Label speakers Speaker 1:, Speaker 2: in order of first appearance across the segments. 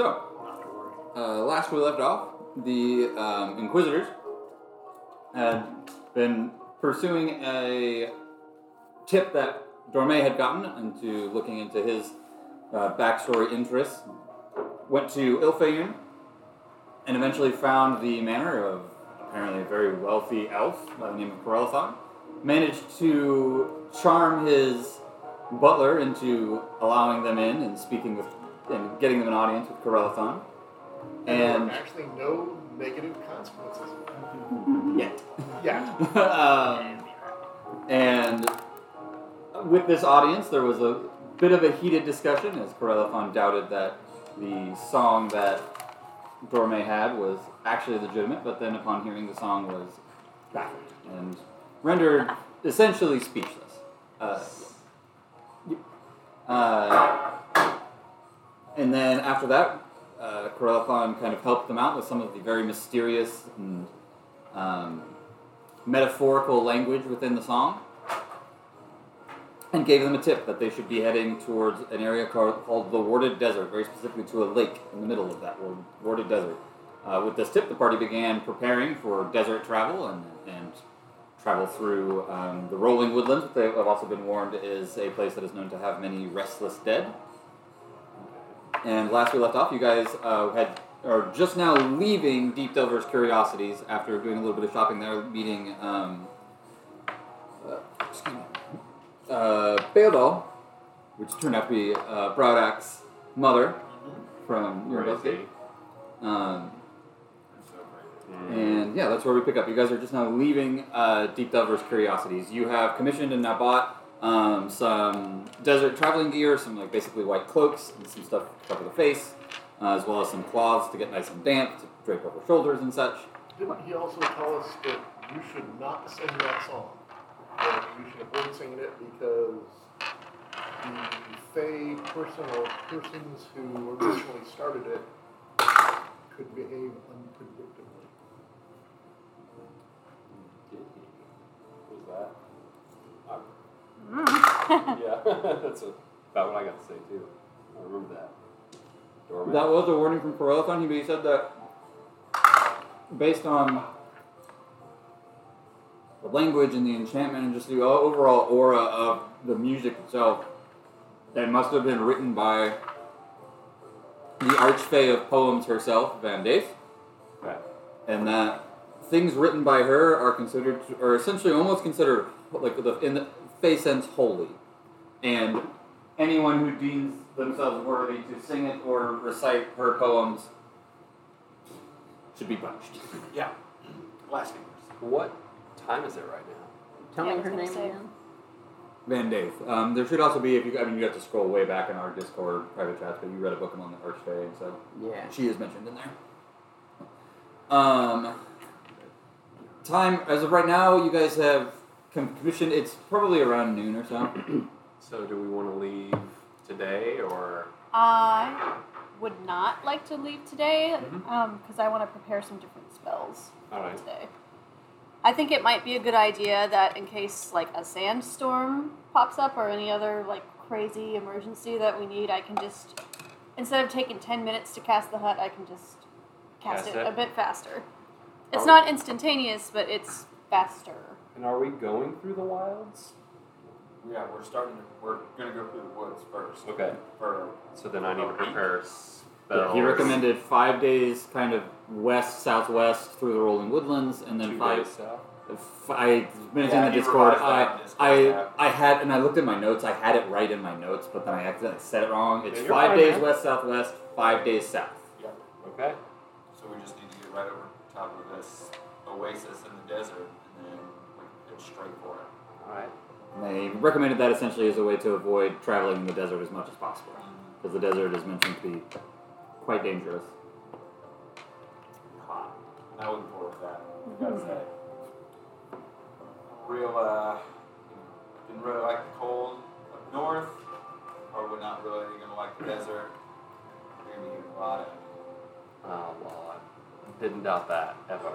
Speaker 1: So, uh, last we left off, the um, Inquisitors had been pursuing a tip that Dorme had gotten into looking into his uh, backstory interests. Went to Ilfayun and eventually found the manor of apparently a very wealthy elf by the name of Corelthon. Managed to charm his butler into allowing them in and speaking with and getting them an audience with Corelthon.
Speaker 2: there were
Speaker 1: And
Speaker 2: actually no negative consequences. of that.
Speaker 1: yeah.
Speaker 2: Yeah.
Speaker 1: um, and with this audience, there was a bit of a heated discussion as Corelafon doubted that the song that Dorme had was actually legitimate, but then upon hearing the song was baffled and rendered essentially speechless. Uh, yeah. uh, and then after that, uh, Corelafon kind of helped them out with some of the very mysterious and um, metaphorical language within the song and gave them a tip that they should be heading towards an area car- called the Warded Desert, very specifically to a lake in the middle of that ward- Warded Desert. Uh, with this tip, the party began preparing for desert travel and, and travel through um, the rolling woodlands, which they have also been warned is a place that is known to have many restless dead. And last we left off, you guys uh, had are just now leaving Deep Delver's Curiosities after doing a little bit of shopping there, meeting um, uh, excuse me, uh, Beodol, which turned out to be uh, Brodak's mother from your investigation. Um, and yeah, that's where we pick up. You guys are just now leaving uh, Deep Delver's Curiosities. You have commissioned and now bought um, some desert traveling gear, some like basically white cloaks and some stuff to cover the face, uh, as well as some cloths to get nice and damp to drape over shoulders and such.
Speaker 2: Didn't he also tell us that you should not sing that song? That you should avoid singing it because the Fey person or persons who originally started it could behave unpredictably.
Speaker 3: Who's that? I'm- yeah, that's a, about what I got to say too. I remember that. Doorman.
Speaker 1: That was a warning from Corelethon. He said that based on the language and the enchantment and just the o- overall aura of the music itself, that must have been written by the Archfey of Poems herself, Van Dave,
Speaker 3: Right.
Speaker 1: and that things written by her are considered, are essentially almost considered, like the, in the Fey sense, holy. And anyone who deems themselves worthy to sing it or recite her poems should be punished.
Speaker 4: Yeah. Blasphemers.
Speaker 3: What time is it right now?
Speaker 5: Tell
Speaker 6: Yeah, I
Speaker 5: me
Speaker 6: was
Speaker 5: her
Speaker 6: gonna
Speaker 5: name
Speaker 6: say.
Speaker 5: again.
Speaker 1: Van Dave. Um, there should also be if you. I mean, you have to scroll way back in our Discord private chats, but you read a book among the Archfey, and so
Speaker 5: Yeah.
Speaker 1: she is mentioned in there. Um, time as of right now, you guys have com- commissioned. It's probably around noon or so.
Speaker 3: So, do we want to leave today or?
Speaker 6: I would not like to leave today because
Speaker 1: Mm-hmm.
Speaker 3: Mhm.
Speaker 6: I want to prepare some different spells
Speaker 3: All right.
Speaker 6: today. I think it might be a good idea that in case like a sandstorm pops up or any other like crazy emergency that we need, I can just instead of taking ten minutes to cast the hut, I can just cast,
Speaker 3: Cast
Speaker 6: it,
Speaker 3: it?
Speaker 6: a bit faster. It's
Speaker 3: Oh.
Speaker 6: not instantaneous, but it's faster.
Speaker 3: And are we going through the wilds?
Speaker 4: Yeah, we're starting to, we're gonna go through the woods first.
Speaker 3: Okay.
Speaker 4: For,
Speaker 3: So then I need to prepare spells.
Speaker 1: Yeah, he recommended five days, kind of west southwest through the rolling woodlands, and then
Speaker 3: two
Speaker 1: five
Speaker 3: days south.
Speaker 1: F- I mentioned
Speaker 4: Yeah,
Speaker 1: in the
Speaker 4: he
Speaker 1: Discord.
Speaker 4: revised that
Speaker 1: I
Speaker 4: in Discord, yeah.
Speaker 1: I I had and I looked at my notes. I had it right in my notes, but then I accidentally said it wrong. It's
Speaker 3: Yeah, you're
Speaker 1: five
Speaker 3: fine,
Speaker 1: days
Speaker 3: man.
Speaker 1: west southwest, five days south.
Speaker 4: yeah.
Speaker 3: Okay.
Speaker 4: So we just need to get right over top of this oasis in the desert and then we can go straight for it.
Speaker 3: All right.
Speaker 1: And they recommended that essentially as a way to avoid traveling in the desert as much as possible, because the desert is mentioned to be quite dangerous.
Speaker 4: Hot. I wouldn't bore with that. I gotta say. Real, uh, didn't really like the cold up north. Probably not really gonna like the desert.
Speaker 3: Um,
Speaker 4: We're gonna be getting a lot of
Speaker 3: uh, Oh, well, I didn't doubt that ever.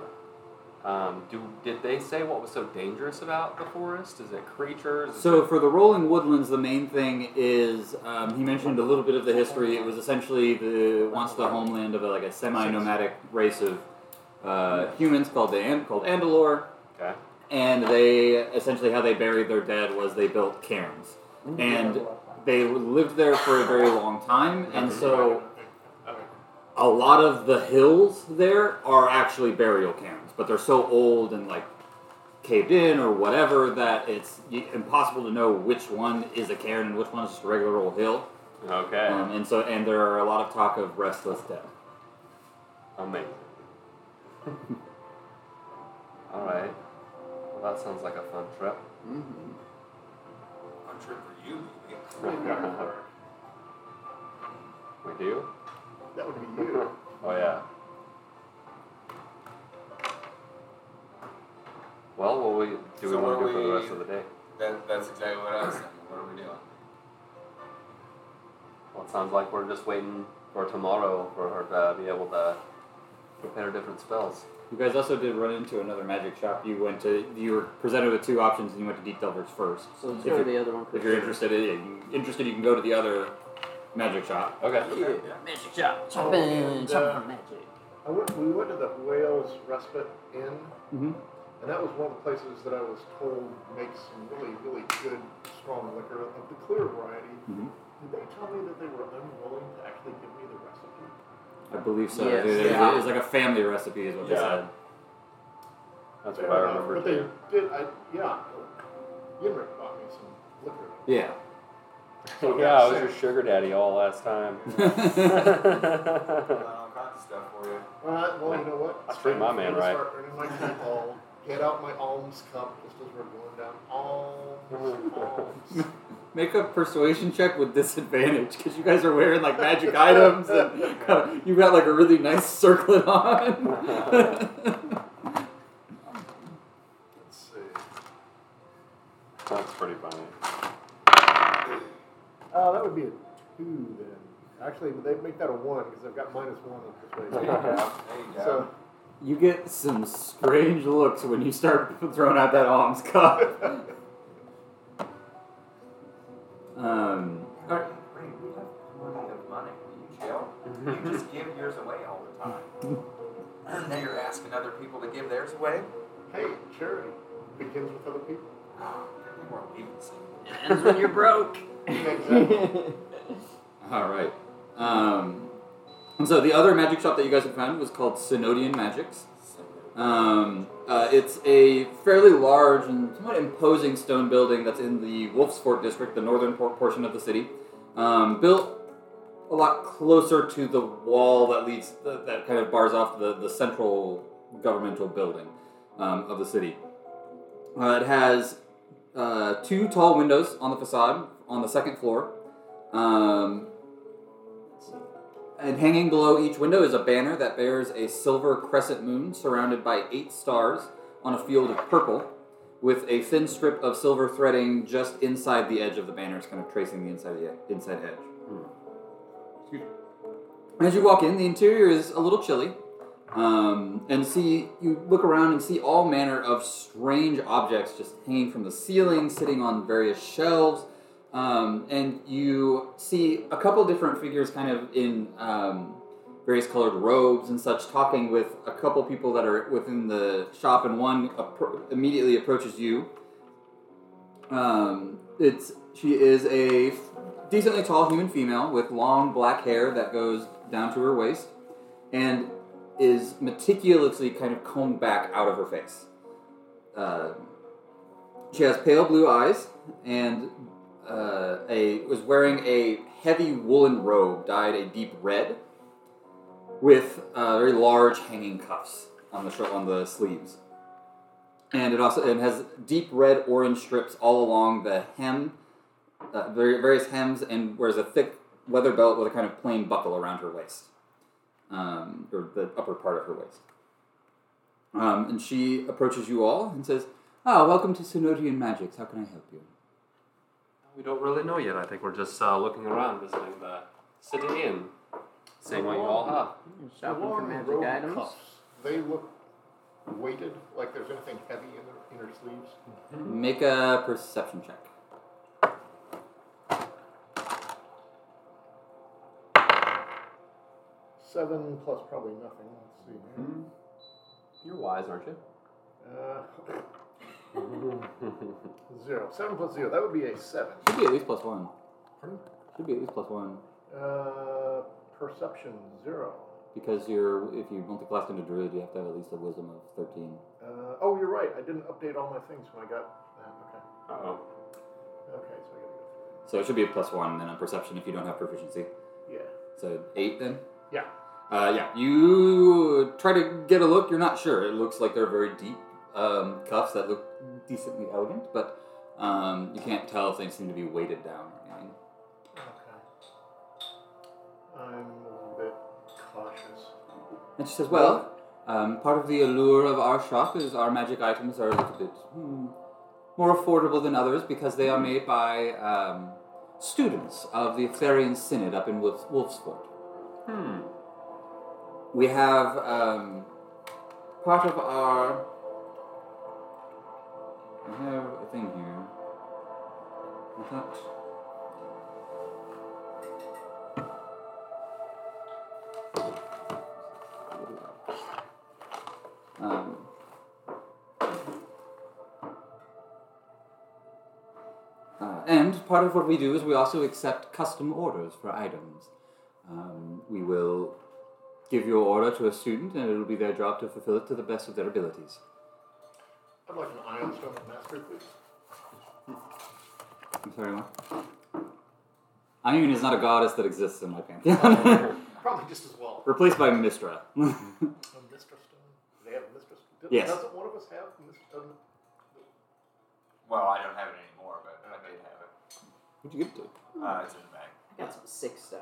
Speaker 3: Um, do did they say what was so dangerous about the forest? Is it creatures? Is
Speaker 1: So
Speaker 3: it-
Speaker 1: for the rolling woodlands, the main thing is um, he mentioned a little bit of the history. It was essentially the once the homeland of a, like a semi-nomadic race of uh, humans called the An- called Andalore,
Speaker 3: okay,
Speaker 1: and they essentially how they buried their dead was they built cairns, and they lived there for a very long time, and so a lot of the hills there are actually burial cairns, but they're so old and like caved in or whatever that it's y- impossible to know which one is a cairn and which one is just a regular old hill.
Speaker 3: okay,
Speaker 1: Um, and so, and there are a lot of talk of restless death.
Speaker 3: amazing. All right, well that sounds like a fun trip.
Speaker 4: One trip for you, maybe.
Speaker 3: we do?
Speaker 2: That would be you.
Speaker 3: Oh yeah. Well, what we do we
Speaker 4: So
Speaker 3: want to
Speaker 4: what
Speaker 3: do for the
Speaker 4: we-
Speaker 3: rest of the day?
Speaker 4: That, that's exactly what I was thinking. What are we doing?
Speaker 3: Well, it sounds like we're just waiting for tomorrow for her to be able to prepare different spells.
Speaker 1: You guys also did run into another magic shop. You went to, you were presented with two options, and you went to Deep Delvers first.
Speaker 5: So let's
Speaker 1: If
Speaker 5: go to
Speaker 1: you're-
Speaker 5: the other one.
Speaker 1: If you're interested, in, you- interested, you can go to the other magic shop.
Speaker 3: Okay.
Speaker 5: Yeah.
Speaker 4: Magic job.
Speaker 5: Chopping,
Speaker 2: And, uh,
Speaker 5: chopping magic.
Speaker 2: I went, we went to the Wales Respite Inn,
Speaker 1: Mm-hmm.
Speaker 2: and that was one of the places that I was told makes some really, really good, strong liquor of the clear variety.
Speaker 1: Mhm.
Speaker 2: Did they tell me that they were unwilling to actually give me the recipe?
Speaker 1: I believe so.
Speaker 5: Yes.
Speaker 1: It, was,
Speaker 5: Yeah.
Speaker 1: it was like a family recipe, is what they
Speaker 3: Yeah.
Speaker 1: said.
Speaker 3: That's
Speaker 2: Fair
Speaker 3: what I
Speaker 2: enough,
Speaker 3: remember
Speaker 2: But they
Speaker 3: too.
Speaker 2: did, I, yeah. Yimrick bought me some liquor.
Speaker 1: Yeah.
Speaker 2: So
Speaker 3: yeah, I was
Speaker 2: that's
Speaker 3: your sugar daddy all last time.
Speaker 4: Got all kinds of stuff for you.
Speaker 2: Alright, well, you know what?
Speaker 3: I treat my
Speaker 2: I'm
Speaker 3: man
Speaker 2: gonna
Speaker 3: right.
Speaker 2: Start earning my keep. I'll get out my alms cup just as we're going down. Alms, alms.
Speaker 1: Make a persuasion check with disadvantage because you guys are wearing like magic items and you got like a really nice circlet on.
Speaker 2: Let's see.
Speaker 3: That's pretty funny.
Speaker 2: Uh, that would be a two then. Actually, they make that a one because I've got minus one on
Speaker 4: There you
Speaker 2: persuasion.
Speaker 4: go. There you go.
Speaker 2: so,
Speaker 1: you get some strange looks when you start throwing out that alms cup. Um, all right.
Speaker 4: Ray, we have plenty of money. Will you chill? You just give yours away all the time. And now you're asking other people to give theirs away?
Speaker 2: hey, charity begins with other people.
Speaker 4: You weren't leaving the same.
Speaker 5: It ends when you're broke.
Speaker 2: Exactly.
Speaker 1: All right. Um, and so the other magic shop that you guys had found was called Synodian Magics. Um, uh, it's a fairly large and somewhat imposing stone building that's in the Wolfsport district, the northern por- portion of the city, um, built a lot closer to the wall that leads that, that kind of bars off the, the central governmental building um, of the city. Uh, it has uh, two tall windows on the facade on the second floor. Um, and hanging below each window is a banner that bears a silver crescent moon surrounded by eight stars on a field of purple, with a thin strip of silver threading just inside the edge of the banner. It's kind of tracing the inside, the e- inside edge. Excuse me. As you walk in, the interior is a little chilly, um, and see you look around and see all manner of strange objects just hanging from the ceiling, sitting on various shelves, um, and you see a couple different figures kind of in um, various colored robes and such, talking with a couple people that are within the shop, and one appro- immediately approaches you. Um, it's she is a decently tall human female with long black hair that goes down to her waist, and is meticulously kind of combed back out of her face. Uh, she has pale blue eyes and uh, a was wearing a heavy woolen robe dyed a deep red, with uh, very large hanging cuffs on the shou- on the sleeves, and it also it has deep red orange strips all along the hem, uh, var- various hems, and wears a thick leather belt with a kind of plain buckle around her waist, um, or the upper part of her waist. Um, and she approaches you all and says, "Ah, welcome to Synodian Magics. How can I help you?"
Speaker 3: We don't really know yet. I think we're just uh, looking around, visiting the city and seeing what you all have.
Speaker 5: Shopping for
Speaker 2: Long
Speaker 5: magic
Speaker 2: robe
Speaker 5: items.
Speaker 2: cuffs. They look weighted, like there's anything heavy in their inner sleeves?
Speaker 1: Make a perception check.
Speaker 2: Seven plus probably nothing. Let's see.
Speaker 3: You're wise, aren't you?
Speaker 2: Uh, zero. Seven plus zero. That would be a seven.
Speaker 1: Should be at least plus one.
Speaker 3: Pardon?
Speaker 1: Should be at least plus one
Speaker 2: Uh, perception zero.
Speaker 1: because you're if you want to class into druid, you have to have at least a wisdom of thirteen.
Speaker 2: Uh, oh, you're right. I didn't update all my things when I got that. Okay.
Speaker 3: Uh oh.
Speaker 2: Okay, so I gotta go through
Speaker 1: So it should be a plus one then on perception if you don't have proficiency.
Speaker 2: it. Yeah.
Speaker 1: So eight then.
Speaker 2: Yeah.
Speaker 1: Uh, yeah, you try to get a look. You're not sure. It looks like they're very deep um, cuffs that look decently elegant, but um, you can't tell if they seem to be weighted down. or anything.
Speaker 2: Okay. I'm a little bit cautious.
Speaker 1: And she says, "Well, um, part of the allure of our shop is our magic items are a little bit hmm, more affordable than others because they are made by um, students of the Therian Synod up in Wolf- Wolfsford.
Speaker 3: Hmm.
Speaker 1: We have um, part of our. I have a thing here. I thought. Um, uh, and part of what we do is we also accept custom orders for items. Um, we will give your order to a student, and it'll be their job to fulfill it to the best of their abilities.
Speaker 2: I'd like an iron stone mastery, please.
Speaker 1: I'm sorry, what? Ayun is not a goddess that exists in my pantheon.
Speaker 2: Probably just as well.
Speaker 1: Replaced by Mistra.
Speaker 2: A mistress stone. Do they have a mistress? do-
Speaker 1: Yes.
Speaker 2: Doesn't one of us have a mistress stone?
Speaker 4: Well, I don't have it anymore, but I did have it.
Speaker 1: What'd you get to?
Speaker 4: Uh, it's in the bag.
Speaker 5: I got some sick stuff.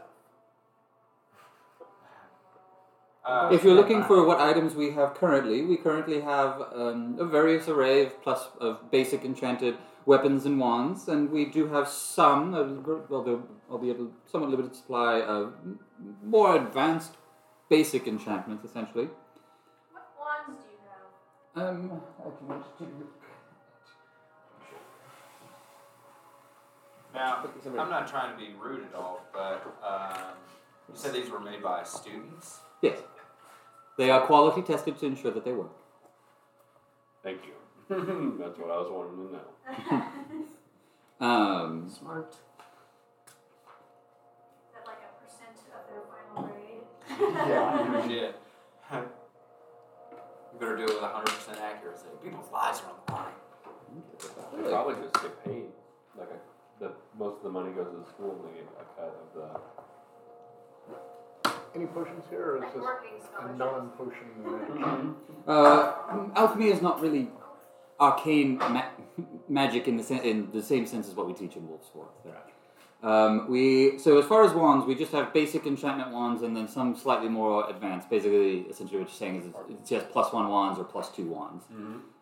Speaker 4: Uh,
Speaker 1: If you're looking for what items we have currently, we currently have um, a various array of plus of basic enchanted weapons and wands, and we do have some, uh, although albeit a somewhat limited supply of m- more advanced basic enchantments, essentially.
Speaker 7: What wands do you have?
Speaker 1: Um, I can just take a
Speaker 4: Now, I'm not trying to be rude at all, but um, you said these were made by students.
Speaker 1: Yes. They are quality tested to ensure that they work.
Speaker 3: Thank you. That's what I was wanting to know.
Speaker 7: Is
Speaker 1: Um,
Speaker 5: Smart.
Speaker 7: that like a percent of their final grade?
Speaker 4: No Shit. you better do it with 100% accuracy. People's lives are on the line.
Speaker 3: They probably just get paid. Like a, the most of the money goes to the school, and they get a cut of the.
Speaker 2: Any potions here, or is
Speaker 7: Like
Speaker 2: this
Speaker 7: working
Speaker 2: a
Speaker 7: scholarships.
Speaker 2: non-potion?
Speaker 1: uh, alchemy is not really arcane ma- magic in the, sen- in the same sense as what we teach in Wolfsworth. Um, we so as far as wands, we just have basic enchantment wands, and then some slightly more advanced. Basically, essentially, what you're saying is it's- it's just plus one wands or plus two wands,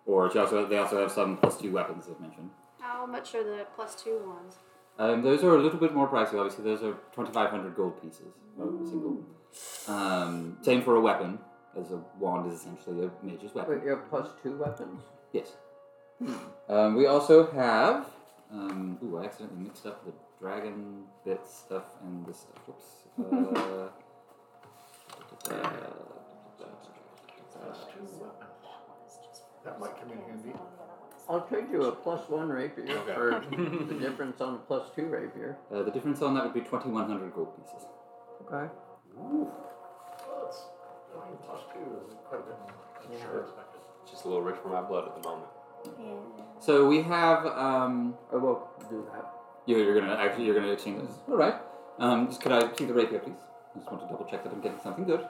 Speaker 1: or she also, they also have some plus two weapons, as mentioned.
Speaker 6: How much are the plus two ones?
Speaker 1: Um, those are a little bit more pricey, obviously. Those are 2,500 gold pieces, a single. Um, same for a weapon, as a wand is essentially a mage's weapon.
Speaker 5: Wait, you have plus two weapons?
Speaker 1: Yes. Um, we also have. Um, ooh, I accidentally mixed up the dragon bit stuff and this stuff. Whoops. Uh,
Speaker 2: That might come in handy.
Speaker 5: I'll trade you a plus one rapier
Speaker 3: Okay.
Speaker 5: for the difference on the plus two rapier.
Speaker 1: uh, the difference on that would be 2,100 gold pieces.
Speaker 5: Okay.
Speaker 2: Well, Oh, it's I mean, plus two is quite a bit more. I'm
Speaker 5: Yeah.
Speaker 2: sure expected.
Speaker 3: It's just a little rich for my blood at the moment.
Speaker 1: So we have. Um,
Speaker 5: I will do that.
Speaker 1: You're, you're gonna actually you're gonna exchange this. All right. Um, just could I see the rapier, please? I just want to double check that I'm getting something good.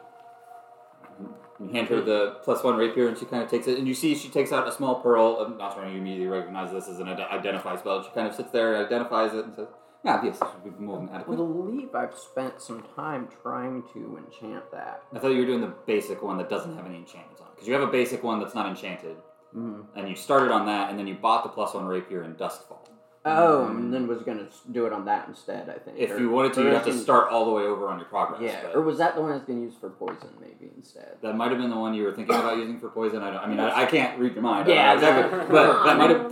Speaker 1: You hand her the plus one rapier, and she kind of takes it, and you see she takes out a small pearl. Um, not sure you immediately recognize this as an ide- identify spell. She kind of sits there, identifies it, and says, "Yeah, yes, this would be more than
Speaker 5: I
Speaker 1: adequate."
Speaker 5: believe I've spent some time trying to enchant that.
Speaker 1: I thought you were doing the basic one that doesn't have any enchantments on it, because you have a basic one that's not enchanted,
Speaker 5: Mm.
Speaker 1: and you started on that, and then you bought the plus one rapier in Dustfall.
Speaker 5: Oh, and then was gonna s- do it on that instead. I think.
Speaker 1: If
Speaker 5: or-
Speaker 1: you wanted to,
Speaker 5: or
Speaker 1: you'd have to
Speaker 5: can-
Speaker 1: start all the way over on your progress.
Speaker 5: Yeah,
Speaker 1: but
Speaker 5: or was that the one I was gonna use for poison maybe instead?
Speaker 1: that might have been the one you were thinking about using for poison. I, don't, I mean, I, I can't read your mind. I don't
Speaker 5: Yeah,
Speaker 1: know exactly.
Speaker 3: exactly.
Speaker 1: But that might have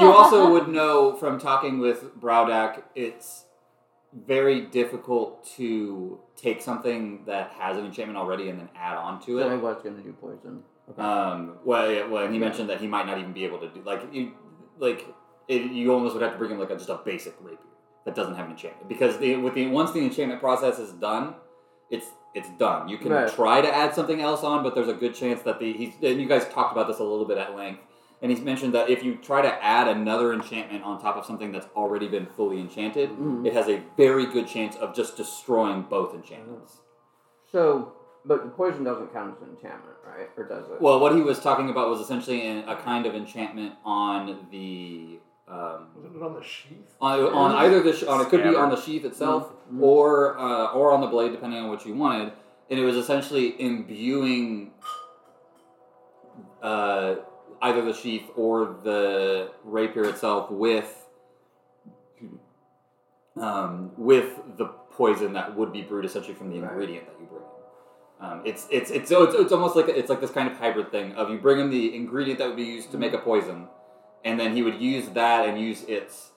Speaker 1: you, you also would know from talking with Browdak, it's very difficult to take something that has an enchantment already and then add on to
Speaker 5: So I
Speaker 1: it.
Speaker 5: was gonna do poison. Okay.
Speaker 1: Um, well, yeah, well, and he mentioned that he might not even be able to do like you, like it, you almost would have to bring him like a, just a basic rapier that doesn't have an enchantment because the, with the once the enchantment process is done, it's it's done. You can
Speaker 5: Right.
Speaker 1: try to add something else on, but there's a good chance that the he's and you guys talked about this a little bit at length. And he's mentioned that if you try to add another enchantment on top of something that's already been fully enchanted,
Speaker 5: Mhm.
Speaker 1: it has a very good chance of just destroying both enchantments.
Speaker 5: So, but the poison doesn't count as an enchantment, right? Or does it?
Speaker 1: Well, what he was talking about was essentially an, a kind of enchantment on the um,
Speaker 2: Wasn't it on the sheath?
Speaker 1: on, on either the sh- on it could be on the sheath itself
Speaker 5: Mhm.
Speaker 1: or uh, or on the blade, depending on what you wanted. And it was essentially imbuing uh, either the sheath or the rapier itself with um, with the poison that would be brewed essentially from the
Speaker 5: Right.
Speaker 1: ingredient that you bring. in. Um, it's, it's it's so it's it's almost like it's like this kind of hybrid thing of you bring him the ingredient that would be used to make a poison, and then he would use that and use its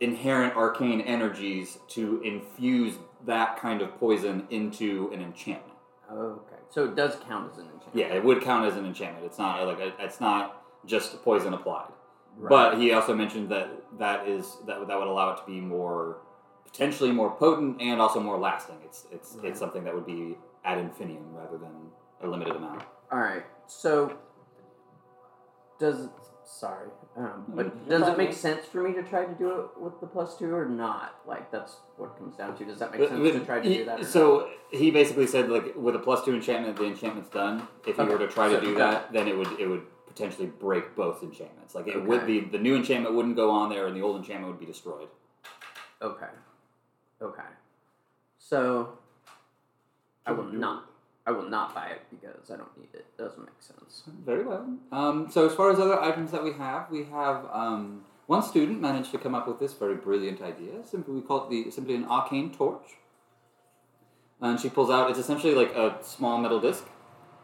Speaker 1: inherent arcane energies to infuse that kind of poison into an enchantment.
Speaker 5: okay. So it does count as an enchantment.
Speaker 1: Yeah, it would count as an enchantment. It's not like it- it's not just poison applied.
Speaker 5: Right.
Speaker 1: But he also mentioned that that is that that would allow it to be more potentially more potent and also more lasting. It's it's
Speaker 5: Right.
Speaker 1: it's something that would be ad infinitum rather than a limited amount.
Speaker 5: All right. So does sorry, um,
Speaker 1: Mm-hmm.
Speaker 5: but does it make sense for me to try to do it with the plus two or not? Like that's what it comes down to. Does that make sense to try to do that? or not?
Speaker 1: So he basically said like with a plus two enchantment, the enchantment's done. If you were
Speaker 5: Okay.
Speaker 1: to try
Speaker 5: So-
Speaker 1: to do that, then it would it would potentially break both enchantments. Like it would
Speaker 5: Okay.
Speaker 1: the the new enchantment wouldn't go on there, and the old enchantment would be destroyed.
Speaker 5: okay, okay. So I
Speaker 2: Can
Speaker 5: will
Speaker 2: we do
Speaker 5: not. I will not buy it because I don't need it. Doesn't make sense.
Speaker 1: Very well. Um, so as far as other items that we have, we have um, one student managed to come up with this very brilliant idea. Simply, we call it the simply an arcane torch. And she pulls out. It's essentially like a small metal disc,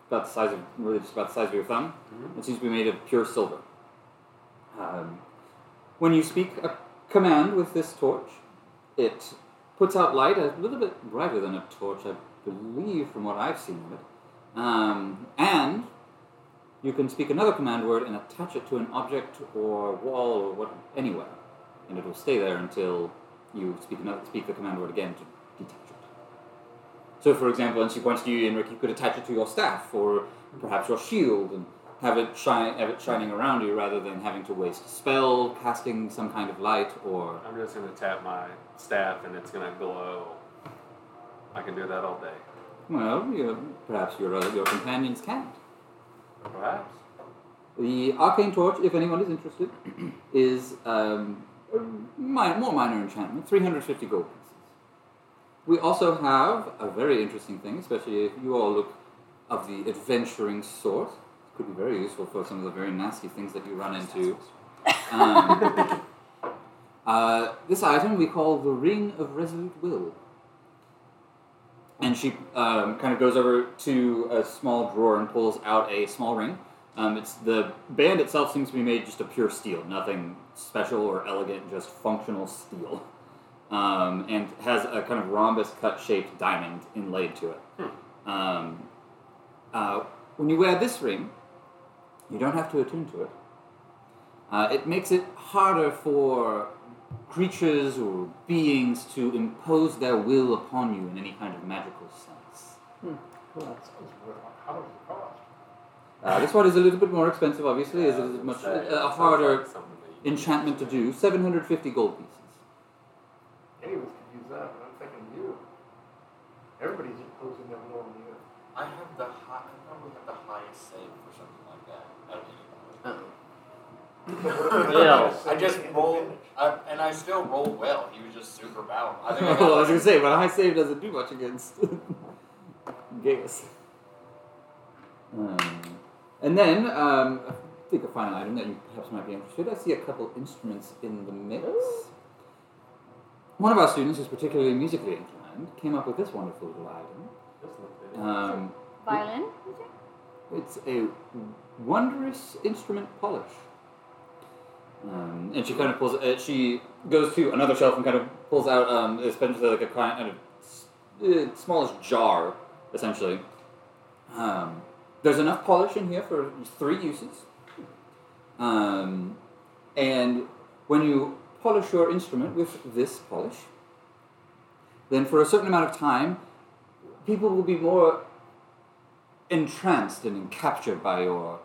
Speaker 1: about the size of really just about the size of your thumb. It seems to be made of pure silver. Um, when you speak a command with this torch, it puts out light a little bit brighter than a torch, I believe, from what I've seen of it. Um, and you can speak another command word and attach it to an object or wall or what anywhere, and it will stay there until you speak another, speak the command word again to detach it. So, for example, once you once you Enric, you could attach it to your staff or perhaps your shield and have it shine have it shining around you rather than having to waste a spell casting some kind of light or
Speaker 3: I'm just gonna tap my staff and it's gonna glow. I can do that all day.
Speaker 1: well, you, perhaps your uh, your companions can't.
Speaker 3: Perhaps.
Speaker 1: The arcane torch, if anyone is interested, is um, a mi- more minor enchantment, 350 gold pieces. We also have a very interesting thing, especially if you all look of the adventuring sort. Could be very useful for some of the very nasty things that you run into. Um, uh, this item we call the Ring of Resolute Will. And she um, kind of goes over to a small drawer and pulls out a small ring. Um, it's the band itself seems to be made just of pure steel, nothing special or elegant, just functional steel, um, and has a kind of rhombus-cut shaped diamond inlaid to it. Um, uh, when you wear this ring, you don't have to attune to it. Uh, it makes it harder for creatures or beings to impose their will upon you in any kind of magical sense.
Speaker 2: Well, that sounds worth it. How much does it cost?
Speaker 1: Uh, this one is a little bit more expensive, obviously, as it is much uh,
Speaker 3: Say,
Speaker 1: a
Speaker 3: sounds
Speaker 1: harder
Speaker 3: like something that you-
Speaker 1: enchantment to do. 750 gold pieces.
Speaker 2: Any of us could use that, but I'm thinking you. Everybody's imposing their will on you.
Speaker 4: I have the high. I probably have the highest save for something like that out of anybody.
Speaker 5: Oh,
Speaker 2: Yeah.
Speaker 4: I just rolled, I, and I still rolled well. He was just super balanced. I think I
Speaker 1: well, I was
Speaker 4: got
Speaker 1: going to say, but a high save doesn't do much against Gagus. Um, and then, um, think a final item that you perhaps might be interested. I see a couple instruments in the mix. One of our students, who's particularly musically inclined, came up with this wonderful little item.
Speaker 3: This look good.
Speaker 1: Um,
Speaker 6: Violin?
Speaker 1: it's a wondrous instrument polish. Um, and she kind of pulls. Uh, she goes to another shelf and kind of pulls out, um, essentially like a kind of s- uh, smallest jar, essentially. Um, there's enough polish in here for three uses. Um, and when you polish your instrument with this polish, then for a certain amount of time, people will be more entranced and captured by your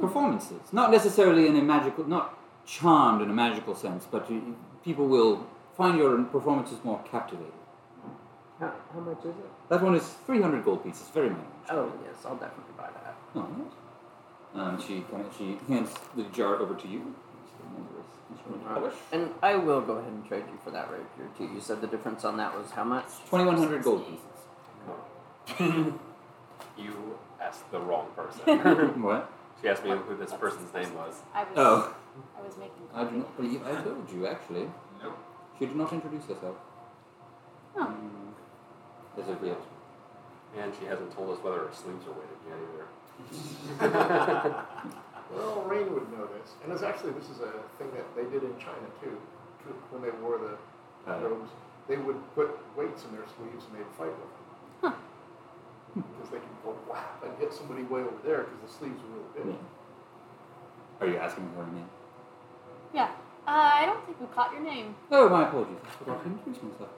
Speaker 1: performances. Not necessarily in a magical, not charmed in a magical sense, but you, you- people will find your performances more captivating.
Speaker 5: How, how much is it?
Speaker 1: That one is 300 gold pieces, very many.
Speaker 5: Oh yes, I'll definitely buy that.
Speaker 1: Oh, nice. Um, she kind of, she hands the jar over to you. It's the wondrous instrument polish.
Speaker 5: And I will go ahead and trade you for that rapier too. You said the difference on that was how much?
Speaker 1: 2100 gold pieces.
Speaker 3: You asked the wrong person.
Speaker 1: what?
Speaker 3: she asked me who this person's name was.
Speaker 6: I was,
Speaker 1: Oh,
Speaker 6: I was making
Speaker 1: I do not believe I told you, actually.
Speaker 4: Nope.
Speaker 1: She did not introduce herself. Hmm.
Speaker 6: Oh.
Speaker 1: As of yet.
Speaker 3: And she hasn't told us whether her sleeves are weighted yet either.
Speaker 2: Well, Rain would know this, and it's actually this is a thing that they did in China too, too, when they wore the
Speaker 1: Uh,
Speaker 2: robes. They would put weights in their sleeves and they'd fight with them because they could go whap and hit somebody way over there because the sleeves were really big.
Speaker 1: Are you asking her name?
Speaker 6: Yeah. Uh, I don't think we caught your name.
Speaker 1: Oh, my apologies. I forgot to introduce myself.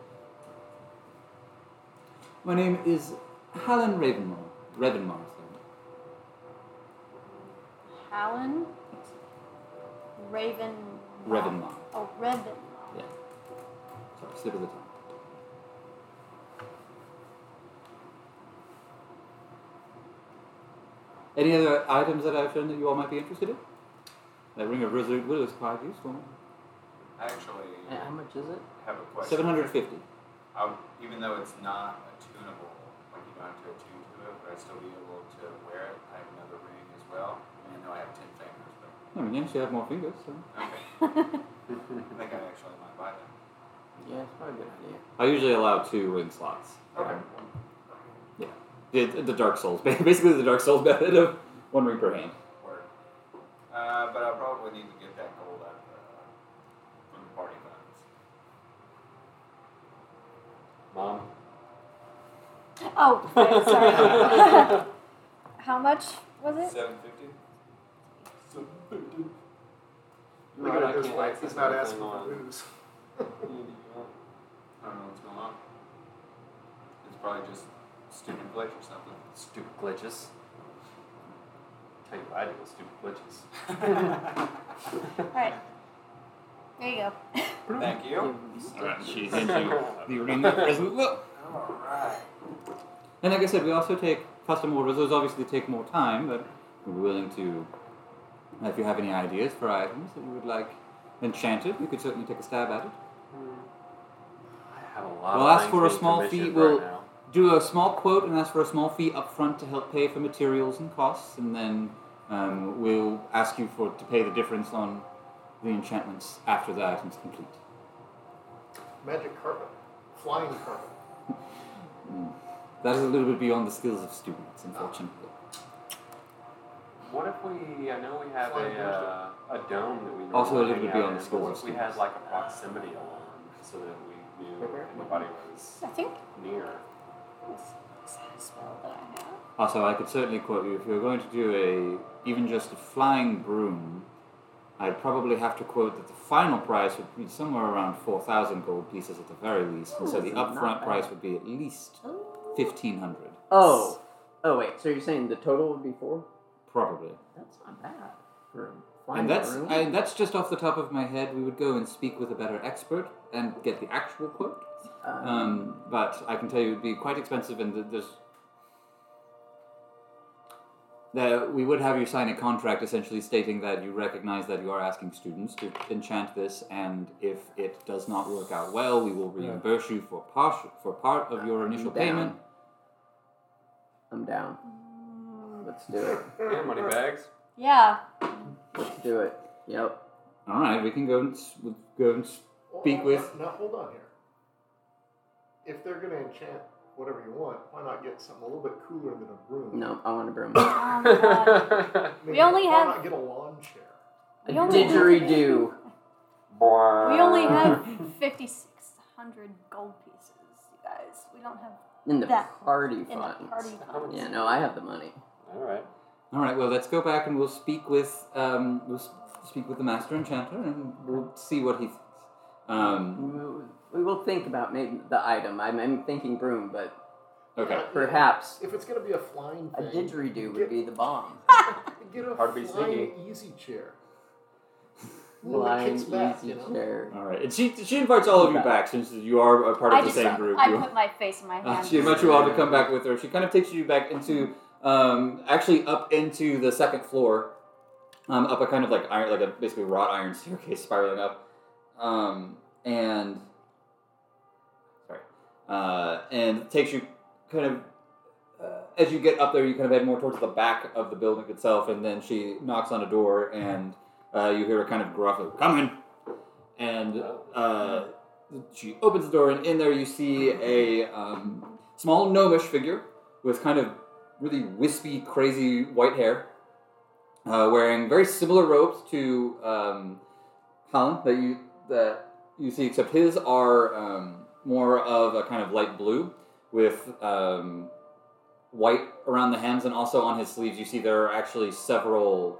Speaker 1: My name is Helen Ravenmore. Ravenmore, sorry.
Speaker 6: Hallen? Raven.
Speaker 1: Ravenmore.
Speaker 6: Oh, Revan.
Speaker 1: Yeah. Sorry, slip of the tongue. Any other items that I've shown that you all might be interested in? That ring of resolute will is quite useful.
Speaker 4: Actually,
Speaker 5: And how much is it?
Speaker 4: have a question.
Speaker 1: Seven hundred fifty.
Speaker 4: I would, even though it's not attunable, like you don't have to attune to it, but I'd still be able to wear it. I have another ring as well. I mean, I know I have ten fingers, but
Speaker 1: I mean, yes, you have more fingers. So.
Speaker 4: okay. I think I actually might buy them.
Speaker 5: Yeah, it's probably a good idea.
Speaker 1: I usually allow two ring slots.
Speaker 4: Okay.
Speaker 1: The, the Dark Souls, basically the Dark Souls method of one ring per hand.
Speaker 4: Word. Uh, but I probably need to get that gold out of uh, from the party
Speaker 3: Mom.
Speaker 4: funds.
Speaker 6: Oh, right, sorry. How much was it?
Speaker 4: Seven fifty.
Speaker 2: Look at
Speaker 3: Right, I
Speaker 2: it this
Speaker 3: can't
Speaker 2: way,
Speaker 3: access
Speaker 2: he's not
Speaker 3: anything
Speaker 2: asking
Speaker 3: on-
Speaker 2: for booze.
Speaker 4: I don't know what's going on. It's probably just stupid glitch or something.
Speaker 3: Stupid glitches. Tell you what I do with stupid glitches.
Speaker 6: Alright. There you go.
Speaker 4: Thank you.
Speaker 1: she
Speaker 3: hands you
Speaker 1: the
Speaker 4: All right.
Speaker 1: And like I said, we also take custom orders. Those obviously take more time, but we're willing to. If you have any ideas for items that you would like enchanted, you could certainly take a stab at it.
Speaker 3: I have a lot
Speaker 1: We'll
Speaker 3: of
Speaker 1: ask
Speaker 3: things
Speaker 1: for a
Speaker 3: being
Speaker 1: small
Speaker 3: commissioned
Speaker 1: fee,
Speaker 3: Right
Speaker 1: we'll-
Speaker 3: now.
Speaker 1: Do a small quote and ask for a small fee up front to help pay for materials and costs, and then um, we'll ask you for to pay the difference on the enchantments after the item's complete.
Speaker 2: Magic carpet, flying carpet.
Speaker 1: That is a little bit beyond the skills of students, unfortunately.
Speaker 3: What if we? I know we have
Speaker 2: Flying
Speaker 3: a uh, a dome that we normally
Speaker 1: Also a little
Speaker 3: hang
Speaker 1: bit
Speaker 3: out
Speaker 1: beyond
Speaker 3: in.
Speaker 1: the score,
Speaker 3: What if we
Speaker 1: so
Speaker 3: had
Speaker 1: it's-
Speaker 3: like a proximity alarm so that we knew if anybody was
Speaker 6: I think
Speaker 3: near.
Speaker 6: that's a spell that I have.
Speaker 1: Also, I could certainly quote you if you're going to do a even just a flying broom. I'd probably have to quote that the final price would be somewhere around four thousand gold pieces at the very least, and so the
Speaker 5: Ooh, Oh, not
Speaker 1: upfront
Speaker 5: bad.
Speaker 1: price would be at least fifteen hundred,
Speaker 5: Oh, oh wait. So you're saying the total would be four?
Speaker 1: probably.
Speaker 5: That's not bad. For a flying
Speaker 1: And that's
Speaker 5: room.
Speaker 1: I, that's just off the top of my head. We would go and speak with a better expert and get the actual quote.
Speaker 5: Um,
Speaker 1: Um, but I can tell you it'd be quite expensive, and th- there's that we would have you sign a contract essentially stating that you recognize that you are asking students to enchant this, and if it does not work out well, we will reimburse you for part for part of your initial
Speaker 5: Uh, down.
Speaker 1: payment.
Speaker 5: I'm down. Let's do it.
Speaker 3: Yeah, money bags.
Speaker 6: Yeah.
Speaker 5: Let's do it. Yep.
Speaker 1: All right, we can go and s- we'll go and. s- Speak
Speaker 2: Well,
Speaker 1: with-
Speaker 2: Now, now hold on here. If they're going to enchant whatever you want, why not get something a little bit cooler than a broom?
Speaker 5: No, I want a broom.
Speaker 6: Oh my god.
Speaker 2: I mean,
Speaker 6: We only
Speaker 2: why
Speaker 6: have-
Speaker 2: not get a lawn chair.
Speaker 5: A
Speaker 6: We only-
Speaker 5: didgeridoo.
Speaker 6: We only have 5,600 gold pieces, you guys. We don't have
Speaker 5: In the
Speaker 6: That-
Speaker 5: party
Speaker 6: in
Speaker 5: funds.
Speaker 6: the party funds.
Speaker 5: Yeah, no, I have the money.
Speaker 3: All right.
Speaker 1: All right, well, let's go back and we'll speak with um, we'll s- speak with the master enchanter and we'll see what he thinks. Um,
Speaker 5: We we will think about maybe the item. I'm, I'm thinking broom, but
Speaker 1: okay.
Speaker 5: perhaps
Speaker 2: If it's going to be a flying
Speaker 5: a
Speaker 2: thing,
Speaker 5: didgeridoo would be the bomb.
Speaker 2: get a
Speaker 3: Hard to be
Speaker 2: flying easy chair. Well, it
Speaker 5: Flying
Speaker 2: kicks back,
Speaker 5: easy
Speaker 2: you know?
Speaker 5: chair.
Speaker 1: All right, and she she invites all of you back since you are a part
Speaker 6: I
Speaker 1: of the
Speaker 6: just,
Speaker 1: same group.
Speaker 6: I
Speaker 1: You-
Speaker 6: put my face in my
Speaker 1: Uh,
Speaker 6: hands.
Speaker 1: she invites you all to come back with her. She kind of takes you back into, um, actually up into the second floor, um, up a kind of like iron, like a basically wrought iron staircase spiraling up, um, and sorry, uh, and takes you kind of. Uh, as you get up there, you kind of head more towards the back of the building itself, and then she knocks on a door, and uh, you hear a kind of gruff, like, "Come in," and uh, she opens the door, and in there you see a um, small gnomish figure with kind of really wispy, crazy white hair, uh, wearing very similar robes to um, Colin that you that you see, except his are um, more of a kind of light blue with um, white around the hems, and also on his sleeves you see there are actually several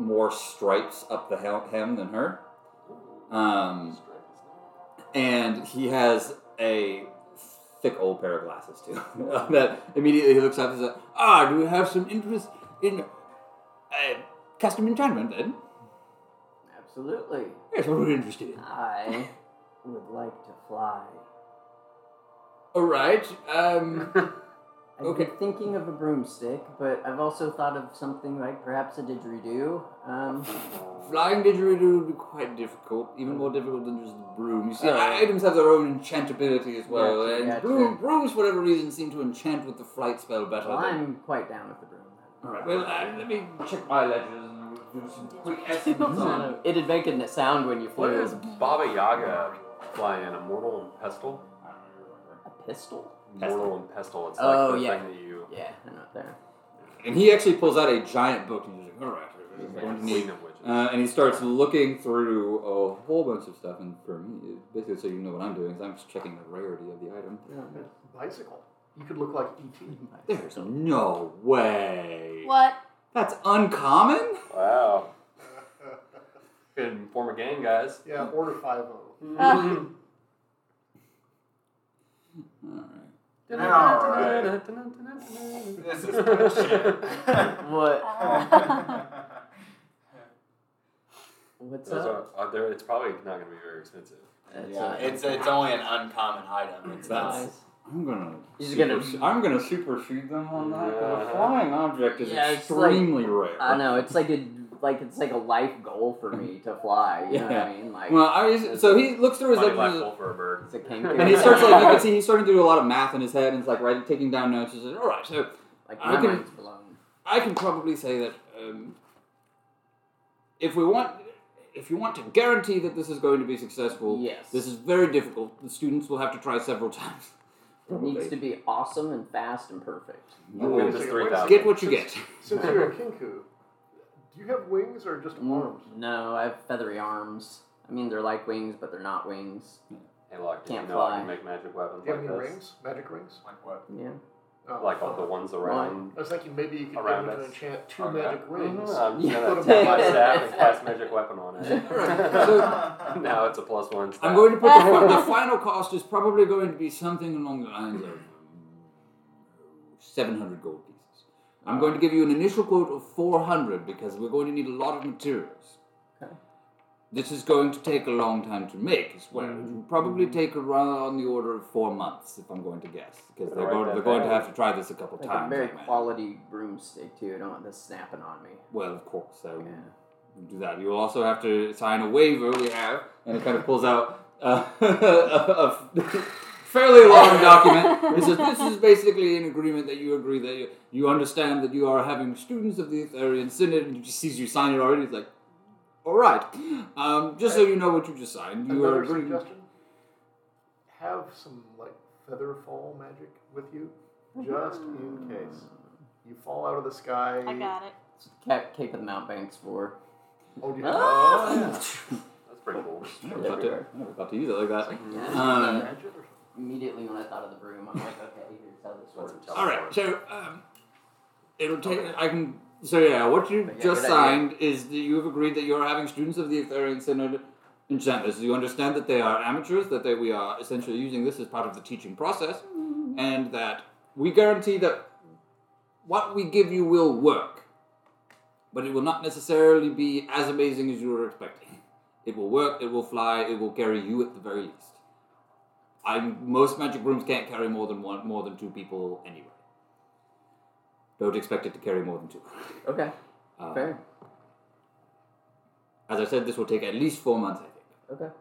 Speaker 1: more stripes up the hem, hem than her. Um, and he has a thick old pair of glasses too. that immediately he looks up and says, "Ah, do you have some interest in uh, custom enchantment? Then
Speaker 5: Absolutely.
Speaker 1: yes, what are you interested in?
Speaker 5: I would like to fly.
Speaker 1: All right. Um,
Speaker 5: I've
Speaker 1: Okay.
Speaker 5: been thinking of a broomstick, but I've also thought of something like perhaps a didgeridoo. Um,
Speaker 1: flying didgeridoo would be quite difficult, even more difficult than just broom. You see,
Speaker 5: Oh.
Speaker 1: items have their own enchantability as well,
Speaker 5: Gotcha,
Speaker 1: and
Speaker 5: gotcha.
Speaker 1: broom, brooms, for whatever reason, seem to enchant with the flight spell better.
Speaker 5: well,
Speaker 1: than-
Speaker 5: I'm quite down with the broom.
Speaker 1: All right. Well, uh, let me check my ledgers and we'll do some quick estimates on it.
Speaker 5: It'd make a sound when you
Speaker 3: What is
Speaker 5: flew.
Speaker 3: Baba Yaga flying? A mortal and pestle?
Speaker 5: A pistol?
Speaker 3: Mortal and pestle. It's like
Speaker 5: Oh,
Speaker 3: the
Speaker 5: yeah.
Speaker 3: thing that you
Speaker 5: Yeah, I'm not there.
Speaker 1: And he actually pulls out a giant book and he's like, all right,
Speaker 3: you
Speaker 1: I'm
Speaker 3: make
Speaker 1: going
Speaker 3: a
Speaker 1: to need-"
Speaker 3: queen of witches.
Speaker 1: Uh, and he starts looking through a whole bunch of stuff. And for me, basically, so you know what I'm doing, is I'm just checking the rarity of the item.
Speaker 2: Bicycle. You could look like E E.T.
Speaker 1: There's no way.
Speaker 6: What?
Speaker 1: That's uncommon?
Speaker 3: wow. Good form a gang, guys.
Speaker 2: yeah, order oh. 5
Speaker 6: Uh.
Speaker 1: All
Speaker 4: Alright. This is bullshit.
Speaker 5: What? What's
Speaker 3: Those
Speaker 5: up?
Speaker 3: are- are uh, there- it's probably not going to be very expensive.
Speaker 5: That's
Speaker 4: yeah,
Speaker 5: a-
Speaker 4: it's it's only an uncommon item. It's not.
Speaker 1: That's- I'm gonna.
Speaker 5: He's
Speaker 1: super-
Speaker 5: gonna-
Speaker 1: I'm gonna super feed them on that. 'cause
Speaker 3: Yeah.
Speaker 1: A flying object is
Speaker 5: Yeah, it's like-
Speaker 1: extremely rare.
Speaker 5: I know it's like a like it's like a life goal for me to fly. You know what I mean? Like
Speaker 1: Well, I was, so he looks through his
Speaker 3: Mighty
Speaker 1: ledgers.
Speaker 3: Black Wolf for a bird.
Speaker 5: It's a kangaroo.
Speaker 1: And he starts like you can see he's starting to do a lot of math in his head, and it's like right taking down notes. He's like, all right, so
Speaker 5: like
Speaker 1: I
Speaker 5: my
Speaker 1: can-
Speaker 5: mind's blown.
Speaker 1: I can probably say that um, if we want, if you want to guarantee that this is going to be successful,
Speaker 5: Yes.
Speaker 1: this is very difficult. The students will have to try several times.
Speaker 5: It needs to be awesome and fast and perfect.
Speaker 1: You
Speaker 3: Win
Speaker 1: will
Speaker 3: this 3,000.
Speaker 1: get what you get.
Speaker 2: Since you're a kinku, do you have wings or just
Speaker 5: Mm.
Speaker 2: arms?
Speaker 5: No, I have feathery arms. I mean, they're like wings, but they're not wings.
Speaker 3: Hey, look,
Speaker 5: Can't
Speaker 3: you know I
Speaker 5: fly.
Speaker 3: can make magic weapons
Speaker 2: Do you have
Speaker 3: like
Speaker 2: any
Speaker 3: this.
Speaker 2: rings? Magic rings?
Speaker 4: Like what?
Speaker 5: Yeah.
Speaker 2: Oh,
Speaker 3: Like all the ones around.
Speaker 2: I was thinking maybe you could
Speaker 3: Around
Speaker 2: able to
Speaker 3: us.
Speaker 2: enchant 2
Speaker 3: Okay.
Speaker 2: magic rings.
Speaker 3: Mhm, I'm just
Speaker 5: Yeah.
Speaker 3: gonna take my staff and cast magic weapon on it.
Speaker 4: So,
Speaker 3: now it's a plus one. Staff.
Speaker 1: I'm going to put the, fi- the final cost is probably going to be something along the lines of seven hundred gold pieces. I'm going to give you an initial quote of four hundred because we're going to need a lot of materials.
Speaker 5: Okay.
Speaker 1: This is going to take a long time to make as well. It will probably take around the order of four months, if I'm going to guess, because
Speaker 3: Better
Speaker 1: they're
Speaker 3: write
Speaker 1: going,
Speaker 3: that
Speaker 1: they're going to
Speaker 3: down.
Speaker 1: have to try this a couple
Speaker 5: Like a
Speaker 1: times.
Speaker 5: very
Speaker 1: I imagine.
Speaker 5: quality broomstick too. I don't want this snapping on me.
Speaker 1: Well, of course, so
Speaker 5: Yeah.
Speaker 1: you do that. You'll also have to sign a waiver we have, and it kind of pulls out uh, a, a fairly long document. It says this is basically an agreement that you agree that you, you understand that you are having students of the Aetherian Synod, and he just sees you sign it already. He's like, all right. Um, just so you know what you just signed, you are
Speaker 2: Another
Speaker 1: agreeing.
Speaker 2: suggestion: have some like feather fall magic with you, just in case you fall out of the sky.
Speaker 6: I got it.
Speaker 5: Cap- Cape of the Mount Banks for.
Speaker 2: Oh, do you have
Speaker 5: Ah!
Speaker 3: That's pretty cool.
Speaker 8: I never, thought to, I never thought to use it like that.
Speaker 5: Yeah.
Speaker 1: Um,
Speaker 2: magic? Or
Speaker 5: Immediately when I thought of the broom, I'm like, okay, here's how this
Speaker 3: What's
Speaker 5: works.
Speaker 3: it tell?
Speaker 1: all right. So um, it'll take. I can. So yeah, what you
Speaker 5: But yeah,
Speaker 1: just
Speaker 5: good idea.
Speaker 1: signed is that you have agreed that you are having students of the Aetherian Synod enchanters. You understand that they are amateurs, that they, we are essentially using this as part of the teaching process, and that we guarantee that what we give you will work, but it will not necessarily be as amazing as you were expecting. It will work. It will fly. It will carry you at the very least. I most magic rooms can't carry more than one, more than two people anyway. Don't expect it to carry more than two.
Speaker 5: Okay,
Speaker 1: Uh,
Speaker 5: fair.
Speaker 1: As I said, this will take at least four months, I think.
Speaker 5: Okay.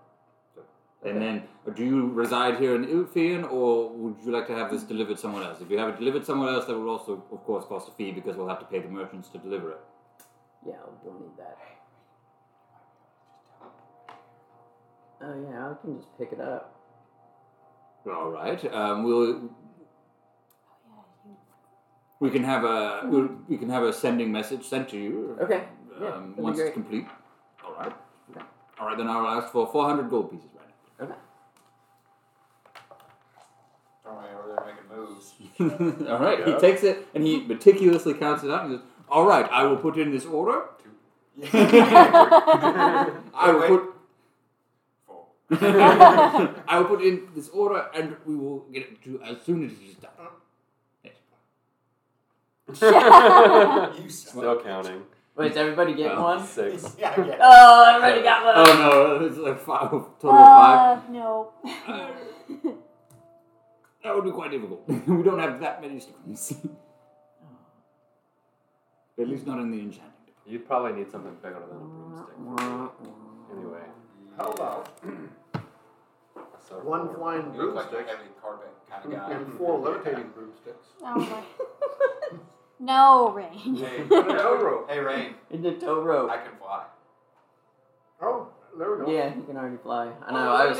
Speaker 1: And then, uh, do you reside here in Ilfian, or would you like to have this delivered somewhere else? If you have it delivered somewhere else, that will also, of course, cost a fee because we'll have to pay the merchants to deliver it.
Speaker 5: Yeah, we'll need that. Oh yeah, I can just pick it up.
Speaker 1: All right. Um, we'll we can have a we'll, we can have a sending message sent to you.
Speaker 5: Okay.
Speaker 1: Um,
Speaker 5: Yeah, that'd be
Speaker 1: once it's
Speaker 5: great.
Speaker 1: complete. All right.
Speaker 5: Okay.
Speaker 1: All right. Then I will ask for four hundred gold pieces right now.
Speaker 5: Okay.
Speaker 4: Don't worry, over there making moves.
Speaker 1: All right. He
Speaker 3: Yeah.
Speaker 1: takes it and he meticulously counts it out and says, "All right, I will put in this order. I will
Speaker 4: Wait.
Speaker 1: put."
Speaker 4: Four.
Speaker 1: I will put in this order and we will get it to you as soon as it is done.
Speaker 5: Uh.
Speaker 4: You suck.
Speaker 3: Still counting.
Speaker 5: Wait, is everybody getting
Speaker 3: Um,
Speaker 5: one?
Speaker 3: Six.
Speaker 4: Yeah, yeah.
Speaker 6: Uh,
Speaker 5: Oh, everybody got one.
Speaker 1: Oh no, it's like five, total of five.
Speaker 6: Uh, no.
Speaker 1: That would be quite difficult. we don't have that many students. At least not in the enchanting department.
Speaker 3: You'd probably need something bigger than a broomstick. for me. Anyway,
Speaker 2: How about
Speaker 3: so
Speaker 2: one flying
Speaker 4: You look like a
Speaker 2: broomstick
Speaker 4: heavy carpet kind of guy.
Speaker 2: and four levitating broomsticks?
Speaker 6: Oh my. No, Rain.
Speaker 4: Hey,
Speaker 2: No rope.
Speaker 4: hey, Rain,
Speaker 5: In the tow rope.
Speaker 4: I can fly.
Speaker 2: Oh, there we go.
Speaker 5: Yeah, you can already fly. I know. I was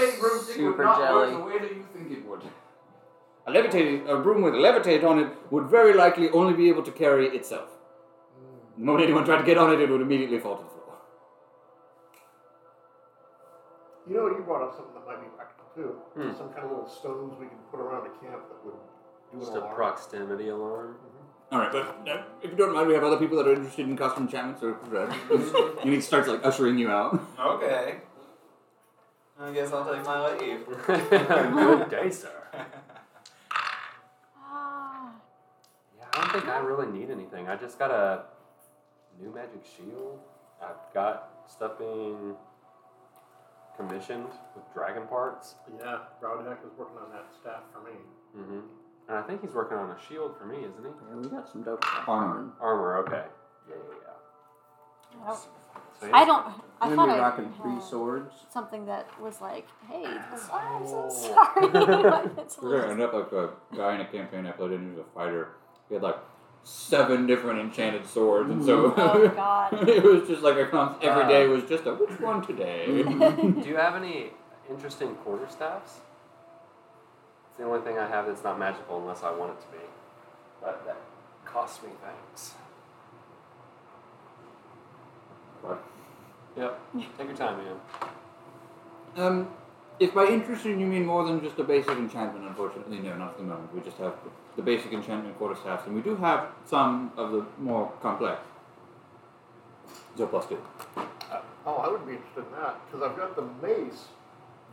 Speaker 5: super jelly.
Speaker 1: way that you think it would. A levitating a broom with a levitate on it would very likely only be able to carry itself. The moment anyone tried to get on it, it would immediately fall to the floor.
Speaker 2: You know, you brought up something that might be practical too. Some kind of little stones we can put around the camp that would do
Speaker 3: Just
Speaker 2: an
Speaker 3: a
Speaker 2: alarm.
Speaker 3: proximity alarm.
Speaker 1: All right, but uh, if you don't mind, we have other people that are interested in custom enchantments. Or uh, and he starts like ushering you out.
Speaker 4: Okay. I guess I'll take my leave.
Speaker 3: Good day, sir.
Speaker 6: Ah,
Speaker 3: Yeah, I don't think I really need anything. I just got a new magic shield. I've got stuff being commissioned with dragon parts.
Speaker 2: Yeah, Brownheck is working on that staff for me.
Speaker 3: hmm And I think he's working on a shield for me, isn't he?
Speaker 5: Yeah, we got some dope stuff.
Speaker 8: Armor.
Speaker 3: Armor, okay. Yeah, yeah,
Speaker 6: I don't-
Speaker 3: yeah. So
Speaker 6: I don't. I
Speaker 5: I'm
Speaker 6: thought
Speaker 5: gonna
Speaker 6: I
Speaker 5: be rocking three
Speaker 6: had
Speaker 5: swords.
Speaker 6: something that was like, hey, this, I'm
Speaker 2: Oh.
Speaker 6: so sorry. Like, it's a
Speaker 8: We're gonna
Speaker 6: little-
Speaker 8: end up like a guy in a campaign I played in who's a fighter. He had like seven different enchanted swords, and so
Speaker 6: oh God.
Speaker 8: it was just like a con- every day was just a which one today.
Speaker 3: Do you have any interesting quarter staffs? It's the only thing I have that's not magical unless I want it to be. But that costs me things.
Speaker 8: What?
Speaker 3: Yep. Take your time, man.
Speaker 8: Um,
Speaker 1: If by interesting you mean more than just a basic enchantment, unfortunately, no, not at the moment. We just have the basic enchantment quarterstaffs, and we do have some of the more complex. So plus two.
Speaker 2: Oh, I would be interested in that because I've got the mace,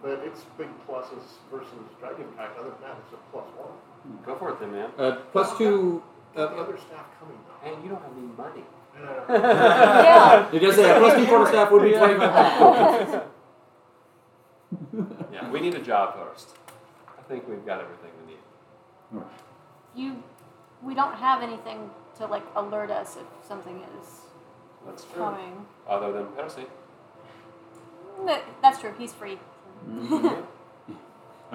Speaker 2: but it's big pluses versus dragon type. Other than that, it's a plus one.
Speaker 3: Go for it then, man.
Speaker 1: Uh, plus two. Uh,
Speaker 2: the
Speaker 1: uh,
Speaker 2: other staff coming though.
Speaker 3: And you don't have any money.
Speaker 2: And, uh,
Speaker 6: Yeah.
Speaker 1: you just say a plus two quarterstaff would be twenty-five.
Speaker 3: Yeah, we need a job first. I think we've got everything we need.
Speaker 6: You. We don't have anything to like alert us if something is
Speaker 3: That's true.
Speaker 6: coming.
Speaker 3: Other than Percy. Mm-hmm.
Speaker 6: Mm-hmm. No, that's true. He's free.
Speaker 3: Mhm.
Speaker 1: All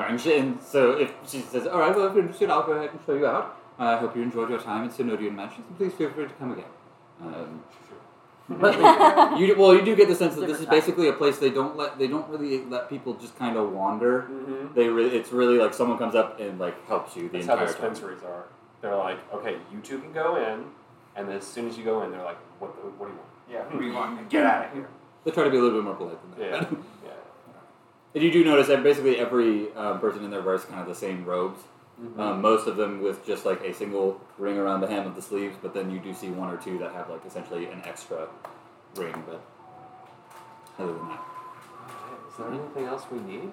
Speaker 1: right, and, she, and so if she says, all right, well, if you're interested, I'll go ahead and show you out. Uh, I hope you enjoyed your time at Synodian Mansions, and please feel free to come again. Um, but you, well, you do get the sense that this is
Speaker 5: Different time.
Speaker 1: basically a place they don't let they don't really let people just kind of wander.
Speaker 3: Mm-hmm.
Speaker 1: They really, it's really like someone comes up and like helps you the
Speaker 3: That's how
Speaker 1: entire time.
Speaker 3: dispensaries are. They're like, okay, you two can go in, and as soon as you go in, they're like, what, what do you want?
Speaker 4: Yeah, we want to get out of here.
Speaker 1: They try to be a little bit more polite than that.
Speaker 3: Yeah.
Speaker 1: but-
Speaker 3: Yeah.
Speaker 1: and you do notice that basically every um, person in there wears kind of the same robes.
Speaker 3: Mm-hmm.
Speaker 1: Um, most of them with just like a single ring around the hem of the sleeves, but then you do see one or two that have like essentially an extra ring. But other than that,
Speaker 3: Is there anything else we need?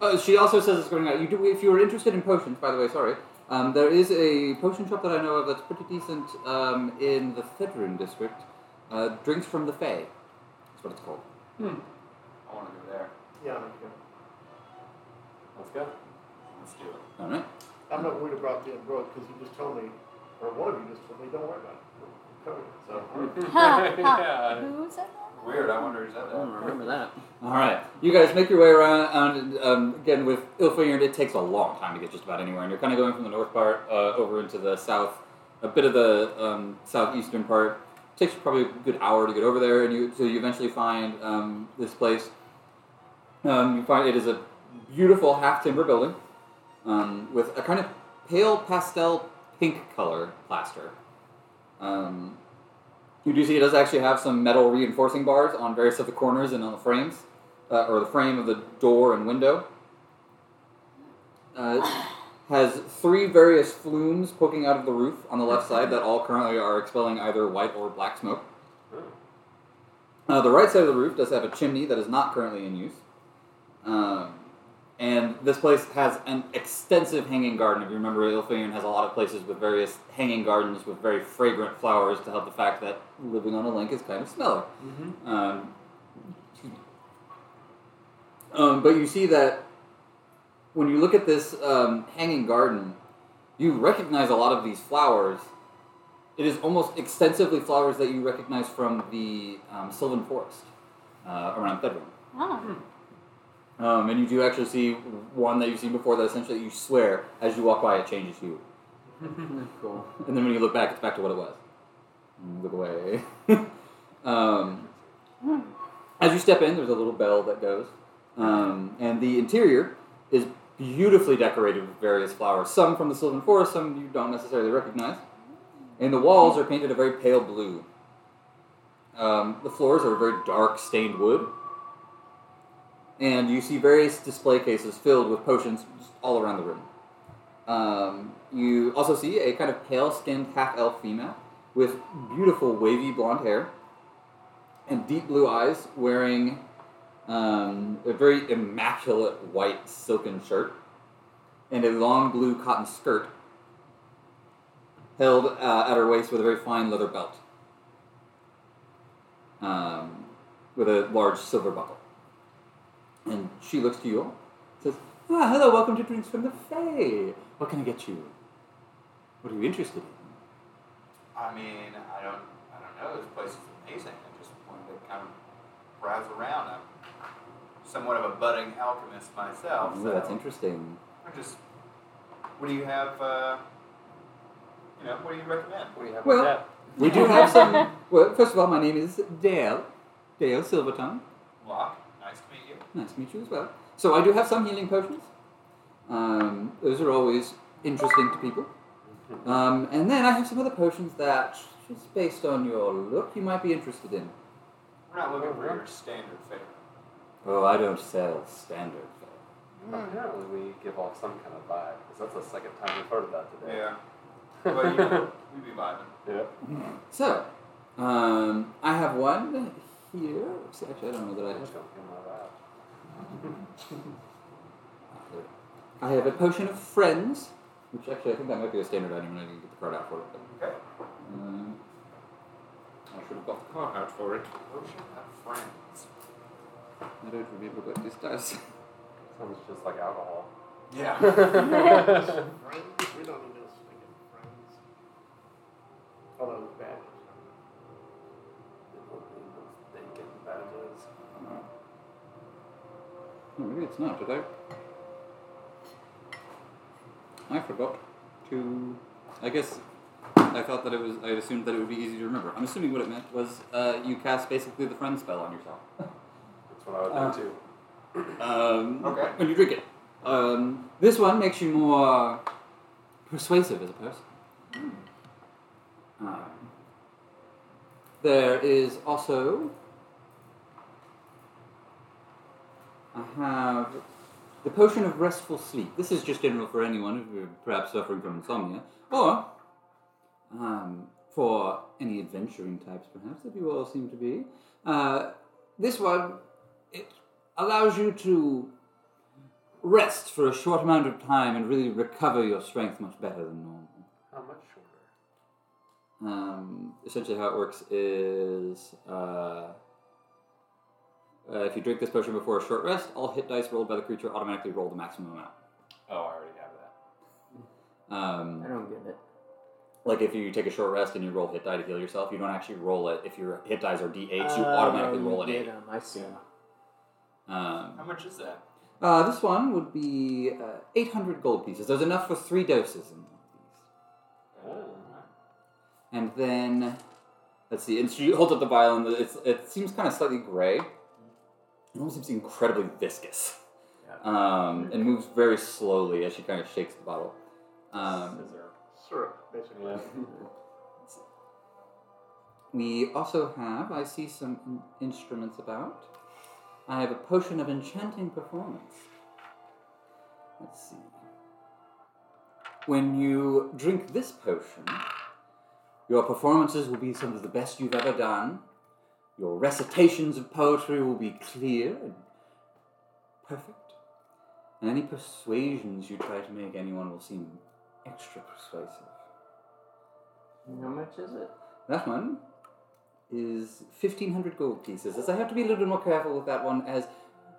Speaker 1: uh, she also says it's going out. You do if you are interested in potions, by the way. Sorry, um, there is a potion shop that I know of that's pretty decent um, in the Fedrun district. Uh, Drinks from the Fae. That's what it's called.
Speaker 4: I want to go there.
Speaker 2: Yeah, I'm okay.
Speaker 3: Let's go.
Speaker 4: Let's do it.
Speaker 1: All right.
Speaker 2: I'm not worried about the umbrella because you just told me, or one of you just told me, don't worry about it. We're covered. So,
Speaker 6: Ha, ha.
Speaker 3: Yeah.
Speaker 6: Who said that?
Speaker 4: Weird. I wonder is that
Speaker 5: I don't
Speaker 4: that?
Speaker 5: remember that.
Speaker 1: All right, you guys make your way around. and, um, again, with Ilfingard, it takes a long time to get just about anywhere, and you're kind of going from the north part uh, over into the south, a bit of the um, southeastern part. takes you probably a good hour to get over there, and you so you eventually find um, this place. Um, you find it is a beautiful half timber building um, with a kind of pale pastel pink color plaster. Um, you do see it does actually have some metal reinforcing bars on various of the corners and on the frames, uh, or the frame of the door and window. Uh, it has three various flumes poking out of the roof on the left side that all currently are expelling either white or black smoke. Uh, the right side of the roof does have a chimney that is not currently in use. Um, and this place has an extensive hanging garden. If you remember, Ilfinion has a lot of places with various hanging gardens with very fragrant flowers to help the fact that living on a lake is kind of smelly.
Speaker 3: Mm-hmm.
Speaker 1: Um, excuse me. Um, but you see that when you look at this um, hanging garden, you recognize a lot of these flowers. It is almost extensively flowers that you recognize from the um, Sylvan Forest uh, around Thedron.
Speaker 6: Ah.
Speaker 1: Um, and you do actually see one that you've seen before that essentially you swear as you walk by it changes you.
Speaker 5: Cool.
Speaker 1: And then when you look back, it's back to what it was. Mm, Look away. um, as you step in, there's a little bell that goes. Um, and the interior is beautifully decorated with various flowers, some from the Sylvan Forest, some you don't necessarily recognize. And the walls are painted a very pale blue. Um, the floors are very dark stained wood. And you see various display cases filled with potions just all around the room. Um, you also see a kind of pale skinned half elf female with beautiful wavy blonde hair and deep blue eyes wearing um, a very immaculate white silken shirt and a long blue cotton skirt held uh, at her waist with a very fine leather belt um, with a large silver buckle. And she looks to you all, says, Ah, hello, welcome to Drinks from the Fae. What can I get you? What are you interested in?
Speaker 4: I mean, I don't, I don't know. This place is amazing. I just wanted to kind of browse around. I'm somewhat of a budding alchemist myself.
Speaker 1: Oh,
Speaker 4: so
Speaker 1: that's interesting.
Speaker 4: I'm just. What do you have? Uh, you know, what do you recommend?
Speaker 3: What do you have
Speaker 1: Well-
Speaker 3: on deck?
Speaker 1: We do have some. Well, first of all, my name is Dale. Dale Silvertongue.
Speaker 4: Locke, nice to meet you.
Speaker 1: Nice to meet you as well. So I do have some healing potions. Um, those are always interesting to people. Um, and then I have some other potions that, just based on your look, you might be interested in.
Speaker 4: We're not looking for your standard fare.
Speaker 1: Oh, I don't sell standard.
Speaker 3: Apparently, we give off some kind of vibe, 'cause that's the second time we've heard of that today.
Speaker 4: Yeah. But you know, we be vibing.
Speaker 3: yeah.
Speaker 1: So, um, I have one here. See, Actually, I don't know that I
Speaker 3: I'm
Speaker 1: have.
Speaker 3: just gonna give my vibe.
Speaker 1: I have a potion of friends, which actually I think that might be a standard item, and I didn't get the card out for it. But,
Speaker 4: Okay.
Speaker 1: um, I should have got the card out for it.
Speaker 4: Potion of friends.
Speaker 1: I don't remember what this does.
Speaker 3: Sounds just like alcohol.
Speaker 4: Yeah.
Speaker 2: friends, we don't need those stinking friends. Oh, that was bad.
Speaker 3: Thinking badges.
Speaker 1: Oh, maybe it's not. Did I? I forgot to. I guess I thought that it was. I assumed that it would be easy to remember. I'm assuming what it meant was uh, you cast basically the friend spell on yourself.
Speaker 3: That's what I would have done too.
Speaker 1: Um,
Speaker 4: Okay.
Speaker 1: When you drink it. Um, this one makes you more persuasive as a person. Um, there is also. I have the potion of restful sleep. This is just general for anyone who are perhaps suffering from insomnia, or um, for any adventuring types, perhaps, that you all seem to be. Uh, this one, it allows you to rest for a short amount of time and really recover your strength much better than normal.
Speaker 3: How much shorter?
Speaker 1: Um, essentially, how it works is uh, uh, if you drink this potion before a short rest, all hit dice rolled by the creature automatically roll the maximum amount.
Speaker 3: Oh, I already have that.
Speaker 1: Um,
Speaker 5: I don't get it.
Speaker 1: like if you take a short rest and you roll hit die to heal yourself, you don't actually roll it. If your hit dice are d8s, you
Speaker 5: Oh,
Speaker 1: automatically roll an
Speaker 5: you
Speaker 1: eight.
Speaker 5: get 'em, I see.
Speaker 1: Um,
Speaker 4: How much is that?
Speaker 1: Uh, this one would be uh, 800 gold pieces. There's enough for three doses in one of these. And then, let's see. And she holds up the vial, and it's, it seems kind of slightly gray. It almost seems incredibly viscous, um, and moves very slowly as she kind of shakes the bottle. Um,
Speaker 3: Scissor.
Speaker 2: Syrup, basically.
Speaker 3: Yeah.
Speaker 1: we also have. I see some in- instruments about. I have a potion of enchanting performance. Let's see. When you drink this potion, your performances will be some of the best you've ever done. Your recitations of poetry will be clear and perfect. And any persuasions you try to make anyone will seem extra persuasive.
Speaker 5: How much is it?
Speaker 1: That one is 1500 gold pieces, as I have to be a little bit more careful with that one, as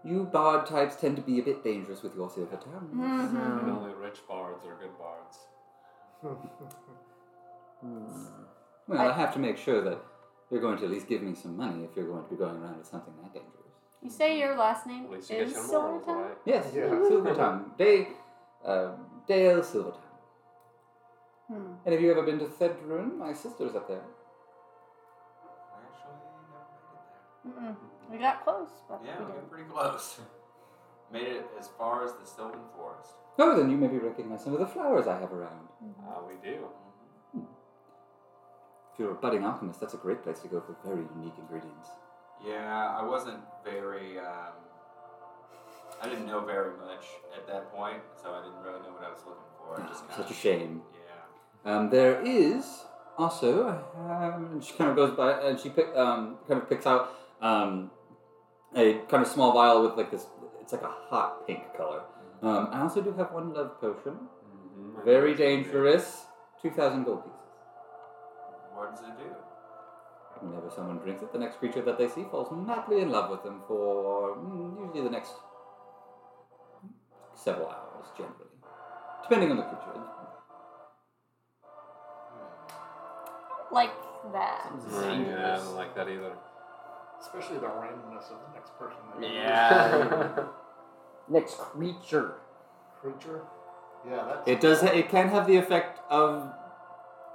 Speaker 1: you bard types tend to be a bit dangerous with your silver tongues.
Speaker 3: And
Speaker 5: Um,
Speaker 3: only rich bards are good bards.
Speaker 5: hmm.
Speaker 1: Well, I have to make sure that you're going to at least give me some money if you're going to be going around with something that dangerous.
Speaker 6: You say your last name
Speaker 3: At least you
Speaker 6: is
Speaker 3: get your morals
Speaker 6: Silverton?
Speaker 3: right.
Speaker 1: Yes,
Speaker 2: Yeah.
Speaker 1: silver tongue. Day, um, Dale Silvertongue.
Speaker 6: Hmm.
Speaker 1: And have you ever been to Thedrun? My sister's up there.
Speaker 4: I actually never made
Speaker 6: Mm-mm. We got close, but
Speaker 4: it there. Yeah,
Speaker 6: we
Speaker 4: we
Speaker 6: didn't.
Speaker 4: got pretty close. made it as far as the Sylvan Forest.
Speaker 1: Oh, then you maybe recognize some of the flowers I have around.
Speaker 3: Ah, we do.
Speaker 1: If you're a budding alchemist, that's a great place to go for very unique ingredients.
Speaker 4: Yeah, I wasn't very. Um, I didn't know very much at that point, so I didn't really know what I was looking for. I just
Speaker 1: Ah,
Speaker 4: kinda,
Speaker 1: Such a shame.
Speaker 4: Yeah.
Speaker 1: Um, there is also, um, and she kind of goes by, and she pick, um, kind of picks out um, a kind of small vial with like this. It's like a hot pink color. Um, I also do have one love potion.
Speaker 4: Mm-hmm.
Speaker 3: Mhm.
Speaker 1: Very dangerous. Two thousand gold pieces.
Speaker 4: What does it do?
Speaker 1: Whenever someone drinks it, the next creature that they see falls madly in love with them for mm, usually the next several hours, generally, depending on the creature.
Speaker 6: Like that.
Speaker 3: Right, yeah, I don't like that either.
Speaker 2: Especially the randomness of the next person. that you-
Speaker 5: Next creature.
Speaker 2: Creature. Yeah, that's.
Speaker 1: It does. Ha- it can have the effect of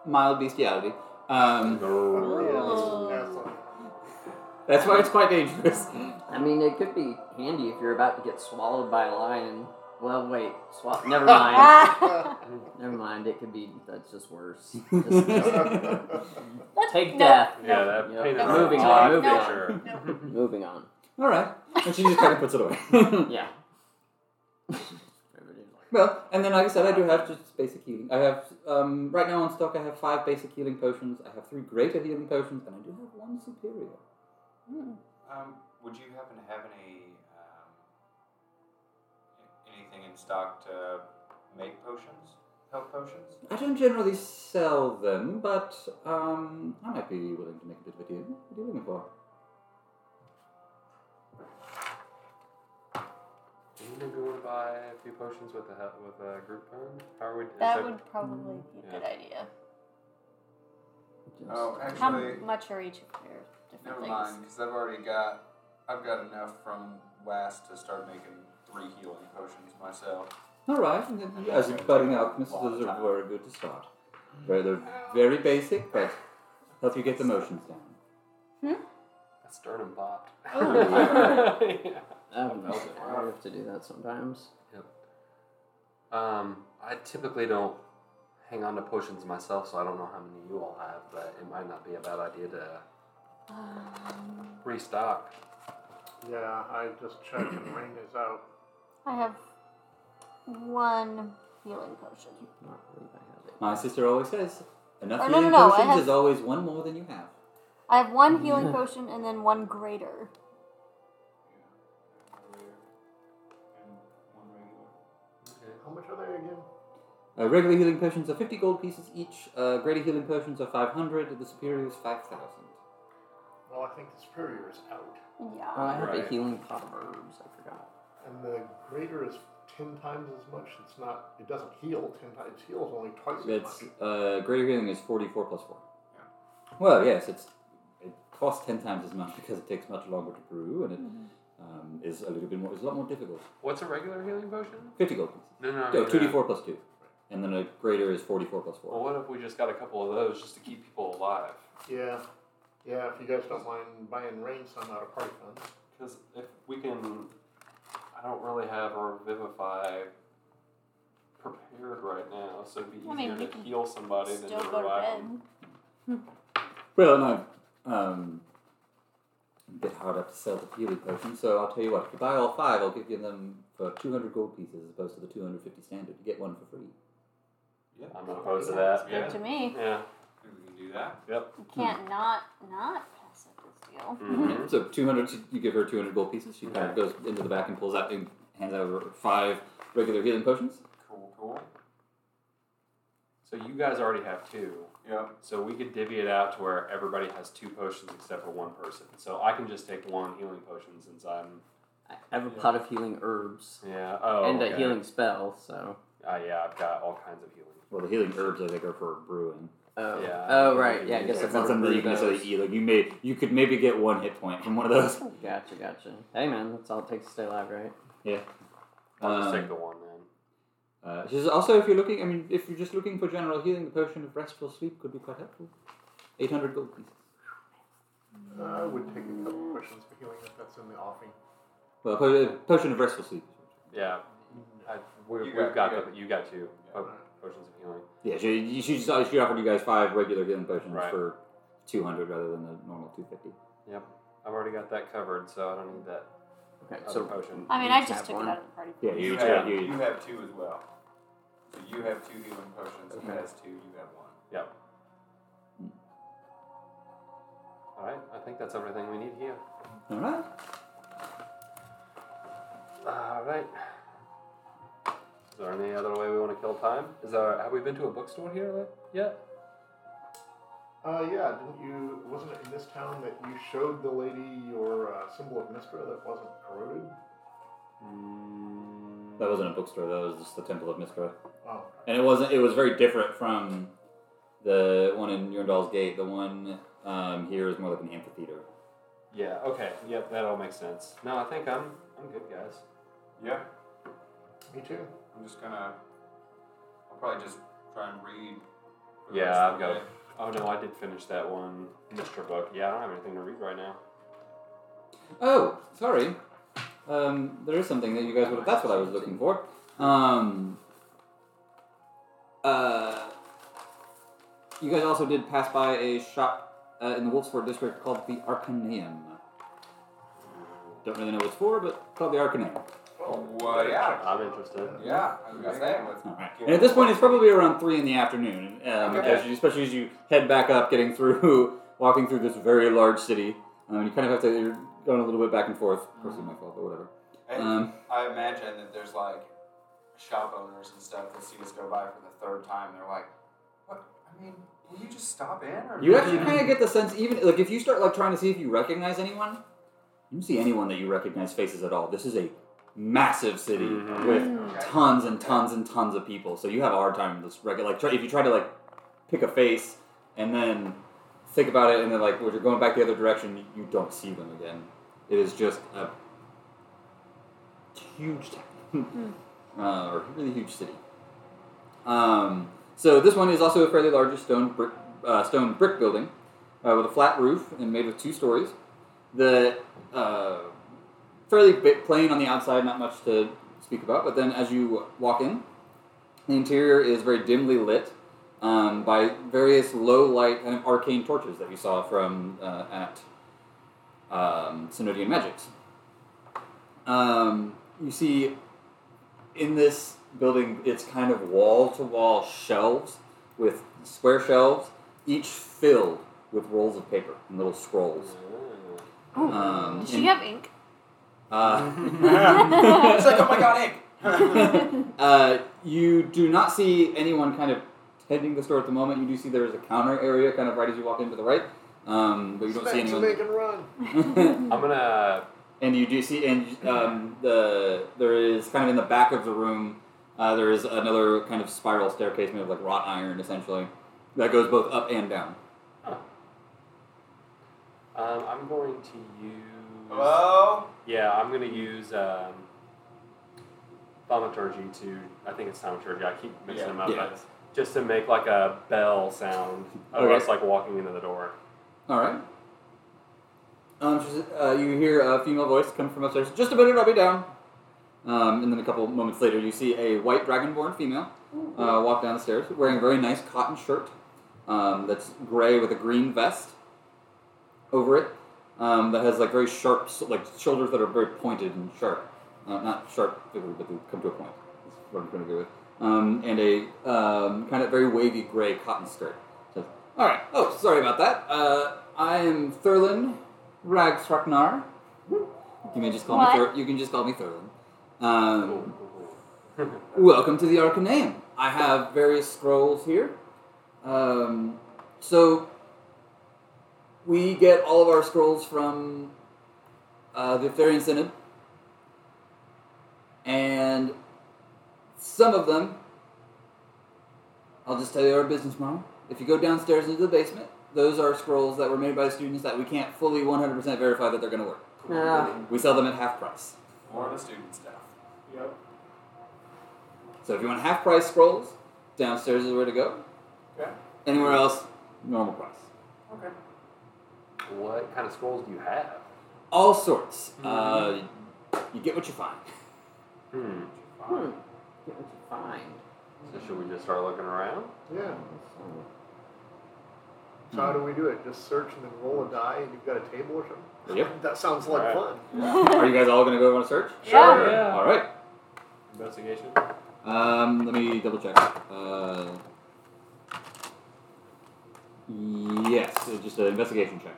Speaker 1: mild bestiality. Um,
Speaker 6: Oh.
Speaker 2: Yeah, that's awesome.
Speaker 1: that's why it's quite dangerous.
Speaker 5: I mean, it could be handy if you're about to get swallowed by a lion. Well, wait, swallow. Never mind. Never mind. It could be. That's just worse. Just-
Speaker 6: Let's-
Speaker 5: Take
Speaker 6: no,
Speaker 5: death.
Speaker 6: No.
Speaker 3: yeah, that
Speaker 5: Yep.
Speaker 3: painted
Speaker 6: No.
Speaker 3: right
Speaker 6: Moving
Speaker 3: top
Speaker 6: on, moving
Speaker 3: picture.
Speaker 5: Moving on.
Speaker 1: All right, and she just kind of puts it away.
Speaker 5: Yeah.
Speaker 1: well, and then like I said, I do have just basic healing. I have um, right now on stock. I have five basic healing potions. I have three greater healing potions, and I do have one superior.
Speaker 6: Mm.
Speaker 4: Um, would you happen to have any um, a- anything in stock to make potions, health potions?
Speaker 1: I don't generally sell them, but um, I might be willing to make a bit of a deal. What are you looking for?
Speaker 3: Do you think we would buy a few potions with a he- with a group fund? How are we? is
Speaker 6: That would probably be a good
Speaker 3: Yeah.
Speaker 6: idea.
Speaker 4: Oh, actually,
Speaker 6: How much are each of your different
Speaker 4: never
Speaker 6: things?
Speaker 4: mind, because I've already got I've got enough from last to start making three healing potions myself.
Speaker 1: All right. As a budding alchemist, those are very good to start. Very, they're very basic, but help you get the motions down.
Speaker 3: A sternum bot.
Speaker 1: Oh.
Speaker 3: Yeah.
Speaker 5: Um, I have to do that sometimes.
Speaker 3: Um, I typically don't hang on to potions myself, so I don't know how many you all have, but it might not be a bad idea to restock.
Speaker 2: Yeah, I just checked and Rain is out.
Speaker 6: I have one healing potion.
Speaker 5: I don't believe I have it.
Speaker 1: My sister always says, enough
Speaker 6: Oh, no,
Speaker 1: healing
Speaker 6: no, no, I
Speaker 1: potions
Speaker 6: have-
Speaker 1: is always one more than you have.
Speaker 6: I have one healing potion and then one greater.
Speaker 2: How much are they again?
Speaker 1: Uh, regular healing potions are 50 gold pieces each. Uh, greater healing potions are 500. The superior is 5,000.
Speaker 2: Well, I think the superior is out.
Speaker 5: Oh,
Speaker 6: Yeah.
Speaker 5: I have the
Speaker 3: Right.
Speaker 5: healing pot of herbs. I forgot.
Speaker 2: And the greater is ten times as much. It's not. It doesn't heal ten times. It heals only twice as
Speaker 1: It's,
Speaker 2: much.
Speaker 1: uh, greater healing is 44 plus 4. Well, yes, it's it costs 10 times as much because it takes much longer to brew and it
Speaker 6: Mm-hmm.
Speaker 1: um, is a little bit more, it's a lot more difficult.
Speaker 3: What's a regular healing potion?
Speaker 1: 50 gold pieces.
Speaker 3: No, no,
Speaker 1: No,
Speaker 3: I mean, uh,
Speaker 1: 2d4 plus 2. And then a greater is 44 plus 4.
Speaker 3: Well, what if we just got a couple of those just to keep people alive?
Speaker 2: Yeah, yeah. If you guys don't mind buying Rain some out of party funds.
Speaker 3: Because if we can, I don't really have a revivify prepared right now, so it'd be easier
Speaker 6: I mean,
Speaker 3: to
Speaker 6: we can
Speaker 3: heal somebody than
Speaker 6: Still
Speaker 3: to
Speaker 6: go to
Speaker 3: revive
Speaker 6: bed.
Speaker 3: them.
Speaker 1: Well, no. Um, a bit hard up to sell the healing potion, so I'll tell you what. If you buy all five, I'll give you them for 200 gold pieces as opposed to the 250 standard. You get one for free.
Speaker 4: Yeah,
Speaker 3: I'm not opposed to that.
Speaker 6: Good to me.
Speaker 3: Yeah.
Speaker 4: I think we can do that.
Speaker 6: You
Speaker 5: Hmm.
Speaker 6: can't not not pass up this deal.
Speaker 3: Mhm.
Speaker 1: So 200, she- you give her 200 gold pieces. She kind of
Speaker 3: Okay.
Speaker 1: goes into the back and pulls out and hands out her five regular healing potions.
Speaker 3: Cool, cool. So you guys already have two.
Speaker 4: Yeah.
Speaker 3: So we could divvy it out to where everybody has two potions except for one person. So I can just take one healing potion since I'm
Speaker 5: I have a
Speaker 4: Yeah.
Speaker 5: pot of healing herbs
Speaker 3: yeah. Oh,
Speaker 5: and
Speaker 3: okay.
Speaker 5: a healing spell. So.
Speaker 3: Uh, yeah, I've got all kinds of healing.
Speaker 1: Well, the healing herbs, I think, are for brewing.
Speaker 5: Oh.
Speaker 3: Yeah.
Speaker 5: Oh right. Yeah. I guess
Speaker 1: It's
Speaker 5: I've
Speaker 1: not something that you can necessarily eat. Like you may, you could maybe get one hit point from one of those.
Speaker 5: Gotcha. Gotcha. Hey man, that's all it takes to stay alive, right?
Speaker 3: I'll just
Speaker 1: Um,
Speaker 3: take the one then.
Speaker 1: Uh, she says, also, if you're looking, I mean, if you're just looking for general healing, the potion of restful sleep could be quite helpful. 800 gold pieces.
Speaker 2: I would take a couple questions for healing if that's in the offering.
Speaker 1: Well, po- uh, potion of restful sleep.
Speaker 3: Yeah, I, we,
Speaker 4: You
Speaker 3: we've
Speaker 4: got-
Speaker 3: got,
Speaker 4: you
Speaker 3: the- you got two
Speaker 4: Yeah.
Speaker 3: po- potions of healing.
Speaker 1: Yeah, she, she, just, she offered you guys five regular healing potions
Speaker 3: Right.
Speaker 1: for 200 rather than the normal 250.
Speaker 3: I've already got that covered, so I don't need that
Speaker 5: Okay.
Speaker 3: other
Speaker 5: So
Speaker 3: potion.
Speaker 6: I mean,
Speaker 5: You
Speaker 6: I
Speaker 5: each
Speaker 6: just
Speaker 5: have
Speaker 6: took
Speaker 5: one.
Speaker 6: it out of the party.
Speaker 1: Yeah, you
Speaker 4: You
Speaker 1: each got
Speaker 4: have,
Speaker 1: you.
Speaker 4: you have two as well. So you have two healing potions.
Speaker 1: Mm-hmm.
Speaker 4: He
Speaker 5: Okay.
Speaker 4: has two. You have one.
Speaker 3: All right, I think that's everything we need here.
Speaker 1: All right.
Speaker 3: All right. Is there any other way we want to kill time? Is there? Have we been to a bookstore here li- yet?
Speaker 2: Uh, yeah, didn't you? Wasn't it in this town that you showed the lady your uh, symbol of Mistra that wasn't corroded?
Speaker 4: Mm,
Speaker 1: That wasn't a bookstore. That was just the Temple of Mistra,
Speaker 2: Oh,
Speaker 1: and it wasn't. It was very different from the one in Yurndal's Gate. The one um, here is more like an amphitheater.
Speaker 3: Yeah. Okay. Yep. That all makes sense. No, I think I'm I'm good, guys.
Speaker 4: Yeah.
Speaker 2: me too.
Speaker 4: I'm just gonna. I'll probably just try and read. for the
Speaker 3: Yeah,
Speaker 4: rest of
Speaker 3: I've
Speaker 4: the
Speaker 3: got
Speaker 4: day.
Speaker 3: it. Oh no, I did finish that one Mr. book. Yeah, I don't have anything to read right now.
Speaker 1: Oh, sorry. Um, there is something that you guys would have. That's what I was looking for. Um, uh, you guys also did pass by a shop uh, in the Wolfsford district called the Arcaneum. Don't really know what it's for, but called the Arcaneum.
Speaker 4: Oh, what? Yeah.
Speaker 3: I'm interested.
Speaker 4: Yeah. I was gonna say. Let's
Speaker 1: All right.
Speaker 4: get
Speaker 1: And at this point, it's probably around three in the afternoon, um,
Speaker 4: Okay.
Speaker 1: as you- especially as you head back up, getting through, walking through this very large city. Um, you kind of have to you're going a little bit back and forth. Of course, it's my fault, but whatever.
Speaker 4: And
Speaker 1: Um,
Speaker 4: I imagine that there's like shop owners and stuff that see us go by for the third time. They're like, "What? I mean, will you just stop in?" Or
Speaker 1: you actually kind of get the sense, even like if you start like trying to see if you recognize anyone, you don't see anyone that you recognize faces at all. This is a massive city
Speaker 3: Mhm.
Speaker 1: with
Speaker 4: Okay.
Speaker 1: tons and tons and tons of people. So you have a hard time just rec- like try, if you try to like pick a face and then think about it and then like when you're going back the other direction, you- you don't see them again. It is just a huge town. uh, or really huge city. Um, so this one is also a fairly large stone brick, uh, stone brick building uh, with a flat roof and made with two stories. The uh, fairly bi- plain on the outside, not much to speak about. But then as you walk in, the interior is very dimly lit um, by various low light kind of arcane torches that you saw from uh, at um, Synodian Magics. Um, you see in this building, it's kind of wall to wall shelves with square shelves, each filled with rolls of paper and little scrolls. Um,
Speaker 6: Does she
Speaker 1: and-
Speaker 6: have ink?
Speaker 1: uh,
Speaker 4: It's like, oh my god, Hank!
Speaker 1: uh, you do not see anyone kind of tending the store at the moment. You do see there is a counter area kind of right as you walk in to the right, um, but you don't see
Speaker 2: Smack
Speaker 1: anyone.
Speaker 2: Jamaican run.
Speaker 1: and
Speaker 3: I'm gonna.
Speaker 1: you do see, and um, the there is kind of in the back of the room, uh, there is another kind of spiral staircase made of like wrought iron, essentially, that goes both up and down.
Speaker 3: Um, I'm going to use.
Speaker 4: Oh, Hello?
Speaker 3: Yeah, I'm gonna use um, thaumaturgy to. I think it's thaumaturgy. I keep mixing
Speaker 4: Yeah.
Speaker 3: them up,
Speaker 1: Yeah.
Speaker 3: but just to make like a bell sound of
Speaker 1: Okay.
Speaker 3: us like walking into the door.
Speaker 1: All right. Um, she's- uh, you hear a female voice come from upstairs. Just a minute, I'll be down. Um, and then a couple moments later, you see a white dragonborn female uh, walk down the stairs wearing a very nice cotton shirt um, that's gray with a green vest over it um, that has like very sharp, s- like shoulders that are very pointed and sharp. Uh, not sharp, but they come to a point. That's what I'm going to go with. Um, and a um, kind of very wavy gray cotton skirt. So, all right. Oh, sorry about that. Uh, I am Thurlin Ragsraknar. You may just call me.
Speaker 6: What?
Speaker 1: Thur- you can just call me Thurlin. Um,
Speaker 3: Cool, cool, cool.
Speaker 1: Welcome to the Arcanaeum. I have various scrolls here. Um, so, we get all of our scrolls from uh, the Ethereum Synod. And some of them, I'll just tell you our business model. If you go downstairs into the basement, those are scrolls that were made by students that we can't fully 100% verify that they're going to work.
Speaker 5: Ah.
Speaker 1: We sell them at half price.
Speaker 4: More of the student stuff.
Speaker 2: Yep.
Speaker 1: So if you want half price scrolls, downstairs is where to go.
Speaker 4: Okay.
Speaker 1: Anywhere else, normal price.
Speaker 4: Okay.
Speaker 3: what kind of scrolls do you have?
Speaker 1: All sorts. Uh, you get what you find.
Speaker 3: Hmm.
Speaker 5: Hmm. Get what you find.
Speaker 3: So should we just start looking around?
Speaker 2: Yeah. So
Speaker 1: Hmm.
Speaker 2: how do we do it? Just search and then roll a die, and you've got a table or something.
Speaker 1: Yep.
Speaker 2: That sounds like
Speaker 3: Right.
Speaker 2: fun.
Speaker 1: Are you guys all gonna go on a search?
Speaker 6: Sure.
Speaker 3: Oh, Yeah.
Speaker 1: All right.
Speaker 3: Investigation.
Speaker 1: Um, let me double check. Uh, yes, it's just an investigation check.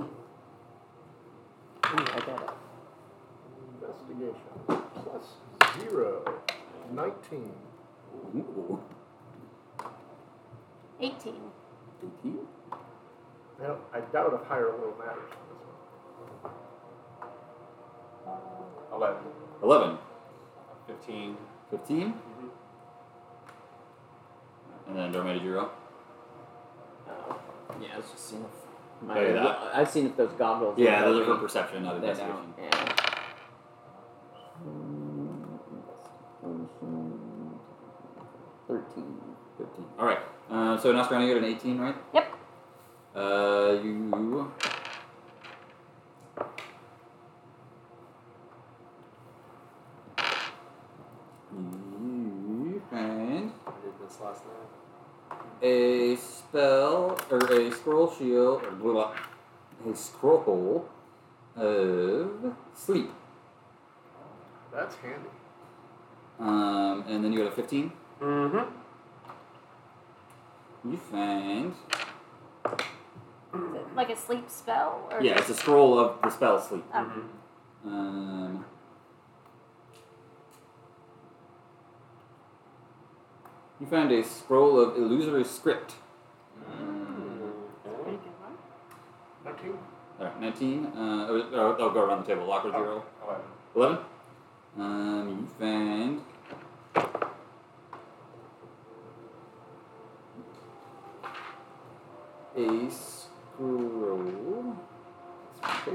Speaker 5: Ooh, I got it.
Speaker 2: Investigation plus zero. 19.
Speaker 1: Ooh.
Speaker 6: 18.
Speaker 1: Eighteen?
Speaker 2: Now, I doubt if higher or low matters on this one.
Speaker 4: 11.
Speaker 1: Eleven.
Speaker 3: Fifteen.
Speaker 1: Fifteen. And then Dorme, did you roll?
Speaker 5: Oh. Yeah, I was just seeing if my,
Speaker 1: Oh, yeah.
Speaker 5: I've seen if those goggles.
Speaker 1: Yeah,
Speaker 5: would
Speaker 1: those are for
Speaker 5: help me.
Speaker 1: perception, not
Speaker 5: They
Speaker 1: investigation.
Speaker 5: don't. Yeah. Hmm, Thirteen.
Speaker 1: 15. All right. Uh, so Nostrani got an 18, right?
Speaker 6: Yep.
Speaker 1: Uh, you. You find
Speaker 3: I did this last night.
Speaker 1: a spell or a scroll shield or blah, blah, a scroll of sleep.
Speaker 2: That's handy.
Speaker 1: Um, and then you got a 15.
Speaker 3: Mm-hmm.
Speaker 1: You find
Speaker 6: Is it like a sleep spell? Or
Speaker 1: yeah, it's a scroll of the spell sleep.
Speaker 6: Um,
Speaker 3: Mm-hmm.
Speaker 1: Um, you find a scroll of illusory script.
Speaker 3: Mm-hmm.
Speaker 6: pretty
Speaker 3: Okay.
Speaker 6: good one.
Speaker 2: 19?
Speaker 1: All right, 19. Uh, oh, oh, they'll go around the table. Locker zero.
Speaker 4: 11.
Speaker 1: 11. Um, you find. A scroll. Of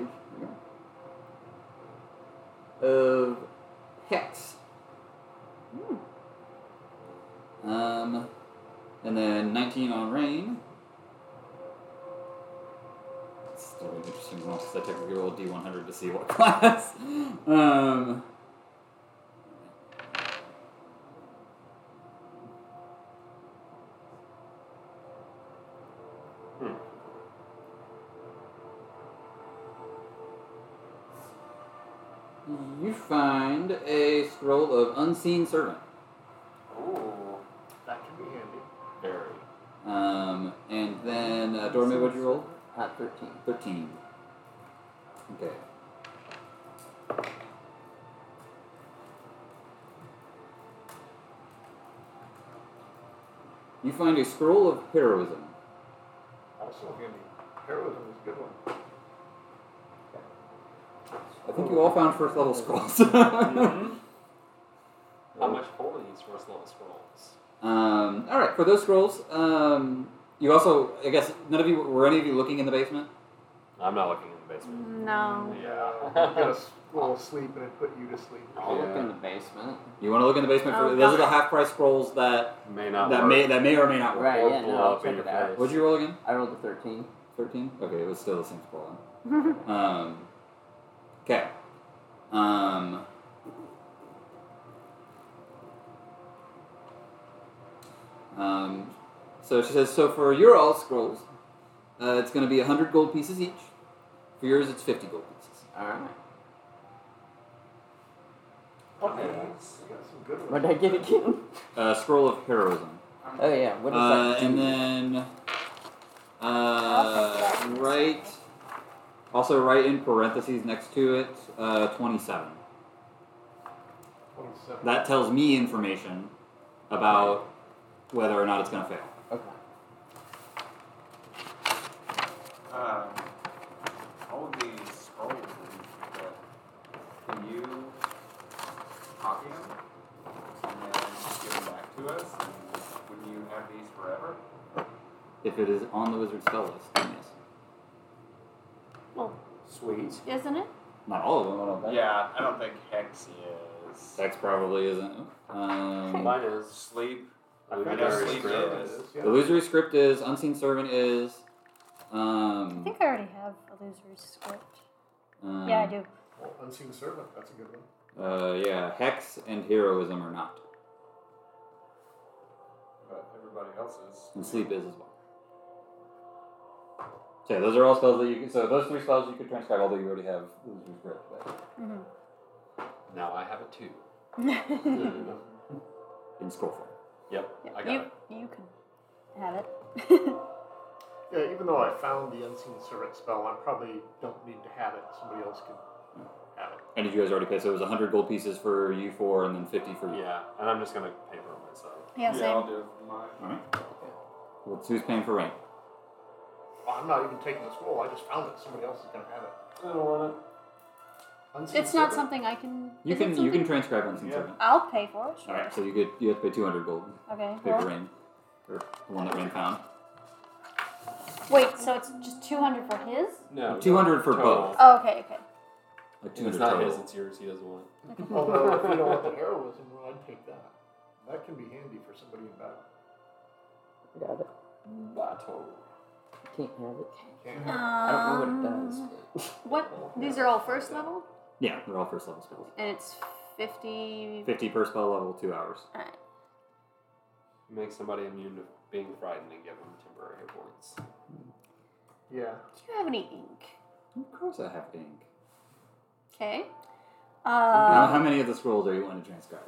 Speaker 1: Hmm. Um, And then 19 on rain. It's still an interesting roll because I technically rolled D100 to see what class. Um, Hmm. you find a scroll of Unseen Servant.
Speaker 4: Ooh.
Speaker 2: That can be handy.
Speaker 3: Very.
Speaker 1: Um, and then, uh, Dorme, what'd you roll?
Speaker 5: At 13.
Speaker 1: 13. Okay. You find a scroll of heroism.
Speaker 2: Also handy. Heroism is a good one.
Speaker 1: I think you all found first level scrolls.
Speaker 3: Mm-hmm.
Speaker 9: How much for these first level scrolls?
Speaker 1: Um, all right, for those scrolls, um, you also, I guess, none of you were any of you looking in the basement.
Speaker 3: I'm not looking in the basement.
Speaker 6: Mm, No.
Speaker 2: I'm gonna s- roll asleep and it put you to sleep.
Speaker 5: I'll look
Speaker 3: Yeah.
Speaker 5: in the basement.
Speaker 1: You want to look in the basement for
Speaker 6: Oh,
Speaker 1: those are the
Speaker 6: God.
Speaker 1: half price scrolls that
Speaker 3: May not
Speaker 1: that
Speaker 3: work.
Speaker 1: may that may or may not work.
Speaker 5: Right,
Speaker 3: Or
Speaker 5: yeah,
Speaker 3: blow
Speaker 5: no, I'll
Speaker 3: up in
Speaker 5: check
Speaker 3: your
Speaker 5: it out.
Speaker 3: face.
Speaker 1: What'd you roll again?
Speaker 5: I rolled a 13.
Speaker 1: Thirteen. Okay, it was still the same scroll. Um, okay. Um, um, so she says, so for your all scrolls, uh, it's going to be 100 gold pieces each. For yours, it's 50 gold pieces.
Speaker 5: Alright.
Speaker 2: Okay. You got some good
Speaker 5: What
Speaker 2: ones.
Speaker 5: did I get again?
Speaker 1: Uh, Scroll of Heroism.
Speaker 4: Um,
Speaker 5: Oh, yeah, what does
Speaker 1: Uh,
Speaker 5: that do?
Speaker 1: and then, uh, right, also right in parentheses next to it, uh, 27.
Speaker 2: 27.
Speaker 1: That tells me information about whether or not it's going to fail.
Speaker 5: Okay.
Speaker 4: Um, all of these scrolls that you got, can you copy them and then give them back to us? And wouldn't you have these forever?
Speaker 1: If it is on the wizard spell list, then yes.
Speaker 3: Sweet.
Speaker 6: Isn't it?
Speaker 1: Not all of them, I don't think.
Speaker 4: Yeah, I don't think Hex is.
Speaker 1: Sex probably isn't. Um,
Speaker 3: Mine is.
Speaker 4: Sleep.
Speaker 3: I
Speaker 4: I
Speaker 3: believe
Speaker 4: know
Speaker 3: very
Speaker 4: sleep
Speaker 3: screwed.
Speaker 4: is.
Speaker 2: Yeah.
Speaker 1: illusory script is, unseen servant is,
Speaker 6: I
Speaker 1: um,
Speaker 6: think I already have Illusory's script.
Speaker 1: um,
Speaker 6: Yeah, I do.
Speaker 2: Well, Unseen Servant, that's a good one.
Speaker 1: Uh, yeah, hex and heroism are not,
Speaker 4: But everybody else's.
Speaker 1: and sleep is as well. So yeah, those are all spells that you can. So those three spells you could transcribe, although you already have illusory script. But
Speaker 6: Mm-hmm.
Speaker 3: Now I have a two.
Speaker 6: Mhm.
Speaker 1: in scroll form.
Speaker 3: Yep.
Speaker 6: Yeah,
Speaker 3: I got
Speaker 6: you,
Speaker 3: it.
Speaker 6: you can have it.
Speaker 2: Yeah, even though I found the Unseen Servant spell, I probably don't need to have it. Somebody else can have it.
Speaker 1: And did you guys already pay? So it was 100 gold pieces for you four, and then 50 for you.
Speaker 3: Yeah, and I'm just gonna pay for it myself.
Speaker 6: yeah,
Speaker 4: Yeah, I'll
Speaker 6: same.
Speaker 4: do it for mine.
Speaker 1: Well, who's paying for rain?
Speaker 2: Well, I'm not even taking the scroll. I just found it. Somebody else is going to have it.
Speaker 3: I don't want
Speaker 2: Unseen
Speaker 6: It's not
Speaker 2: Servant.
Speaker 6: something I can.
Speaker 1: You
Speaker 6: is it
Speaker 1: can you
Speaker 6: something-
Speaker 1: can transcribe unseen
Speaker 2: Yeah.
Speaker 1: servant.
Speaker 6: I'll pay for it.
Speaker 1: All
Speaker 6: Sure.
Speaker 1: right, so you get you have to pay 200 gold to
Speaker 6: Okay.
Speaker 1: pay
Speaker 6: well-
Speaker 1: for rain, or the one that rain found.
Speaker 6: wait, so it's just two hundred for his?
Speaker 3: it. No.
Speaker 1: 200 for
Speaker 3: total.
Speaker 1: both.
Speaker 6: Oh, okay, okay.
Speaker 1: Like
Speaker 9: If it's
Speaker 1: 200
Speaker 9: not
Speaker 1: total.
Speaker 9: his, it's yours. He doesn't want it.
Speaker 2: Although, if you don't want the heroism, well, I'd take that. That can be handy for somebody in battle.
Speaker 5: Got it.
Speaker 9: Bato.
Speaker 5: Can't have it.
Speaker 2: Can't have
Speaker 5: I don't
Speaker 6: Um,
Speaker 5: know what it does.
Speaker 6: What? These are all first level,
Speaker 1: Yeah, they're all first level spells.
Speaker 6: and it's fifty.
Speaker 1: 50 per spell level, two hours.
Speaker 3: Make somebody immune to being frightened and give them temporary hit points.
Speaker 2: Yeah.
Speaker 6: Do you have any ink?
Speaker 1: Of course, I have ink.
Speaker 6: Okay.
Speaker 1: now,
Speaker 6: Uh,
Speaker 1: how many of the scrolls are you wanting to transcribe?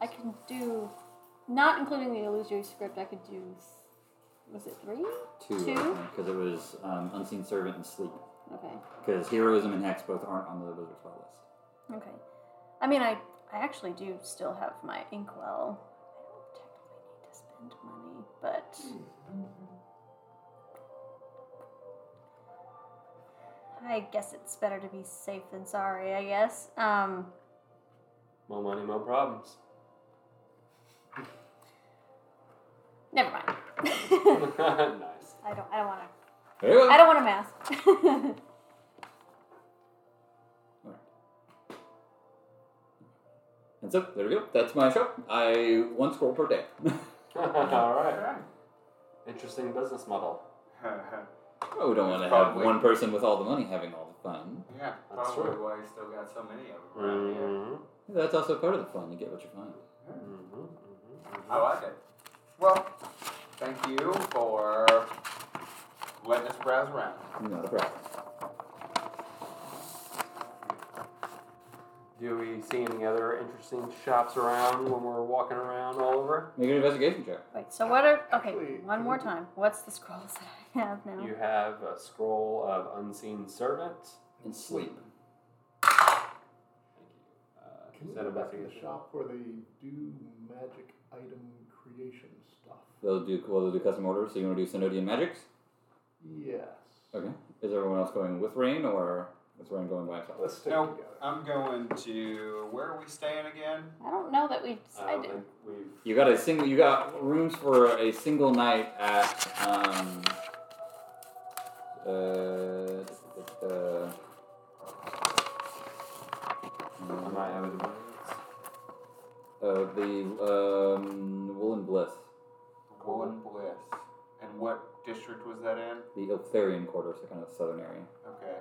Speaker 6: I can do, not including the illusory script. I could do. Was it three? Two.
Speaker 1: because it was um, unseen servant and sleep.
Speaker 6: Okay.
Speaker 1: Because heroism and hex both aren't on the wizard spell list.
Speaker 6: Okay. I mean, I, I actually do still have my inkwell. I don't technically need to spend money, but. I guess it's better to be safe than sorry, I guess. Um,
Speaker 3: More money, more problems.
Speaker 6: never mind.
Speaker 3: nice.
Speaker 6: I don't I don't wanna
Speaker 1: Hero-
Speaker 6: I don't wanna mask.
Speaker 1: And so there we go. That's my show. I one scroll per day.
Speaker 3: All right. Interesting business model.
Speaker 1: Well, we don't want to have
Speaker 4: Probably.
Speaker 1: one person with all the money having all the fun.
Speaker 4: yeah,
Speaker 3: That's
Speaker 4: probably
Speaker 3: true.
Speaker 4: why you still got so many of them around here.
Speaker 3: Mm-hmm.
Speaker 1: That's also part of the fun. You get what you find.
Speaker 3: Mm-hmm.
Speaker 4: I like it. Well, thank you for letting us browse around.
Speaker 1: Not a problem.
Speaker 3: Do we see any other interesting shops around when we're walking around all over?
Speaker 1: Make an investigation check.
Speaker 6: Wait, so what are. Okay,
Speaker 2: Actually,
Speaker 6: one more
Speaker 2: mm.
Speaker 6: time. What's the scrolls that I have now?
Speaker 3: You have a scroll of unseen servant.
Speaker 1: And sleep.
Speaker 3: Thank you.
Speaker 2: Can
Speaker 3: Uh,
Speaker 2: you
Speaker 3: is that
Speaker 2: go back to the
Speaker 3: investigation?
Speaker 2: shop where they do magic item creation stuff?
Speaker 1: They'll do well, they'll do custom orders. So you want to do Synodian magics?
Speaker 2: Yes.
Speaker 1: Okay. Is everyone else going with Rain or is Rain going by himself?
Speaker 2: Let's stick
Speaker 4: Nope.
Speaker 2: together.
Speaker 4: I'm going to. Where are we staying again?
Speaker 6: I don't know that we
Speaker 3: I don't
Speaker 6: decided.
Speaker 3: think Uh, we've
Speaker 1: You got a single. You got rooms for a single night at um. Uh, uh,
Speaker 3: Am I out of the
Speaker 1: uh, the um, Woolen Bliss,
Speaker 4: Golden Bliss. And what district was that in?
Speaker 1: the Iltharian Quarter, so kind of southern area.
Speaker 4: Okay.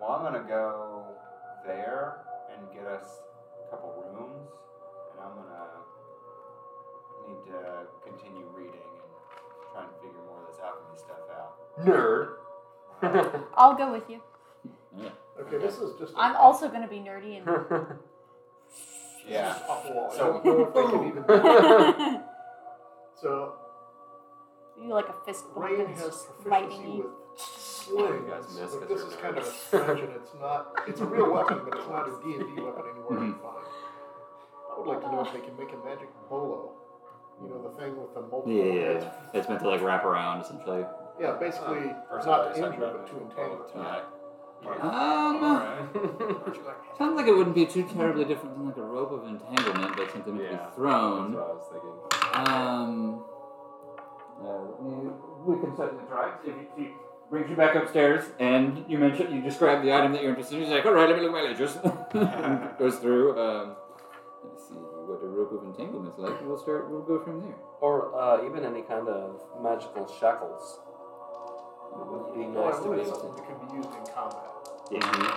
Speaker 4: Well, I'm gonna go there and get us a couple rooms, and I'm gonna need to continue reading and try and figure more of this alchemy stuff out.
Speaker 3: Nerd.
Speaker 6: I'll go with you.
Speaker 2: Okay, this is just.
Speaker 6: I'm also going to be nerdy and.
Speaker 4: Yeah.
Speaker 2: Just off the wall. I
Speaker 4: So-
Speaker 2: don't know if they can even.
Speaker 6: you
Speaker 2: So
Speaker 6: like a fist bump
Speaker 2: Rain
Speaker 6: and it's
Speaker 2: has
Speaker 6: just
Speaker 2: proficiency
Speaker 6: biting me.
Speaker 2: with slings,
Speaker 3: You guys miss 'cause
Speaker 2: but this
Speaker 3: you're
Speaker 2: is kind
Speaker 3: nerds.
Speaker 2: of a sledge, and it's not. It's a real weapon, but it's not a D and D weapon anymore.
Speaker 4: Mm-hmm.
Speaker 2: you can find. I would like to know if they can make a magic bolo. You know the thing with the multiple heads.
Speaker 1: It's meant to like wrap around essentially.
Speaker 2: Yeah, basically
Speaker 4: Uh, First
Speaker 2: not
Speaker 4: place,
Speaker 2: to
Speaker 4: I
Speaker 2: injure,
Speaker 4: tried
Speaker 2: but
Speaker 4: to
Speaker 2: to
Speaker 4: make
Speaker 2: entangle.
Speaker 4: both "Oh, tonight.
Speaker 1: Um,
Speaker 4: Aren't you like,
Speaker 1: sounds like it wouldn't be too terribly different than like a rope of entanglement, but something meant to
Speaker 3: Yeah.
Speaker 1: be thrown.
Speaker 3: That's what I was thinking.
Speaker 1: Um, uh, we can certainly try. it. If you, you brings you back upstairs, and you mention you describe the item that you're interested in. He's like, "All right, let me look at my ledgers." And goes through. Um, let's see what a rope of entanglement's like. We'll start. We'll go from there.
Speaker 3: Or uh, even any kind of magical shackles. It would be
Speaker 2: No,
Speaker 3: nice
Speaker 2: Oh, I
Speaker 3: to be
Speaker 2: really
Speaker 3: able to
Speaker 2: something that can be used in combat.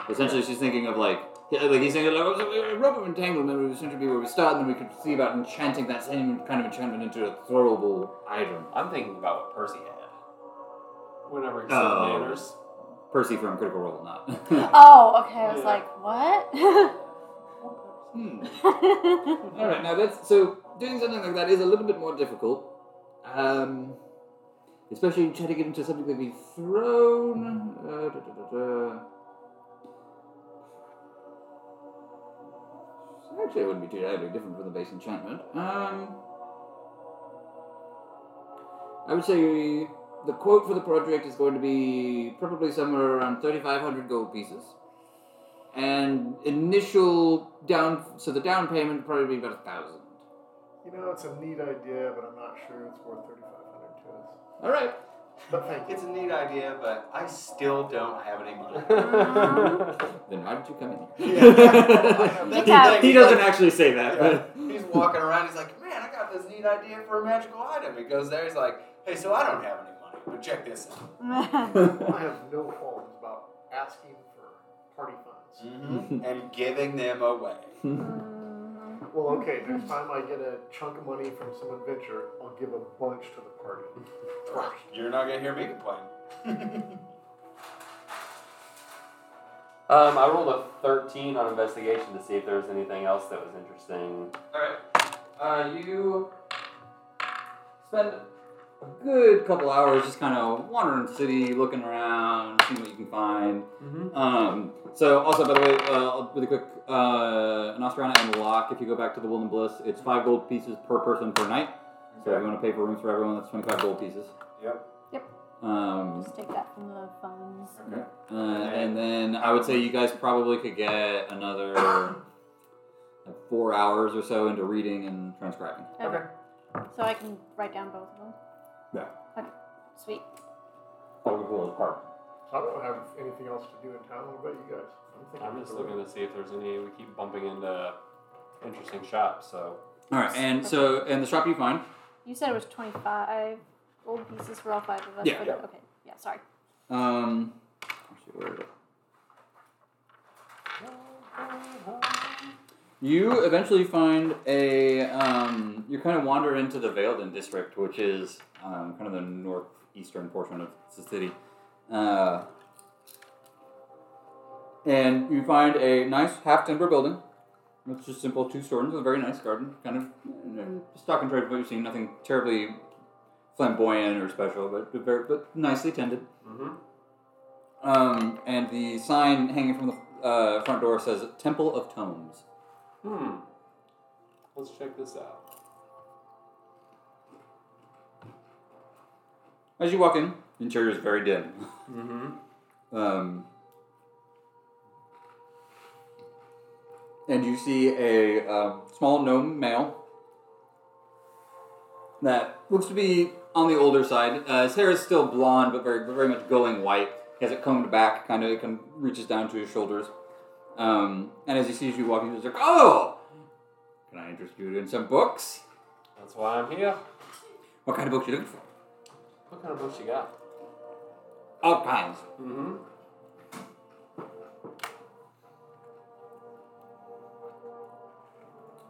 Speaker 1: Essentially, she's thinking of like, yeah, like he's thinking like, a rope of entanglement would essentially be where we start, and then we could see about enchanting that same kind of enchantment into a throwable item.
Speaker 10: I'm thinking about what Percy had. Whenever he said
Speaker 1: Oh.
Speaker 10: manners.
Speaker 1: Percy from Critical Role, not.
Speaker 6: Oh, okay. I was
Speaker 10: Yeah.
Speaker 6: like, what?
Speaker 1: hmm. All right, now that's so doing something like that is a little bit more difficult, um, especially trying to get into something that be thrown. Uh, da, da, da, da. Actually, it wouldn't be too terribly different from the base enchantment. Um, I would say the quote for the project is going to be probably somewhere around 3,500 gold pieces and initial down so the down payment would probably be about a thousand
Speaker 2: You know, it's a neat idea, but I'm not sure it's worth 3,500 to us.
Speaker 1: all right
Speaker 2: But thank you.
Speaker 4: It's a neat idea, but I still don't have any money.
Speaker 1: then why did you come in here
Speaker 4: Yeah.
Speaker 6: You have-
Speaker 1: he doesn't actually say that
Speaker 4: Yeah.
Speaker 1: but
Speaker 4: He's walking around. He's like, man, I got this neat idea for a magical item. He goes there. He's like, hey, so I don't have any money, but check this out.
Speaker 6: Mm,
Speaker 2: I have no qualms about asking for party funds.
Speaker 11: Mm-hmm.
Speaker 4: and giving them away.
Speaker 3: Mm.
Speaker 2: Well, okay, next time I get a chunk of money from some adventure, I'll give a bunch to the party.
Speaker 4: You're not gonna hear me complain.
Speaker 3: Um, I rolled a 13 on investigation to see if there was anything else that was interesting.
Speaker 4: Alright.
Speaker 1: uh, you spend a good couple hours just kind of wandering the city looking around seeing what you can find
Speaker 3: Mm-hmm.
Speaker 1: Um, so also, by the way, uh, really quick, uh, an Oscarana and Lock, if you go back to the Woolen Bliss, it's five gold pieces per person per night. So if you want to pay for rooms for everyone, that's 25 gold pieces.
Speaker 4: Yep.
Speaker 6: Yep.
Speaker 1: Um,
Speaker 6: Just take that from the funds.
Speaker 1: uh, and then I would say you guys probably could get another like four hours or so into reading and transcribing.
Speaker 6: Okay. So I can write down both of them?
Speaker 1: Yeah.
Speaker 6: Okay. Sweet.
Speaker 2: I don't have anything else to do in town. What about you guys? I'm thinking
Speaker 3: I'm
Speaker 2: of
Speaker 3: just
Speaker 2: the
Speaker 3: looking to see if there's any. We keep bumping into interesting shops, so
Speaker 1: All right, and so and the shop you find
Speaker 6: You said it was 25 gold pieces for all five of us.
Speaker 12: Yeah,
Speaker 6: but-
Speaker 12: yeah.
Speaker 6: Okay. Yeah, sorry.
Speaker 12: Um, actually, where is it?
Speaker 1: You eventually find a. Um, you kind of wander into the Veilden district, which is um, kind of the northeastern portion of the city. Uh, and you find a nice half timber building. It's just simple two stories with a very nice garden. Kind of you know, stock and trade of what you've seen. Nothing terribly flamboyant or special, but very, but nicely tended.
Speaker 3: Mm-hmm.
Speaker 1: Um, and the sign hanging from the uh, front door says Temple of Tomes.
Speaker 3: Hmm. Let's check this out.
Speaker 1: As you walk in, the interior is very dim.
Speaker 3: Mm-hmm.
Speaker 1: Um, and you see a uh, small gnome male that looks to be on the older side. Uh, his hair is still blonde, but very, very much going white. He has it combed back, kind of it kind of reaches down to his shoulders. Um, and as he sees you walking, he's like, "Oh, can I interest you in some books?
Speaker 3: That's why I'm here.
Speaker 1: What kind of books are you looking for?
Speaker 3: What kind of books you got?
Speaker 1: All kinds.
Speaker 3: Mm-hmm.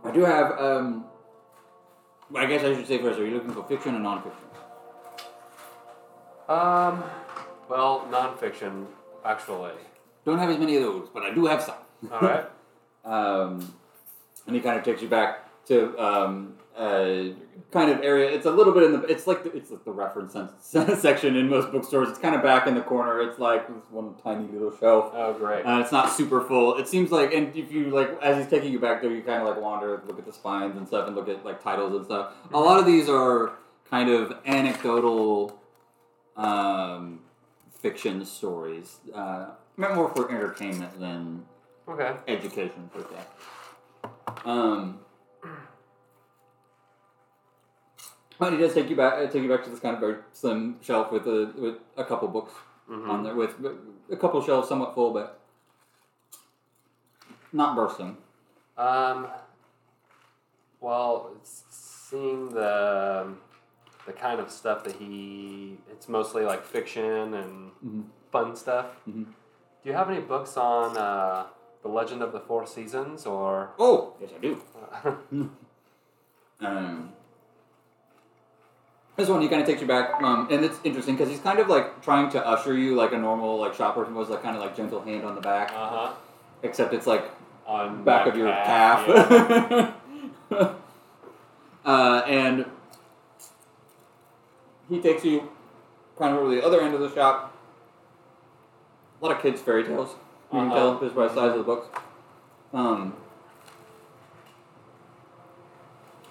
Speaker 1: I do have. Um, I guess I should say first: Are you looking for fiction or nonfiction?
Speaker 3: Um, well, nonfiction, actually.
Speaker 1: Don't have as many of those, but I do have some.
Speaker 3: All right.
Speaker 1: Um, and he kind of takes you back to um, a kind of area. It's a little bit in the. It's like the, it's like the reference sen- section in most bookstores. It's kind of back in the corner. It's like this one tiny little shelf.
Speaker 3: Oh, great.
Speaker 1: Uh, it's not super full. It seems like, and if you like, as he's taking you back there, you kind of like wander, look at the spines and stuff, and look at like titles and stuff. A lot of these are kind of anecdotal um, fiction stories, uh, meant more for entertainment than
Speaker 3: Okay.
Speaker 1: education per se. Um, but he does take you back, uh, take you back to this kind of very slim shelf with a with a couple books
Speaker 3: Mm-hmm.
Speaker 1: on there, with a couple shelves somewhat full, but not bursting.
Speaker 3: Um, well, it's seeing the the kind of stuff that he it's mostly like fiction and
Speaker 1: Mhm.
Speaker 3: fun stuff.
Speaker 1: Mhm.
Speaker 3: Do you have any books on uh, the Legend of the Four Seasons or?
Speaker 1: Oh, yes, I do. Um, this one he kind of takes you back, um, and it's interesting because he's kind of like trying to usher you like a normal like shop person was, like kind of like gentle hand on the back,
Speaker 3: uh huh.
Speaker 1: except it's like
Speaker 3: On
Speaker 1: back
Speaker 3: my
Speaker 1: of your
Speaker 3: path,
Speaker 1: calf.
Speaker 3: yeah.
Speaker 1: uh, and he takes you kind of over the other end of the shop. A lot of kids' fairy tales. You can
Speaker 3: Uh-huh.
Speaker 1: tell just by the size of the books. Um,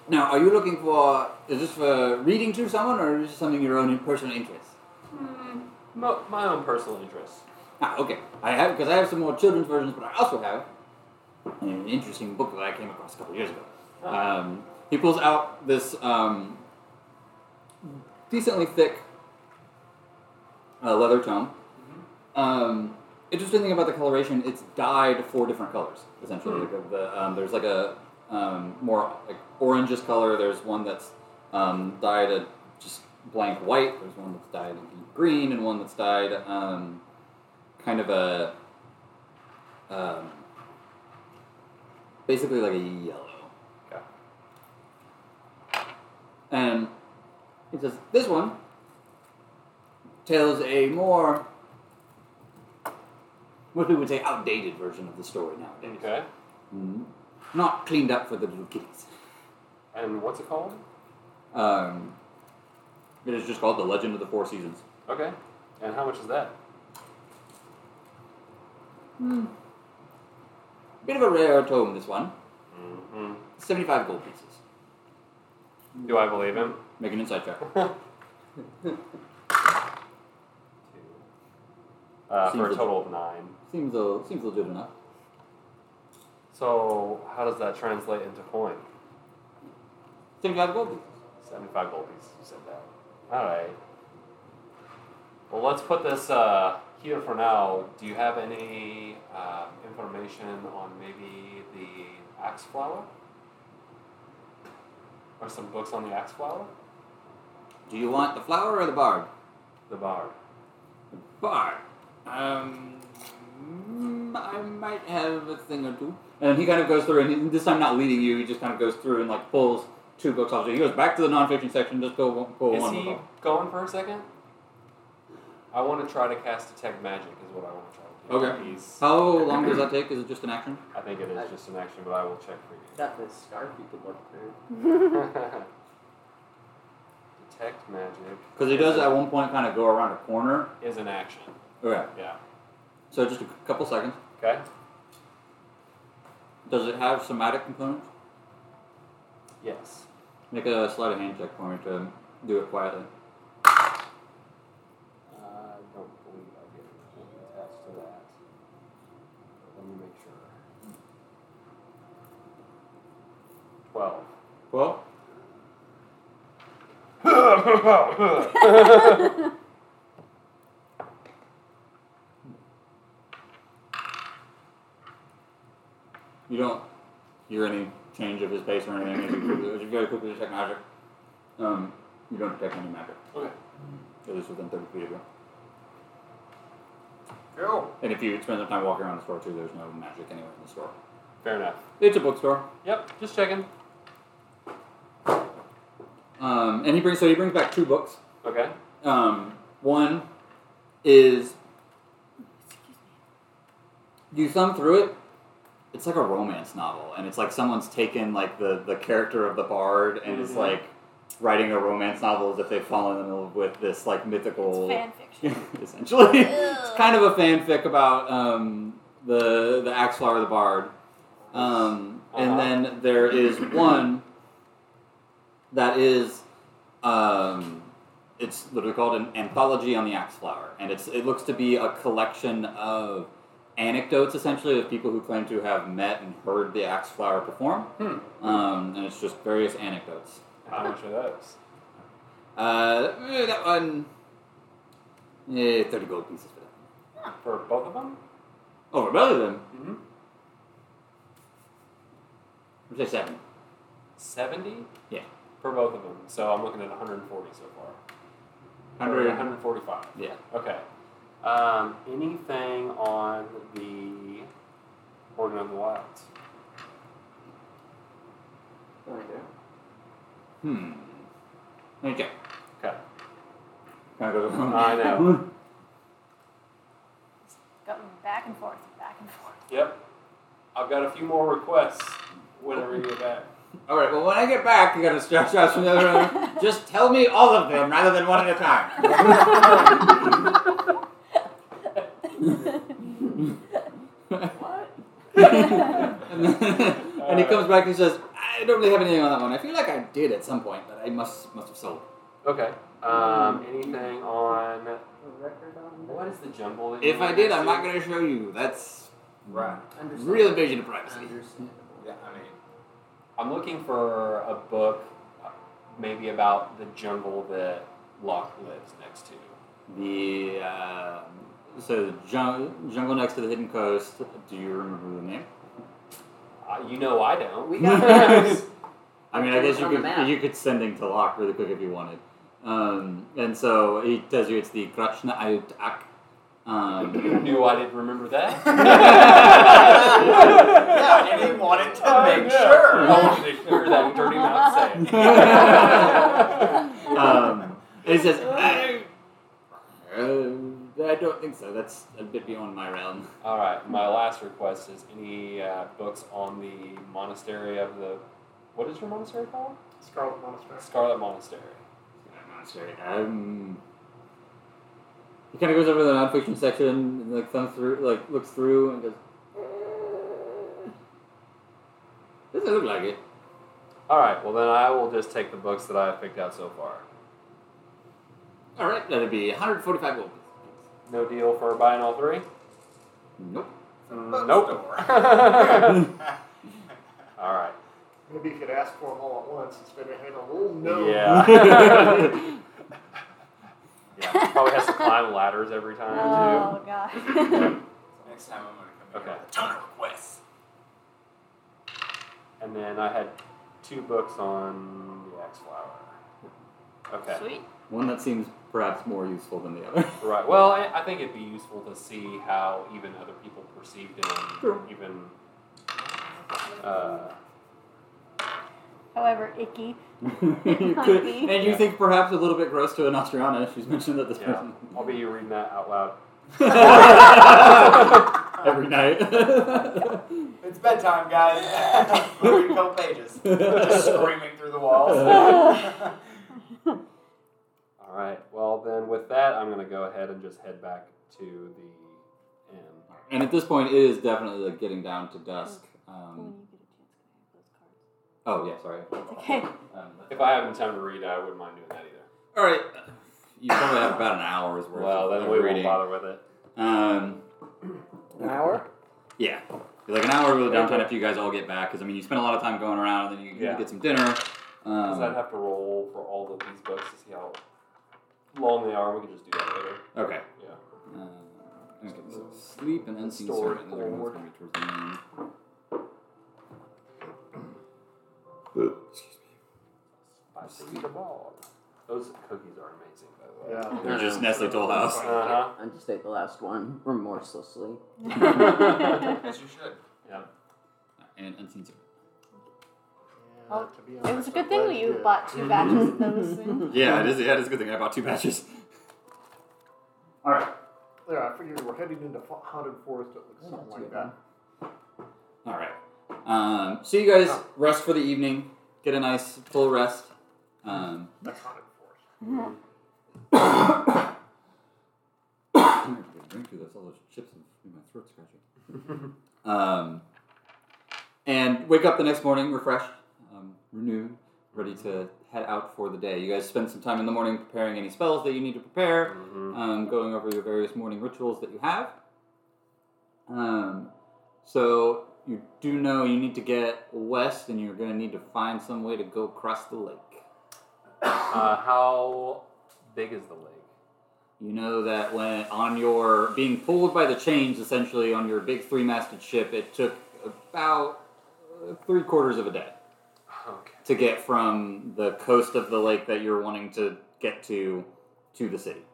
Speaker 1: now, are you looking for? Is this for reading to someone, or is this something your own personal interest?
Speaker 3: Mo- my own personal interests.
Speaker 1: Ah, okay. I have because I have some more children's versions, but I also have an interesting book that I came across a couple years ago. Um, he pulls out this um, decently thick uh, leather tome. Um, interesting thing about the coloration, it's dyed four different colors essentially. Like uh, the, um, there's like a um, more like orangish color. There's one that's um, dyed a just blank white. There's one that's dyed a deep green, and one that's dyed um, kind of a um, basically like a yellow.
Speaker 3: Okay.
Speaker 1: And it says this one tells a more what we would say outdated version of the story nowadays.
Speaker 3: Okay.
Speaker 1: Mhm. Not cleaned up for the little kiddies.
Speaker 3: And what's it called?
Speaker 1: Um, it is just called The Legend of the Four Seasons.
Speaker 3: Okay. And how much is that?
Speaker 1: Bit of a rare tome, this one.
Speaker 3: Mm-hmm.
Speaker 1: 75 gold pieces.
Speaker 3: Do I believe him?
Speaker 1: Make an inside check.
Speaker 3: Uh, for a
Speaker 1: Seems
Speaker 3: total of nine.
Speaker 1: Seems, a, seems legit enough.
Speaker 3: So how does that translate into coin?
Speaker 1: 75 gold pieces.
Speaker 3: Seventy-five gold pieces. You said that. All right. Well, let's put this uh, here for now. Do you have any uh, information on maybe the axe flower, or some books on the axe flower?
Speaker 1: Do you want the flower or the bard?
Speaker 3: The bard.
Speaker 1: Bard. Um, Mm, I might have a thing or two. And he kind of goes through, and he- this time not leading you, he just kind of goes through and like pulls two books off. So he goes back to the nonfiction section, just pull one, pull
Speaker 3: Is
Speaker 1: one book
Speaker 3: he
Speaker 1: off.
Speaker 3: going for a second? I want to try to cast detect magic. Is what I want to try to do.
Speaker 1: Okay.
Speaker 3: He's,
Speaker 1: How long does that take? Is it just an action?
Speaker 3: I think it is just an action, but I will check for you.
Speaker 5: Got this scarf you could look through.
Speaker 3: detect magic.
Speaker 1: Because he does at one point kind of go around a corner.
Speaker 3: Is an action.
Speaker 1: Okay.
Speaker 3: Yeah.
Speaker 1: So just a c- couple seconds.
Speaker 3: Okay.
Speaker 1: Does it have somatic components?
Speaker 3: Yes.
Speaker 1: Make a sleight of hand check for me to do it quietly.
Speaker 3: I don't believe I get anything attached to that. Let me make sure. Twelve.
Speaker 1: Well, you don't hear any change of his pace or anything. as you quickly- as you very quickly detect magic. Um, you don't detect any magic.
Speaker 11: Okay.
Speaker 1: At least within 30 feet of you.
Speaker 4: Cool.
Speaker 1: And if you spend the time walking around the store too, there's no magic anywhere in the store.
Speaker 3: Fair enough.
Speaker 1: It's a bookstore.
Speaker 3: Yep. Just checking.
Speaker 1: Um, and he brings so he brings back two books.
Speaker 3: Okay.
Speaker 1: Um, one is you thumb through it. It's like a romance novel, and it's like someone's taken like the the character of the bard and is
Speaker 3: Mhm.
Speaker 1: like writing a romance novel as if they've fallen in love with this like mythical.
Speaker 6: It's fan fiction.
Speaker 1: essentially, it's
Speaker 6: Ew.
Speaker 1: kind of a fanfic about um, the the axe flower of the bard. Um, And
Speaker 3: Uh-huh.
Speaker 1: then there is one that is um, it's literally called an anthology on the axe flower, and it's it looks to be a collection of anecdotes essentially of people who claim to have met and heard the axe flower perform,
Speaker 3: Hmm.
Speaker 1: um, and it's just various anecdotes.
Speaker 3: How much are those?
Speaker 1: Uh, eh, that one, eh, thirty gold pieces for that.
Speaker 3: For both of them?
Speaker 1: Over belly Oh, then.
Speaker 3: Mm-hmm.
Speaker 1: We say seven.
Speaker 3: Seventy.
Speaker 1: Yeah.
Speaker 3: For both of them. So I'm looking at 140 so far. Or
Speaker 1: Hundred.
Speaker 3: 145.
Speaker 1: Yeah.
Speaker 3: Okay. Um, anything on the Organ of the Wilds?
Speaker 1: Hmm. Okay.
Speaker 3: Okay.
Speaker 1: Kind of goes.
Speaker 3: I know.
Speaker 6: Going back and forth, back and forth.
Speaker 3: Yep. I've got a few more requests whenever you get back.
Speaker 1: all right. Well, when I get back, you gotta stretch out from the other room. Just tell me all of them rather than one at a time.
Speaker 5: What?
Speaker 1: and, then- and he comes back and he says, "I don't really have anything on that one. I feel like I did at some point, but I must must have sold." it."
Speaker 3: Okay. Um, anything on
Speaker 5: record on
Speaker 3: what is the jumble? That you
Speaker 1: If I
Speaker 3: wanted
Speaker 1: did,
Speaker 3: to
Speaker 1: I'm
Speaker 3: see?
Speaker 1: not gonna show you. That's
Speaker 4: Right.
Speaker 5: Understand-
Speaker 1: real invasion of privacy.
Speaker 5: Understandable.
Speaker 4: Yeah, I mean,
Speaker 3: I'm looking for a book, uh, maybe about the jungle that Locke lives next to.
Speaker 1: The uh, so jung- jungle next to the hidden coast. Do you remember the name?
Speaker 3: Uh, you know I don't.
Speaker 5: We got those.
Speaker 1: I mean, I guess you
Speaker 5: On the
Speaker 1: could
Speaker 5: map.
Speaker 1: you could send him to Locke really quick if you wanted. Um, and so he tells you it's the Krachna Ayut Ak. Um,
Speaker 3: You knew I didn't remember that.
Speaker 11: Yeah, and he wanted to
Speaker 4: Uh,
Speaker 3: I
Speaker 11: make
Speaker 3: know.
Speaker 11: sure.
Speaker 3: I wanted to clear that dirty mouth saying.
Speaker 1: um, and he says, I, uh, I don't think so. That's a bit beyond my realm.
Speaker 3: All right, my last request is any uh, books on the monastery of the. What is your monastery called?
Speaker 2: Scarlet Monastery.
Speaker 3: Scarlet Monastery.
Speaker 1: Um, he kind of goes over to the nonfiction section and like thumbs through, like looks through and goes, "Uh, "Doesn't look like it."
Speaker 3: All right, well then I will just take the books that I've picked out so far.
Speaker 1: All right, that'd be 145 gold.
Speaker 3: No deal for buying all three.
Speaker 1: Nope.
Speaker 3: Nope.
Speaker 4: Bookstore.
Speaker 3: all right.
Speaker 2: Maybe you could ask for them all at once instead of having a little no.
Speaker 3: Yeah. yeah. Probably has to climb ladders every time
Speaker 6: Oh god.
Speaker 4: Next time I'm gonna come
Speaker 3: Okay.
Speaker 4: here with a ton of requests.
Speaker 3: too. And then I had two books on the axe flower. Okay.
Speaker 6: Sweet.
Speaker 1: One that seems perhaps more useful than the other.
Speaker 3: Right. Well, I, I think it'd be useful to see how even other people perceived him,
Speaker 1: Sure.
Speaker 3: even. Uh,
Speaker 6: However, icky.
Speaker 1: You
Speaker 6: Might
Speaker 1: could-
Speaker 6: be.
Speaker 1: and you
Speaker 3: Yeah.
Speaker 1: think perhaps a little bit gross to an Austriana if she's mentioned that this
Speaker 3: yeah, I'll be reading that out loud.
Speaker 1: person. Every night.
Speaker 9: It's bedtime, guys. We're reading a couple pages. Just screaming through the walls.
Speaker 3: All right. Well, then with that, I'm gonna go ahead and just head back to the inn.
Speaker 1: and at this point, it is definitely like getting down to dusk.
Speaker 6: When
Speaker 1: Um,
Speaker 6: you get a chance, can I have
Speaker 1: oh
Speaker 6: those cards?
Speaker 1: yeah, sorry.
Speaker 6: It's okay.
Speaker 1: Um,
Speaker 3: If I have any time to read, I wouldn't mind doing that either.
Speaker 1: all right, you probably have about an hour's worth.
Speaker 3: Well,
Speaker 1: of
Speaker 3: then we won't
Speaker 1: reading.
Speaker 3: bother with it.
Speaker 1: Um,
Speaker 5: An hour?
Speaker 1: yeah, like an hour really
Speaker 3: Okay.
Speaker 1: downtime after you guys all get back because I mean you spend a lot of time going around and then you you
Speaker 3: Yeah.
Speaker 1: get some dinner.
Speaker 3: Because I'd
Speaker 1: Um,
Speaker 3: have to roll for all of these books to see how long they are. We can just do that later.
Speaker 1: okay.
Speaker 3: Yeah.
Speaker 1: Uh, okay, so sleep and unseen
Speaker 3: Story
Speaker 1: servant. and they're gonna-
Speaker 3: forward.
Speaker 1: it's gonna be towards the end.
Speaker 3: By City the Ball. Those cookies are amazing, by the way.
Speaker 2: Yeah.
Speaker 1: They're just
Speaker 5: Uh,
Speaker 1: Nestle Toll House.
Speaker 3: Uh-huh.
Speaker 5: I just ate the last one remorselessly.
Speaker 4: As you should.
Speaker 1: And unseen servant.
Speaker 2: Yeah,
Speaker 6: Oh,
Speaker 2: to be
Speaker 6: It was
Speaker 2: honest,
Speaker 6: a
Speaker 2: I'm
Speaker 6: good thing
Speaker 2: glad
Speaker 6: that
Speaker 2: you
Speaker 6: you
Speaker 2: did.
Speaker 6: bought two batches of those. and-
Speaker 1: Yeah, it is. Yeah, it is a good thing I bought two batches. All right.
Speaker 2: Yeah, I figured we're heading into fa- haunted forest. It looks something like that.
Speaker 1: All right. Um, so you guys rest for the evening, get a nice full rest. Um,
Speaker 2: That's haunted forest.
Speaker 1: I'm gonna get a drink through this. All those chips in my throat scratching. um, and wake up the next morning refreshed, um, renewed, ready to head out for the day. You guys spend some time in the morning preparing any spells that you need to prepare.
Speaker 3: Mhm.
Speaker 1: um, going over your various morning rituals that you have. Um, so you do know you need to get west, and you're going to need to find some way to go across the lake.
Speaker 3: Uh, how big is the lake?
Speaker 1: You know that when on your being pulled by the chains, essentially on your big three-masted ship, it took about uh, three quarters of a day
Speaker 3: Okay.
Speaker 1: to get from the coast of the lake that you're wanting to get to to the city.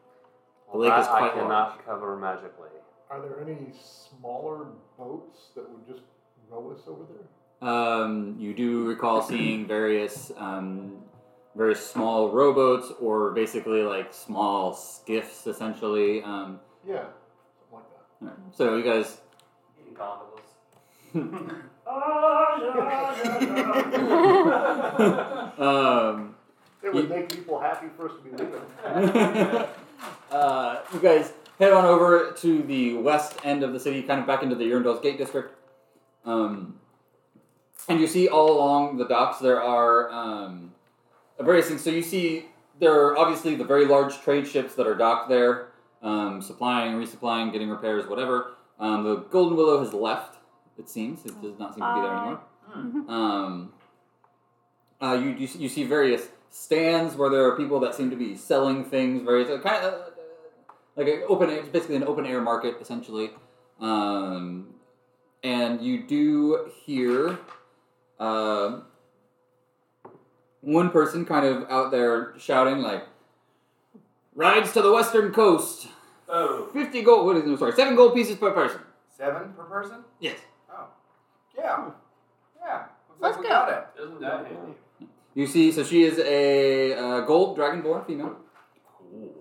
Speaker 1: The lake
Speaker 3: That
Speaker 1: is quite
Speaker 3: I cannot
Speaker 1: large.
Speaker 3: cover magically.
Speaker 2: Are there any smaller boats that would just row us over there?
Speaker 1: Um, you do recall seeing various um, very small rowboats or basically like small skiffs, essentially. Um,
Speaker 2: Yeah, something like that.
Speaker 1: so you guys,
Speaker 9: Eating gondolas.
Speaker 1: um,
Speaker 2: It would make people happy for us to be leaving.
Speaker 1: uh, you guys head on over to the west end of the city, kind of back into the Urundale's Gate district. Um, and you see all along the docks there are um, various things. So you see there are obviously the very large trade ships that are docked there, um, supplying, resupplying, getting repairs, whatever. Um, the Golden Willow has left. It seems it does not seem to be there anymore. Um, uh, you, you see- you see various stands where there are people that seem to be selling things. Various uh, kind of uh, like an open, it's basically an open air market essentially. Um, and you do hear uh, one person kind of out there shouting like, "Rides to the western coast,
Speaker 9: Oh.
Speaker 1: fifty gold. What is it? Sorry, seven gold pieces per person."
Speaker 4: Seven per person?
Speaker 1: Yes.
Speaker 4: Oh. Yeah. Yeah. Looks
Speaker 6: Let's
Speaker 4: like we
Speaker 6: go.
Speaker 4: got it.
Speaker 3: Isn't that handy?
Speaker 1: You see, so she is a uh, gold dragonborn female.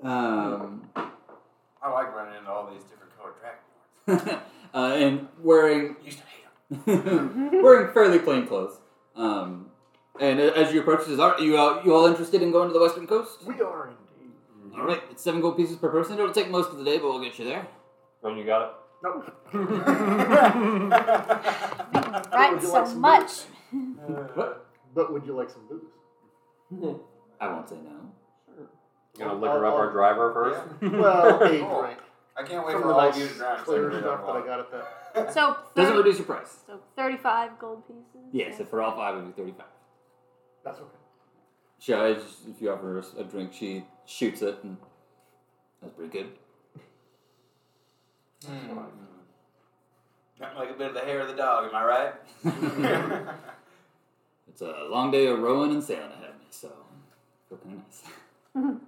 Speaker 1: Um,
Speaker 4: I like running into all these different colored dragonborns.
Speaker 1: uh, and wearing
Speaker 4: Used to hate them.
Speaker 1: wearing fairly plain clothes. Um, and a- as you approach this, are you all, you all interested in going to the western coast?
Speaker 2: We are indeed.
Speaker 1: All right, it's seven gold pieces per person. It'll take most of the day, but we'll get you there.
Speaker 3: When you got it?
Speaker 2: No.
Speaker 6: Right,
Speaker 2: Would you
Speaker 6: so
Speaker 2: like some
Speaker 6: much.
Speaker 2: booze? But would you like some booze?
Speaker 1: I won't say no.
Speaker 3: You gonna liquor up our driver first?
Speaker 2: Well, oh, a
Speaker 4: Cool.
Speaker 2: drink.
Speaker 4: I can't wait
Speaker 2: Some of
Speaker 4: for
Speaker 2: the
Speaker 4: all of you to
Speaker 2: nice
Speaker 4: drown.
Speaker 2: clear stuff that I got at that.
Speaker 6: So,
Speaker 1: Doesn't
Speaker 6: 30
Speaker 1: reduce your price.
Speaker 6: so 35 gold pieces?
Speaker 1: Yes,
Speaker 6: yeah.
Speaker 1: if for all five, it'd be thirty-five.
Speaker 2: That's okay.
Speaker 1: She, I just- if you offer her a drink, she shoots it, and that's pretty good.
Speaker 4: Like a bit of the hair of the dog, am I right?
Speaker 1: It's a long day of rowing and sailing ahead of me, so feel kind of nice.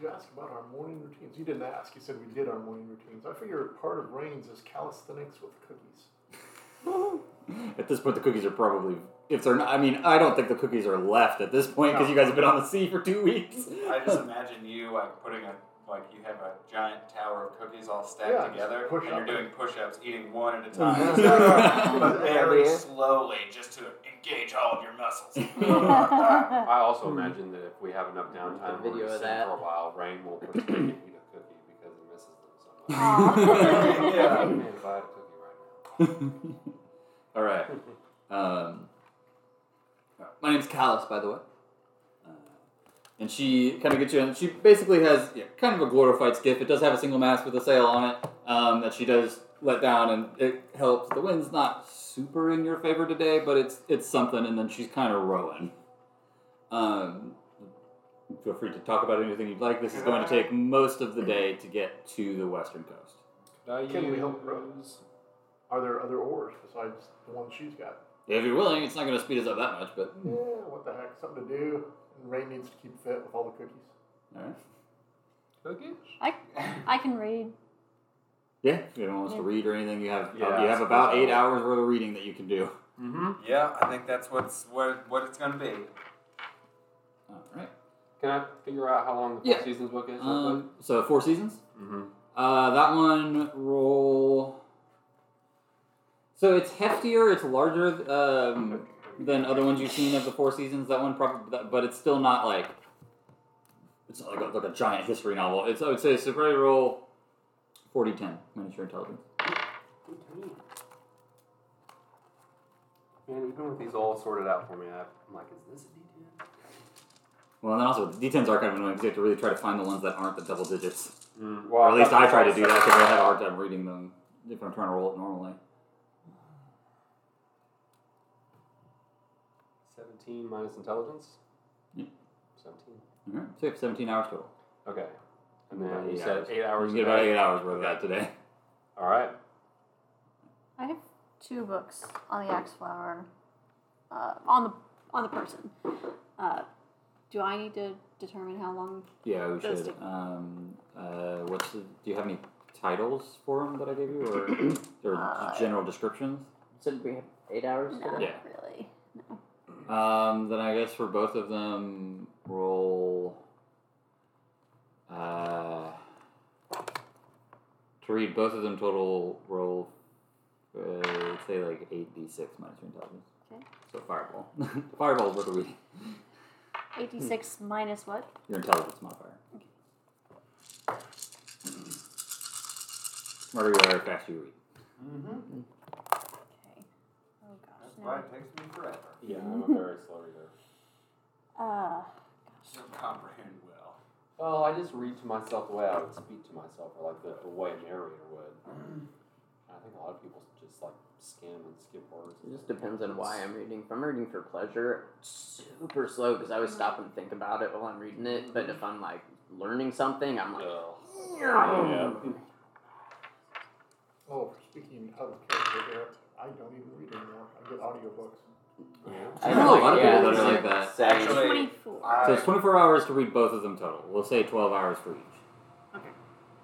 Speaker 2: You asked about our morning routines. You didn't ask. You said we did our morning routines. I figure part of Rain's is calisthenics with cookies.
Speaker 1: At this point, the cookies are probably if they're not. I mean, I don't think the cookies are left at this point because you guys have been on the sea for two weeks.
Speaker 4: I just imagine you like putting a like you have a giant tower of cookies all stacked
Speaker 2: Yeah,
Speaker 4: together,
Speaker 2: push
Speaker 4: and you're
Speaker 2: up.
Speaker 4: doing push-ups, eating one at a time,
Speaker 1: Mhm.
Speaker 4: but very
Speaker 5: Yeah.
Speaker 4: slowly, just to engage all of your muscles.
Speaker 3: I also imagine that if we have enough downtime,
Speaker 5: video
Speaker 3: we're
Speaker 5: of
Speaker 3: just
Speaker 5: that.
Speaker 3: for a while. Rain will put eat a cookie because he misses them so much.
Speaker 6: Aw.
Speaker 3: I
Speaker 4: yeah.
Speaker 3: can't buy a cookie right now.
Speaker 1: All right. Um, my name's Callus, by the way. Uh, and she kind of gets you in. She basically has yeah, kind of a glorified skiff. It does have a single mast with a sail on it um, that she does let down, and it helps. The wind's not super in your favor today, but it's it's something. And then she's kind of rowing. Um, feel free to talk about anything you'd like. This is going to take most of the day to get to the western coast.
Speaker 2: Can we help Rose? Are there other oars besides the one she's got?
Speaker 1: If you're willing, it's not going to speed us up that much, but
Speaker 2: Yeah, what the heck? Something to do. And Rain needs to keep fit with all the cookies.
Speaker 1: all right.
Speaker 6: I, I can read.
Speaker 1: Yeah, if you don't want us to read or anything, you have uh,
Speaker 3: Yeah,
Speaker 1: you
Speaker 3: I
Speaker 1: have about
Speaker 3: suppose
Speaker 1: eight
Speaker 3: I
Speaker 1: hours worth of reading that you can do.
Speaker 3: Mm-hmm.
Speaker 4: yeah, I think that's what's what what it's gonna be.
Speaker 1: All right.
Speaker 3: Can I figure out how long the Four
Speaker 1: Yeah.
Speaker 3: Seasons book is?
Speaker 1: Um, so four seasons.
Speaker 3: mm-hmm.
Speaker 1: Uh, that one roll. So it's heftier. It's larger um, than other ones you've seen of the four seasons. That one probably, but it's still not like it's not like a, like a giant history novel. It's I would say so probably roll 40 10 minus your intelligence.
Speaker 3: Man, even with these all sorted out for me, I- I'm like, is this a
Speaker 1: Well, and then also the d10s are kind of annoying because you have to really try to find the ones that aren't the double digits.
Speaker 3: D10? Mm,
Speaker 1: Or
Speaker 3: well,
Speaker 1: at least I try to do that because I have a hard time reading them if I'm trying to roll it normally.
Speaker 3: 17 minus intelligence?
Speaker 1: Yeah.
Speaker 3: 17.
Speaker 1: All right, so you have 17 hours total.
Speaker 3: Okay. And then
Speaker 1: About
Speaker 3: you
Speaker 1: eight
Speaker 3: said
Speaker 1: hours.
Speaker 3: 8
Speaker 1: You
Speaker 3: hours.
Speaker 1: can get
Speaker 3: a
Speaker 1: about
Speaker 3: day.
Speaker 1: eight hours worth of that today.
Speaker 3: All right.
Speaker 6: I have two books on the axe flower, uh, on the on the person. Uh, do I need to determine how long?
Speaker 1: Yeah, we
Speaker 6: Those
Speaker 1: should.
Speaker 6: two.
Speaker 1: Um, uh, what's the, do you have any titles for them that I gave you, or or
Speaker 6: Uh,
Speaker 1: general descriptions?
Speaker 5: Said we have eight hours.
Speaker 6: No,
Speaker 5: today?
Speaker 1: Yeah.
Speaker 6: really.
Speaker 1: Um, then I guess for both of them, roll. Uh, to read both of them total, roll. Uh, say like eight d six minus your intelligence.
Speaker 6: Okay.
Speaker 1: So fireball. Fireball's worth of reading.
Speaker 6: Hmm. Eighty-six minus what?
Speaker 1: Your intelligence modifier.
Speaker 6: Okay.
Speaker 1: Smarter you are, faster you read.
Speaker 4: Mm-hmm.
Speaker 6: Okay. Oh
Speaker 4: That's
Speaker 6: gosh.
Speaker 4: why
Speaker 6: No.
Speaker 4: it takes me forever.
Speaker 3: Yeah, I'm a very slow reader.
Speaker 6: Uh,
Speaker 4: You don't comprehend well.
Speaker 3: Well, I just read to myself the way I would speak to myself, or like the, the way a narrator would.
Speaker 4: Mm.
Speaker 3: I think a lot of people just like skim and skip words.
Speaker 5: It just depends on why I'm reading. If I'm reading for pleasure, it's super slow because I always stop and think about it while I'm reading it. But if I'm like learning something, I'm like,
Speaker 1: Oh.
Speaker 3: Ugh.
Speaker 5: "Yum."
Speaker 2: Oh, speaking out of character here, I don't even read anymore. I get audiobooks.
Speaker 1: I
Speaker 5: I
Speaker 1: know a lot of
Speaker 5: yeah,
Speaker 1: people that are like that.
Speaker 5: it's same.
Speaker 4: Actually-
Speaker 6: twenty-four.
Speaker 4: I,
Speaker 1: So it's 24 hours to read both of them total. We'll say 12 hours for each.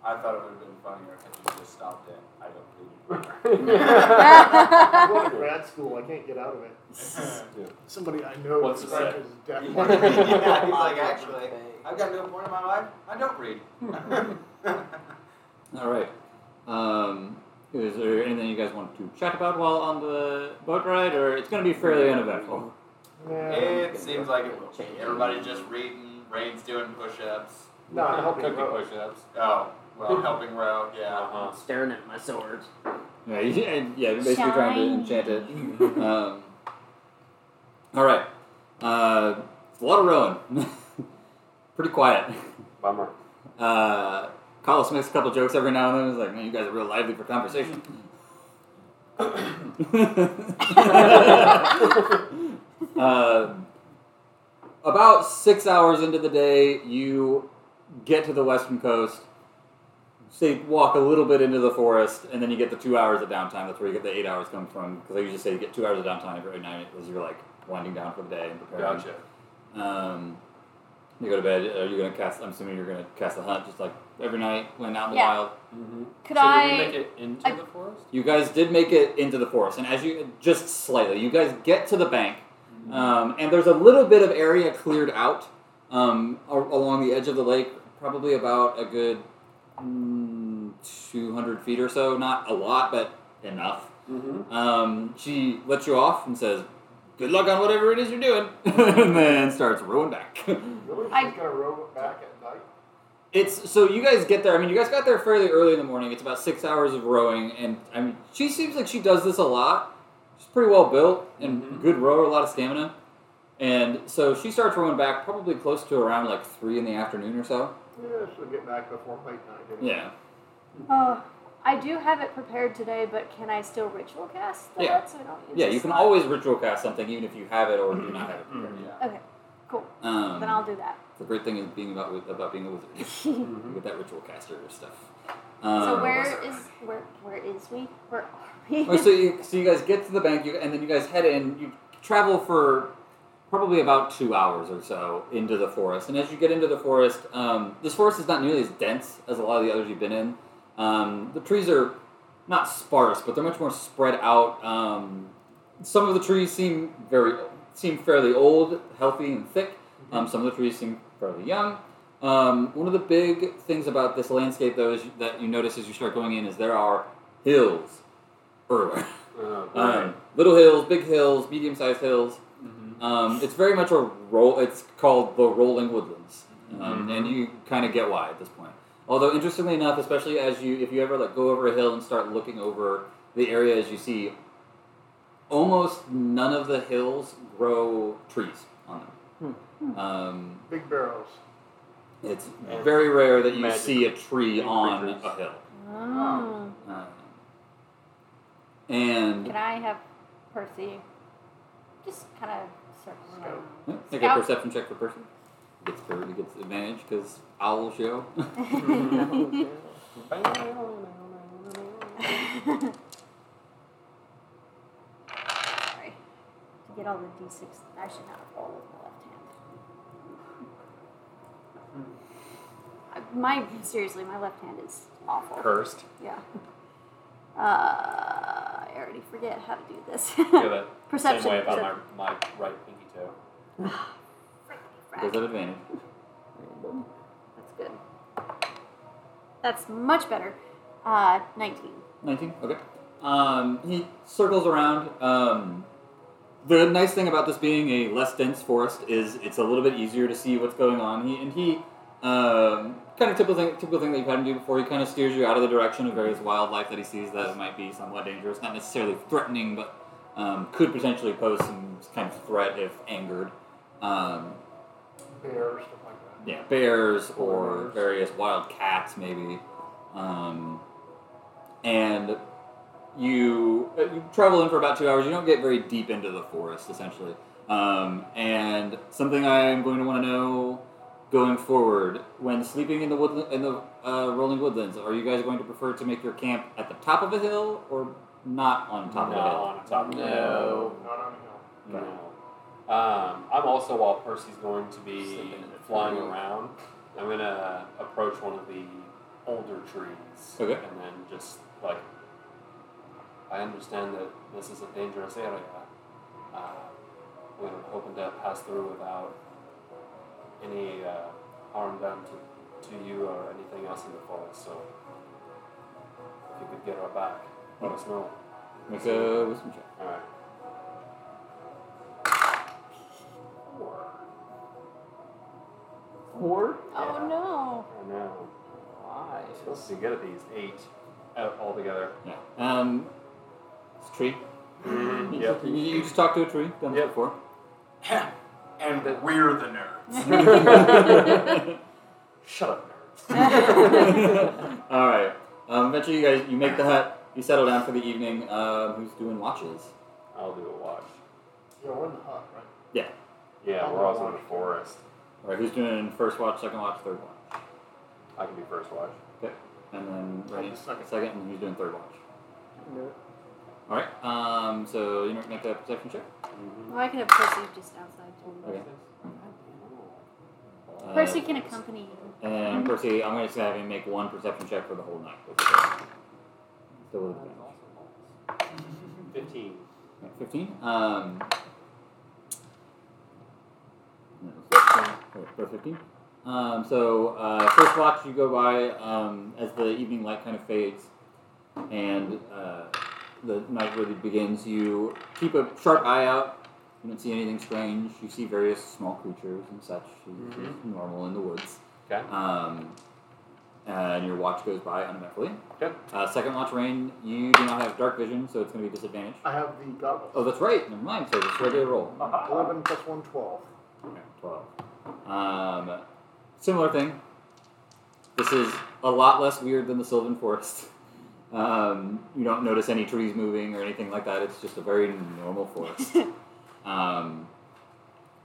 Speaker 4: I thought it would have been funnier if you just stopped it. I don't read.
Speaker 2: I'm going to grad school. I can't get out of it. Somebody I know
Speaker 3: What's it
Speaker 2: described
Speaker 3: say?
Speaker 2: it as death.
Speaker 4: He's like,
Speaker 2: like,
Speaker 4: actually, I've gotten to a point in my life I don't read.
Speaker 1: All right. Um, is there anything you guys want to chat about while on the boat ride, or it's going to be fairly uneventful?
Speaker 2: Nah,
Speaker 4: it seems like it will. be. Everybody's just reading. Rain's doing push-ups.
Speaker 2: no, I'm helping
Speaker 3: Cookie
Speaker 2: Rose.
Speaker 3: push-ups.
Speaker 4: Oh, well, helping row. Yeah.
Speaker 3: Uh-huh.
Speaker 5: staring at my sword.
Speaker 1: Yeah, you, and, yeah, you're basically trying to enchant it. Um, all right. Uh, it's a lot of rowing. Pretty quiet.
Speaker 3: Bummer.
Speaker 1: Uh, Carlos makes a couple jokes every now and then. He's like, man, you guys are real lively for conversation. Um, about six hours into the day, you get to the western coast. Say, walk a little bit into the forest, and then you get the two hours of downtime. That's where you get the eight hours come from. Because I usually say you get two hours of downtime every night as you're like winding down for the day and preparing.
Speaker 3: Gotcha.
Speaker 1: Um, You go to bed. Are you gonna cast? I'm assuming you're gonna cast a hunt, just like every night when out in the
Speaker 6: Yeah.
Speaker 1: wild.
Speaker 3: Mm-hmm.
Speaker 6: Could
Speaker 3: so
Speaker 6: I?
Speaker 3: Did we make it into
Speaker 6: I-
Speaker 3: the forest?
Speaker 1: You guys did make it into the forest, and as you just slightly, you guys get to the bank, um, and there's a little bit of area cleared out um, a- along the edge of the lake, probably about a good mm, 200 feet or so. Not a lot, but enough.
Speaker 3: Mm-hmm.
Speaker 1: Um, she lets you off and says, "Good luck on whatever it is you're doing," and then starts rowing back.
Speaker 2: Really?
Speaker 6: I-
Speaker 2: She's gonna row it back at night?
Speaker 1: It's so you guys get there. I mean, you guys got there fairly early in the morning. It's about six hours of rowing, and I mean, she seems like she does this a lot. She's pretty well built and
Speaker 3: Mhm.
Speaker 1: good rower, a lot of stamina, and so she starts rowing back probably close to around like three in the afternoon or so.
Speaker 2: Yeah, she'll get back before late night.
Speaker 1: Yeah,
Speaker 6: Oh, I do have it prepared today, but can I still ritual cast the
Speaker 1: Yeah.
Speaker 6: hut so I don't use
Speaker 1: yeah.
Speaker 6: the
Speaker 1: You can
Speaker 6: slot?
Speaker 1: always ritual cast something, even if you have it or do not have it. prepared.
Speaker 4: Yeah.
Speaker 6: Cool.
Speaker 1: Um,
Speaker 6: Then I'll do that.
Speaker 1: the great thing is being about wi- about being a wizard.
Speaker 6: Mm-hmm.
Speaker 1: You get that ritual caster stuff. Um,
Speaker 6: so where
Speaker 4: wizard.
Speaker 6: is where where is we? Where are we?
Speaker 1: Oh, so you so you guys get to the bank, you, and then you guys head in. You travel for probably about two hours or so into the forest. And as you get into the forest, um, this forest is not nearly as dense as a lot of the others you've been in. Um, the trees are not sparse, but they're much more spread out. Um, some of the trees seem very seem fairly old, healthy, and thick. Um, some of the trees seem fairly young. Um, one of the big things about this landscape, though, is that you notice as you start going in, is there are hills everywhere.
Speaker 3: Oh,
Speaker 1: Um, little hills, big hills, medium-sized hills.
Speaker 3: Mhm.
Speaker 1: Um, it's very much a roll. It's called the Rolling Woodlands, um, and you kind of get why at this point. Although interestingly enough, especially as you, if you ever like go over a hill and start looking over the area, as you see, almost none of the hills grow trees on them. Um,
Speaker 2: Big barrels.
Speaker 1: it's very rare that you
Speaker 3: Magic.
Speaker 1: see a tree
Speaker 3: Big
Speaker 1: on
Speaker 3: creatures.
Speaker 1: a hill.
Speaker 6: Mm.
Speaker 1: Um, and
Speaker 6: Can I have Percy just kind of circle around?
Speaker 1: Yeah, Make a
Speaker 6: Scout.
Speaker 1: perception check for person. Gets per- gets advantage because owl show.
Speaker 6: Sorry. To get all the d6, I should not roll with my left hand. I- My seriously, my left hand is awful.
Speaker 3: Cursed.
Speaker 6: Yeah. Uh, I already forget how to do this.
Speaker 3: Feel that
Speaker 6: perception.
Speaker 3: same way about
Speaker 6: perception.
Speaker 3: my, my right pinky toe.
Speaker 1: Does have advantage.
Speaker 6: That's good. That's much better. Uh, 19.
Speaker 1: Nineteen. Okay. Um, he circles around. Um, the nice thing about this being a less dense forest is it's a little bit easier to see what's going on. He and he um, kind of typical thing, typical thing that you've had him do before. He kind of steers you out of the direction of various wildlife that he sees that might be somewhat dangerous, not necessarily threatening, but um, could potentially pose some kind of threat if angered. Um,
Speaker 2: Bears, stuff like that.
Speaker 1: yeah, bears or
Speaker 2: Bears.
Speaker 1: various wild cats, maybe. Um, and you, uh, you travel in for about two hours. You don't get very deep into the forest, essentially. Um, and something I am going to want to know going forward when sleeping in the woodland in the uh, rolling woodlands, are you guys going to prefer to make your camp at the top of a hill or not on top of
Speaker 3: Not
Speaker 1: a hill?
Speaker 3: on top of the hill.
Speaker 5: No.
Speaker 2: Not on the hill.
Speaker 3: No. Um, I'm also, while Percy's going to be flying around, I'm going to approach one of the older trees.
Speaker 1: Okay.
Speaker 3: And then just, like, I understand that this is a dangerous area. Uh, we we're hoping to pass through without any uh, harm done to, to you or anything else in the forest, so if you could get our back, let us know.
Speaker 1: Make a wisdom check.
Speaker 3: Alright. Four.
Speaker 5: Four?
Speaker 6: Oh no.
Speaker 3: I know.
Speaker 5: Why?
Speaker 3: I'm supposed to be good at these. Eight out altogether.
Speaker 1: Yeah. Um, it's a tree.
Speaker 3: Mm,
Speaker 1: You-
Speaker 3: yep.
Speaker 1: You, you just talk to a tree. Done this
Speaker 3: Yep.
Speaker 1: before.
Speaker 9: and we're the nerds.
Speaker 3: Shut up,
Speaker 1: All right. Um, eventually, you guys you make the hut. You settle down for the evening. Um, who's doing watches?
Speaker 3: nerds. I'll do a watch.
Speaker 2: Yeah, we're in the hut, right?
Speaker 3: Yeah,
Speaker 2: I'll
Speaker 3: we're
Speaker 2: do a
Speaker 3: also in
Speaker 2: watch.
Speaker 3: the forest.
Speaker 1: All right. Who's doing first watch, second watch, third watch,
Speaker 3: I can be first watch.
Speaker 1: and then
Speaker 2: I'll
Speaker 1: Rennie
Speaker 2: do second.
Speaker 1: second, and who's doing third watch? All right. Um, so you make a perception check.
Speaker 6: Well, I could have Percy just outside. too.
Speaker 1: Okay. Uh,
Speaker 6: Percy can accompany you.
Speaker 1: And Percy, I'm going to have him make one perception check for the whole night. which is- Still with advantage.
Speaker 3: Fifteen.
Speaker 1: Right, 15. Um, for 15. Um, so, uh, first watch you go by um, as the evening light kind of fades and uh, the night really begins. You keep a sharp eye out. You don't see anything strange. You see various small creatures and such, which is normal in the woods.
Speaker 3: Mm-hmm. Okay.
Speaker 1: Um, and your watch goes by uneventfully.
Speaker 3: Okay.
Speaker 1: Uh, second watch, Rain, you do not have dark vision, so it's going to be disadvantage.
Speaker 2: I have the goggles.
Speaker 1: Oh, that's right. Never mind. So just regular roll.
Speaker 2: 11 plus 1, 12.
Speaker 1: Okay, Twelve. Um, similar thing. This is a lot less weird than the Sylvan Forest. Um, you don't notice any trees moving or anything like that. It's just a very normal forest. um,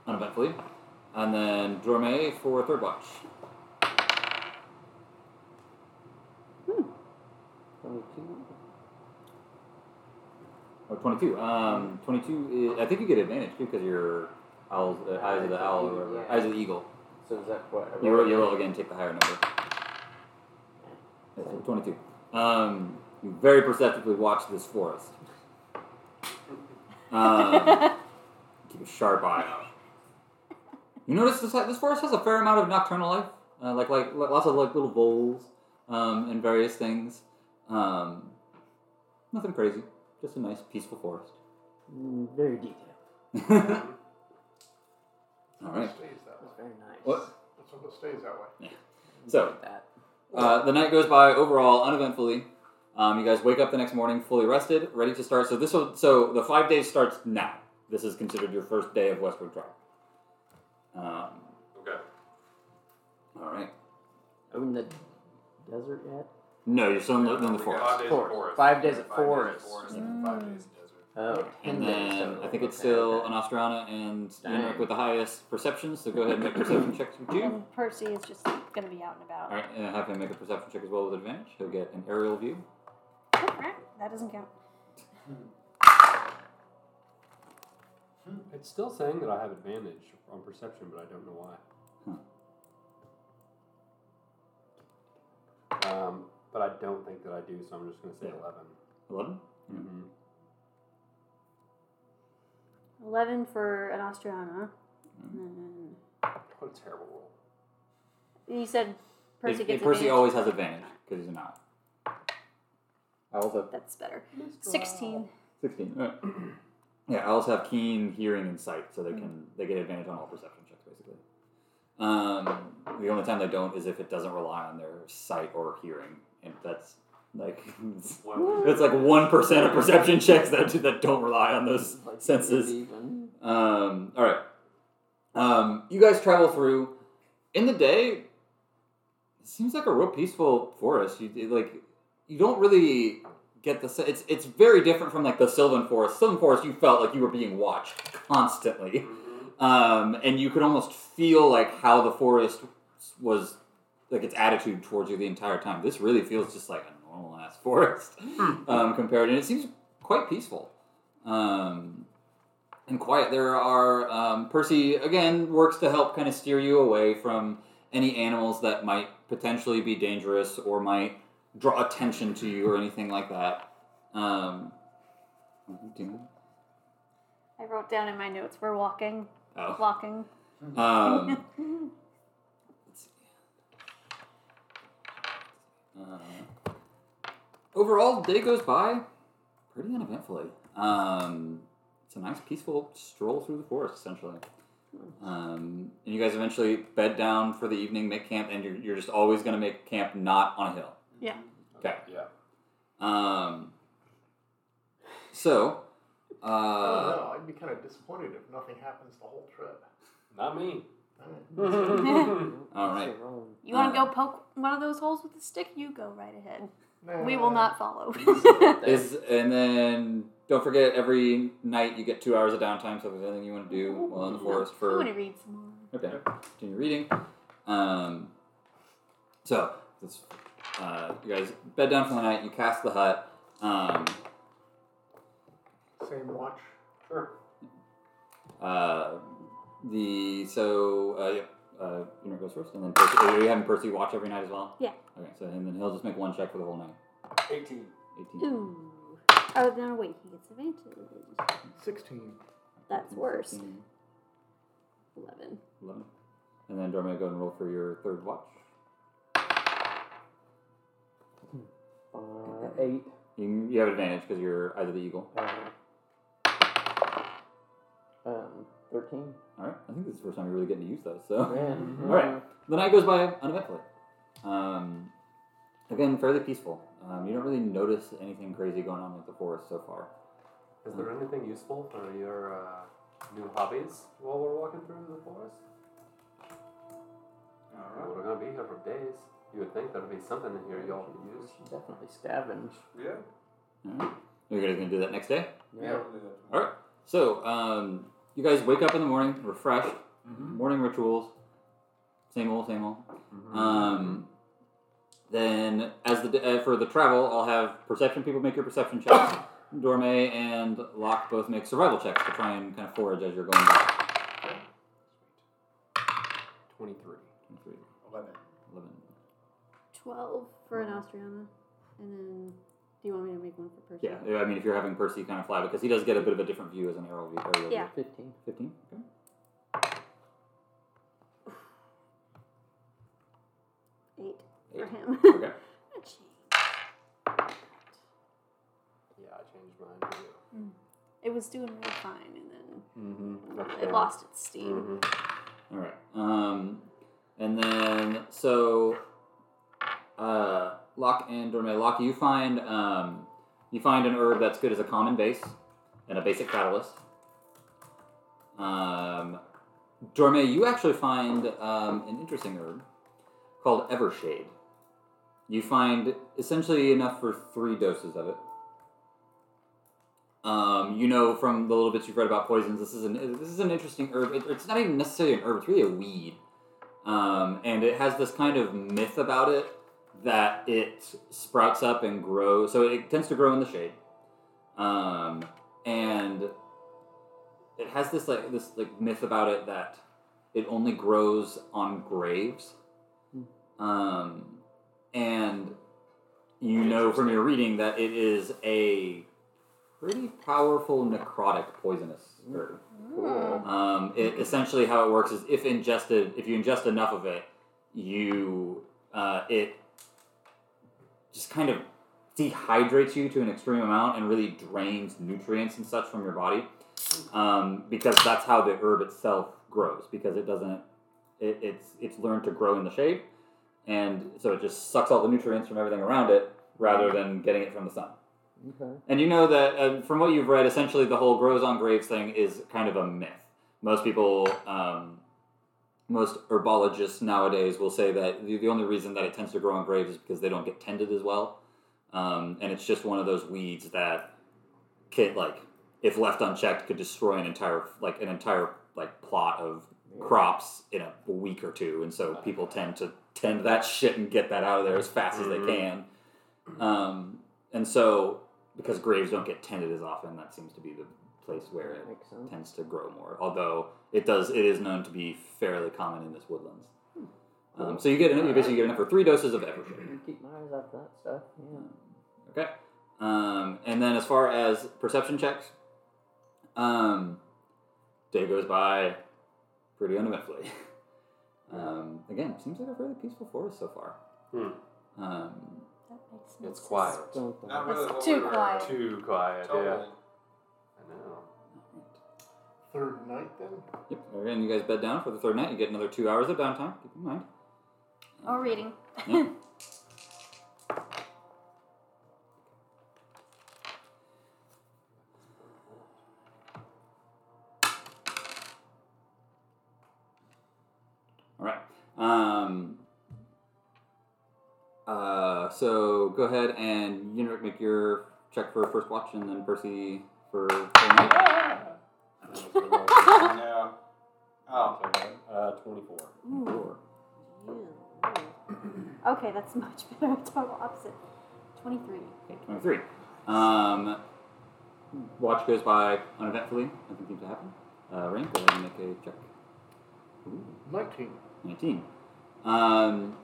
Speaker 1: uneventfully. And then Dorme for third watch. Or 22. Um, 22 is, I think you get advantage too because you're owls, uh, eyes of the owl or whatever. Eyes of the eagle.
Speaker 5: So is that what? I
Speaker 1: You roll,
Speaker 5: rolled?
Speaker 1: you roll again, take the higher number. That's a 22. Um, you very perceptively watch this forest. Um, keep a sharp eye out. You notice this, this forest has a fair amount of nocturnal life, uh, like, like like lots of like little voles um, and various things. Um, nothing crazy, just a nice peaceful forest.
Speaker 5: Mm, Very detailed.
Speaker 1: All right.
Speaker 2: It stays that way.
Speaker 5: That's very nice.
Speaker 1: What?
Speaker 2: That's what it stays that way.
Speaker 1: So
Speaker 5: That.
Speaker 1: Uh, the night goes by overall uneventfully. Um, you guys wake up the next morning fully rested, ready to start. So this will, so the five days starts now. This is considered your first day of Westwood Drive. Um,
Speaker 4: Okay.
Speaker 1: all right.
Speaker 5: Are we in the desert yet?
Speaker 1: No, you're still in the, in the
Speaker 4: We got
Speaker 1: forest.
Speaker 4: Five days of
Speaker 5: Forest. Five days of forest.
Speaker 4: forest. Five days forest and five days of desert.
Speaker 5: Oh,
Speaker 1: And
Speaker 5: 10 days
Speaker 1: then
Speaker 5: total.
Speaker 1: I think it's
Speaker 5: Okay,
Speaker 1: still
Speaker 5: okay.
Speaker 1: an Ostrana and
Speaker 5: Dang.
Speaker 1: Yenrik with the highest perception. So go ahead and make perception checks for two.
Speaker 6: And Percy is just going to be out and about.
Speaker 1: All right, and have him make a perception check as well with advantage. He'll get an aerial view.
Speaker 6: Okay, That doesn't count.
Speaker 3: It's still saying that I have advantage on perception, but I don't know why. Um, but I don't think that I do, so I'm just going to say 11.
Speaker 1: Eleven.
Speaker 3: Mm-hmm.
Speaker 6: 11 for an Austriana.
Speaker 1: Mm-hmm.
Speaker 6: And
Speaker 3: What a terrible roll.
Speaker 6: then you said Percy
Speaker 1: If-
Speaker 6: gets
Speaker 1: if Percy
Speaker 6: advantage.
Speaker 1: always has advantage because he's an owl. Owls have
Speaker 6: That's better. 16.
Speaker 1: 16. All right. yeah, owls have keen hearing and sight, so
Speaker 6: Mm.
Speaker 1: they can they get advantage on all perception checks basically. Um, the only time they don't is if it doesn't rely on their sight or hearing, and that's like it's, like one percent of perception checks that that don't rely on those
Speaker 5: Like,
Speaker 1: senses.
Speaker 5: Even.
Speaker 1: Um, all right. Um, you guys travel through. In the day, it seems like a real peaceful forest. You it, like you don't really get the se- it's it's very different from like the Sylvan Forest. Sylvan Forest, you felt like you were being watched constantly, um, and you could almost feel like how the forest was like its attitude towards you the entire time. This really feels just like a normal ass forest um, compared, and it seems quite peaceful. Um, and quiet. There are um, Percy again works to help kind of steer you away from any animals that might potentially be dangerous or might draw attention to you or anything like that. Um, what are you doing?
Speaker 6: I wrote down in my notes, we're walking.
Speaker 1: Oh.
Speaker 6: Walking.
Speaker 1: Um, let's see. Uh, overall, day goes by pretty uneventfully. Um, it's a nice, peaceful stroll through the forest, essentially. Um, and you guys eventually bed down for the evening, make camp, and you're, you're just always going to make camp not on a hill.
Speaker 6: Yeah.
Speaker 1: Okay.
Speaker 4: Yeah.
Speaker 1: Um, so,
Speaker 2: I don't
Speaker 1: uh,
Speaker 2: know. I'd be kind of disappointed if nothing happens the whole trip.
Speaker 3: Not me.
Speaker 2: I mean,
Speaker 1: all right.
Speaker 6: You want to
Speaker 1: Uh,
Speaker 6: go poke one of those holes with a stick? You go right ahead.
Speaker 2: nah.
Speaker 6: We will not follow.
Speaker 1: Is and then don't forget every night you get two hours of downtime. So if there's anything you want to do while in the forest
Speaker 6: I
Speaker 1: for
Speaker 6: want to read some more.
Speaker 1: okay, continue reading. Um, so this, uh, you guys bed down for the night. You cast the hut. Um,
Speaker 2: Same watch.
Speaker 1: uh, the so uh, yeah, uh, Junior goes first, and then Percy. Are you having Percy watch every night as well?
Speaker 13: Yeah.
Speaker 1: Okay, so and then he'll just make one check for the whole night.
Speaker 9: 18.
Speaker 1: Eighteen.
Speaker 13: Ooh. Oh, no, wait. He gets advantage.
Speaker 2: 16.
Speaker 13: That's worse.
Speaker 1: 16,
Speaker 13: 11.
Speaker 1: Eleven. And then Dorme, go and roll for your third watch.
Speaker 5: Uh, eight.
Speaker 1: You, you have advantage because you're either the eagle.
Speaker 5: uh, um, thirteen.
Speaker 1: All right. I think this is the first time you're really getting to use those. So.
Speaker 5: Mhm.
Speaker 1: Mm-hmm. All right. The night goes by uneventfully. Um, again, fairly peaceful. Um, you don't really notice anything crazy going on with the forest so far.
Speaker 3: Is there anything useful for your uh, new hobbies while we're walking through the forest?
Speaker 4: Alright.
Speaker 3: We're gonna be here for days. You would think there'd be something in here y'all could use.
Speaker 5: Definitely scavenge.
Speaker 4: Yeah.
Speaker 1: All right. You guys gonna do that next day?
Speaker 4: Yeah, we'll do that tomorrow.
Speaker 1: All right. So um, you guys wake up in the morning, refreshed. Morning rituals. Same old, same old. Um, then, as the d- uh, for the travel, I'll have perception people make your perception checks. Dorme and Locke both make survival checks to try and kind of forage as you're going. By.
Speaker 3: 23.
Speaker 1: 23,
Speaker 9: 11.
Speaker 1: 11.
Speaker 13: 12 for an Austriana. And then, do you want me to make one for person?
Speaker 1: Yeah, yeah, I mean, if you're having Percy kind of fly, because he does get a bit of a different view as an arrow view. aerial view.
Speaker 13: Yeah.
Speaker 5: Fifteen.
Speaker 1: 15? Okay.
Speaker 13: Eight for
Speaker 1: Eight.
Speaker 13: him.
Speaker 1: Okay.
Speaker 3: Yeah, I changed mine too.
Speaker 6: It was doing real fine, and then
Speaker 3: Mm-hmm.
Speaker 6: it lost its steam.
Speaker 1: All right. Um, and then so, uh, Locke and Dorme, Locke, you find um, you find an herb that's good as a common base and a basic catalyst. Um, Dorme, you actually find um, an interesting herb called Evershade. You find essentially enough for three doses of it. Um, you know from the little bits you've read about poisons, this is an this is an interesting herb. It- it's not even necessarily an herb; it's really a weed, um, and it has this kind of myth about it that it sprouts up and grows. So it tends to grow in the shade, um, and it has this like this like myth about it that it only grows on graves, um, and you know from your reading that it is a pretty powerful necrotic poisonous herb.
Speaker 6: Mm.
Speaker 1: Um, it, essentially, how it works is if ingested, if you ingest enough of it, you uh, it just kind of dehydrates you to an extreme amount and really drains nutrients and such from your body, um, because that's how the herb itself grows. Because it doesn't, it, it's it's learned to grow in the shade, and so it just sucks all the nutrients from everything around it rather than getting it from the sun.
Speaker 5: Okay.
Speaker 1: And you know that uh, from what you've read, essentially the whole grows on graves thing is kind of a myth. Most people, um, most herbologists nowadays will say that the, the only reason that it tends to grow on graves is because they don't get tended as well. Um, and it's just one of those weeds that could, like, if left unchecked, could destroy an entire, like, an entire, like, plot of crops in a week or two. And so people tend to tend that shit and get that out of there as fast as they can. Um, and so because graves don't get tended as often, that seems to be the place where it
Speaker 5: Makes sense.
Speaker 1: tends to grow more. Although it does, it is known to be fairly common in this woodlands. Um, so you get enough, you basically get enough for three doses of everything.
Speaker 5: Keep my eyes out for that stuff. Yeah.
Speaker 1: Okay, um, and then as far as perception checks, um, day goes by pretty uneventfully. Um, again, seems like a fairly peaceful forest so far. Um,
Speaker 6: That makes
Speaker 3: It's quiet.
Speaker 5: Don't
Speaker 4: Not really
Speaker 6: That's
Speaker 4: what
Speaker 6: too
Speaker 4: we were
Speaker 6: quiet.
Speaker 3: Too quiet,
Speaker 4: told.
Speaker 3: yeah. I know.
Speaker 2: Third night then?
Speaker 1: yep. Again, you guys bed down for the third night. You get another two hours of downtime. Keep in mind.
Speaker 13: Oh,
Speaker 6: Or reading.
Speaker 1: Yeah. All right. Um, uh, so go ahead and you know, make your check for first watch, and then Percy for. for night.
Speaker 4: No. Oh.
Speaker 3: Uh, 24.
Speaker 1: Four.
Speaker 6: Okay, that's much better. Total opposite. 23.
Speaker 1: 23. Um, watch goes by uneventfully. Nothing seems to happen. Uh, Rain, go ahead and make a check.
Speaker 2: 19.
Speaker 1: 19. Um,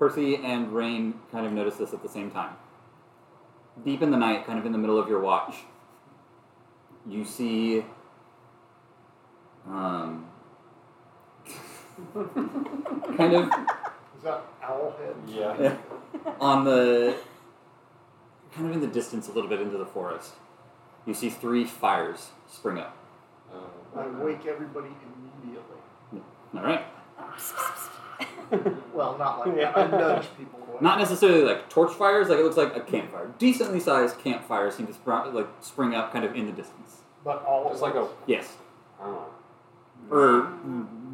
Speaker 1: Percy and Rain kind of notice this at the same time. Deep in the night, kind of in the middle of your watch, you see. Um, kind of
Speaker 2: Is that owl head?
Speaker 3: Yeah.
Speaker 1: on the kind of in the distance a little bit into the forest you see three fires spring up
Speaker 2: I wake everybody immediately.
Speaker 1: all right
Speaker 2: Well, not like that. I nudge people away.
Speaker 1: not necessarily like torch fires like it looks like a campfire decently sized campfires seem to spr- like spring up kind of in the distance
Speaker 2: but all
Speaker 3: It's
Speaker 2: at
Speaker 3: like a,
Speaker 2: once.
Speaker 1: yes
Speaker 3: I don't know,
Speaker 1: or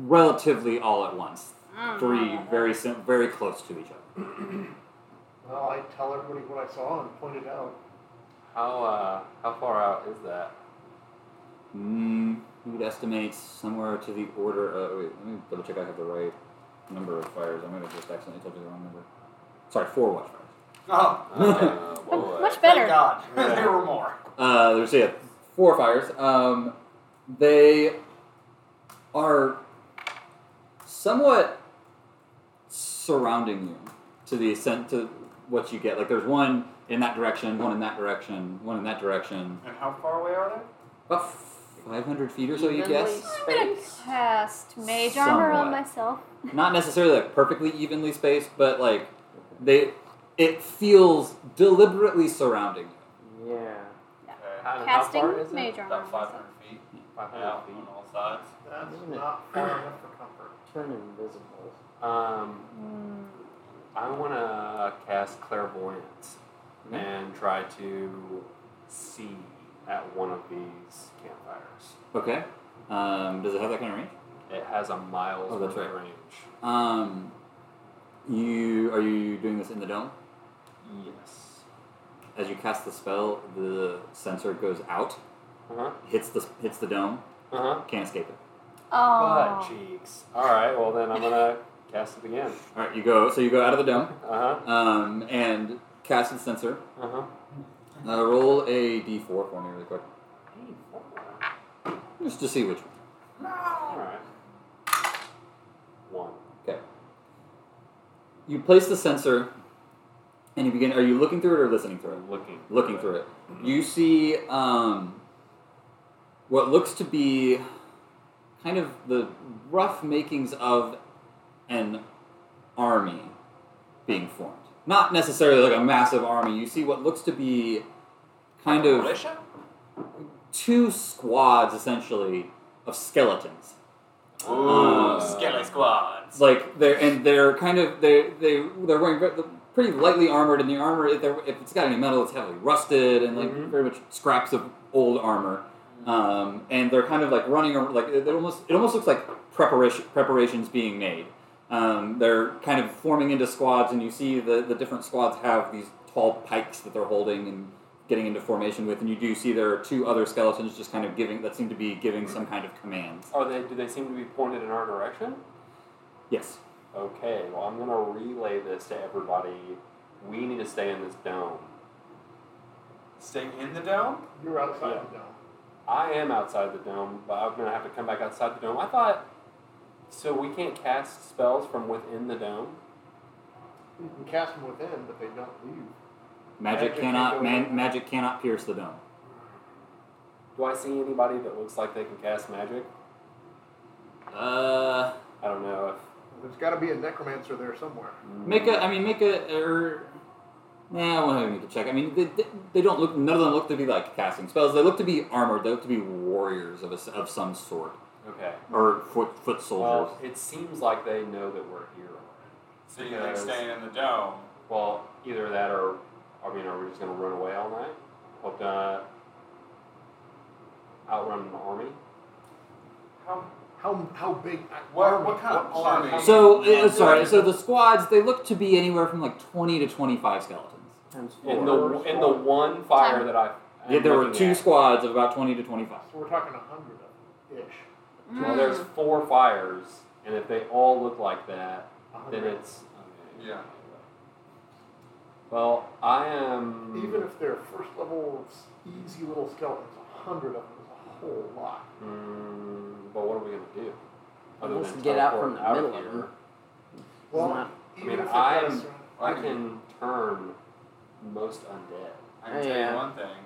Speaker 1: relatively all at once three very sim- very close to each other
Speaker 2: Well, I tell everybody what I saw and point it out.
Speaker 3: how, uh, how far out is that?
Speaker 1: mm, you would estimate somewhere to the order of wait let me double check i have the right number of fires i might have just accidentally told you the wrong number sorry four watch fires
Speaker 9: Oh,
Speaker 3: Uh, boy.
Speaker 6: Much
Speaker 9: thank
Speaker 6: better.
Speaker 9: God. there were more.
Speaker 1: Uh, there's yeah, four fires. Um, they are somewhat surrounding you to the extent to what you get. Like there's one in that direction, one in that direction, one in that direction.
Speaker 9: And how far away are
Speaker 1: About 500 feet or so, you guess.
Speaker 6: I'm gonna cast mage armor on
Speaker 1: Somewhat.
Speaker 6: myself.
Speaker 1: Not necessarily like perfectly evenly spaced, but like they, it feels deliberately surrounding you.
Speaker 5: Yeah.
Speaker 4: Okay.
Speaker 6: Casting
Speaker 3: far is it?
Speaker 6: mage armor.
Speaker 4: About
Speaker 6: on myself.
Speaker 4: 500 feet. 500 feet on all sides.
Speaker 2: That's
Speaker 5: Isn't it?
Speaker 2: not far enough for comfort.
Speaker 5: Turn invisible.
Speaker 3: Um, I want to cast clairvoyance
Speaker 1: Mhm.
Speaker 3: and try to see at one of these campfires.
Speaker 1: Okay. Um, does it have that kind of range?
Speaker 3: It has a miles
Speaker 1: Oh, that's
Speaker 3: away
Speaker 1: right.
Speaker 3: range.
Speaker 1: Um, you are you doing this in the dome?
Speaker 3: Yes.
Speaker 1: As you cast the spell, the sensor goes out,
Speaker 3: Uh huh.
Speaker 1: hits the hits the dome,
Speaker 3: Uh huh.
Speaker 1: can't escape it.
Speaker 3: Butt
Speaker 6: Oh.
Speaker 3: cheeks. All right. Well, then I'm gonna cast it again.
Speaker 1: All right, you go. So you go out of the dome
Speaker 3: Uh
Speaker 1: um, and cast the sensor.
Speaker 3: huh. Uh huh.
Speaker 1: Uh, roll a d4 for me really quick, just to see which one.
Speaker 3: All right. One.
Speaker 1: You place the sensor, and you begin. Are you looking through it or listening through it?
Speaker 3: I'm looking.
Speaker 1: looking through it, you see um, what looks to be kind of the rough makings of an army being formed. Not necessarily like a massive army. You see what looks to be kind of
Speaker 9: Militia?
Speaker 1: two squads, essentially, of skeletons.
Speaker 9: Ooh,
Speaker 1: Uh,
Speaker 9: skelly squads.
Speaker 1: It's like they're and they're kind of they they they're wearing ve- pretty lightly armored, and the armor if, they're- if it's got any metal, it's heavily rusted and like
Speaker 3: Mhm.
Speaker 1: very much scraps of old armor. Um, and they're kind of like running ar- like it it almost it almost looks like preparation preparations being made. Um, they're kind of forming into squads, and you see the the different squads have these tall pikes that they're holding and getting into formation with, and you do see there are two other skeletons just kind of giving that seem to be giving some kind of commands.
Speaker 3: Are they? Do they seem to be pointed in our direction?
Speaker 1: Yes.
Speaker 3: Okay, well, I'm gonna relay this to everybody. We need to stay in this dome.
Speaker 4: Staying in the dome?
Speaker 2: You're outside
Speaker 3: Yeah.
Speaker 2: the dome.
Speaker 3: I am outside the dome, but I'm gonna have to come back outside the dome. I thought. So we can't cast spells from within the dome?
Speaker 2: You can cast them within, but they don't leave.
Speaker 1: Magic,
Speaker 2: Magic
Speaker 1: cannot
Speaker 2: can go
Speaker 1: man,
Speaker 2: in.
Speaker 1: magic cannot pierce the dome.
Speaker 3: Do I see anybody that looks like they can cast magic?
Speaker 1: Uh,
Speaker 3: I don't know mm,
Speaker 2: There's got to be a necromancer there somewhere.
Speaker 3: if.
Speaker 1: make a. I mean, make a. Er, nah, I won't have you make a check. I mean, they, they, they don't look. None of them look to be like casting spells. They look to be armored. They look to be warriors of a s of some sort
Speaker 3: Okay.
Speaker 1: or foot foot soldiers.
Speaker 3: Well, it seems like they know that we're here. already.
Speaker 4: So you think
Speaker 3: Because-
Speaker 4: staying in the dome?
Speaker 3: Well, either that or. I mean, are we just gonna run away all night? Hope to not outrun an army?
Speaker 4: How,
Speaker 2: How how big?
Speaker 4: what, what kind of
Speaker 2: What army?
Speaker 4: army?
Speaker 1: so uh,
Speaker 4: Like,
Speaker 1: sorry. So the squads they look to be anywhere from like twenty to twenty five skeletons.
Speaker 5: Times
Speaker 3: In
Speaker 5: four.
Speaker 3: the in the one fire that I I'm
Speaker 1: Yeah, there were
Speaker 3: looking
Speaker 1: two
Speaker 3: at.
Speaker 1: squads of about twenty to twenty five.
Speaker 2: So we're talking a hundred of ish.
Speaker 6: Mm.
Speaker 3: Well, there's
Speaker 2: Mm.
Speaker 3: four fires, and if they all look like that,
Speaker 2: A
Speaker 3: then
Speaker 2: hundred.
Speaker 3: it's
Speaker 4: Yeah.
Speaker 3: Well, I am
Speaker 2: Even if they're first level, s- easy little skeletons, a hundred of them is a whole lot.
Speaker 3: hmm, Mm, but what are we gonna do? Other
Speaker 5: Let's
Speaker 3: than
Speaker 5: get out from
Speaker 3: teleport
Speaker 5: the
Speaker 3: out
Speaker 5: middle of
Speaker 3: here.
Speaker 5: them.
Speaker 2: Well,
Speaker 5: not-
Speaker 2: even
Speaker 3: I mean,
Speaker 2: if it
Speaker 3: I'm-
Speaker 2: does,
Speaker 3: I can turn most undead.
Speaker 4: I can tell
Speaker 5: Yeah.
Speaker 4: you one thing.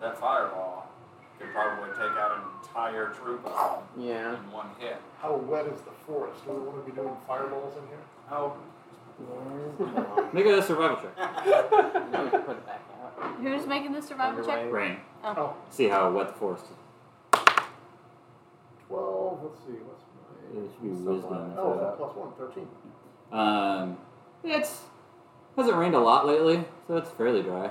Speaker 4: That fireball could probably take out an entire troop of them
Speaker 5: Yeah.
Speaker 4: in one hit.
Speaker 2: how wet is the forest? Do we want to be doing fireballs in here?
Speaker 4: Oh,
Speaker 1: Make it a survival check.
Speaker 5: I'm gonna put it back out.
Speaker 6: Who's making the survival check?
Speaker 5: Underway.
Speaker 1: Rain.
Speaker 2: Oh.
Speaker 1: See how wet the forest is.
Speaker 2: Twelve. Let's see. What's
Speaker 1: It should be
Speaker 3: Something
Speaker 1: wisdom.
Speaker 3: like
Speaker 2: my?
Speaker 3: that.
Speaker 2: Oh, it's not plus one. Thirteen.
Speaker 1: Um, it's hasn't rained a lot lately, so it's fairly dry.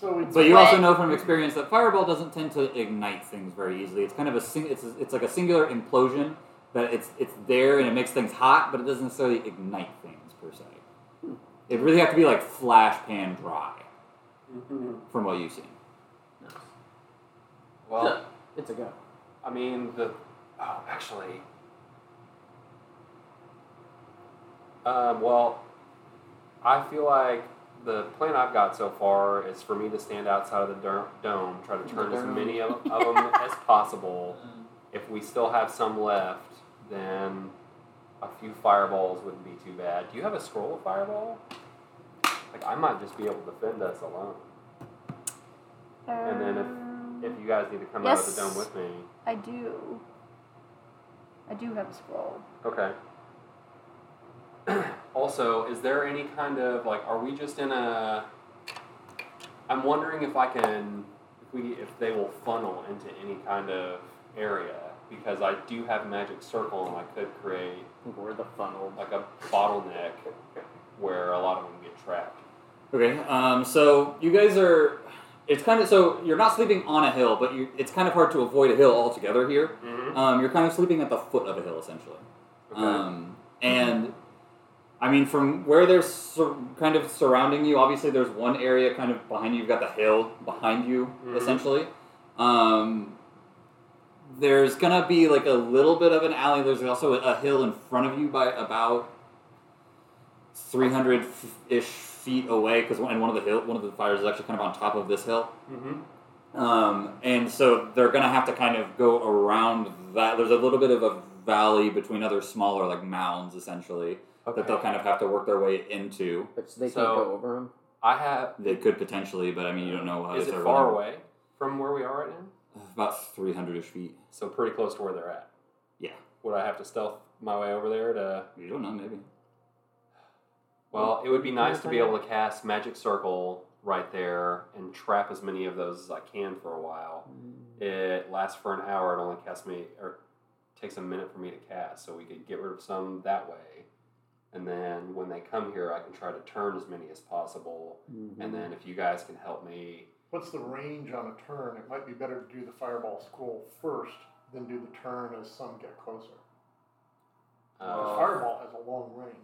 Speaker 2: So we.
Speaker 1: But you also
Speaker 6: wet.
Speaker 1: know from experience that fireball doesn't tend to ignite things very easily. It's kind of a sing- it's it's like a singular implosion that it's it's there and it makes things hot, but it doesn't necessarily ignite things per se. It really have to be like flash pan dry from what you've seen.
Speaker 5: Nice.
Speaker 3: Well,
Speaker 5: It's a go.
Speaker 3: I mean, the. Oh, actually. Um, well, I feel like the plan I've got so far is for me to stand outside of the dur- dome, try to turn as
Speaker 5: dome.
Speaker 3: many of, of them as possible. If we still have some left, then a few fireballs wouldn't be too bad. Do you have a scroll of fireball? Like, I might just be able to defend us alone. And then If you guys need to come out of the
Speaker 6: Yes.
Speaker 3: dome with me.
Speaker 6: Um, I do. I do have a scroll.
Speaker 3: Okay. also, is there any kind of like, are we just in a? I'm wondering if I can, if we, if they will funnel into any kind of area because I do have magic circle and I could create
Speaker 5: I think we're the funnel.
Speaker 3: like a bottleneck where a lot of them get trapped.
Speaker 1: Okay, um, so you guys are. It's kind of so you're not sleeping on a hill, but you, it's kind of hard to avoid a hill altogether here.
Speaker 3: Mm-hmm.
Speaker 1: Um, you're kind of sleeping at the foot of a hill, essentially.
Speaker 3: Okay.
Speaker 1: Um, and I mean, from where they're sur- kind of surrounding you, obviously there's one area kind of behind you. You've got the hill behind you,
Speaker 3: Mhm.
Speaker 1: essentially. Um, there's gonna be like a little bit of an alley. There's also a, a hill in front of you by about 300 ish feet away because one, and one of the hill, one of the fires is actually kind of on top of this hill.
Speaker 3: mm-hmm.
Speaker 1: Um, and so they're gonna have to kind of go around that. There's a little bit of a valley between other smaller like mounds, essentially, that they'll kind of have to work their way into.
Speaker 5: But so they
Speaker 3: So-
Speaker 5: can't go over them.
Speaker 3: I have.
Speaker 1: They could potentially, but I mean, you don't know how
Speaker 3: Is
Speaker 1: it's
Speaker 3: it
Speaker 1: over
Speaker 3: far
Speaker 1: Oh, there.
Speaker 3: away from where we are right now?
Speaker 1: About three hundred ish feet.
Speaker 3: So pretty close to where they're at.
Speaker 1: Yeah.
Speaker 3: Would I have to stealth my way over there to?
Speaker 1: You don't know, maybe.
Speaker 3: Well, it would be nice to be
Speaker 5: find
Speaker 3: able to cast Magic Circle right there and trap as many of those as I can for a while.
Speaker 5: Mm,
Speaker 3: It lasts for an hour. It only casts me, or takes a minute for me to cast, so we could get rid of some that way. And then when they come here, I can try to turn as many as possible. And then if you guys can help me,
Speaker 2: What's the range on a turn? It might be better to do the fireball scroll first than do the turn as some get closer. the
Speaker 3: uh,
Speaker 2: fireball has a long range.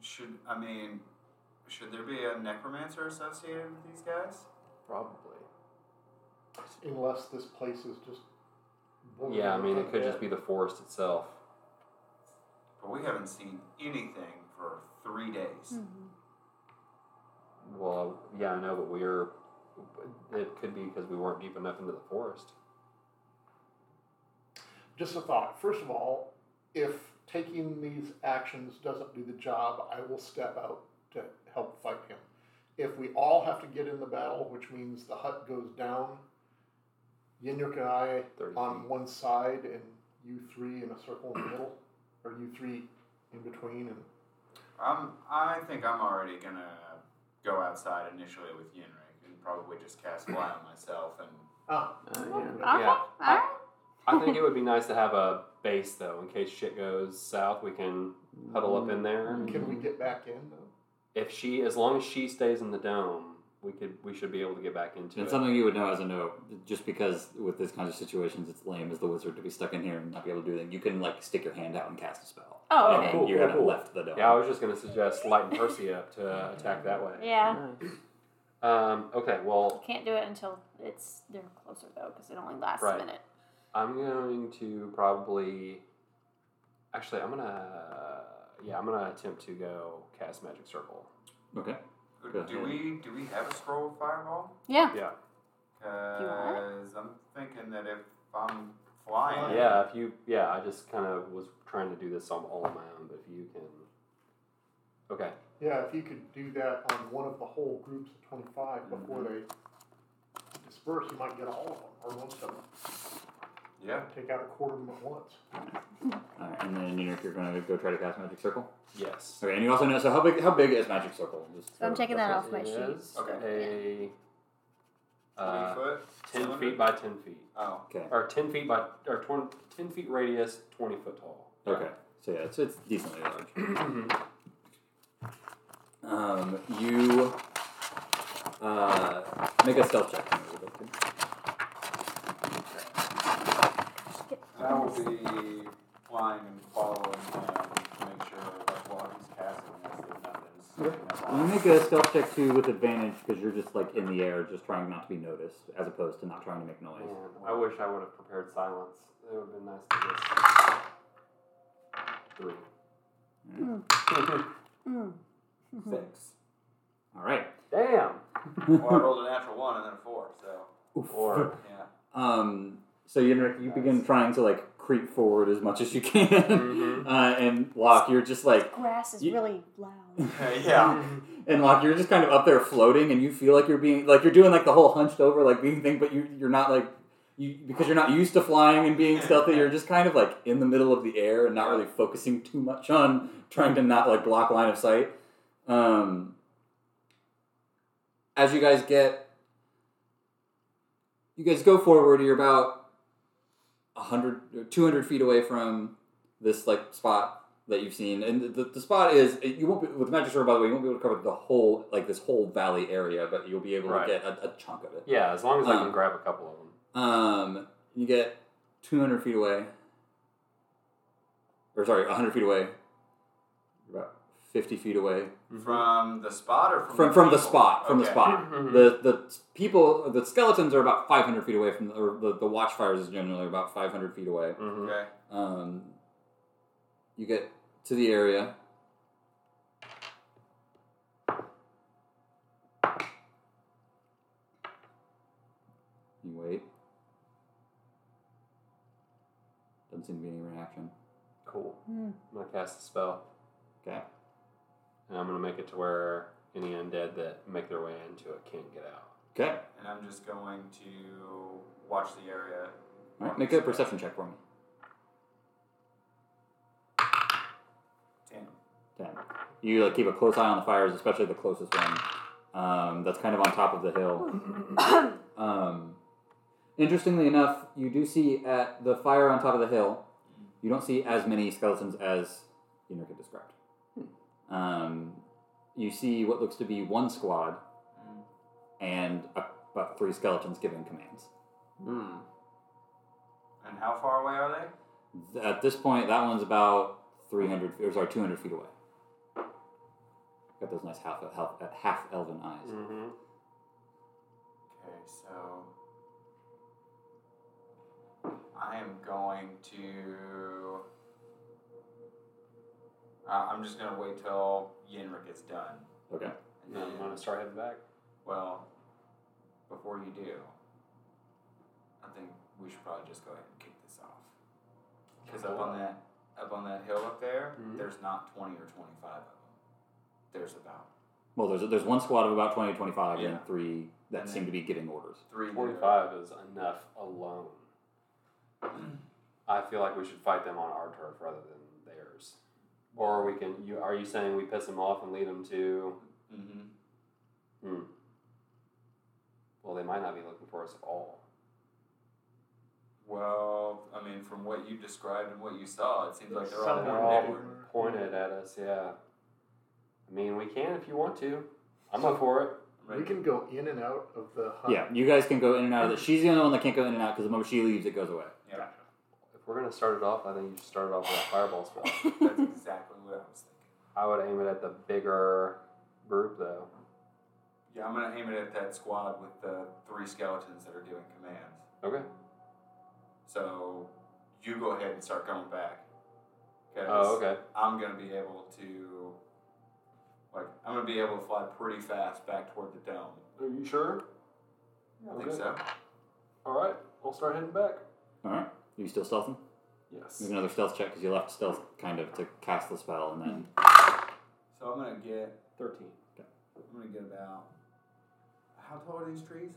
Speaker 4: should I mean, should there be a necromancer associated with these guys?
Speaker 3: probably.
Speaker 2: Unless this place is just. bullying
Speaker 3: Yeah, I mean, it
Speaker 2: like
Speaker 3: could
Speaker 2: that.
Speaker 3: just be the forest itself.
Speaker 4: But we haven't seen anything for three days.
Speaker 3: Hmm. Well, yeah, I know, but we're. It could be because we weren't deep enough into the forest.
Speaker 2: Just a thought. First of all, if taking these actions doesn't do the job, I will step out to help fight him. If we all have to get in the battle, which means the hut goes down, Yinuk and I
Speaker 3: 30
Speaker 2: on
Speaker 3: feet.
Speaker 2: one side and you three in a circle in the middle, or you three in between, and
Speaker 4: I'm, I think I'm already gonna go outside initially with Yenrik and probably just cast fly on myself and
Speaker 2: ah,
Speaker 5: Uh, yeah.
Speaker 6: Oh, Okay.
Speaker 3: Yeah.
Speaker 6: All right.
Speaker 3: I think it would be nice to have a base though, in case shit goes south. We can huddle up in there.
Speaker 5: Mm.
Speaker 2: can we get back in though?
Speaker 3: If she, as long as she stays in the dome, we could, we should be able to get back into
Speaker 1: It's
Speaker 3: it.
Speaker 1: something you would know as a no, just because with this kind of situations, it's lame as the wizard to be stuck in here and not be able to do anything. You can like stick your hand out and cast a spell.
Speaker 6: Oh,
Speaker 1: And
Speaker 6: okay.
Speaker 3: cool,
Speaker 1: you
Speaker 3: cool,
Speaker 1: haven't
Speaker 3: cool.
Speaker 1: left the dome.
Speaker 3: Yeah, I was just gonna suggest lighten Percy up to uh, attack that way.
Speaker 6: Yeah.
Speaker 5: Nice.
Speaker 3: Um, okay, well,
Speaker 6: Can't do it until it's they're closer though, because it only lasts
Speaker 3: Right.
Speaker 6: a minute.
Speaker 3: I'm going to probably. Actually, I'm gonna. Yeah, I'm gonna attempt to go cast magic circle.
Speaker 1: Okay. Go
Speaker 4: do
Speaker 1: ahead.
Speaker 4: we do we have a scroll of fireball?
Speaker 6: Yeah.
Speaker 3: Yeah.
Speaker 4: Because I'm thinking that if I'm flying.
Speaker 3: Yeah, if you, yeah, I just kind of was trying to do this on all on my own, but if you can. Okay.
Speaker 2: Yeah, if you could do that on one of the whole groups of 25 before they disperse, you might get all of them or most of them.
Speaker 4: Yeah.
Speaker 2: Take out a quarter of them at once.
Speaker 1: Alright, and then you're, you're going to go try to cast Magic Circle.
Speaker 3: Yes.
Speaker 1: Okay, and you also know, so how big, how big is Magic Circle? Just
Speaker 6: So I'm
Speaker 1: for
Speaker 6: checking that
Speaker 1: reference.
Speaker 6: off my
Speaker 3: It
Speaker 6: sheet.
Speaker 3: is
Speaker 4: Okay.
Speaker 3: A, uh,
Speaker 4: 20 foot?
Speaker 3: 10
Speaker 4: cylinder?
Speaker 3: feet by 10 feet.
Speaker 4: Oh.
Speaker 1: Okay.
Speaker 3: Or 10 feet by, or 20, 10 feet radius, 20 foot tall.
Speaker 1: Okay. So yeah, it's, it's decently large. Um, you uh, make a stealth check.
Speaker 4: That will be flying and following him to make sure that while he's casting this, there's nothing sticking up
Speaker 1: You
Speaker 4: on him.
Speaker 1: make a stealth check too with advantage because you're just like in the air, just trying not to be noticed, as opposed to not trying to make noise.
Speaker 3: Man, I wish I would have prepared silence. It would have been nice to just. Three.
Speaker 6: Hmm. Mm. Mm-hmm.
Speaker 1: Six. All right.
Speaker 3: Damn!
Speaker 4: Well, I rolled a natural one and then a four, so
Speaker 3: Or,
Speaker 4: yeah.
Speaker 1: Um, so you you begin trying to like creep forward as much as you can,
Speaker 3: Mhm.
Speaker 1: uh, and Locke, you're just like
Speaker 6: Grass is
Speaker 1: You-
Speaker 6: really loud.
Speaker 4: yeah.
Speaker 1: and like you're just kind of up there floating and you feel like you're being like you're doing like the whole hunched over like being thing but you you're not like you because you're not used to flying and being stealthy you're just kind of like in the middle of the air and not really focusing too much on trying to not like block line of sight um as you guys get you guys go forward you're about 100 or 200 feet away from this like spot that you've seen, and the, the spot is it- you won't be, with magic sword. By the way, you won't be able to cover the whole like this whole valley area, but you'll be able
Speaker 3: Right.
Speaker 1: to get a, a chunk of it.
Speaker 3: yeah, as long as I
Speaker 1: Um,
Speaker 3: can grab a couple of them.
Speaker 1: Um, you get two hundred feet away, or sorry, hundred feet away, about fifty feet away
Speaker 3: Mm-hmm.
Speaker 4: From the spot or from
Speaker 1: from from the
Speaker 4: people?
Speaker 1: spot from the
Speaker 4: Okay.
Speaker 1: spot.
Speaker 3: Hmm. Mm-hmm.
Speaker 1: The the people the skeletons are about five hundred feet away from or the the watchfires is generally about five hundred feet away.
Speaker 3: Mhm.
Speaker 4: Okay.
Speaker 1: Um, you get to the area. You wait. Doesn't seem to be any reaction.
Speaker 3: Cool.
Speaker 6: Hmm.
Speaker 3: I'm going to cast a spell.
Speaker 1: Okay.
Speaker 3: And I'm going to make it to where any undead that make their way into it can't get out.
Speaker 1: Okay.
Speaker 4: And I'm just going to watch the area.
Speaker 1: All right. Make a perception check for me.
Speaker 4: Ten.
Speaker 1: Ten. You like keep a close eye on the fires, especially the closest one. Um, that's kind of on top of the hill. Um, interestingly enough, you do see at the fire on top of the hill, you don't see as many skeletons as Enrica described. Um, you see what looks to be one squad and a, about three skeletons giving commands.
Speaker 5: Hmm.
Speaker 4: And how far away are they?
Speaker 1: Th- At this point, that one's about 300, or sorry, 200 feet away. Got those nice half, half, half elven eyes.
Speaker 3: Mm-hmm.
Speaker 4: Okay, so I am going to. Uh, I'm just gonna wait till Yenrik is done,
Speaker 1: Okay.
Speaker 4: and
Speaker 3: And
Speaker 4: then
Speaker 3: I'm going to start heading back.
Speaker 4: well, before you do, I think we should probably just go ahead and kick this off. Because up on that up on that hill up there,
Speaker 2: Mm-hmm.
Speaker 3: Mhm.
Speaker 4: there's not twenty or twenty-five of them. There's about
Speaker 1: Well, there's, there's one squad of about 20, 25,
Speaker 4: Yeah.
Speaker 1: and three that
Speaker 4: And
Speaker 1: seem to be giving orders.
Speaker 4: three. that are-
Speaker 3: 25 is enough alone. I feel like we should fight them on our turf rather than theirs. Or we can. You are you saying we piss them off and lead them to?
Speaker 4: Mhm.
Speaker 3: Hmm. Well, they might not be looking for us at all.
Speaker 4: Well, I mean, from what you described and what you saw, it seems like they're all
Speaker 2: Someone
Speaker 3: They're
Speaker 4: going
Speaker 3: all
Speaker 4: nowhere.
Speaker 2: did.
Speaker 3: pointed at us. Yeah. I mean, we can if you want to. I'm up for it.
Speaker 4: Right?
Speaker 2: We can go in and out of the hut.
Speaker 1: Yeah, you guys can go in and out of it. She's the only one that can't go in and out because the moment she leaves, it goes away.
Speaker 4: Yeah,
Speaker 3: If we're gonna start it off, I think you should start it off with a fireball spell.
Speaker 4: that's exactly what I was thinking.
Speaker 3: I would aim it at the bigger group though.
Speaker 4: Yeah, I'm gonna aim it at that squad with the three skeletons that are doing commands.
Speaker 3: Okay.
Speaker 4: So you go ahead and start going back. 'Cause
Speaker 3: Oh, okay.
Speaker 4: I'm gonna be able to, like, I'm gonna be able to fly pretty fast back toward the dome.
Speaker 3: Are you sure?
Speaker 4: I think
Speaker 3: Okay.
Speaker 4: so.
Speaker 3: All right, we'll start heading back.
Speaker 1: All right. you still stealthing?
Speaker 4: Yes.
Speaker 1: Make another stealth check because you left stealth kind of to cast the spell, and then
Speaker 4: So I'm gonna get.
Speaker 3: 13.
Speaker 4: I'm gonna get about. How tall are these trees?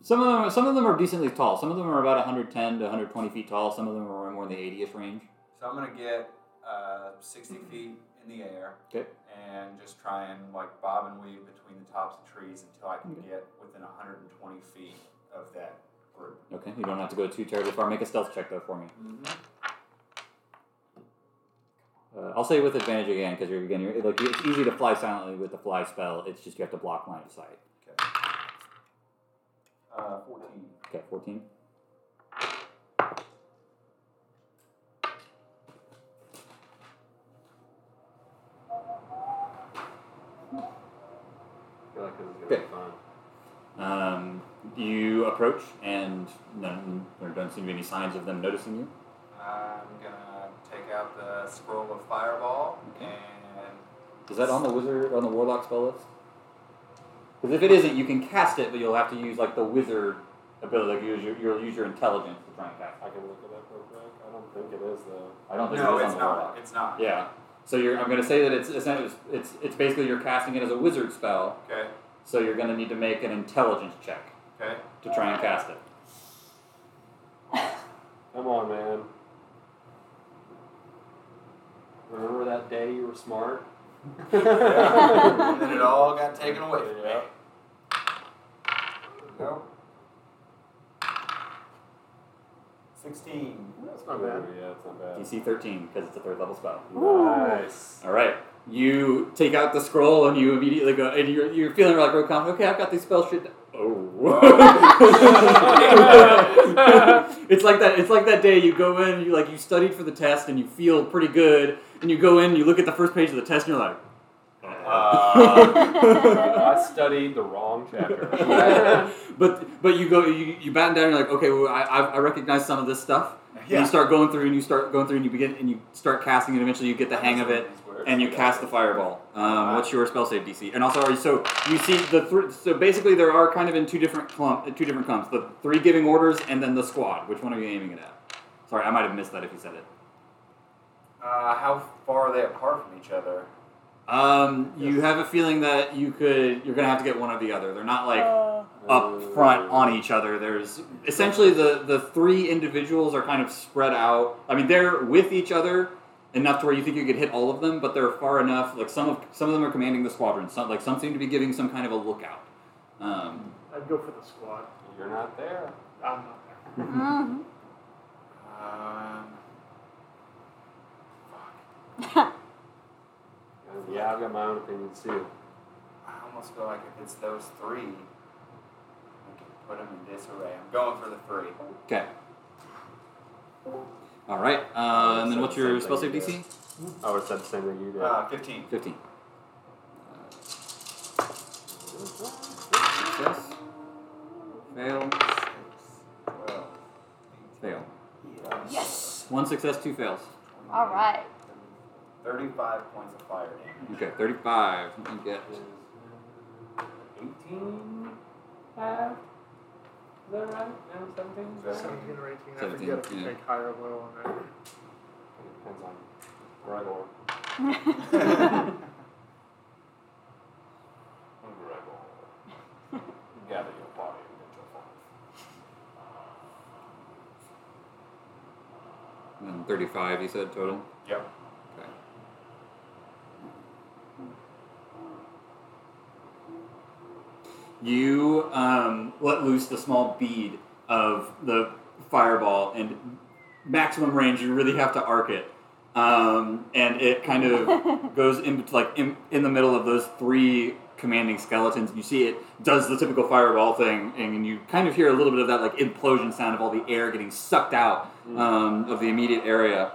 Speaker 1: some of them are, some of them are decently tall. Some of them are about 110 to 120 feet tall. Some of them are more in the 80ish range.
Speaker 4: So I'm gonna get uh, 60 feet in the air.
Speaker 1: 'Kay.
Speaker 4: And just try and like bob and weave between the tops of trees until I can
Speaker 1: Okay.
Speaker 4: get within 120 feet of that group.
Speaker 1: Okay, you don't have to go too terribly far. Make a stealth check though for me. Uh, I'll say with advantage again because you're again you're like it's easy to fly silently with the fly spell. It's just you have to block line of sight.
Speaker 4: Uh, 14.
Speaker 1: Okay, 14.
Speaker 3: I feel like this is gonna
Speaker 1: Okay.
Speaker 3: be fun.
Speaker 1: Um, you approach, and none, there don't seem to be any signs of them noticing you.
Speaker 4: I'm gonna take out the scroll of fireball and
Speaker 1: Is that on the wizard on the warlock spell list? Because if it isn't, you can cast it, but you'll have to use like the wizard ability. Like, use your, you'll use your intelligence to try and cast.
Speaker 3: I can look it up real quick. I don't think it is though.
Speaker 1: it. I don't think
Speaker 4: no,
Speaker 1: it is
Speaker 4: it's
Speaker 1: on the
Speaker 4: not.
Speaker 1: warlock.
Speaker 4: It's not.
Speaker 1: Yeah. So you're, I'm going to say that it's, it's it's it's basically you're casting it as a wizard spell.
Speaker 4: Okay.
Speaker 1: So you're going to need to make an intelligence check
Speaker 4: Okay.
Speaker 1: to try and cast it.
Speaker 3: Come on, man. Remember that day you were smart?
Speaker 9: and then it all got taken away from me.
Speaker 3: Yeah.
Speaker 4: Go.
Speaker 9: 16.
Speaker 2: That's not bad.
Speaker 3: Yeah, it's not bad.
Speaker 1: DC 13 because it's a third level spell.
Speaker 3: Nice.
Speaker 1: All right. You take out the scroll and you immediately go, and you're, you're feeling like real confident. Okay, I've got these spell shit. Oh. it's like that. It's like that day you go in, you like you studied for the test, and you feel pretty good. And you go in, you look at the first page of the test, and you're like,
Speaker 4: Uh,
Speaker 3: I studied the wrong chapter.
Speaker 1: but but you go, you, you batten down. You're like, okay, well, I, I I recognize some of this stuff. And
Speaker 9: Yeah.
Speaker 1: you start going through, and you start going through, and you begin, and you start casting, and eventually you get the hang of it. and you cast the fireball. Um, what's your spell save DC? And also, are you, so you see the thr so basically there are kind of in two different clump, two different clumps: the three giving orders and then the squad. Which one are you aiming it at? Sorry, I might have missed that if you said it.
Speaker 4: Uh, how far are they apart from each other?
Speaker 1: Um, you have a feeling that you could you're gonna have to get one or the other. They're not like up front
Speaker 3: Uh,
Speaker 1: on each other. There's essentially the the three individuals are kind of spread out. I mean, they're with each other enough to where you think you could hit all of them, but they're far enough. Like some of some of them are commanding the squadron. Some like some seem to be giving some kind of a lookout. Um,
Speaker 2: I'd go for the squad.
Speaker 3: You're not there.
Speaker 2: I'm not there.
Speaker 6: Mhm.
Speaker 4: Um,
Speaker 3: And yeah, I've got my own opinions too.
Speaker 4: I almost feel like if it's those three, we can put them in disarray. I'm going for the three.
Speaker 1: okay. All right, uh, and then what's your spell save DC?
Speaker 3: I would have said the same thing you did.
Speaker 4: Uh, 15.
Speaker 1: Fifteen. Success. Fail.
Speaker 4: 12.
Speaker 1: Fail.
Speaker 6: Yes.
Speaker 1: One success, two fails.
Speaker 6: All right.
Speaker 4: 35 points of fire damage.
Speaker 1: Okay, 35. Let me get.
Speaker 3: 18 half? Is that right? No, 17?
Speaker 2: Seventeen or eighteen. I
Speaker 1: 17,
Speaker 2: forget if you
Speaker 1: yeah.
Speaker 2: take high or low on that.
Speaker 3: Depends on right or right or. Gather your body and get your body.
Speaker 1: And 35, you said total?
Speaker 4: Yep.
Speaker 1: Okay. You um, let loose the small bead of the fireball, and maximum range, you really have to arc it. Um, and it kind of goes in bet- like in, in the middle of those three commanding skeletons. You see it does the typical fireball thing, and you kind of hear a little bit of that like implosion sound of all the air getting sucked out um, of the immediate area.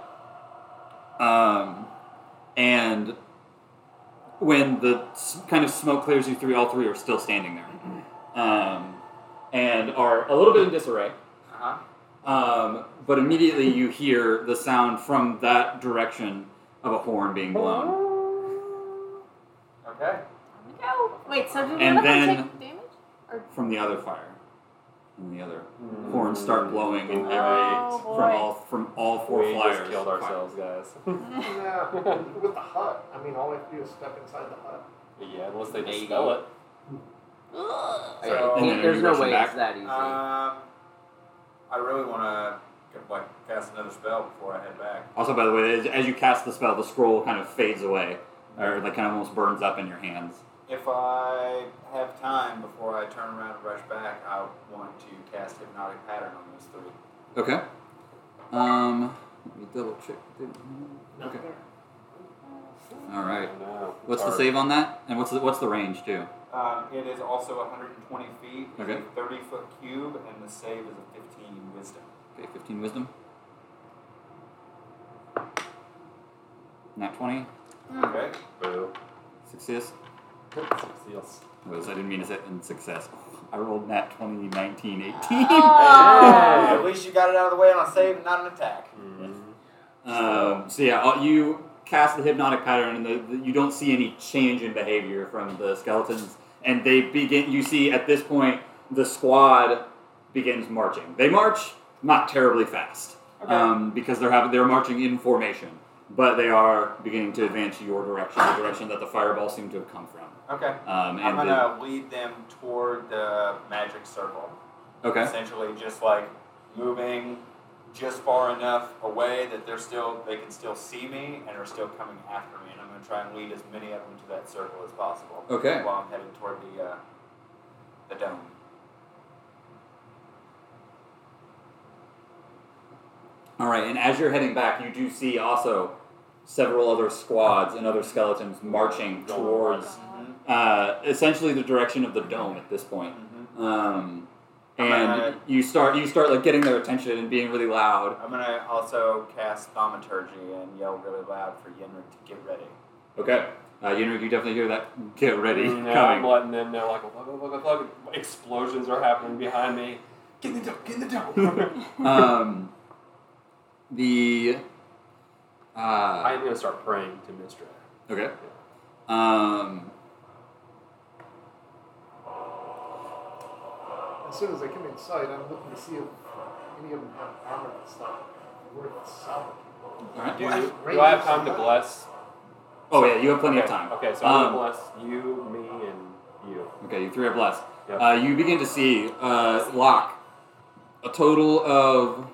Speaker 1: Um, and when the s- kind of smoke clears you through, all three are still standing there, um, and are a little bit in disarray.
Speaker 4: Uh-huh.
Speaker 1: Um, but immediately you hear the sound from that direction of a horn being blown.
Speaker 4: Okay.
Speaker 6: Here we go. Wait, so did
Speaker 1: And
Speaker 6: none of them
Speaker 1: then-
Speaker 6: take damage?
Speaker 1: From the other fire. and the other
Speaker 3: Hmm.
Speaker 1: horns start blowing in every
Speaker 6: Oh,
Speaker 1: from
Speaker 6: boy.
Speaker 1: all from all four
Speaker 3: Mm. we
Speaker 1: flyers.
Speaker 3: just killed ourselves, guys.
Speaker 2: Yeah, with the hut. I mean, all I have to do is step inside the hut.
Speaker 3: yeah, unless they just
Speaker 9: Maybe.
Speaker 3: smell it.
Speaker 9: So,
Speaker 5: Can't-
Speaker 1: And then
Speaker 5: there's
Speaker 1: you
Speaker 5: no
Speaker 1: rush
Speaker 5: way
Speaker 1: back.
Speaker 5: it's that easy.
Speaker 2: Uh,
Speaker 4: Um, I really want to like cast another spell before I head back.
Speaker 1: Also, by the way, as, as you cast the spell, the scroll kind of fades away, or like kind of almost burns up in your hands.
Speaker 4: If I have time before I turn around and rush back, I want to cast hypnotic pattern on those three.
Speaker 1: Okay. Um, let me double check. Okay. All right.
Speaker 3: No.
Speaker 1: What's the
Speaker 3: Or-
Speaker 1: save on that? And what's the, what's the range too?
Speaker 4: Um, it is also 120 feet. It's
Speaker 1: Okay.
Speaker 4: a 30 foot cube, and the save is a 15 wisdom.
Speaker 1: Okay, 15 wisdom. Nat 20.
Speaker 4: Okay.
Speaker 3: Boo.
Speaker 1: Success.
Speaker 3: Seals.
Speaker 1: Whoops, I didn't mean to say in success. I rolled nat 20, 19, 18.
Speaker 6: Oh.
Speaker 9: At least you got it out of the way on a save and not an attack.
Speaker 3: Hmm.
Speaker 1: Um, so yeah, uh, you cast the hypnotic pattern, and the, the, you don't see any change in behavior from the skeletons. And they begin. You see at this point the squad begins marching. They march not terribly fast um, because they're having they're marching in formation, but they are beginning to advance your direction, the direction that the fireball seemed to have come from.
Speaker 4: Okay.
Speaker 1: Um, and
Speaker 4: I'm
Speaker 1: the-
Speaker 4: gonna lead them toward the magic circle.
Speaker 1: okay,
Speaker 4: Essentially, just like moving just far enough away that they're still they can still see me and are still coming after me. And I'm gonna try and lead as many of them to that circle as possible.
Speaker 1: Okay.
Speaker 4: While I'm heading toward the uh, the dome.
Speaker 1: all right. And as you're heading back, you do see also several other squads and other skeletons marching towards uh, essentially the direction of the dome at this point.
Speaker 4: Mm-hmm.
Speaker 1: Um,
Speaker 4: I'm
Speaker 1: and
Speaker 4: gonna-
Speaker 1: you start you start like getting their attention and being really loud.
Speaker 4: I'm gonna also cast thaumaturgy and yell really loud for Yenrik to get ready.
Speaker 1: Okay, uh, you know you definitely hear that. Get ready,
Speaker 3: No, Mm, I'm
Speaker 1: coming.
Speaker 3: letting them know, like, "Look, look, look, look, look, explosions are happening behind me. Get in the door, get in the door.
Speaker 1: um, the uh,
Speaker 3: I'm going to start praying to Mistra.
Speaker 1: okay. Um,
Speaker 2: As soon as I come inside, I'm looking to see if any of them have armor that's not worth salvaging.
Speaker 1: all right.
Speaker 3: Do,
Speaker 2: What?
Speaker 3: do I have time to bless?
Speaker 1: Oh yeah, you have plenty of
Speaker 3: Okay,
Speaker 1: time.
Speaker 3: Okay, so
Speaker 1: Um,
Speaker 3: I'm going to bless you, me, and you.
Speaker 1: Okay, you three are blessed.
Speaker 3: Yep.
Speaker 1: Uh, you begin to see uh, Locke, a total of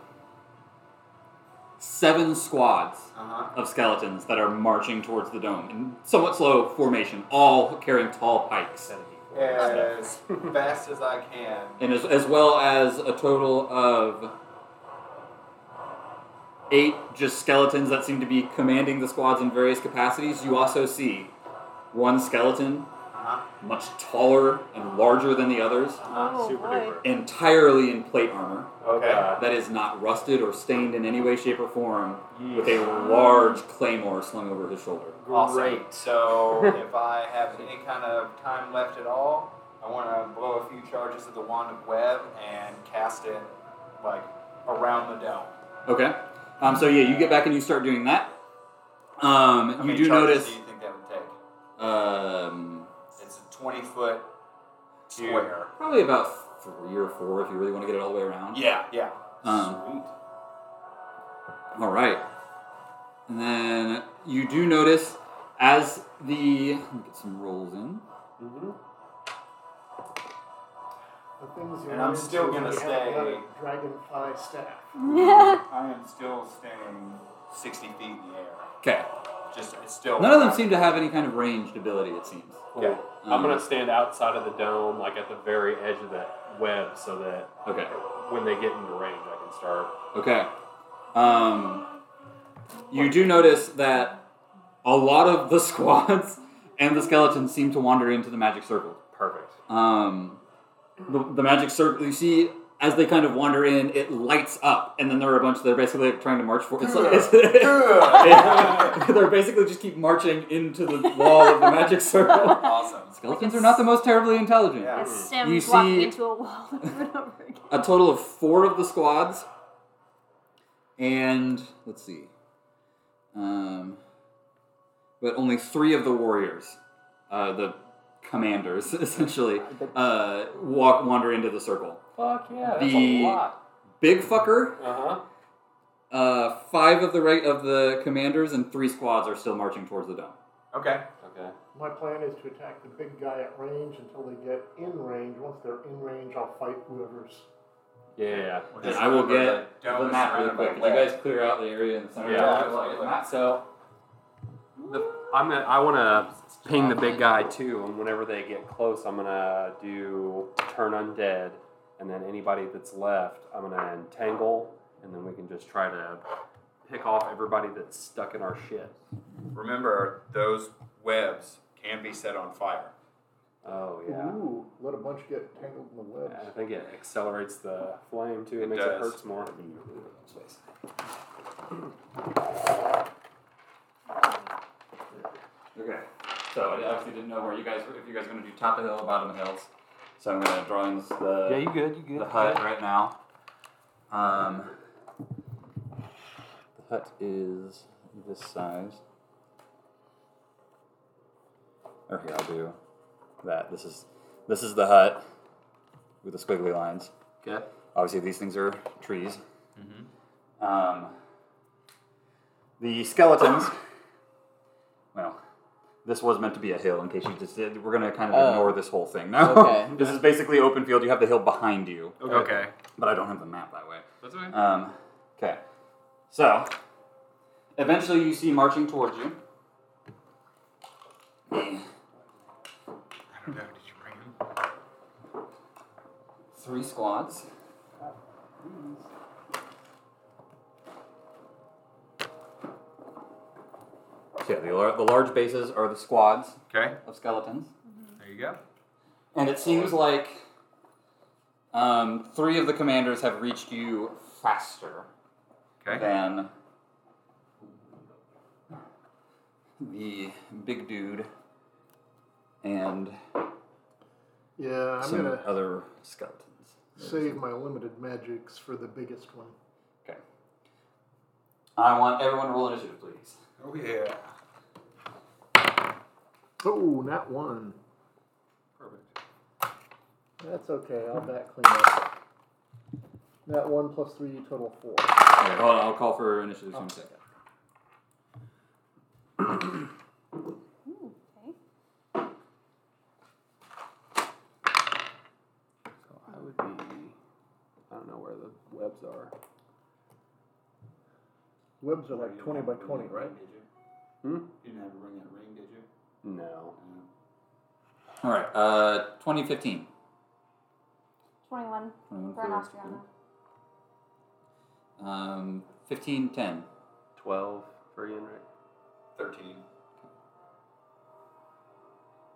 Speaker 1: seven squads
Speaker 4: Uh
Speaker 1: of skeletons that are marching towards the dome in somewhat slow formation, all carrying tall pikes,
Speaker 4: huh. As fast as I can.
Speaker 1: and as, as well as a total of eight just skeletons that seem to be commanding the squads in various capacities. You also see one skeleton,
Speaker 4: Uh-huh.
Speaker 1: much taller and larger than the others,
Speaker 6: Oh,
Speaker 3: Super
Speaker 6: boy.
Speaker 3: duper.
Speaker 1: entirely in plate armor
Speaker 3: Okay.
Speaker 1: that is not rusted or stained in any way, shape, or form, with a
Speaker 3: Yeesh.
Speaker 1: large claymore slung over his shoulder.
Speaker 4: Awesome.
Speaker 3: Great.
Speaker 4: So if I have any kind of time left at all, I want to blow a few charges of the wand of web and cast it like around the dome.
Speaker 1: Okay. Um, so yeah, you get back and you start doing that. Um,
Speaker 4: How
Speaker 1: you
Speaker 4: many
Speaker 1: do
Speaker 4: charges
Speaker 1: notice.
Speaker 4: Do you think that would take?
Speaker 1: Um,
Speaker 4: It's a twenty foot square.
Speaker 1: probably about three or four if you really want to get it all the way around.
Speaker 4: Yeah, yeah.
Speaker 1: Um,
Speaker 4: Sweet.
Speaker 1: all right. And then you do notice as the let me get some rolls in.
Speaker 3: hmm
Speaker 2: The things you
Speaker 4: And I'm
Speaker 2: learn
Speaker 4: still
Speaker 2: to
Speaker 4: gonna
Speaker 2: have
Speaker 4: stay-
Speaker 2: that Dragonfly staff.
Speaker 4: I am still staying sixty feet in the air.
Speaker 1: Okay.
Speaker 4: Just it's still
Speaker 1: None of them seem to have any kind of ranged ability. It seems.
Speaker 3: Cool.
Speaker 4: Okay.
Speaker 1: Um,
Speaker 3: I'm going to stand outside of the dome, like at the very edge of that web, so that
Speaker 1: Okay.
Speaker 3: when they get into range, I can start.
Speaker 1: Okay. Um, you do notice that a lot of the squads and the skeletons seem to wander into the magic circle.
Speaker 3: Perfect.
Speaker 1: Um, the, the magic circle, you see, as they kind of wander in, it lights up, and then there are a bunch that are basically like, trying to march for. It's like, it's, they're basically just keep marching into the wall of the magic circle.
Speaker 4: awesome.
Speaker 1: Skeletons are not the most terribly intelligent.
Speaker 4: Yeah.
Speaker 6: As Sam's
Speaker 1: You
Speaker 6: walking
Speaker 1: see-
Speaker 6: into a wall over and over again.
Speaker 1: a total of four of the squads, and let's see, um, but only three of the warriors, uh, the commanders, essentially, uh, walk wander into the circle.
Speaker 3: Fuck yeah, that's
Speaker 1: The-
Speaker 3: a lot.
Speaker 1: Big fucker.
Speaker 3: Uh huh.
Speaker 1: Uh, five of the right of the commanders and three squads are still marching towards the dome.
Speaker 4: Okay.
Speaker 3: Okay.
Speaker 2: My plan is to attack the big guy at range until they get in range. Once they're in range, I'll fight whoever's.
Speaker 3: Yeah, yeah, yeah.
Speaker 4: Well,
Speaker 1: Then
Speaker 4: just
Speaker 1: I will
Speaker 4: remember
Speaker 1: get
Speaker 4: the dome
Speaker 1: the
Speaker 4: is
Speaker 1: map really
Speaker 4: surrounded by
Speaker 1: quick. Could you
Speaker 4: lead.
Speaker 1: guys clear out the area in the center?
Speaker 3: Yeah.
Speaker 1: of the map?
Speaker 4: Absolutely.
Speaker 3: So the, I'm gonna I wanna ping the big guy too, and whenever they get close, I'm gonna do turn undead, and then anybody that's left, I'm gonna entangle, and then we can just try to pick off everybody that's stuck in our shit.
Speaker 4: Remember, those webs can be set on fire.
Speaker 3: Oh yeah.
Speaker 2: Ooh, let a bunch get tangled in the webs.
Speaker 3: I think it accelerates the flame too. It,
Speaker 4: It
Speaker 3: makes it
Speaker 4: does.
Speaker 3: hurts more.
Speaker 1: Okay. So I obviously didn't know where you guys were, if you guys were going to do top of the hill, bottom of the hills. So I'm going to drawings the
Speaker 3: you good? You good?
Speaker 1: the hut right now. Um, the hut is this size. Or here, I'll do that. This is this is the hut with the squiggly lines.
Speaker 3: Okay.
Speaker 1: Obviously, these things are trees. Um, the skeletons. Well, this was meant to be a hill. In case you just did, we're gonna kind of
Speaker 5: Oh.
Speaker 1: ignore this whole thing now.
Speaker 5: Okay.
Speaker 1: this is basically open field. You have the hill behind you,
Speaker 4: Okay.
Speaker 1: but I don't have the map that way.
Speaker 4: That's okay.
Speaker 1: Um, okay. So, eventually you see marching towards you.
Speaker 4: I don't know. Did you bring him?
Speaker 1: Three squads. So yeah, the, lar- the large bases are the squads
Speaker 4: Okay.
Speaker 1: of skeletons.
Speaker 4: There you go.
Speaker 1: And it seems like um, three of the commanders have reached you faster
Speaker 4: Okay.
Speaker 1: than the big dude and
Speaker 2: Yeah, I'm
Speaker 1: some
Speaker 2: gonna
Speaker 1: other skeletons.
Speaker 2: save my limited magics for the biggest one.
Speaker 1: I want everyone to roll initiative, please.
Speaker 4: Oh yeah.
Speaker 2: Oh, not one.
Speaker 4: Perfect.
Speaker 2: That's okay. I'll back clean up. That one plus three total four.
Speaker 1: Okay, hold on, I'll call for initiative soon.
Speaker 3: So I would be. I don't know where the webs are.
Speaker 2: Webs are Oh. like twenty by twenty, right?
Speaker 9: Did you?
Speaker 3: Hmm?
Speaker 9: You didn't have to bring that ring, did you?
Speaker 3: No.
Speaker 1: All right, uh, 2015.
Speaker 6: 21
Speaker 1: 21
Speaker 6: for an
Speaker 1: Mm.
Speaker 6: Austriana.
Speaker 1: Um, 15, 10.
Speaker 3: Twelve for Yenrik.
Speaker 4: Thirteen.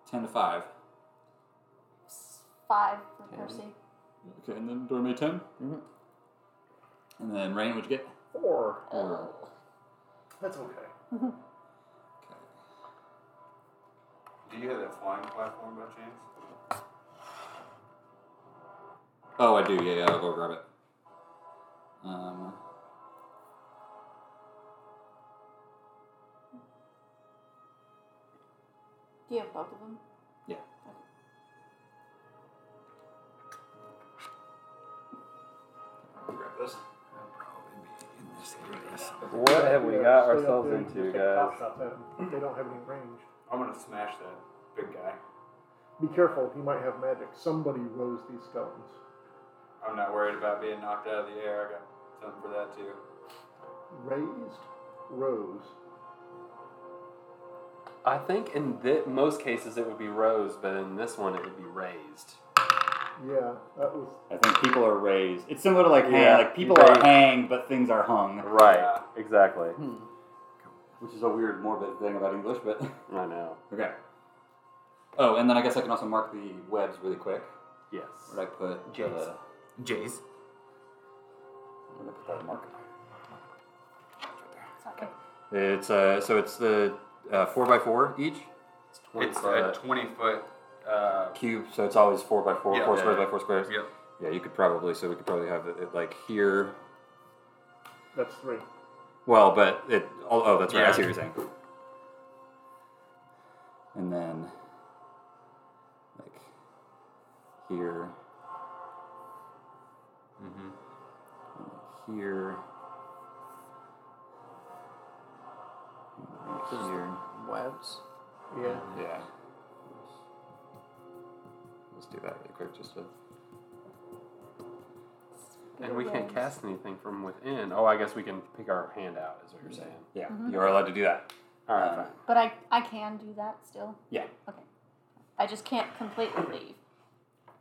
Speaker 1: 10 to 5.
Speaker 6: 5 for
Speaker 5: Ten.
Speaker 6: Percy.
Speaker 1: Okay, and then Dorme 10?
Speaker 5: Mhm.
Speaker 1: Mm-hmm. And then Rain, what'd you get?
Speaker 2: Four.
Speaker 6: Uh,
Speaker 1: Four.
Speaker 2: That's okay.
Speaker 4: Do you have that flying platform by chance?
Speaker 1: Oh, I do, yeah, yeah, I'll go grab it. Um,
Speaker 6: Do you have both of them?
Speaker 1: I'll grab this.
Speaker 3: What have we
Speaker 2: Yeah,
Speaker 3: got
Speaker 2: stay up
Speaker 3: ourselves
Speaker 2: there and
Speaker 3: into,
Speaker 2: just take pot
Speaker 3: guys?
Speaker 2: shots at 'em. They don't have any range.
Speaker 4: I'm gonna smash that big guy.
Speaker 2: Be careful. He might have magic. Somebody rose these skeletons.
Speaker 4: I'm not worried about being knocked out of the air. I got something for that too.
Speaker 2: Raised, rose.
Speaker 3: I think in th- most cases it would be rose, but in this one it would be raised.
Speaker 2: Yeah, that was.
Speaker 1: I think people are raised. It's similar to like hang.
Speaker 3: Yeah,
Speaker 1: like people
Speaker 3: raised.
Speaker 1: are hanged, but things are hung.
Speaker 3: Right.
Speaker 4: Yeah.
Speaker 3: Exactly.
Speaker 5: Hmm.
Speaker 1: Which is a weird, morbid thing about English, but.
Speaker 3: I know.
Speaker 1: Okay. Oh, and then I guess I can also mark the webs really quick.
Speaker 3: Yes.
Speaker 1: Where'd I put the,
Speaker 9: Jays. Jays.
Speaker 1: where'd I put that mark?
Speaker 6: It's okay.
Speaker 1: It's uh, so it's the uh, four by four each
Speaker 3: It's twenty
Speaker 4: it's
Speaker 3: foot.
Speaker 4: a 20 foot. Uh,
Speaker 1: cube. So it's always four by four,
Speaker 4: Yeah,
Speaker 1: four
Speaker 4: yeah,
Speaker 1: squares
Speaker 4: yeah.
Speaker 1: by four squares.
Speaker 4: yep.
Speaker 1: Yeah, you could probably. So we could probably have it, it like here.
Speaker 2: That's three.
Speaker 1: Well, but it. Oh, oh that's right. I
Speaker 4: Yeah.
Speaker 1: see what you're saying. And then like here,
Speaker 3: Mm-hmm.
Speaker 1: and like here, and like
Speaker 5: Just-
Speaker 1: here.
Speaker 5: Webs. Yeah.
Speaker 1: Yeah. Let's do that really quick, just to.
Speaker 3: And we can't cast anything from within. Oh, I guess we can pick our hand out, is what you're saying.
Speaker 1: Yeah,
Speaker 6: Mhm.
Speaker 1: you are allowed to do that.
Speaker 3: All
Speaker 4: Um,
Speaker 3: right, fine.
Speaker 6: But I, I can do that still.
Speaker 1: Yeah.
Speaker 6: Okay. I just can't completely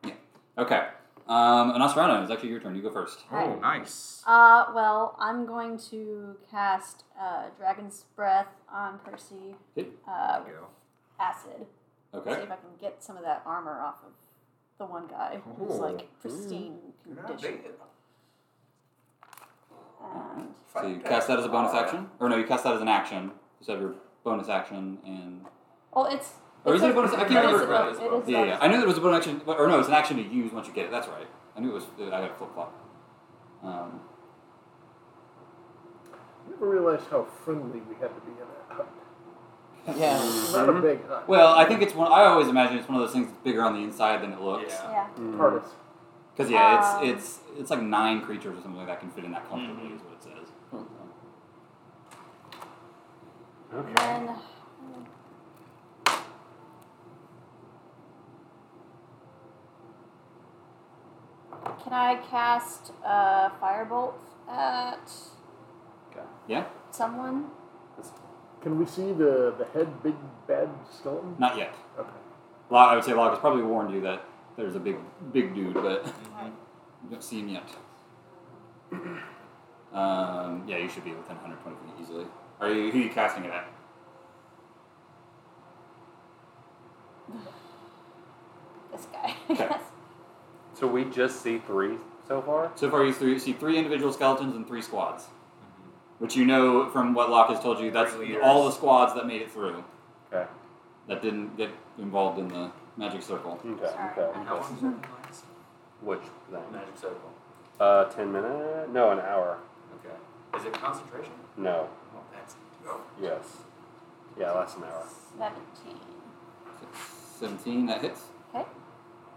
Speaker 6: leave.
Speaker 1: Okay. Um, Nosferano, it's actually your turn. You go first.
Speaker 4: Oh, nice.
Speaker 6: Uh, well, I'm going to cast uh, Dragon's Breath on Percy.
Speaker 1: Okay.
Speaker 6: Uh,
Speaker 4: There you go.
Speaker 6: acid. See
Speaker 1: Okay.
Speaker 6: if I can get some of that armor off of the one guy who's like pristine
Speaker 4: You're not
Speaker 6: condition.
Speaker 4: big.
Speaker 6: And
Speaker 1: So you cast that as a bonus action, or no, you cast that as an action. You have your bonus action and.
Speaker 6: well, it's.
Speaker 1: Or
Speaker 6: it's
Speaker 1: is it a bonus? I can't
Speaker 6: it is
Speaker 1: remember.
Speaker 6: a bonus- it is a
Speaker 1: Yeah, yeah.
Speaker 6: bonus.
Speaker 1: I knew there was a bonus action, or no, it's an action to use once you get it. That's right. I knew it was. I got a flip flop. Um,
Speaker 2: I never realized how friendly we had to be in that hut.
Speaker 5: Yeah.
Speaker 2: Not a big hut.
Speaker 1: well, I think it's one. I always imagine it's one of those things that's bigger on the inside than it looks.
Speaker 4: Yeah.
Speaker 6: Yeah.
Speaker 3: Mm-hmm.
Speaker 2: Artist.
Speaker 1: Because yeah,
Speaker 6: Um,
Speaker 1: it's it's it's like nine creatures or something like that can fit in that comfortably is what it says.
Speaker 6: And then. Can I cast uh, Firebolt at
Speaker 1: Yeah,
Speaker 6: someone?
Speaker 2: Can we see the, the head big bad skeleton?
Speaker 1: not yet.
Speaker 2: Okay.
Speaker 1: Log, I would say Log has probably warned you that there's a big big dude, but you don't see him yet. Um, yeah, you should be within 120 feet easily. Are you who are you casting it at?
Speaker 6: This guy, I guess.
Speaker 3: So we just see three so far?
Speaker 1: So far, you three, see three individual skeletons and three squads, which you know from what Locke has told you. That's
Speaker 9: Three leaders.
Speaker 1: all the squads that made it through
Speaker 3: Okay.
Speaker 1: that didn't get involved in the magic circle.
Speaker 3: Okay.
Speaker 6: Sorry.
Speaker 3: Okay.
Speaker 4: And how long does that last?
Speaker 3: Which then?
Speaker 9: Magic circle.
Speaker 3: Uh, ten minutes? No, an hour.
Speaker 4: Okay. Is it concentration?
Speaker 3: No.
Speaker 4: Oh, that's.
Speaker 3: Yes. Yeah, less an hour.
Speaker 6: 17.
Speaker 1: Seventeen, that hits.
Speaker 6: Okay.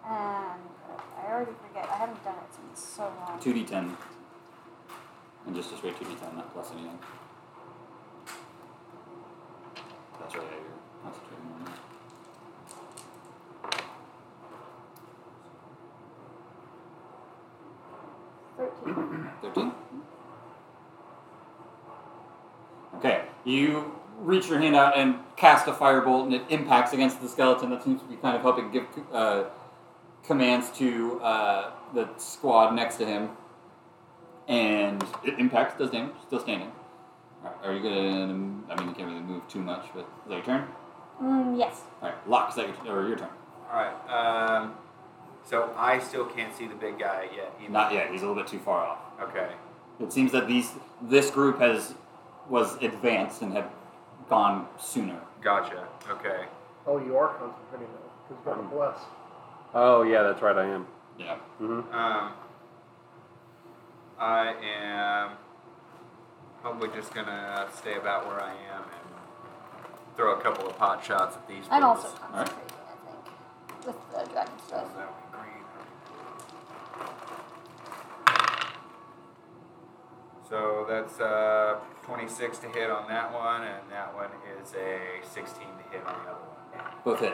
Speaker 6: And I already forget. I haven't done it since so long.
Speaker 1: Two d ten, and just a straight two d ten, not plus anything. That's right. You're concentrating on that.
Speaker 6: Thirteen.
Speaker 1: 13. Okay, you reach your hand out and cast a firebolt, and it impacts against the skeleton that seems to be kind of helping give uh, commands to uh, the squad next to him. And it impacts, does damage, still standing. Alright, are you gonna. I mean, you can't really move too much, but is that your turn?
Speaker 6: Mm, yes.
Speaker 1: Alright, lock, is that your, or your turn?
Speaker 9: Alright, um, so I still can't see the big guy yet. either.
Speaker 1: Not yet, he's a little bit too far off.
Speaker 9: Okay.
Speaker 1: It seems that these this group has was advanced and had gone sooner.
Speaker 9: Gotcha. Okay.
Speaker 2: Oh, you are concentrating now. Because you're not blessed.
Speaker 3: Oh yeah, that's right. I am.
Speaker 1: Yeah.
Speaker 3: Mm-hmm.
Speaker 9: Um, I am probably just gonna stay about where I am and throw a couple of pot shots at these.
Speaker 6: I'm also
Speaker 9: fools.
Speaker 6: concentrating, I think, with the dragon stuff.
Speaker 9: That would be green. So that's uh, 26 to hit on that one, and that one is a 16 to hit on the other one.
Speaker 1: Both hit.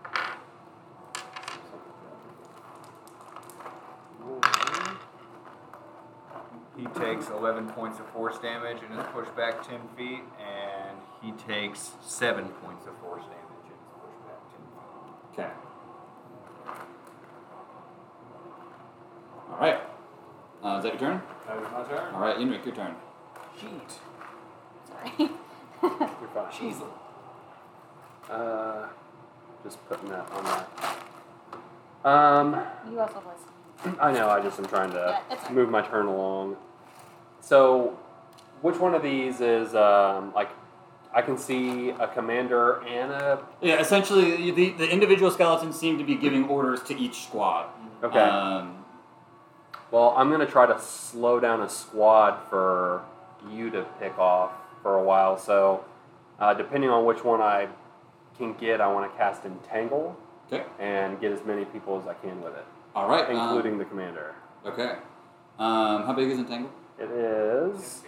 Speaker 9: Okay. He takes 11 points of force damage and is pushed back 10 feet, and he takes 7 points of force damage and is pushed back 10 feet.
Speaker 1: Okay. All right. Uh, is that your turn?
Speaker 4: That was my turn.
Speaker 1: All right, Enric, your turn.
Speaker 4: Sheet.
Speaker 6: Sorry.
Speaker 3: You're fine.
Speaker 4: She's.
Speaker 3: Uh, just putting that on that. Um,
Speaker 6: you also listen.
Speaker 3: I know. I just am trying to
Speaker 6: Yeah, it's all right.
Speaker 3: move my turn along. So, which one of these is um, like? I can see a commander and a.
Speaker 1: Yeah, essentially, the, the individual skeletons seem to be giving orders to each squad.
Speaker 3: Okay.
Speaker 1: Um,
Speaker 3: Well, I'm gonna try to slow down a squad for you to pick off for a while. So, uh, depending on which one I can get, I want to cast Entangle.
Speaker 1: Okay.
Speaker 3: and get as many people as I can with it,
Speaker 1: All right. um,
Speaker 3: including the commander.
Speaker 1: okay. Um, how big is Entangle?
Speaker 3: It is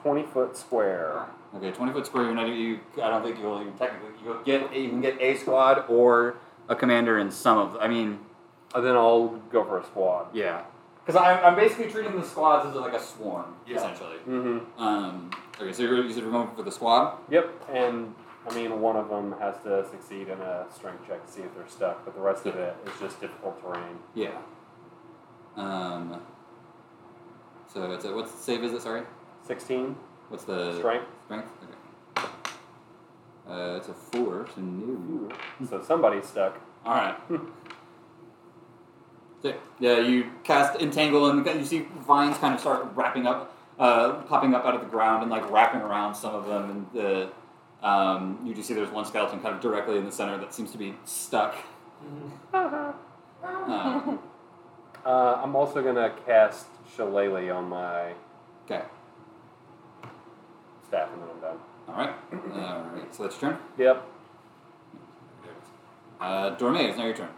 Speaker 3: 20 foot square.
Speaker 1: Okay, twenty foot square. You're not. You. I don't think you'll even technically. You get. You can get a squad or a commander in some of. I mean,
Speaker 3: And Uh, then I'll go for a squad.
Speaker 1: yeah. Because I'm, I'm basically treating the squads as like a swarm,
Speaker 4: Yeah.
Speaker 1: essentially.
Speaker 3: Mm-hmm.
Speaker 1: Um. Okay, so you're, you said we're going for the squad.
Speaker 3: Yep, and I mean, one of them has to succeed in a strength check to see if they're stuck, but the rest of it is just difficult terrain.
Speaker 1: Yeah. Um. So it's a what's the save is it? Sorry.
Speaker 3: 16
Speaker 1: What's the
Speaker 3: strength.
Speaker 1: Strength. Okay. Uh, it's a four. So no.
Speaker 3: So somebody's stuck.
Speaker 1: All right. So, yeah, you cast entangle, and you see vines kind of start wrapping up, uh, popping up out of the ground, and like wrapping around some of them. And the um, you do see there's one skeleton kind of directly in the center that seems to be stuck. Uh, Um,
Speaker 3: Uh, I'm also going to cast Shillelagh on my
Speaker 1: okay.
Speaker 3: staff, and then I'm done.
Speaker 1: All right. All right. So that's your turn.
Speaker 3: Yep.
Speaker 1: Uh, Dorme, it's now your turn.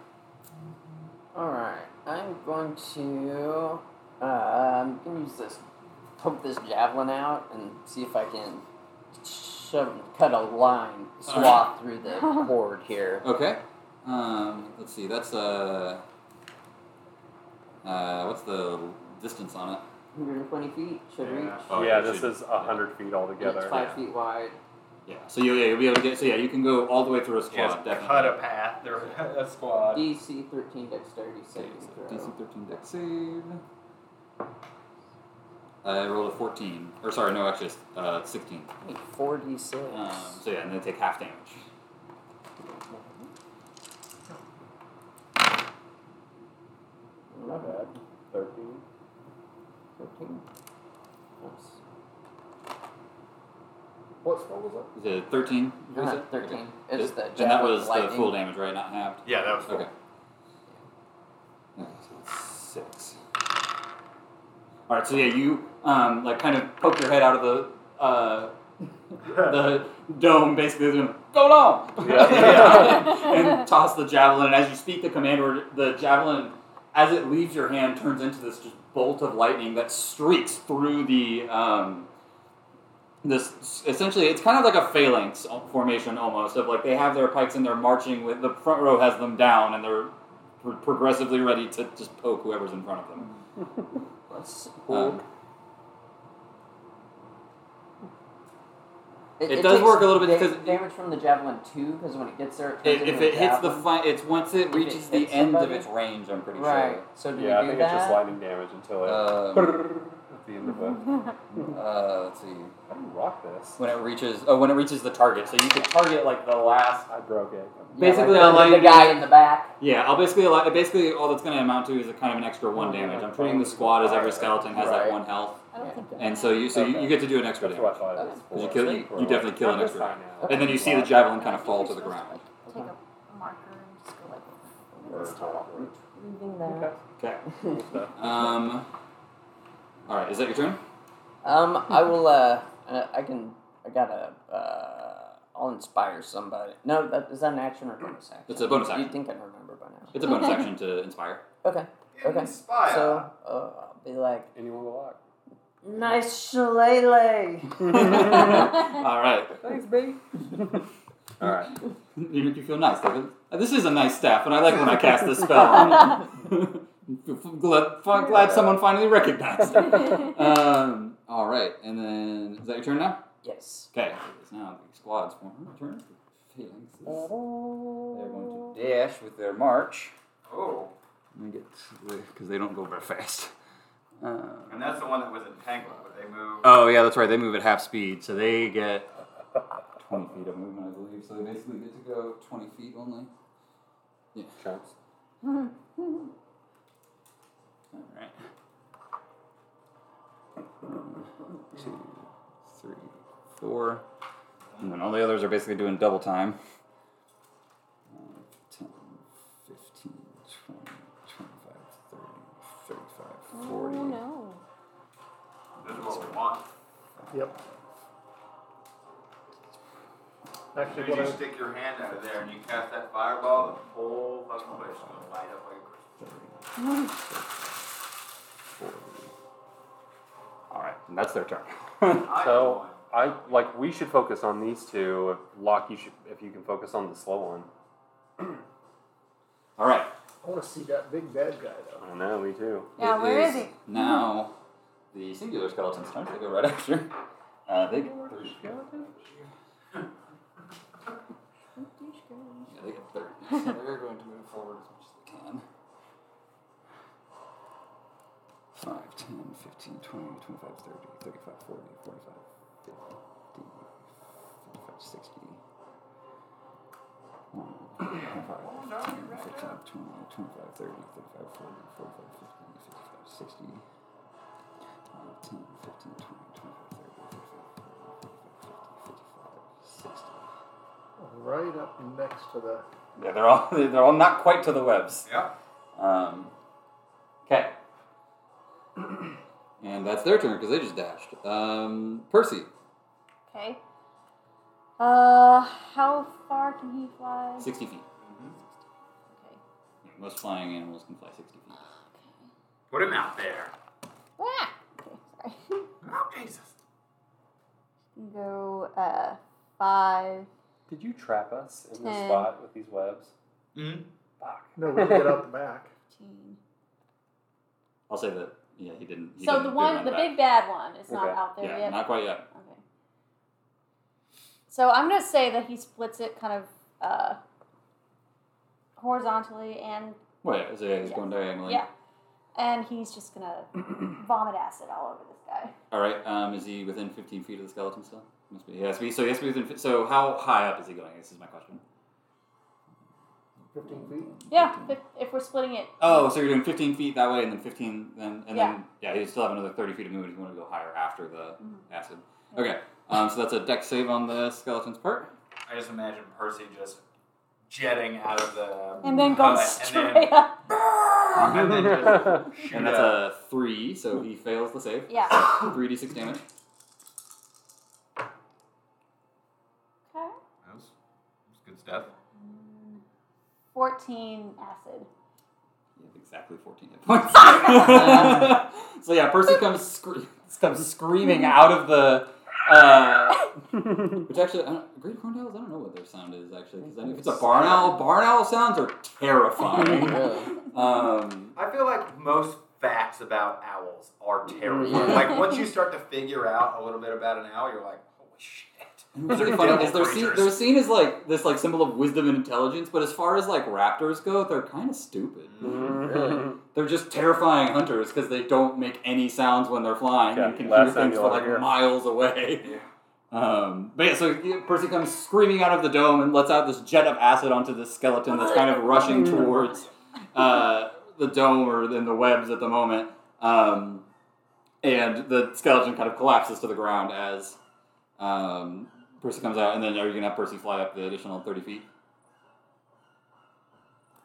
Speaker 5: Alright, I'm going to. Uh, I'm going to use this. Poke this javelin out and see if I can shove, cut a line, swath through the cord here.
Speaker 1: Okay. Um, let's see. That's uh, uh, what's the distance on it?
Speaker 5: 120 feet should
Speaker 2: Yeah.
Speaker 5: reach.
Speaker 1: Oh,
Speaker 3: yeah,
Speaker 1: you
Speaker 3: this
Speaker 1: should-
Speaker 3: is 100 feet
Speaker 5: And
Speaker 3: altogether.
Speaker 5: it's five feet wide.
Speaker 1: Yeah. So you, yeah, you'll be able to get. So yeah, you can go all the way through a squad.
Speaker 4: Just
Speaker 1: definitely.
Speaker 4: cut a path through a squad.
Speaker 5: DC 13 dexterity saving throw.
Speaker 1: DC 13 deck save. I rolled a 14. Or sorry, no, actually, it's, uh, 16.
Speaker 5: Wait, 4d6.
Speaker 1: Um, so yeah, and they take half damage.
Speaker 3: Not bad. 13.
Speaker 5: 13. Oops.
Speaker 14: What spell was that?
Speaker 1: Is it 13? you
Speaker 5: Uh,
Speaker 1: said?
Speaker 5: 13.
Speaker 1: Okay.
Speaker 5: It's
Speaker 1: It-
Speaker 5: the
Speaker 1: and that
Speaker 5: javelin
Speaker 1: was
Speaker 5: lightning.
Speaker 1: the full damage, right? Not halved?
Speaker 4: Yeah, that was cool.
Speaker 1: Okay. Okay, so that's six. All right, so yeah, you um, like kind of poke your head out of the uh, the dome, basically, doing, go long,
Speaker 3: Yeah.
Speaker 1: and toss the javelin. And as you speak, the commander, the javelin, as it leaves your hand, turns into this just bolt of lightning that streaks through the um, this essentially it's kind of like a phalanx formation almost of like they have their pikes and they're marching with the front row has them down and they're pro- progressively ready to just poke whoever's in front of them
Speaker 5: Let's-
Speaker 1: Um,
Speaker 5: It,
Speaker 1: it does
Speaker 5: takes
Speaker 1: work a little bit
Speaker 5: da-
Speaker 1: 'cause it-
Speaker 5: damage from the javelin too, because when it gets there, it turns
Speaker 1: it-
Speaker 5: into
Speaker 1: if
Speaker 5: a
Speaker 1: it hits the
Speaker 5: javelin.
Speaker 1: fi- it's once it
Speaker 5: it
Speaker 1: reaches the
Speaker 5: hits
Speaker 1: end of
Speaker 5: somebody?
Speaker 1: its range i'm pretty
Speaker 5: right. So do
Speaker 3: Yeah, I
Speaker 5: we do
Speaker 3: think
Speaker 5: that?
Speaker 3: it's just lightning damage until
Speaker 1: sure
Speaker 3: it.
Speaker 1: um,
Speaker 3: at the end of it.
Speaker 1: uh, let's see
Speaker 3: How do you rock this?
Speaker 1: when it reaches oh when it reaches the target so you can target like the last
Speaker 3: I broke it.
Speaker 5: Yeah, like
Speaker 1: basically
Speaker 5: the-
Speaker 1: allow you
Speaker 5: the
Speaker 1: to-
Speaker 5: guy in the back.
Speaker 1: Yeah, I'll basically allow, basically all that's going to amount to is a kind of an extra one damage. I'm treating the squad as every skeleton has that
Speaker 5: Mm-hmm. Right.
Speaker 1: one health,
Speaker 6: I don't think that.
Speaker 1: and so you so you, you get to do an extra
Speaker 3: That's what I
Speaker 1: damage,
Speaker 3: thought it was for.
Speaker 1: You kill- you- you definitely kill an
Speaker 3: I'm just
Speaker 1: extra.
Speaker 3: fine now.
Speaker 1: and then you see the javelin kind of fall to the ground.
Speaker 6: Take a marker and just go like.
Speaker 3: Or
Speaker 6: let's start
Speaker 3: top.
Speaker 5: Leaving that.
Speaker 3: Okay.
Speaker 1: Okay.
Speaker 3: Cool stuff.
Speaker 1: Um. All right, is that your turn?
Speaker 5: Um, I will. Uh, uh, I can. I gotta. Uh, I'll inspire somebody. No, that is that an action or a bonus action?
Speaker 1: It's a bonus action.
Speaker 5: You think I remember by now?
Speaker 1: It's a bonus action to inspire.
Speaker 5: Okay. Okay.
Speaker 4: Inspire.
Speaker 5: So uh, I'll be like,
Speaker 3: Anyone will lock.
Speaker 5: nice shillelagh.
Speaker 1: all right.
Speaker 5: Thanks, babe.
Speaker 1: All right. You make you feel nice, David. Uh, This is a nice staff, and I like when I cast this spell. glad, fi- glad someone finally recognized it. Um, all right, and then is that your turn now?
Speaker 5: Yes.
Speaker 1: Okay, it's now the squad's form. Turn. Phalanxes. They're going to dash with their march.
Speaker 2: Oh,
Speaker 1: Let me get because they don't go very fast. Uh,
Speaker 2: and that's the one that was entangled. But they moved.
Speaker 1: Oh yeah, that's right. They move at half speed, so they get twenty feet of movement, I believe. So they basically get to go twenty feet only. Yeah.
Speaker 3: Chumps.
Speaker 1: All right. Two, three, four, and then all the others are basically doing double time. Uh, 10, 15, 20, 25, 30, 35, 40.
Speaker 6: Oh, no.
Speaker 2: This is what we want.
Speaker 14: Yep.
Speaker 2: Actually,
Speaker 9: As
Speaker 2: what
Speaker 9: soon
Speaker 2: I,
Speaker 9: as you stick your hand out of there and you cast that fireball, the whole fucking place is gonna light up like a Christmas tree.
Speaker 3: All right, and that's their turn.
Speaker 9: I
Speaker 3: So I like we should focus on these two. Locke, you should if you can focus on the slow one.
Speaker 1: All right.
Speaker 2: I want to see that big bad guy though.
Speaker 3: I know, me too.
Speaker 6: Yeah,
Speaker 1: It
Speaker 6: where is he?
Speaker 1: Now, the singular skeleton's turn. They go right after. Uh, they get three. Yeah, they get thirty. So they're going to move forward as much as they can. 5, 10, 15, 20, 25, 30, 35, 40, 45, 50, 55, 60. 1, 25, 15, 15, 20, 25, 30, 35, 40, 45, 50, 55, 60. 5, 10, 15, 20, 25, 30, 35, 40, 45, 50, 55, 60.
Speaker 2: Right up next to the.
Speaker 1: Yeah, they're all they're all not quite to the webs.
Speaker 9: Yeah.
Speaker 1: Um, okay. and that's their turn because they just dashed. Um, Percy,
Speaker 6: Okay. Uh, how far can he fly?
Speaker 1: sixty feet.
Speaker 6: Okay.
Speaker 1: Most flying animals can fly sixty feet.
Speaker 9: Put him out there.
Speaker 6: Ah! Okay, sorry.
Speaker 9: Oh Jesus.
Speaker 6: Go uh five.
Speaker 3: Did you trap us in this
Speaker 6: Ten.
Speaker 3: spot with these webs?
Speaker 9: Mm-hmm.
Speaker 3: Fuck.
Speaker 2: No, we can get out the back.
Speaker 6: 15.
Speaker 1: I'll say that. Yeah, he didn't. He
Speaker 6: So
Speaker 1: didn't
Speaker 6: the
Speaker 1: do
Speaker 6: one, the
Speaker 1: back.
Speaker 6: big bad one, is not
Speaker 3: Okay.
Speaker 6: out there
Speaker 1: Yeah,
Speaker 6: yet.
Speaker 1: not quite yet.
Speaker 6: Okay. So I'm gonna say that he splits it kind of uh, horizontally and
Speaker 1: Well, yeah, so yeah, he's
Speaker 6: Yeah.
Speaker 1: going diagonally.
Speaker 6: yeah, and he's just gonna vomit acid all over this guy.
Speaker 1: All right. Um, is he within fifteen feet of the skeleton still? Must be. He has to be. So he has to be within. fif- So how high up is he going? This is my question.
Speaker 2: 15 feet.
Speaker 6: Yeah, if, if we're splitting it,
Speaker 1: Oh, so you're doing 15 feet that way, and then 15, then and
Speaker 6: Yeah.
Speaker 1: then yeah, you still have another 30 feet of movement if you want to go higher after the
Speaker 6: Mhm.
Speaker 1: acid. Okay, um, so that's a deck save on the skeleton's part.
Speaker 9: I just imagine Percy just jetting out of the
Speaker 6: and then go
Speaker 9: Okay,
Speaker 6: straight
Speaker 9: and then,
Speaker 6: up.
Speaker 9: and then just shoot
Speaker 1: And that's
Speaker 9: out.
Speaker 1: a three, so he fails the save.
Speaker 6: Yeah.
Speaker 1: Three d six damage.
Speaker 6: Okay.
Speaker 9: That was, that was good stuff.
Speaker 6: Fourteen acid.
Speaker 1: You have exactly 14 hit points. so yeah, Percy comes scre- comes screaming out of the. Uh, which actually, I don't, great corn owls. I don't know what their sound is actually, because if it's a barn owl, barn owl sounds are terrifying. um,
Speaker 9: I feel like most facts about owls are terrifying. like once you start to figure out a little bit about an owl, you're like, holy shit.
Speaker 1: And What's really funny is they're seen, they're seen as like this like symbol of wisdom and intelligence, but as far as like raptors go, they're kind of stupid.
Speaker 5: Really?
Speaker 1: They're just terrifying hunters because they don't make any sounds when they're flying.
Speaker 3: Yeah,
Speaker 1: you can hear
Speaker 3: last time
Speaker 1: things
Speaker 3: you'll
Speaker 1: for
Speaker 3: ever
Speaker 1: like
Speaker 3: hear.
Speaker 1: miles away. Um, but yeah, so yeah, Percy comes screaming out of the dome and lets out this jet of acid onto this skeleton that's kind of rushing towards uh, the dome or in the webs at the moment. Um, and the skeleton kind of collapses to the ground as um, Percy comes out. And then are you going to have Percy fly up the additional 30 feet?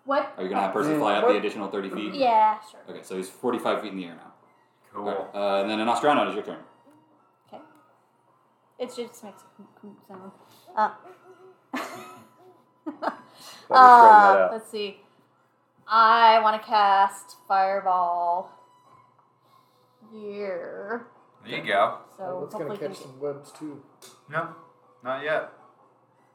Speaker 6: What?
Speaker 1: Are you going to have Percy fly up the additional 30 feet?
Speaker 6: Yeah, sure.
Speaker 1: Okay, so he's 45 feet in the air now.
Speaker 9: Cool.
Speaker 1: Alright, Uh, and then in Austrano, it is your turn.
Speaker 6: Okay. It just makes a coom- coom sound. Uh,
Speaker 3: straighten that
Speaker 6: uh,
Speaker 3: out.
Speaker 6: let's see. I want to cast Fireball here.
Speaker 9: There you go.
Speaker 6: So
Speaker 2: That's
Speaker 6: Oh, hopefully
Speaker 2: going
Speaker 6: we
Speaker 2: to
Speaker 6: can
Speaker 2: catch some webs too.
Speaker 9: No, not yet.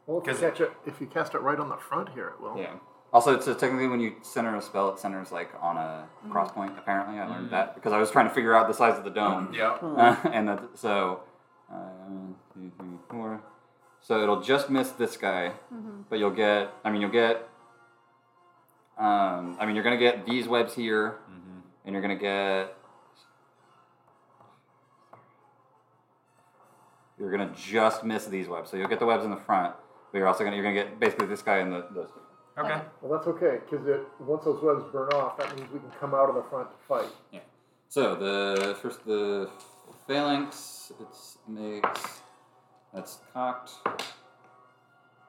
Speaker 2: Well, if you
Speaker 9: 'Cause-
Speaker 2: catch it, if you cast it right on the front here, it will.
Speaker 1: Yeah. Oh. Also, so technically, when you center a spell, it centers like on a cross point. Apparently, I learned that because I was trying to figure out the size of the dome,
Speaker 9: Yeah.
Speaker 1: uh, and that so, uh, one, two, three, four. So it'll just miss this guy, but you'll get. I mean, you'll get. Um, I mean, you're gonna get these webs here, and you're gonna get. You're gonna just miss these webs, so you'll get the webs in the front, but you're also gonna you're gonna get basically this guy and the, those two.
Speaker 9: Okay.
Speaker 2: Well, that's okay because it once those webs burn off, that means we can come out of the front to fight.
Speaker 1: So the first the phalanx it makes that's cocked.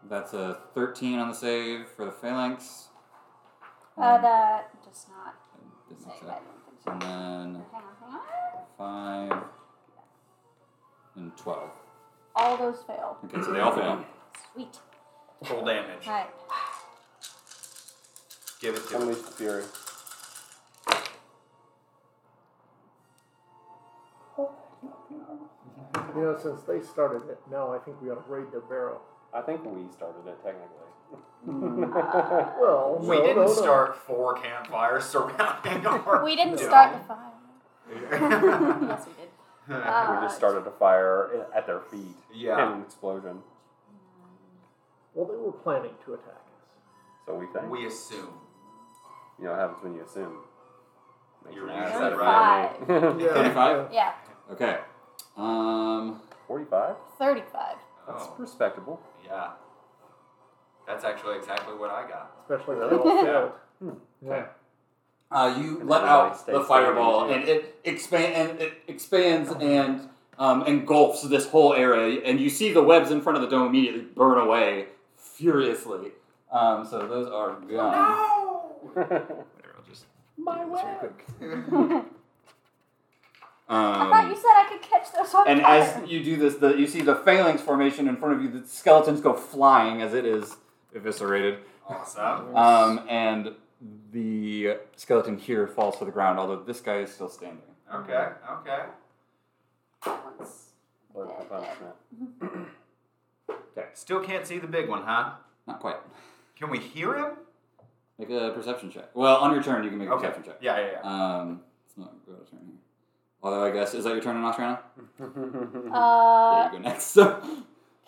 Speaker 1: That's a thirteen on the save for the phalanx.
Speaker 6: Uh, that does not
Speaker 1: This is
Speaker 6: save. I
Speaker 1: it.
Speaker 6: don't think so.
Speaker 1: And then
Speaker 6: Hang on, hang on.
Speaker 1: five and twelve.
Speaker 6: All those fail.
Speaker 1: Okay, so they all fail.
Speaker 6: Sweet.
Speaker 4: Full damage.
Speaker 6: Right.
Speaker 4: Give it to him.
Speaker 15: Unleash the fury.
Speaker 2: You know, since they started it, now I think we ought to raid their barrel.
Speaker 3: I think we started it technically.
Speaker 2: Well,
Speaker 4: We
Speaker 2: no,
Speaker 4: didn't
Speaker 2: no, no.
Speaker 4: start four campfires surrounding our.
Speaker 6: We didn't
Speaker 4: town.
Speaker 6: start the fire. yes, we did.
Speaker 3: we just started a fire at their feet.
Speaker 4: Yeah.
Speaker 3: And an explosion.
Speaker 2: Well, they were planning to attack us.
Speaker 3: So we think.
Speaker 4: we assume.
Speaker 3: you know what happens when you assume. Makes
Speaker 4: You're
Speaker 3: an
Speaker 4: usually
Speaker 3: ass out of
Speaker 6: right.
Speaker 3: you and me.
Speaker 1: Thirty-five.
Speaker 6: Yeah,
Speaker 1: Okay. Um.
Speaker 3: 45?
Speaker 6: 35.
Speaker 3: That's
Speaker 4: Oh,
Speaker 3: respectable.
Speaker 4: yeah. That's actually exactly what I got.
Speaker 2: Especially that all failed. Hmm. Yeah.
Speaker 1: Uh, you
Speaker 3: And
Speaker 1: let
Speaker 3: everybody
Speaker 1: out
Speaker 3: stays
Speaker 1: the fireball,
Speaker 3: standing,
Speaker 1: and it expand and it expands and um, engulfs this whole area, and you see the webs in front of the dome immediately burn away furiously. Um, so those are gone.
Speaker 4: Whatever, I'll just.
Speaker 6: My way. I thought you
Speaker 1: Um,
Speaker 6: said I could catch those on
Speaker 1: and
Speaker 6: fire.
Speaker 1: as you do this, the, you see the phalanx formation in front of you. The skeletons go flying as it is eviscerated,
Speaker 4: Awesome.
Speaker 1: um, and the skeleton here falls to the ground. Although this guy is still standing.
Speaker 4: Okay, okay.
Speaker 3: Blood for punishment.
Speaker 4: Still can't see the big one, huh?
Speaker 1: Not quite.
Speaker 4: Can we hear him?
Speaker 1: Make a perception check. Well, on your turn, you can make a
Speaker 4: Okay.
Speaker 1: perception check.
Speaker 4: Yeah, yeah, yeah.
Speaker 1: Um, it's not go to turn here. Although I guess is that your turn in Australiana? yeah,
Speaker 6: uh,
Speaker 1: you go next. no,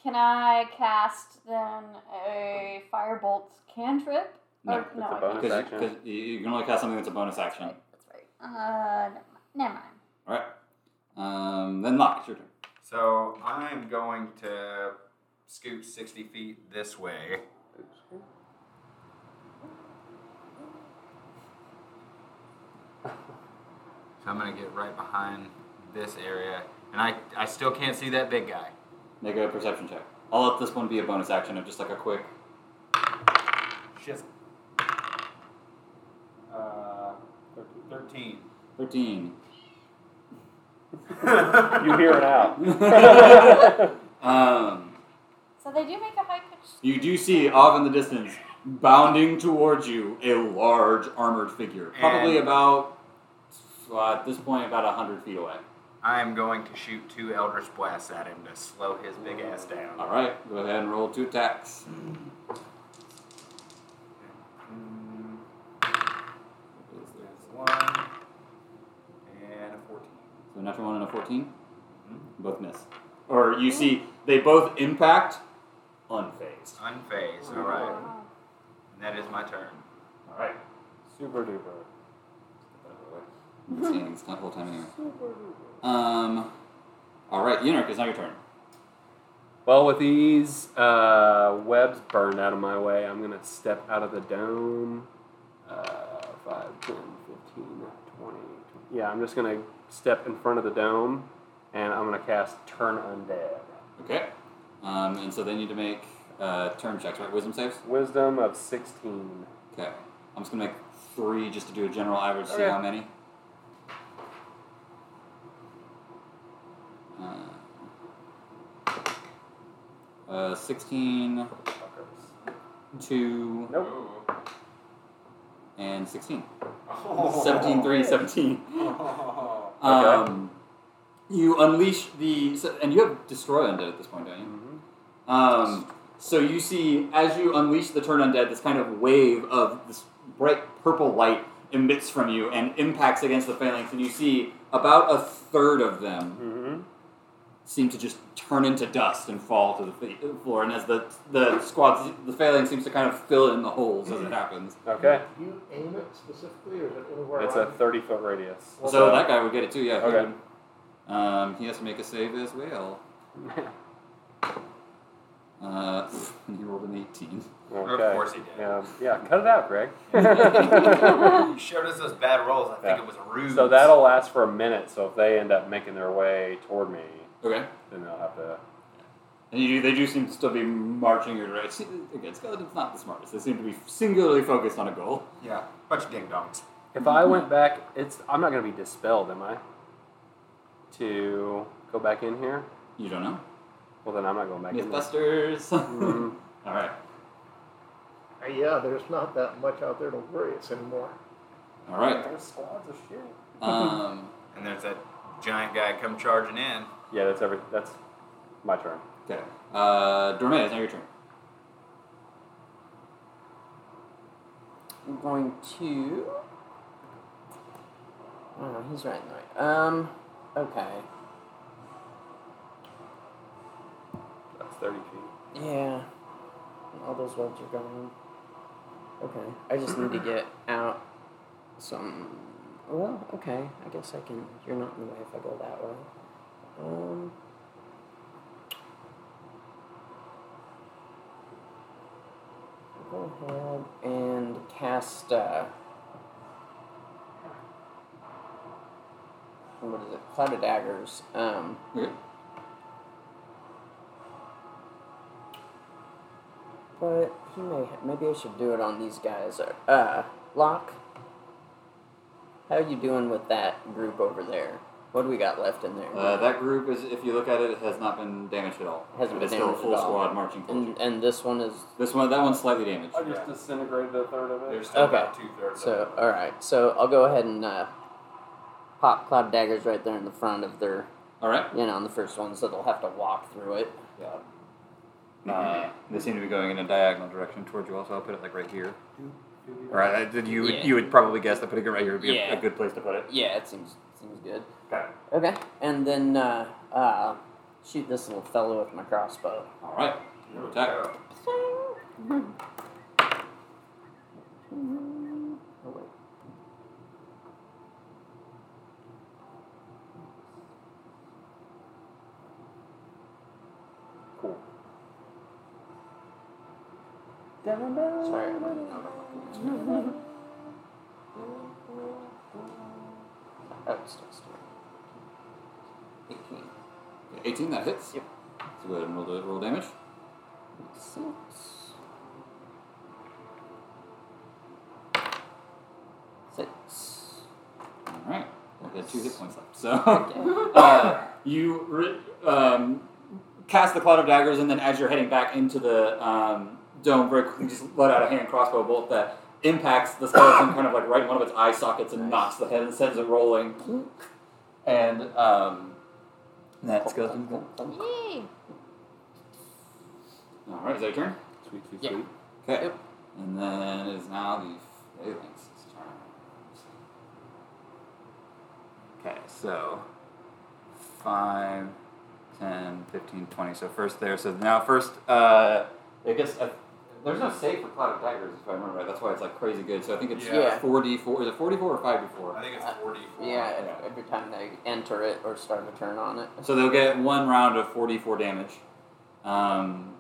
Speaker 6: can I cast then a firebolt cantrip? or,
Speaker 1: it's
Speaker 6: no,
Speaker 3: a
Speaker 6: I
Speaker 3: bonus.
Speaker 6: can't.
Speaker 1: because
Speaker 3: action.
Speaker 1: you, 'cause you- you can only cast something that's a bonus action.
Speaker 6: That's right. Uh, never mind.
Speaker 1: All right. Um, then lock. It's your turn.
Speaker 4: So I'm going to scoot 60 feet this way. So I'm going to get right behind this area. And I, I still can't see that big guy.
Speaker 1: Make a perception check. I'll let this one be a bonus action of just like a quick.
Speaker 4: Shit. Uh, 13.
Speaker 1: Thirteen.
Speaker 3: You hear it out.
Speaker 1: um,
Speaker 6: So they do make a high pitched.
Speaker 1: you do see off in the distance, bounding towards you, a large armored figure, probably
Speaker 4: And-
Speaker 1: about uh, at this point about hundred feet away.
Speaker 4: I'm going to shoot two Eldritch Blasts at him to slow his big ass down.
Speaker 1: All right, go ahead and roll two attacks.
Speaker 4: Mm, There's one and a 14.
Speaker 1: So a natural one and a 14 both miss, Mm-hmm. or you see they both impact unfazed.
Speaker 4: Unfazed, alright. And that is my turn.
Speaker 1: All right,
Speaker 3: Super duper.
Speaker 1: standing this whole time anyway. Um, all right, Eunuch, it's now your turn.
Speaker 3: Well, with these uh, webs burned out of my way, I'm going to step out of the dome. Uh, 5, 10, 15, 20. Yeah, I'm just going to step in front of the dome and I'm going to cast Turn Undead.
Speaker 1: Okay, um, and so they need to make uh, turn checks, right? Wisdom saves.
Speaker 3: Wisdom of 16.
Speaker 1: Okay, I'm just gonna make three just to do a general average, see
Speaker 3: Okay.
Speaker 1: how many. Uh, Uh, 16, 2,
Speaker 3: Nope.
Speaker 1: and 16.
Speaker 4: Oh.
Speaker 1: 17, 3, 17.
Speaker 4: Oh.
Speaker 1: Um, you unleash the. So, and you have Destroy Undead at this point, don't you?
Speaker 3: Mm-hmm.
Speaker 1: Um, so you see, as you unleash the Turn Undead, this kind of wave of this bright purple light emits from you and impacts against the phalanx, and you see about a third of them
Speaker 3: Mm-hmm.
Speaker 1: seem to just turn into dust and fall to the fa- floor. And as the the squad, the phalanx seems to kind of fill in the holes as it happens.
Speaker 3: Okay.
Speaker 2: Do you aim it specifically, or is it anywhere
Speaker 3: It's a
Speaker 2: on?
Speaker 3: 30 foot radius.
Speaker 1: So that guy would get it too. Yeah. he
Speaker 3: Okay.
Speaker 1: would. Um, he has to make a save as well. Uh, and he rolled an 18.
Speaker 3: Okay.
Speaker 4: Of course he did.
Speaker 3: Um, yeah, cut it out, Greg.
Speaker 4: He showed us those bad rolls. I think
Speaker 3: Yeah.
Speaker 4: it was a ruse.
Speaker 3: so that'll last for a minute, so if they end up making their way toward me,
Speaker 1: Okay.
Speaker 3: then they'll have to.
Speaker 1: And you, they do seem to still be marching your direction. Again, Skeleton's not the smartest. They seem to be singularly focused on a goal.
Speaker 4: Yeah, bunch of ding dongs.
Speaker 3: If I went back, it's I'm not going to be dispelled, am I? To go back in here?
Speaker 1: You don't know.
Speaker 3: Well, then I'm not going back in there.
Speaker 1: Mythbusters.
Speaker 3: Mhm.
Speaker 1: All right.
Speaker 2: Uh, yeah, there's not that much out there to worry us anymore.
Speaker 1: All right.
Speaker 3: There's squads of shit.
Speaker 1: Um,
Speaker 9: And there's that giant guy come charging in.
Speaker 3: Yeah, that's every. That's my turn.
Speaker 1: okay. Uh, Dorme, it's now your turn.
Speaker 5: I'm going to. Oh, he's right in the right. Um, okay.
Speaker 3: That's 30 feet.
Speaker 5: Yeah. All those webs are gone. Okay. I just need to get out some. Well, okay. I guess I can. You're not in the way if I go that way. Um. Go ahead and cast. Uh, what is it? Cloud of Daggers. Um.
Speaker 1: Okay.
Speaker 5: But he may. Maybe I should do it on these guys. Uh, Locke, how are you doing with that group over there? What do we got left in there?
Speaker 1: Uh, that group is, if you look at it, it has not been damaged at all.
Speaker 5: Hasn't
Speaker 1: it's
Speaker 5: been
Speaker 1: still a
Speaker 5: damaged
Speaker 1: full
Speaker 5: at all.
Speaker 1: squad marching forward.
Speaker 5: and and this one is
Speaker 1: This one, that one's slightly damaged.
Speaker 3: I just disintegrated a third of it.
Speaker 9: There's still
Speaker 5: Okay.
Speaker 9: about two thirds.
Speaker 5: so. All right, so I'll go ahead and uh, pop cloud daggers right there in the front of their,
Speaker 1: All right.
Speaker 5: you know, on the first one, so they'll have to walk through it.
Speaker 1: Yeah. Uh, they seem to be going in a diagonal direction towards you. Also, I'll put it like right here. All right. I- Did you
Speaker 5: Yeah.
Speaker 1: you would probably guess that putting it right here would be a-
Speaker 5: Yeah.
Speaker 1: a, good place to put it.
Speaker 5: Yeah, it seems seems good.
Speaker 1: Okay.
Speaker 5: Okay, and then uh, uh, shoot this little fellow with my crossbow.
Speaker 1: All right. Your attack.
Speaker 5: Oh wait.
Speaker 3: cool.
Speaker 5: Sorry. I went over. Oh, it's still still. 18.
Speaker 1: Yeah, 18, that hits.
Speaker 5: Yep.
Speaker 1: So go ahead and roll, the, roll damage.
Speaker 5: Six. Six.
Speaker 1: All right. Well, they had two hit points left. So uh, you re- um, cast the cloud of daggers, and then as you're heading back into the um, dome, very quickly just let out a hand crossbow bolt that impacts the skeleton kind of like right in one of its eye sockets and
Speaker 5: Nice.
Speaker 1: knocks the head and sends it rolling. And um, that skeleton. All
Speaker 6: Yay!
Speaker 1: right, is that your turn?
Speaker 3: Sweet, sweet,
Speaker 5: Yeah.
Speaker 3: sweet.
Speaker 1: Okay.
Speaker 5: Yep.
Speaker 1: And then it is now the phalanx's turn. Okay, so 5, 10, 15, 20. So first there. So now first, uh, I guess uh, there's no save for Cloud of Daggers, if I remember right. That's why it's like crazy good. So I think it's
Speaker 9: Yeah.
Speaker 5: Yeah.
Speaker 1: 4d4. Is it 44 or 5d4?
Speaker 9: I think it's
Speaker 5: Uh,
Speaker 9: 44.
Speaker 5: Yeah, ev- every time they enter it or start a turn on it.
Speaker 1: So they'll get one round of 44 damage. Um,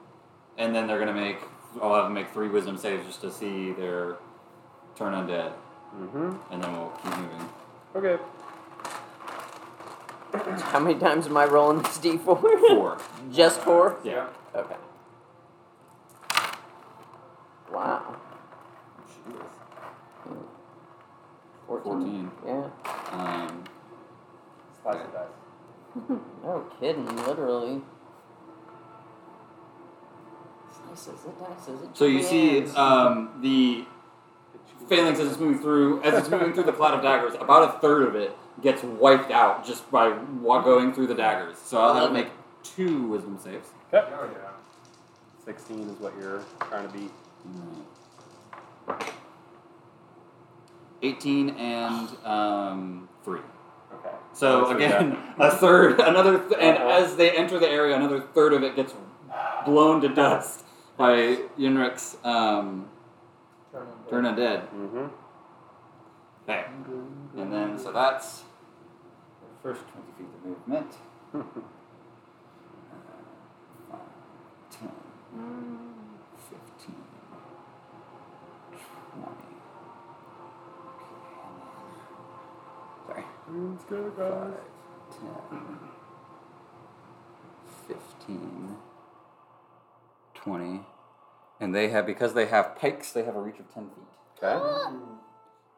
Speaker 1: and then they're going to make, I'll have them make three wisdom saves just to see their turn undead.
Speaker 3: Mm-hmm.
Speaker 1: And then we'll keep moving.
Speaker 3: Okay.
Speaker 5: How many times am I rolling this d4?
Speaker 1: Four.
Speaker 5: Just four?
Speaker 1: Yeah.
Speaker 5: Okay. Wow.
Speaker 1: 14.
Speaker 5: 14. Yeah.
Speaker 1: Um,
Speaker 3: Slice of dice.
Speaker 5: No kidding, literally. Slices it, dices it.
Speaker 1: so you see
Speaker 5: jams.
Speaker 1: um, the phalanx as it's moving through, as it's moving through the cloud of daggers, about a third of it gets wiped out just by wa- going through the daggers. So I'll have to make two wisdom saves.
Speaker 9: Oh, yeah.
Speaker 3: 16 is what you're trying to beat.
Speaker 1: 18 and um, 3.
Speaker 3: Okay.
Speaker 1: So
Speaker 3: Oh, That's what Uh-huh.
Speaker 1: again, a third, another, th- and
Speaker 3: Uh-oh.
Speaker 1: as they enter the area, another third of it gets blown to dust by Yunrik's um,
Speaker 2: Um,
Speaker 1: turn undead.
Speaker 3: Mm-hmm.
Speaker 1: Okay. And then, so that's the first 20 feet of movement. Uh, five, 10, 15, 20. Okay, and then- Sorry. Five, 10, 15, 20. And they have, because they have pikes, they have a reach of 10 feet.
Speaker 3: Okay.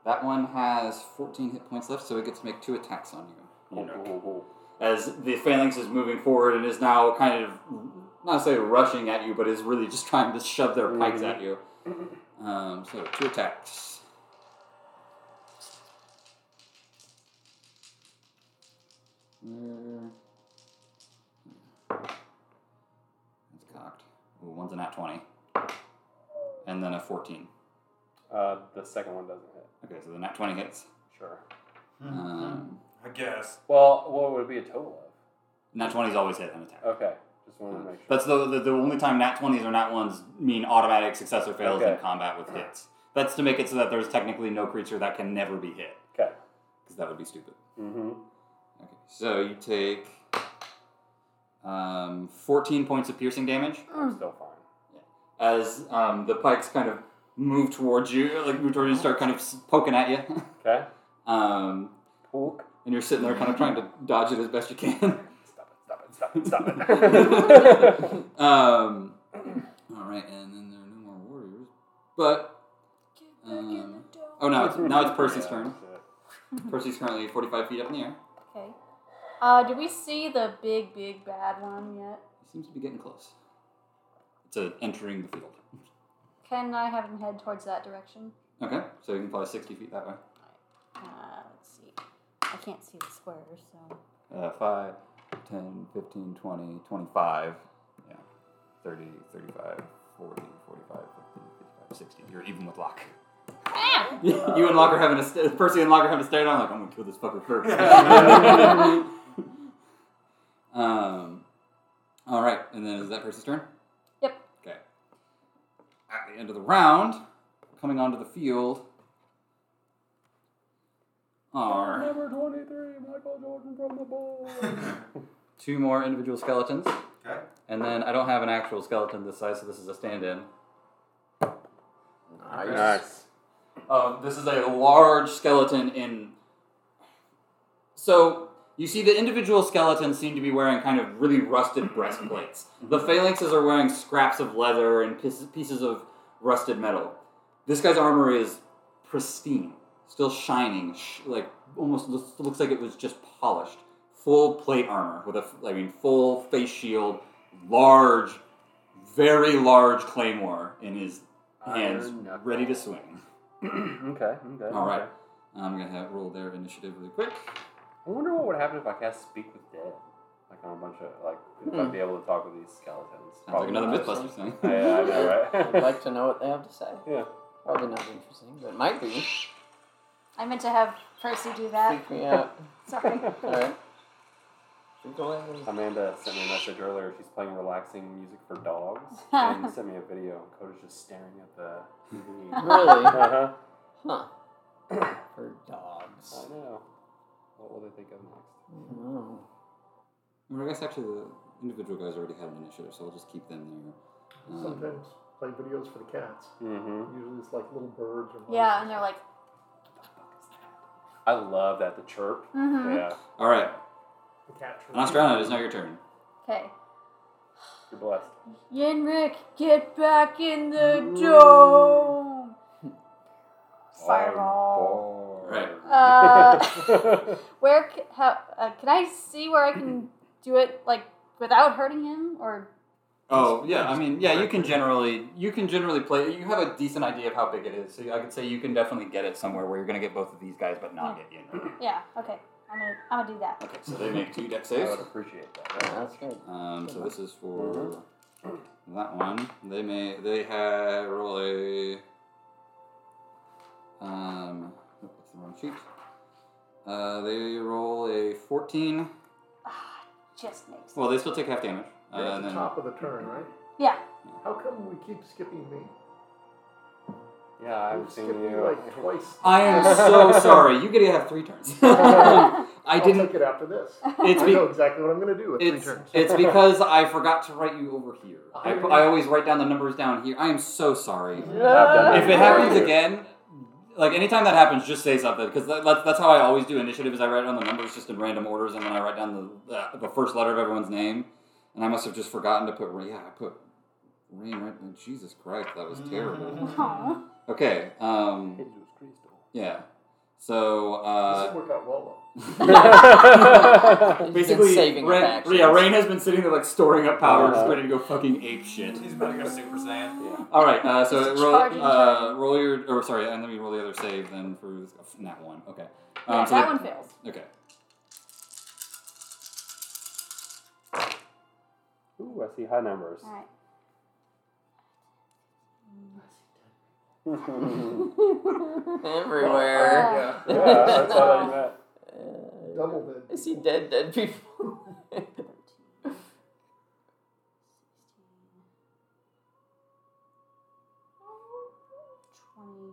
Speaker 1: That one has 14 hit points left, so it gets to make two attacks on you.
Speaker 3: Cool, cool, cool, cool.
Speaker 1: As the phalanx is moving forward and is now kind of not necessarily rushing at you, but is really just trying to shove their pikes at you. Um, so two attacks. Mm. That's cocked. Ooh, one's an at twenty, and then a fourteen.
Speaker 3: Uh, the second one doesn't hit.
Speaker 1: Okay, so the nat twenty hits.
Speaker 3: Sure.
Speaker 1: Um,
Speaker 16: I guess.
Speaker 3: Well, what would it be a total
Speaker 1: nat twenties always hit an attack.
Speaker 3: of? Okay. Just wanted to make sure.
Speaker 1: That's the, the the only time nat twenties or nat ones mean automatic success or fails in
Speaker 3: Okay.
Speaker 1: combat with hits. That's to make it so that there's technically no creature that can never be hit.
Speaker 3: Okay.
Speaker 1: Because that would be stupid.
Speaker 3: Mm-hmm.
Speaker 1: Okay. So you take um, 14 points of piercing damage
Speaker 3: I'm still fine.
Speaker 1: as um, the pikes kind of move towards you, like move towards you and start kind of s- poking at you.
Speaker 3: Okay.
Speaker 1: um,
Speaker 3: Poke.
Speaker 1: and you're sitting there kind of trying to dodge it as best you can.
Speaker 3: Stop it! Stop it! Stop it! Stop it!
Speaker 1: um, all right, and then there are no more warriors. But um, oh, now it's now it's Percy's
Speaker 3: Yeah,
Speaker 1: turn.
Speaker 3: shit.
Speaker 1: Percy's currently 45 feet up in the air.
Speaker 6: Okay. Uh, do we see the big, big bad one yet?
Speaker 1: He seems to be getting close. It's uh, entering the field.
Speaker 6: Ken and I have him head towards that direction.
Speaker 1: Okay, so you can fly 60 feet that way.
Speaker 6: Uh, let's see. I can't see the squares, so.
Speaker 1: Uh, 5, 10, 15, 20, 25, yeah, 30, 35, 40, 45, 50, 55, 60. You're even with Locke.
Speaker 6: Bam!
Speaker 1: you and Locke are having a st- Percy and Locke are having a stare down. Like I'm gonna kill this fucker first. um, all right, and then is that Percy's turn?
Speaker 6: Yep.
Speaker 1: Okay. At the end of the round, coming onto the field are
Speaker 3: Number 23, Michael Jordan from the ball.
Speaker 1: two more individual skeletons,
Speaker 4: Okay.
Speaker 1: and then I don't have an actual skeleton this size, so this is a stand-in.
Speaker 3: nice.
Speaker 1: Um, this is a large skeleton in. So you see, the individual skeletons seem to be wearing kind of really rusted breastplates. The phalanxes are wearing scraps of leather and pieces, pieces of rusted metal. This guy's armor is pristine, still shining, sh- like almost looks, looks like it was just polished. Full plate armor with a, f- I mean, full face shield, large, very large claymore in his hands,
Speaker 3: Iron knuckle.
Speaker 1: ready to swing.
Speaker 3: okay. Okay.
Speaker 1: All right.
Speaker 3: okay.
Speaker 1: I'm gonna have roll their initiative really quick.
Speaker 3: I wonder what would happen if I cast Speak with Dead. Like on a bunch of like, if I'd be able to talk with these skeletons.
Speaker 1: Hmm. Sounds like another
Speaker 5: not.
Speaker 1: MythBusters thing.
Speaker 3: Yeah, I know,
Speaker 5: I'd
Speaker 3: right?
Speaker 5: like to know what they have to say.
Speaker 3: yeah.
Speaker 5: Probably not interesting, but it might be.
Speaker 6: I meant to have Percy do that.
Speaker 5: Freak me out.
Speaker 6: Sorry.
Speaker 5: Alright. Should we go in?
Speaker 3: Amanda sent me a message earlier. She's playing relaxing music for dogs and sent me a video. Cody's just staring at the TV.
Speaker 5: Really?
Speaker 3: uh huh.
Speaker 5: Huh. For dogs.
Speaker 3: I know. What will they think of next?
Speaker 5: Oh.
Speaker 1: Well, I guess actually the individual guys already had an initiative, so I'll just keep them there. Um,
Speaker 2: Sometimes play videos for the cats.
Speaker 3: Mm-hmm.
Speaker 2: Usually it's like little birds or
Speaker 6: yeah, and they're like,
Speaker 3: I love that the chirp.
Speaker 6: mm-hmm.
Speaker 3: Yeah.
Speaker 1: All right,
Speaker 2: the cat tree.
Speaker 1: Nostrana, it is now your turn.
Speaker 6: Okay.
Speaker 3: You're blessed.
Speaker 6: Yenrik, get back in the dome! Fireball.
Speaker 1: Right.
Speaker 6: Uh, Where can, how, uh, can I see where I can do it like without hurting him or
Speaker 1: Oh yeah, I mean yeah, you can generally you can generally play. You have a decent idea of how big it is, so I could say you can definitely get it somewhere where you're gonna get both of these guys, but not get Yen.
Speaker 6: yeah okay I'm gonna I'm gonna do that
Speaker 1: Hmm. Okay, so they make two deck
Speaker 3: I
Speaker 1: saves.
Speaker 3: would appreciate that.
Speaker 5: Yeah, that's good.
Speaker 1: Um, so this is for
Speaker 2: Uh-huh.
Speaker 1: that one. They may they have roll a um nope, that's the wrong sheet. Uh, they roll a fourteen.
Speaker 6: Ah, just makes
Speaker 1: Well, they still take half damage. Uh,
Speaker 2: You're at
Speaker 1: and
Speaker 2: the
Speaker 1: then
Speaker 2: top of the turn, right?
Speaker 6: yeah
Speaker 2: How come we keep skipping me?
Speaker 3: Yeah, I haven't
Speaker 2: We've
Speaker 3: seen
Speaker 2: skipped
Speaker 3: you.
Speaker 2: like twice.
Speaker 1: I am so sorry. You get to have three turns. I
Speaker 2: I'll
Speaker 1: didn't.
Speaker 2: take it after this.
Speaker 1: It's
Speaker 2: I
Speaker 1: be-
Speaker 2: know exactly what I'm going to do with three
Speaker 1: It's,
Speaker 2: turns.
Speaker 1: it's because I forgot to write you over here. I, pu- I always write down the numbers down here. I am so sorry. if it happens again, like anytime that happens, just say something because that, that's that's how I always do initiative. Is I write down the numbers just in random orders, and then I write down the the, the first letter of everyone's name. And I must have just forgotten to put Ra- yeah, I put rain right. Jesus Christ, that was terrible.
Speaker 6: Aw.
Speaker 1: Okay, um, yeah. So
Speaker 2: this
Speaker 1: uh,
Speaker 2: has worked out well though.
Speaker 5: He's been
Speaker 1: basically,
Speaker 5: saving up
Speaker 1: Rain,
Speaker 5: actions.
Speaker 1: yeah, Rain has been sitting there like storing up power, just
Speaker 3: Uh-huh.
Speaker 1: ready to go fucking ape shit.
Speaker 9: He's about to go Super Saiyan.
Speaker 1: All right, uh, so
Speaker 6: Just
Speaker 1: roll,
Speaker 6: charging
Speaker 1: uh, roll your, or sorry, and let me roll the other save then for this, oh, nat one. Okay. Um,
Speaker 6: yeah,
Speaker 1: so
Speaker 6: that one fails.
Speaker 1: Okay.
Speaker 3: Ooh, I see high numbers.
Speaker 6: All right.
Speaker 5: everywhere.
Speaker 2: Yeah.
Speaker 3: yeah, that's what I meant.
Speaker 2: Double bid.
Speaker 5: I see dead, dead people.
Speaker 6: Twenty.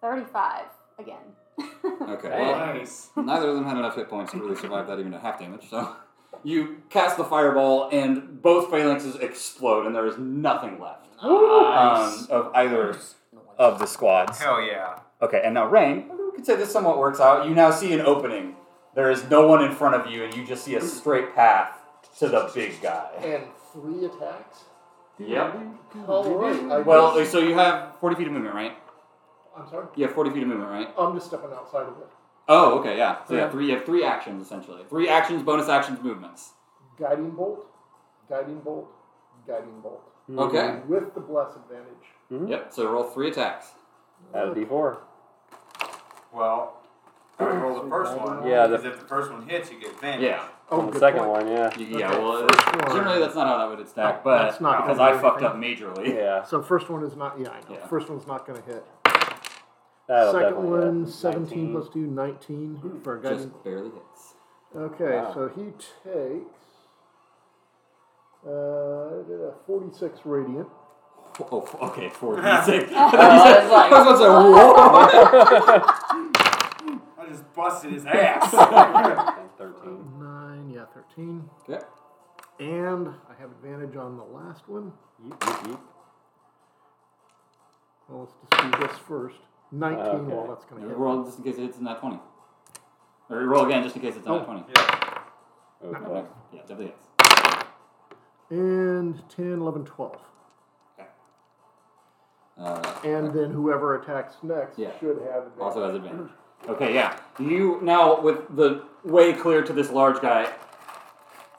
Speaker 6: Thirty-five again.
Speaker 1: Okay. Well,
Speaker 4: Nice.
Speaker 1: neither of them had enough hit points to really survive that even at half damage. So you cast the fireball, and both phalanxes explode, and there is nothing left um, of either of the squads.
Speaker 9: Hell yeah.
Speaker 1: Okay, and now Rain, we could say this somewhat works out. You now see an opening. There is no one in front of you, and you just see a straight path to the big guy.
Speaker 2: And three attacks.
Speaker 1: Yep.
Speaker 2: All right. I
Speaker 1: Well,
Speaker 2: guess-
Speaker 1: so you have 40 feet of movement, right?
Speaker 2: I'm sorry.
Speaker 1: You have 40 feet of movement, right?
Speaker 2: I'm just stepping outside of it.
Speaker 1: Oh, okay, yeah. So you
Speaker 2: Yeah.
Speaker 1: have three, you have three actions, essentially. Three actions, bonus actions, movements.
Speaker 2: Guiding bolt, guiding bolt, guiding bolt.
Speaker 1: Okay.
Speaker 2: With the bless advantage.
Speaker 1: Yep, so roll three attacks.
Speaker 3: That'd be four.
Speaker 9: Well, I would roll the first one.
Speaker 3: Yeah, the-
Speaker 9: Because if the first one hits, you get advantage.
Speaker 1: Yeah.
Speaker 2: Oh,
Speaker 3: the
Speaker 2: good
Speaker 3: second
Speaker 2: point.
Speaker 3: one, yeah.
Speaker 1: You- Yeah,
Speaker 2: Okay,
Speaker 1: well,
Speaker 2: first
Speaker 1: it-
Speaker 2: one.
Speaker 1: generally that's not how that would stack,
Speaker 2: No,
Speaker 1: but
Speaker 2: that's not
Speaker 1: because
Speaker 2: gonna
Speaker 1: I
Speaker 2: do
Speaker 1: fucked up
Speaker 2: anything.
Speaker 1: majorly.
Speaker 3: Yeah.
Speaker 2: So first one is not. Yeah, I know.
Speaker 1: Yeah.
Speaker 2: First one's not going to hit.
Speaker 3: That'll
Speaker 2: Second
Speaker 3: definitely hit.
Speaker 2: one, 17
Speaker 3: 19.
Speaker 2: plus 2, 19 for a guiding.
Speaker 1: Just barely hits.
Speaker 2: okay,
Speaker 3: Wow.
Speaker 2: so he takes uh, did a 46 radiant.
Speaker 1: Oh, okay, 46.
Speaker 5: I was like,
Speaker 1: I was about to say, whoa.
Speaker 9: I just busted his ass.
Speaker 3: And 13.
Speaker 2: 9, yeah, 13.
Speaker 1: Okay.
Speaker 2: And I have advantage on the last one.
Speaker 3: Yeep, yeep, yeep.
Speaker 2: Well, let's just do this first. 19,
Speaker 3: Okay.
Speaker 2: well, that's going to hit.
Speaker 1: Roll just in case it's not 20. Or roll again just in case it's
Speaker 3: Oh.
Speaker 1: not 20.
Speaker 3: Okay.
Speaker 1: Yeah, definitely hits.
Speaker 2: And 10, 11, 12.
Speaker 1: Uh,
Speaker 2: And then whoever attacks next
Speaker 1: Yeah.
Speaker 2: should have advantage.
Speaker 1: also has advantage. Okay, yeah. You now with the way clear to this large guy.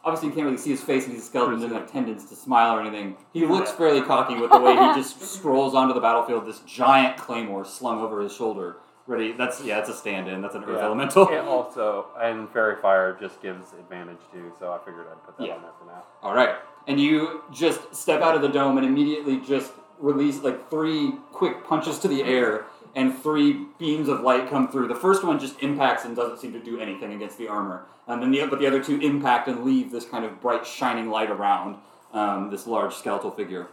Speaker 1: Obviously, you can't really see his face, and he's a skeleton. Doesn't have tendons to smile or anything. He looks fairly cocky with the way he just strolls onto the battlefield. This giant claymore slung over his shoulder, ready. That's yeah, that's a stand-in. That's an earth
Speaker 3: Yeah.
Speaker 1: elemental.
Speaker 3: It also, and Fairy Fire just gives advantage too, so I figured I'd put that
Speaker 1: Yeah.
Speaker 3: on there for now.
Speaker 1: All right. And you just step out of the dome and immediately just release like three quick punches to the air and three beams of light come through. The first one just impacts and doesn't seem to do anything against the armor. Um, And then the, but the other two impact and leave this kind of bright shining light around um, this large skeletal figure.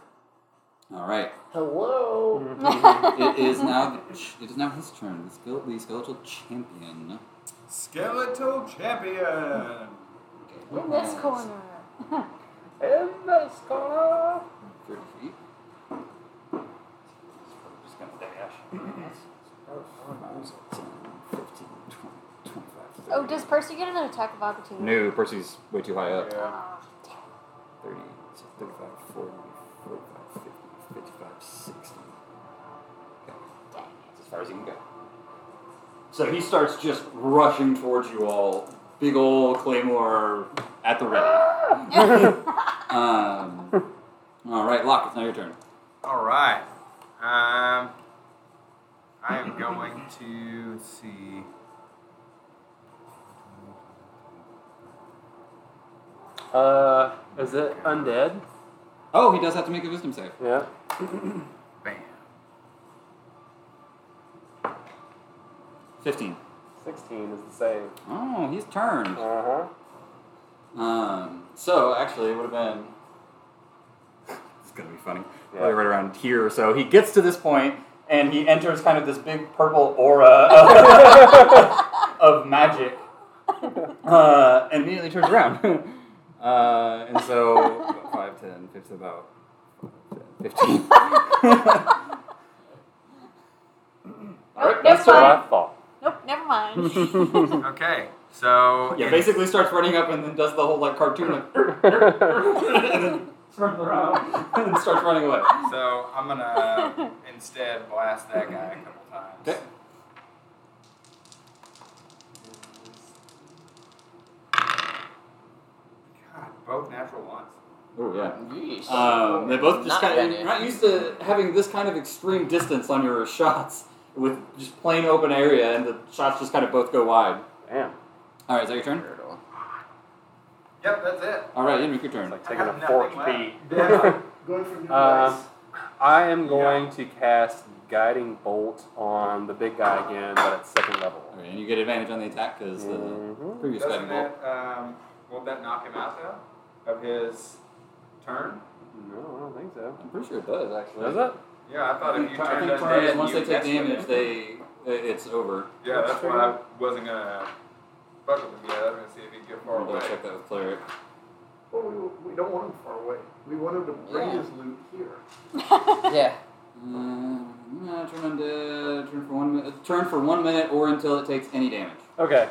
Speaker 1: All right.
Speaker 2: Hello!
Speaker 1: Mm-hmm. It is now the ch- it is now his turn. The, skele- the skeletal champion.
Speaker 9: Skeletal champion.
Speaker 6: In this corner.
Speaker 9: In the score.
Speaker 1: 30 feet. Just gonna dash. 15, 20, 25,
Speaker 6: Oh, does Percy get an attack of opportunity?
Speaker 1: No, Percy's way too high up.
Speaker 9: Yeah.
Speaker 6: Ah,
Speaker 1: 30, 35, 40, 45, 50, 55, 60. Okay,
Speaker 6: dang
Speaker 1: that's as far as you can go. So he starts just rushing towards you all. Big ol' Claymore at the ready. um, all right, Locke, it's now your turn.
Speaker 9: All right. Um, I am going to let's see.
Speaker 3: Uh, is it undead?
Speaker 1: Oh, he does have to make a wisdom save.
Speaker 3: Yeah.
Speaker 9: Bam.
Speaker 1: 15.
Speaker 3: 16 is the save.
Speaker 1: Oh, he's turned.
Speaker 3: Uh-huh.
Speaker 1: Um, so actually, it would have been. It's gonna be funny.
Speaker 3: Yeah.
Speaker 1: Probably right around here or so. He gets to this point and he enters kind of this big purple aura of, of magic, uh, and immediately turns around. Uh, and so five, ten, fifteen, about 15. All right,
Speaker 6: Nope,
Speaker 1: that's turn.
Speaker 6: never
Speaker 3: What
Speaker 6: mind.
Speaker 3: I thought.
Speaker 6: Nope, never mind.
Speaker 9: Okay. So
Speaker 1: Yeah,
Speaker 9: in-
Speaker 1: basically starts running up and then does the whole like cartoon like, and then turns around and starts running away.
Speaker 9: So I'm gonna instead blast that guy a couple times.
Speaker 1: Okay.
Speaker 4: Both natural ones.
Speaker 1: Oh yeah.
Speaker 5: Yeesh.
Speaker 1: Um, they both just
Speaker 5: Not
Speaker 1: kind
Speaker 5: bad,
Speaker 1: of you're not used to having this kind of extreme distance on your shots with just plain open area, and the shots just kind of both go wide.
Speaker 5: Damn.
Speaker 1: All right, is that your turn?
Speaker 4: Yep, that's it.
Speaker 1: All right, Henrik, your turn.
Speaker 4: I have
Speaker 9: Taking a
Speaker 4: nothing
Speaker 9: forked
Speaker 4: left. uh,
Speaker 9: beat.
Speaker 4: Yeah.
Speaker 2: Going for new
Speaker 1: Uh,
Speaker 3: Um,
Speaker 2: dice.
Speaker 3: I am going to cast Guiding Bolt on the big guy again, but at second level.
Speaker 1: All right, and you get advantage on the attack because the
Speaker 3: Mhm.
Speaker 1: previous guiding
Speaker 4: Doesn't
Speaker 1: bolt.
Speaker 4: that, um, won't that knock him out though? Of his turn?
Speaker 3: No, I don't think so.
Speaker 1: I'm pretty sure it does actually.
Speaker 3: Does it?
Speaker 4: Yeah, I
Speaker 1: I
Speaker 4: thought if
Speaker 1: think,
Speaker 4: you
Speaker 1: I
Speaker 4: turned
Speaker 1: think
Speaker 4: us
Speaker 1: prior is
Speaker 4: dead,
Speaker 1: once
Speaker 4: you
Speaker 1: they take
Speaker 4: messed with
Speaker 1: damage,
Speaker 4: him.
Speaker 1: they it- it's over.
Speaker 4: Yeah, that's why I wasn't gonna fuck with him yet. I was gonna see if he'd get far
Speaker 1: I'm gonna
Speaker 4: away.
Speaker 1: go check that with cleric.
Speaker 2: Well, we, we don't want him far away. We want him to bring
Speaker 5: Yeah.
Speaker 2: his loot here.
Speaker 5: Yeah.
Speaker 1: Um, Uh, nah, turn undead. Turn for one minute. Turn for one minute or until it takes any damage.
Speaker 3: Okay.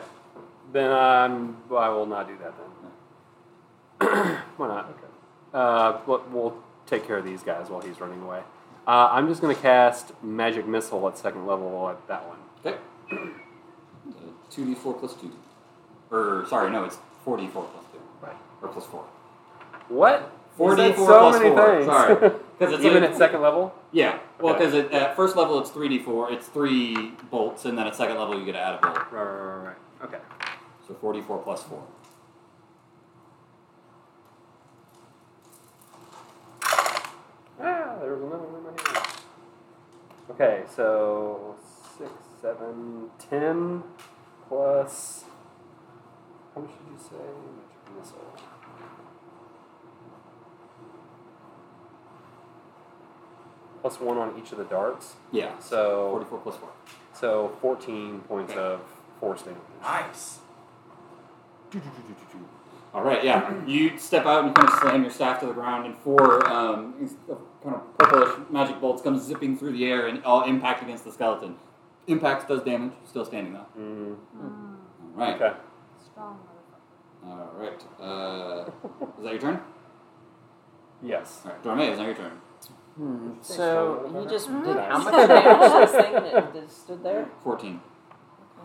Speaker 3: Then I'm, well, I will not do that then. Why not? Uh, we'll, we'll take care of these guys while he's running away. Uh, I'm just going to cast Magic Missile at second level at that one.
Speaker 1: Okay. Uh, Two d four plus two. Or sorry, no, it's four d four plus two.
Speaker 2: Right.
Speaker 1: Or plus four.
Speaker 3: What?
Speaker 1: Four
Speaker 3: You
Speaker 1: d
Speaker 3: said
Speaker 1: four
Speaker 3: so
Speaker 1: plus
Speaker 3: many
Speaker 1: four.
Speaker 3: things.
Speaker 1: Sorry, because it's
Speaker 3: Even
Speaker 1: like,
Speaker 3: at second level?
Speaker 1: Yeah. Well,
Speaker 3: Okay.
Speaker 1: because at first level it's three d four. It's three bolts, and then at second level you get to add a bolt.
Speaker 3: Right, right, right, right. Okay.
Speaker 1: So four d four plus four.
Speaker 3: Ah, there was another one in my hand. Okay, so six, seven, ten plus. How much did you say? Magic missile. Plus one on each of the darts.
Speaker 1: Yeah. Forty
Speaker 3: So
Speaker 1: four plus four.
Speaker 3: so fourteen points of force damage.
Speaker 4: Nice.
Speaker 1: All right, yeah. You step out and you kind of slam your staff to the ground, and four um, these kind of purplish magic bolts come zipping through the air and all impact against the skeleton. Impact does damage. Still standing though.
Speaker 3: Mm,
Speaker 1: All right.
Speaker 3: okay.
Speaker 6: Strong
Speaker 1: All right. Uh, is that your turn?
Speaker 3: Yes.
Speaker 1: All right, Dorme, it's not your turn.
Speaker 5: Hmm. Mm-hmm. So he just did how much damage to
Speaker 6: Mhm.
Speaker 5: this thing that that stood there?
Speaker 1: Fourteen.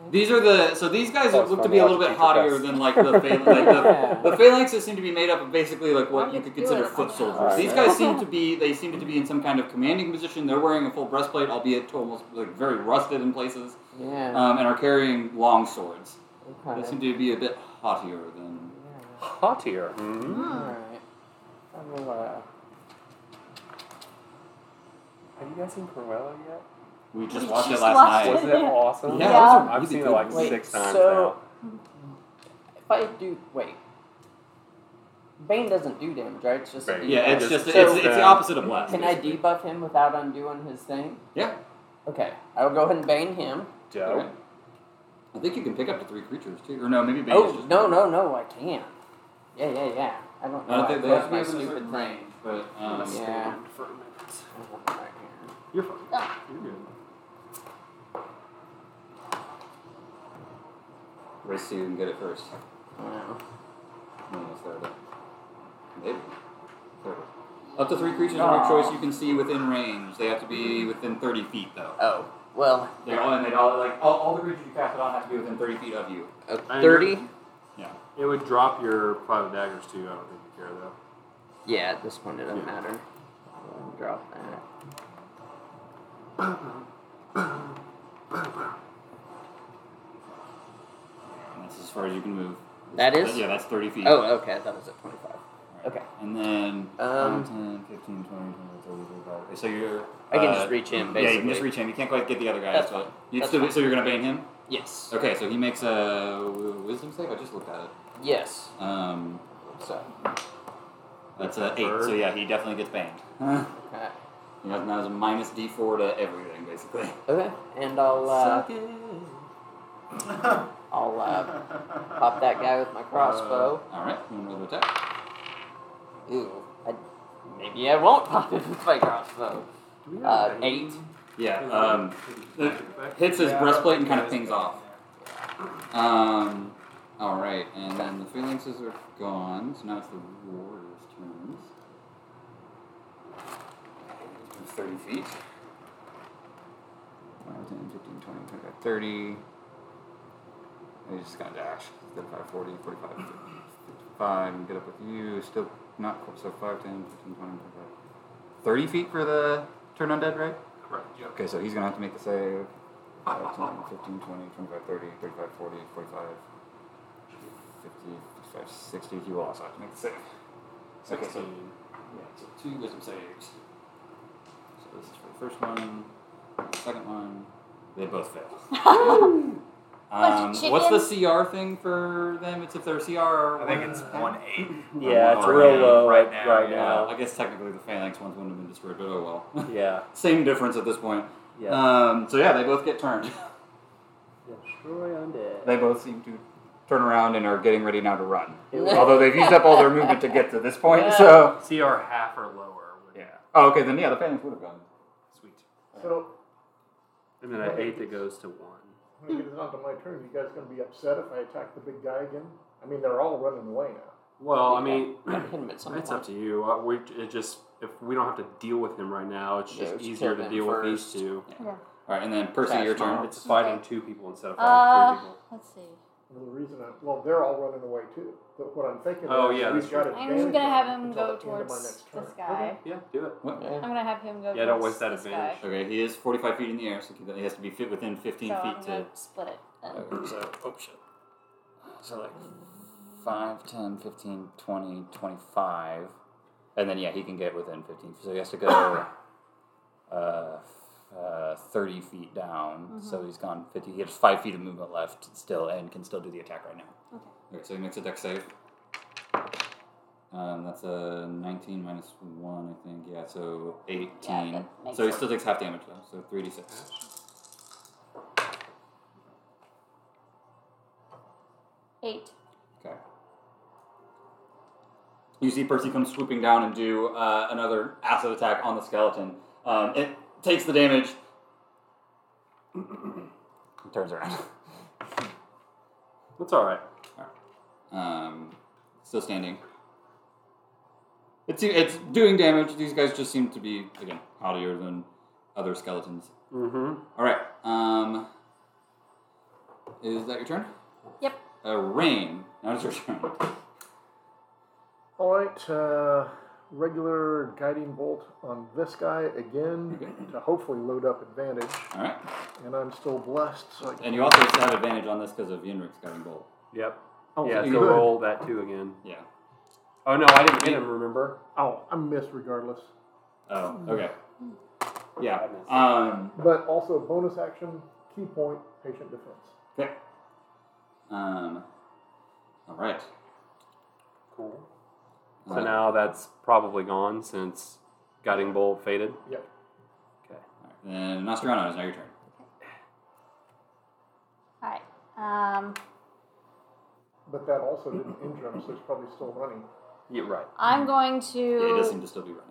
Speaker 1: These are the so these guys
Speaker 3: That's
Speaker 1: look to
Speaker 3: fun
Speaker 1: be a
Speaker 3: to
Speaker 1: little
Speaker 3: watch
Speaker 1: bit
Speaker 3: a teacher
Speaker 1: haughtier
Speaker 3: cuss.
Speaker 1: than like the phalanx. Like the, the phalanxes seem to be made up of basically like what
Speaker 6: I'm
Speaker 1: you
Speaker 6: just
Speaker 1: could
Speaker 6: doing
Speaker 1: consider
Speaker 6: it.
Speaker 1: foot
Speaker 6: I'm
Speaker 1: soldiers.
Speaker 3: not-
Speaker 1: These guys seem to be they seem to be in some kind of commanding position. They're wearing a full breastplate, albeit to almost like very rusted in places,
Speaker 5: Yeah. Uh,
Speaker 1: um, and are carrying long swords. They
Speaker 5: okay.
Speaker 1: seem to be a bit haughtier than
Speaker 5: Yeah.
Speaker 3: Haughtier.
Speaker 5: Hmm.
Speaker 3: Mm.
Speaker 5: Alright. I will, uh,
Speaker 3: Have you guys seen Cruella yet?
Speaker 1: we just
Speaker 6: We
Speaker 1: watched it
Speaker 6: just
Speaker 1: last
Speaker 6: watched
Speaker 1: night.
Speaker 6: it.
Speaker 3: Wasn't it awesome?
Speaker 1: Yeah,
Speaker 6: Yeah.
Speaker 1: it was a
Speaker 3: I've
Speaker 1: really
Speaker 3: seen it
Speaker 1: good
Speaker 3: like
Speaker 1: one.
Speaker 5: Wait,
Speaker 3: six times
Speaker 5: so- if I do. Wait. Bane doesn't do damage, right? It's just. a
Speaker 3: Bane.
Speaker 5: debuff.
Speaker 1: Yeah, it's just
Speaker 3: Just-
Speaker 5: so-
Speaker 1: it's, it's the opposite of blast.
Speaker 5: Can I debuff him without undoing his thing?
Speaker 1: Yeah.
Speaker 5: Okay. I will go ahead and Bane him.
Speaker 3: now.
Speaker 1: All
Speaker 3: Dope.
Speaker 1: right. I think you can pick up to three creatures too, or no, maybe Bane is
Speaker 5: Oh,
Speaker 1: just
Speaker 5: no, no, no, I can't. Yeah, yeah, yeah. I don't know.
Speaker 1: I don't think they
Speaker 5: closed
Speaker 1: have to be within a
Speaker 5: my stupid
Speaker 1: certain
Speaker 5: thing.
Speaker 1: range, but um,
Speaker 5: Yeah.
Speaker 3: For a minute.
Speaker 5: I'll go back here.
Speaker 3: You're fine.
Speaker 6: Oh.
Speaker 3: You're good.
Speaker 1: race to you and get it first.
Speaker 5: Wow.
Speaker 1: No, no, third. Maybe. Third. Up to three creatures of your choice you can see within range. They have to be within 30 feet, though.
Speaker 5: Oh, well,
Speaker 1: They're all, and they all, like, all, all the creatures you cast it on have to be within 30 feet of you.
Speaker 5: a
Speaker 3: I'm-
Speaker 5: 30?
Speaker 3: It would drop your five of daggers too. I don't think you care though.
Speaker 5: Yeah, at this point it doesn't
Speaker 3: Yeah.
Speaker 5: matter. I'll Drop that.
Speaker 1: And that's as far as you can move.
Speaker 5: That is?
Speaker 1: Yeah, that's 30 feet.
Speaker 5: Oh, okay, that was at 25. okay.
Speaker 1: And then
Speaker 5: Um,
Speaker 1: 10, 15, 20, 20, 30, 35. Okay, So you're.
Speaker 5: I can
Speaker 1: uh,
Speaker 5: just reach him,
Speaker 1: Yeah, you can just
Speaker 5: basically.
Speaker 1: reach him. You can't quite get the other guy.
Speaker 5: That's
Speaker 1: but
Speaker 5: fine.
Speaker 1: you
Speaker 5: That's
Speaker 1: still-
Speaker 5: fine.
Speaker 1: so you're going to bane him?
Speaker 5: Yes.
Speaker 1: Okay, so he makes a w- wisdom save. I just looked at it.
Speaker 5: Yes.
Speaker 1: Um,
Speaker 5: So,
Speaker 1: that's a eight. So yeah, he definitely gets banned. he
Speaker 5: okay.
Speaker 1: has now has a minus D four to everything basically.
Speaker 5: Okay, and I'll, uh, I'll, uh, pop that guy with my crossbow.
Speaker 1: All right, one roll to attack.
Speaker 5: Ew. I, maybe I won't pop it with my crossbow. Uh, eight.
Speaker 1: Yeah, um, it hits his breastplate and kind of pings off. Um, all right, and then the phalanxes are gone. So now it's the warriors' turns. Move Thirty feet. 5, 10, 15, 20, 25, 30. I just got dash. Then 5, 40, 45, 50, 55, 5 and get up with you. Still not close. So 5, 10, 15, 20, 25. 30 feet for the turn undead, right?
Speaker 3: Correct. Yep.
Speaker 1: Okay, so he's going to have to make the save. 5, 10, 15, 20, 25, 30, 35, 40, 45, 50, 55, 60. He will also have to make the save. Okay,
Speaker 17: 16.
Speaker 1: so,
Speaker 17: Yeah, so two wisdom saves.
Speaker 1: so this is for the first one, second one. They both fail. Um,
Speaker 6: Bunch of
Speaker 1: what's the CR thing for them? It's if they're CR. Or
Speaker 4: I think it's one eight.
Speaker 18: Yeah, it's
Speaker 4: Or
Speaker 18: real
Speaker 4: eight
Speaker 18: low
Speaker 4: right
Speaker 18: right
Speaker 4: now,
Speaker 18: now.
Speaker 1: Yeah, I guess technically the phalanx ones wouldn't have been destroyed, but oh well.
Speaker 18: Yeah,
Speaker 1: Same difference at this point.
Speaker 18: yeah.
Speaker 1: Um, so yeah, they both get turned.
Speaker 18: Destroy undead.
Speaker 1: They both seem to turn around and are getting ready now to run.
Speaker 18: It was-
Speaker 1: Although they've used up all their movement to get to this point,
Speaker 18: Yeah.
Speaker 1: so
Speaker 3: CR half or lower. would-
Speaker 1: yeah. Oh, okay, then yeah, the phalanx would have gone.
Speaker 3: Sweet.
Speaker 2: So,
Speaker 3: And then an eight that goes to one.
Speaker 2: when it gets onto my turn, you guys gonna be upset if I attack the big guy again? I mean, they're all running away now.
Speaker 3: Well, I mean,
Speaker 5: Hit him at some
Speaker 3: it's
Speaker 5: point.
Speaker 3: up to you. Uh, we it just if we don't have to deal with him right now, it's
Speaker 5: Yeah,
Speaker 3: just
Speaker 5: just
Speaker 3: easier
Speaker 5: kill
Speaker 3: to
Speaker 5: them
Speaker 3: deal with
Speaker 5: first.
Speaker 3: these two.
Speaker 1: All right, and then Percy,
Speaker 5: Trash
Speaker 1: your turn.
Speaker 5: mom.
Speaker 3: It's fighting two people instead of fighting
Speaker 6: Uh,
Speaker 3: three people.
Speaker 6: let's see.
Speaker 2: And the reason I, well, they're all running away too. But what I'm thinking
Speaker 3: Oh,
Speaker 2: is
Speaker 3: yeah,
Speaker 2: we've
Speaker 3: that's
Speaker 2: got
Speaker 3: true.
Speaker 6: I'm
Speaker 2: advantage
Speaker 6: gonna have
Speaker 2: on it
Speaker 6: him
Speaker 2: until
Speaker 6: go
Speaker 2: the end of my
Speaker 6: towards
Speaker 2: next
Speaker 6: this
Speaker 2: turn.
Speaker 6: guy.
Speaker 3: Yeah, do it.
Speaker 1: What?
Speaker 6: I'm gonna have him go.
Speaker 3: Yeah, don't
Speaker 6: towards
Speaker 3: waste that
Speaker 6: this
Speaker 3: advantage.
Speaker 6: guy.
Speaker 1: Okay, he is 45 feet in the air, so keep that- he has to be fit within 15
Speaker 6: So
Speaker 1: feet
Speaker 6: I'm
Speaker 1: to.
Speaker 6: gonna split it. then.
Speaker 1: Okay, so, oh shit. So like 5, 10, 15, 20, 25. And then, yeah, he can get within 15. So he has to go uh, uh, 30 feet down.
Speaker 6: Mm-hmm.
Speaker 1: So he's gone 50. He has 5 feet of movement left still and can still do the attack right now.
Speaker 6: Okay.
Speaker 1: Okay, so he makes a deck save. Um, that's a 19 minus 1, I think. Yeah, so 18.
Speaker 6: that makes
Speaker 1: so he
Speaker 6: sense.
Speaker 1: still takes half damage, though. So 3d6.
Speaker 6: Eight.
Speaker 1: Okay. You see Percy come swooping down and do uh, another acid attack on the skeleton. Um, it takes the damage. It turns around.
Speaker 3: That's all right.
Speaker 1: Um, still standing. It's it's doing damage. These guys just seem to be again haughtier than other skeletons.
Speaker 3: Mm-hmm.
Speaker 1: All right. Um, is that your turn?
Speaker 6: Yep.
Speaker 1: Uh, rain. Now it's your turn.
Speaker 2: All right, uh, regular guiding bolt on this guy again
Speaker 1: Okay.
Speaker 2: to hopefully load up advantage,
Speaker 1: All right.
Speaker 2: and I'm still blessed. So I
Speaker 1: And you also have advantage on this because of Yenrik's guiding bolt.
Speaker 3: Yep. yeah,
Speaker 1: you
Speaker 3: so
Speaker 1: good.
Speaker 3: roll that two again.
Speaker 1: Yeah.
Speaker 3: Oh no, I didn't get him. Remember?
Speaker 2: oh, I miss regardless.
Speaker 1: Oh,
Speaker 3: Mm-hmm.
Speaker 1: okay. Yeah.
Speaker 3: Goodness.
Speaker 1: Um,
Speaker 2: But also bonus action, key point, patient defense.
Speaker 1: okay. Um, all right.
Speaker 3: Cool. So
Speaker 1: Uh,
Speaker 3: now that's probably gone since guiding bolt faded.
Speaker 2: Yep.
Speaker 3: Okay.
Speaker 1: Then Nostrano, it's now your turn.
Speaker 6: All right. Um,
Speaker 2: But that also didn't injure him, so it's probably still running.
Speaker 3: Yeah, right.
Speaker 6: I'm going
Speaker 1: Yeah, he does
Speaker 6: to.
Speaker 1: seem to still be running.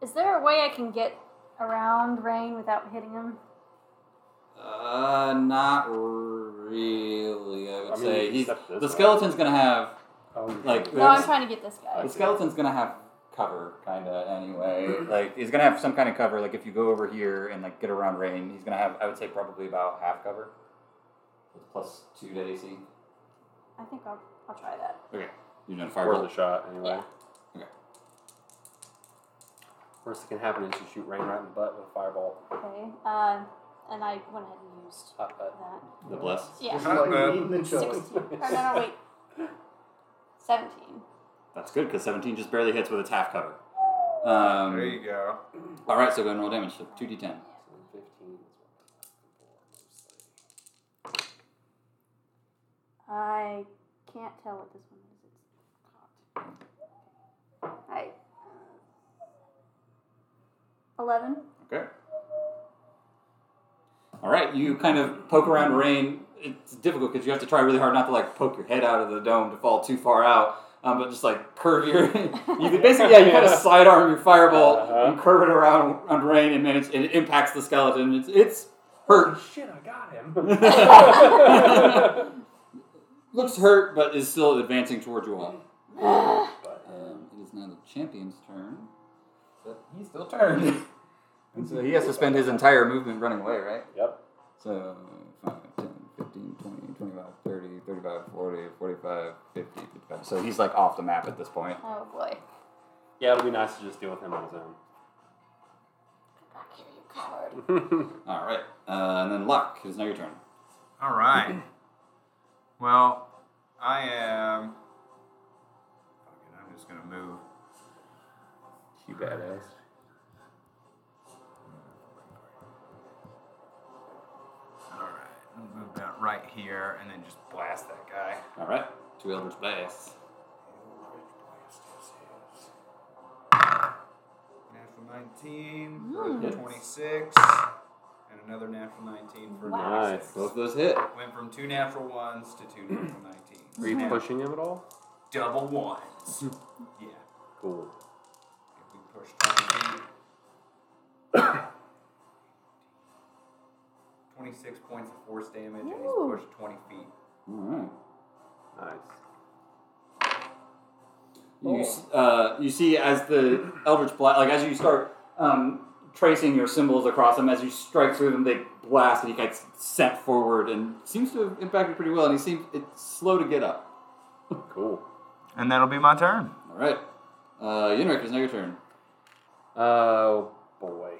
Speaker 6: Is there a way I can get around Rain without hitting him?
Speaker 1: Uh, not really. I would
Speaker 3: I mean, you
Speaker 1: say
Speaker 3: can
Speaker 1: he's
Speaker 3: step this
Speaker 1: the
Speaker 3: way.
Speaker 1: skeleton's gonna have
Speaker 3: Um,
Speaker 1: like
Speaker 6: No, I'm trying to get this guy.
Speaker 1: the skeleton's gonna have cover kind of anyway. like he's gonna have some kind of cover. Like if you go over here and like get around rain, he's gonna have I would say probably about half cover. With plus two to AC.
Speaker 6: I think I'll, I'll try that.
Speaker 1: You're doing
Speaker 3: worth
Speaker 1: fireball.
Speaker 3: a shot anyway.
Speaker 1: Yeah. Okay.
Speaker 3: Worst that can happen is you shoot rain right in the butt with a fireball.
Speaker 6: Okay. Uh, and I went ahead and used
Speaker 3: Hot butt.
Speaker 6: that.
Speaker 1: The bless.
Speaker 2: It's
Speaker 6: Yeah.
Speaker 4: Not
Speaker 2: like
Speaker 4: bad.
Speaker 2: eating the jelly.
Speaker 6: 16. Or no, no, wait. 17.
Speaker 1: That's good because 17 just barely hits with its half cover. Um,
Speaker 4: There you go.
Speaker 1: All right, so go and roll damage. So 2d10.
Speaker 3: So then 15 is what I'm looking for, mostly.
Speaker 6: I can't tell what this one is. It's cocked. I. 11.
Speaker 1: Okay. All right, you kind of poke around rain. It's difficult because you have to try really hard not to like poke your head out of the dome to fall too far out, um, but just like curve your. you can basically yeah, you kind of sidearm your fireball and curve it around on rain, and manage, and it impacts the skeleton. It's it's hurt.
Speaker 3: Shit, I got him.
Speaker 1: Looks hurt, but is still advancing towards you all. Um, it is now the champion's turn. But he's still turned. and so he has to spend his entire movement running away, right?
Speaker 3: Yep.
Speaker 1: So 5, 10, 15, 20, 25, 30, 35, 40, 45, 50. it depends. So he's like off the map at this point.
Speaker 6: Oh boy.
Speaker 3: Yeah, it'll be nice to just deal with him on his
Speaker 6: Get back here, you coward.
Speaker 3: own.
Speaker 1: All right. Uh, and then Luck, it's now your turn.
Speaker 4: All right. well, I am. Fucking, I'm just gonna move.
Speaker 1: You badass.
Speaker 4: All right, I'm move that right here, and then just blast that guy.
Speaker 1: All right. Two Eldritch Blasts.
Speaker 4: Natural 19 for
Speaker 3: Mm.
Speaker 4: 26, and another natural 19 for
Speaker 3: Wow.
Speaker 4: 26.
Speaker 1: Both of those hit.
Speaker 4: Went from two natural ones to two natural 19s.
Speaker 3: Are you
Speaker 4: Now,
Speaker 3: pushing him at all?
Speaker 4: Double ones. yeah.
Speaker 3: Cool.
Speaker 4: If we push 20 feet. 26 points of force damage, and
Speaker 6: Ooh.
Speaker 4: he's pushed 20 feet.
Speaker 1: All right.
Speaker 3: Nice.
Speaker 1: You, s- uh, you see as the Eldritch Blast, like as you start um, tracing your symbols across them, as you strike through them, they blast and he gets sent forward and seems to have impacted pretty well. And he seems it's slow to get up.
Speaker 3: Cool.
Speaker 4: And that'll be my turn.
Speaker 1: All right. Uh, Yenrik, it's now your turn.
Speaker 3: Oh boy.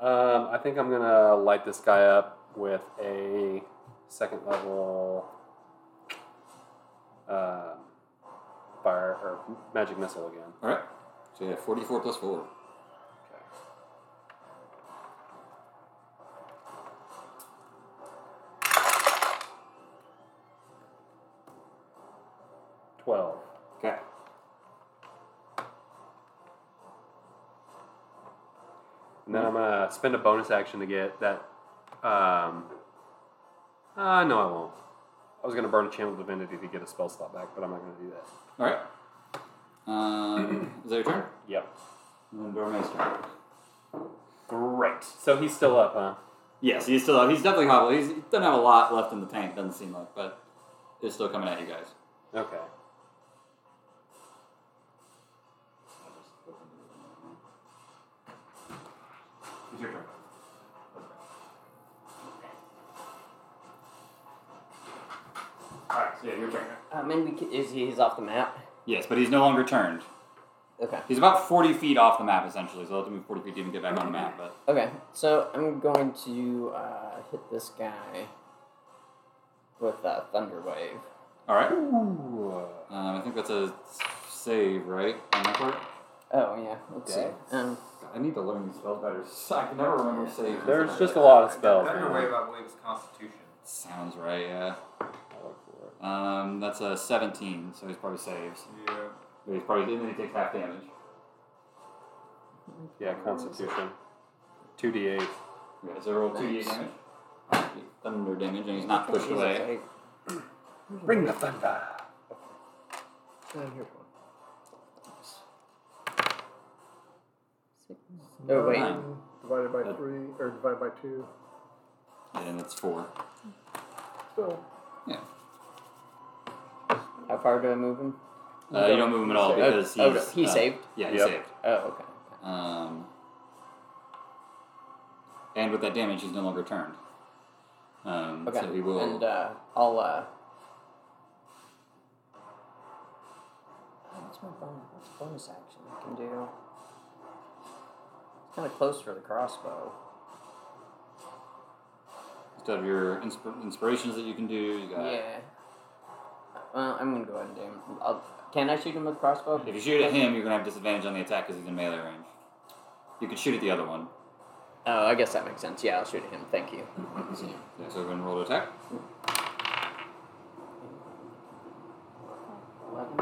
Speaker 3: Um, I think I'm gonna light this guy up with a second level um, fire or magic missile again.
Speaker 1: All right. So yeah, 44 plus 4.
Speaker 3: Twelve.
Speaker 1: Okay.
Speaker 3: And then I'm gonna spend a bonus action to get that. Um, uh, no, I won't. I was gonna burn a channel divinity to get a spell slot back, but I'm not gonna do that.
Speaker 1: All right. Um, is that your turn?
Speaker 3: Yep.
Speaker 1: And then Dorme's turn.
Speaker 3: Great. So he's still up, huh?
Speaker 1: Yes, he's still up. He's definitely hobbled. He's, he doesn't have a lot left in the tank, doesn't seem like, but it's still coming at you guys.
Speaker 3: Okay.
Speaker 1: It's your turn. Alright, so yeah, your turn.
Speaker 5: Um, and we ca- is he, he's off the map?
Speaker 1: Yes, but he's no longer turned.
Speaker 5: Okay.
Speaker 1: He's about 40 feet off the map, essentially, so he'll have to move 40 feet to even get back on the map, but
Speaker 5: Okay, so I'm going to uh, hit this guy with uh, Thunder Wave.
Speaker 1: alright. Um, I think that's a save, right? On my part?
Speaker 5: Oh, yeah, let's
Speaker 1: Yes.
Speaker 5: see. Um,
Speaker 1: I need to learn these spells better. I can never remember saves.
Speaker 3: There's just a lot of spells.
Speaker 4: Thunder
Speaker 3: man.
Speaker 4: Wave, I believe, is Constitution.
Speaker 1: Sounds right, yeah.
Speaker 3: I look for it.
Speaker 1: Um, that's a 17, so he's probably saves.
Speaker 4: Yeah.
Speaker 1: But he's probably, and then he takes half damage.
Speaker 3: Yeah, Constitution. Two D eight.
Speaker 1: Yeah, so roll 2d8
Speaker 5: Nice.
Speaker 1: damage. Thunder damage, and he's not pushed
Speaker 5: Jesus,
Speaker 1: away.
Speaker 5: I-
Speaker 3: Bring the thunder.
Speaker 2: And here's one.
Speaker 19: Six.
Speaker 5: Oh, wait.
Speaker 2: Nine Divided by
Speaker 1: Uh,
Speaker 2: three, or divided by two.
Speaker 1: And it's four.
Speaker 2: Still.
Speaker 5: How far do I move him?
Speaker 1: Uh, you don't move him at all
Speaker 5: Oh,
Speaker 1: because he's,
Speaker 5: oh, he
Speaker 1: uh,
Speaker 5: saved?
Speaker 1: Yeah, he
Speaker 3: Yep.
Speaker 1: saved.
Speaker 5: Oh, okay.
Speaker 1: Um, and with that damage, he's no longer turned. Um,
Speaker 5: Okay.
Speaker 1: So he will.
Speaker 5: And uh, I'll. Uh... What's my bonus? What's a bonus action I can do? It's kind of close for the crossbow.
Speaker 1: you still have your insp- inspirations that you can do. You got.
Speaker 5: Yeah. Well, I'm gonna go ahead and do. Him. I'll, can I shoot him with crossbow?
Speaker 1: If you shoot at him, you're gonna have disadvantage on the attack because he's in melee range. You could shoot at the other one.
Speaker 5: Oh, I guess that makes sense. Yeah, I'll shoot at him. Thank you.
Speaker 1: Yeah, so we're gonna roll to attack.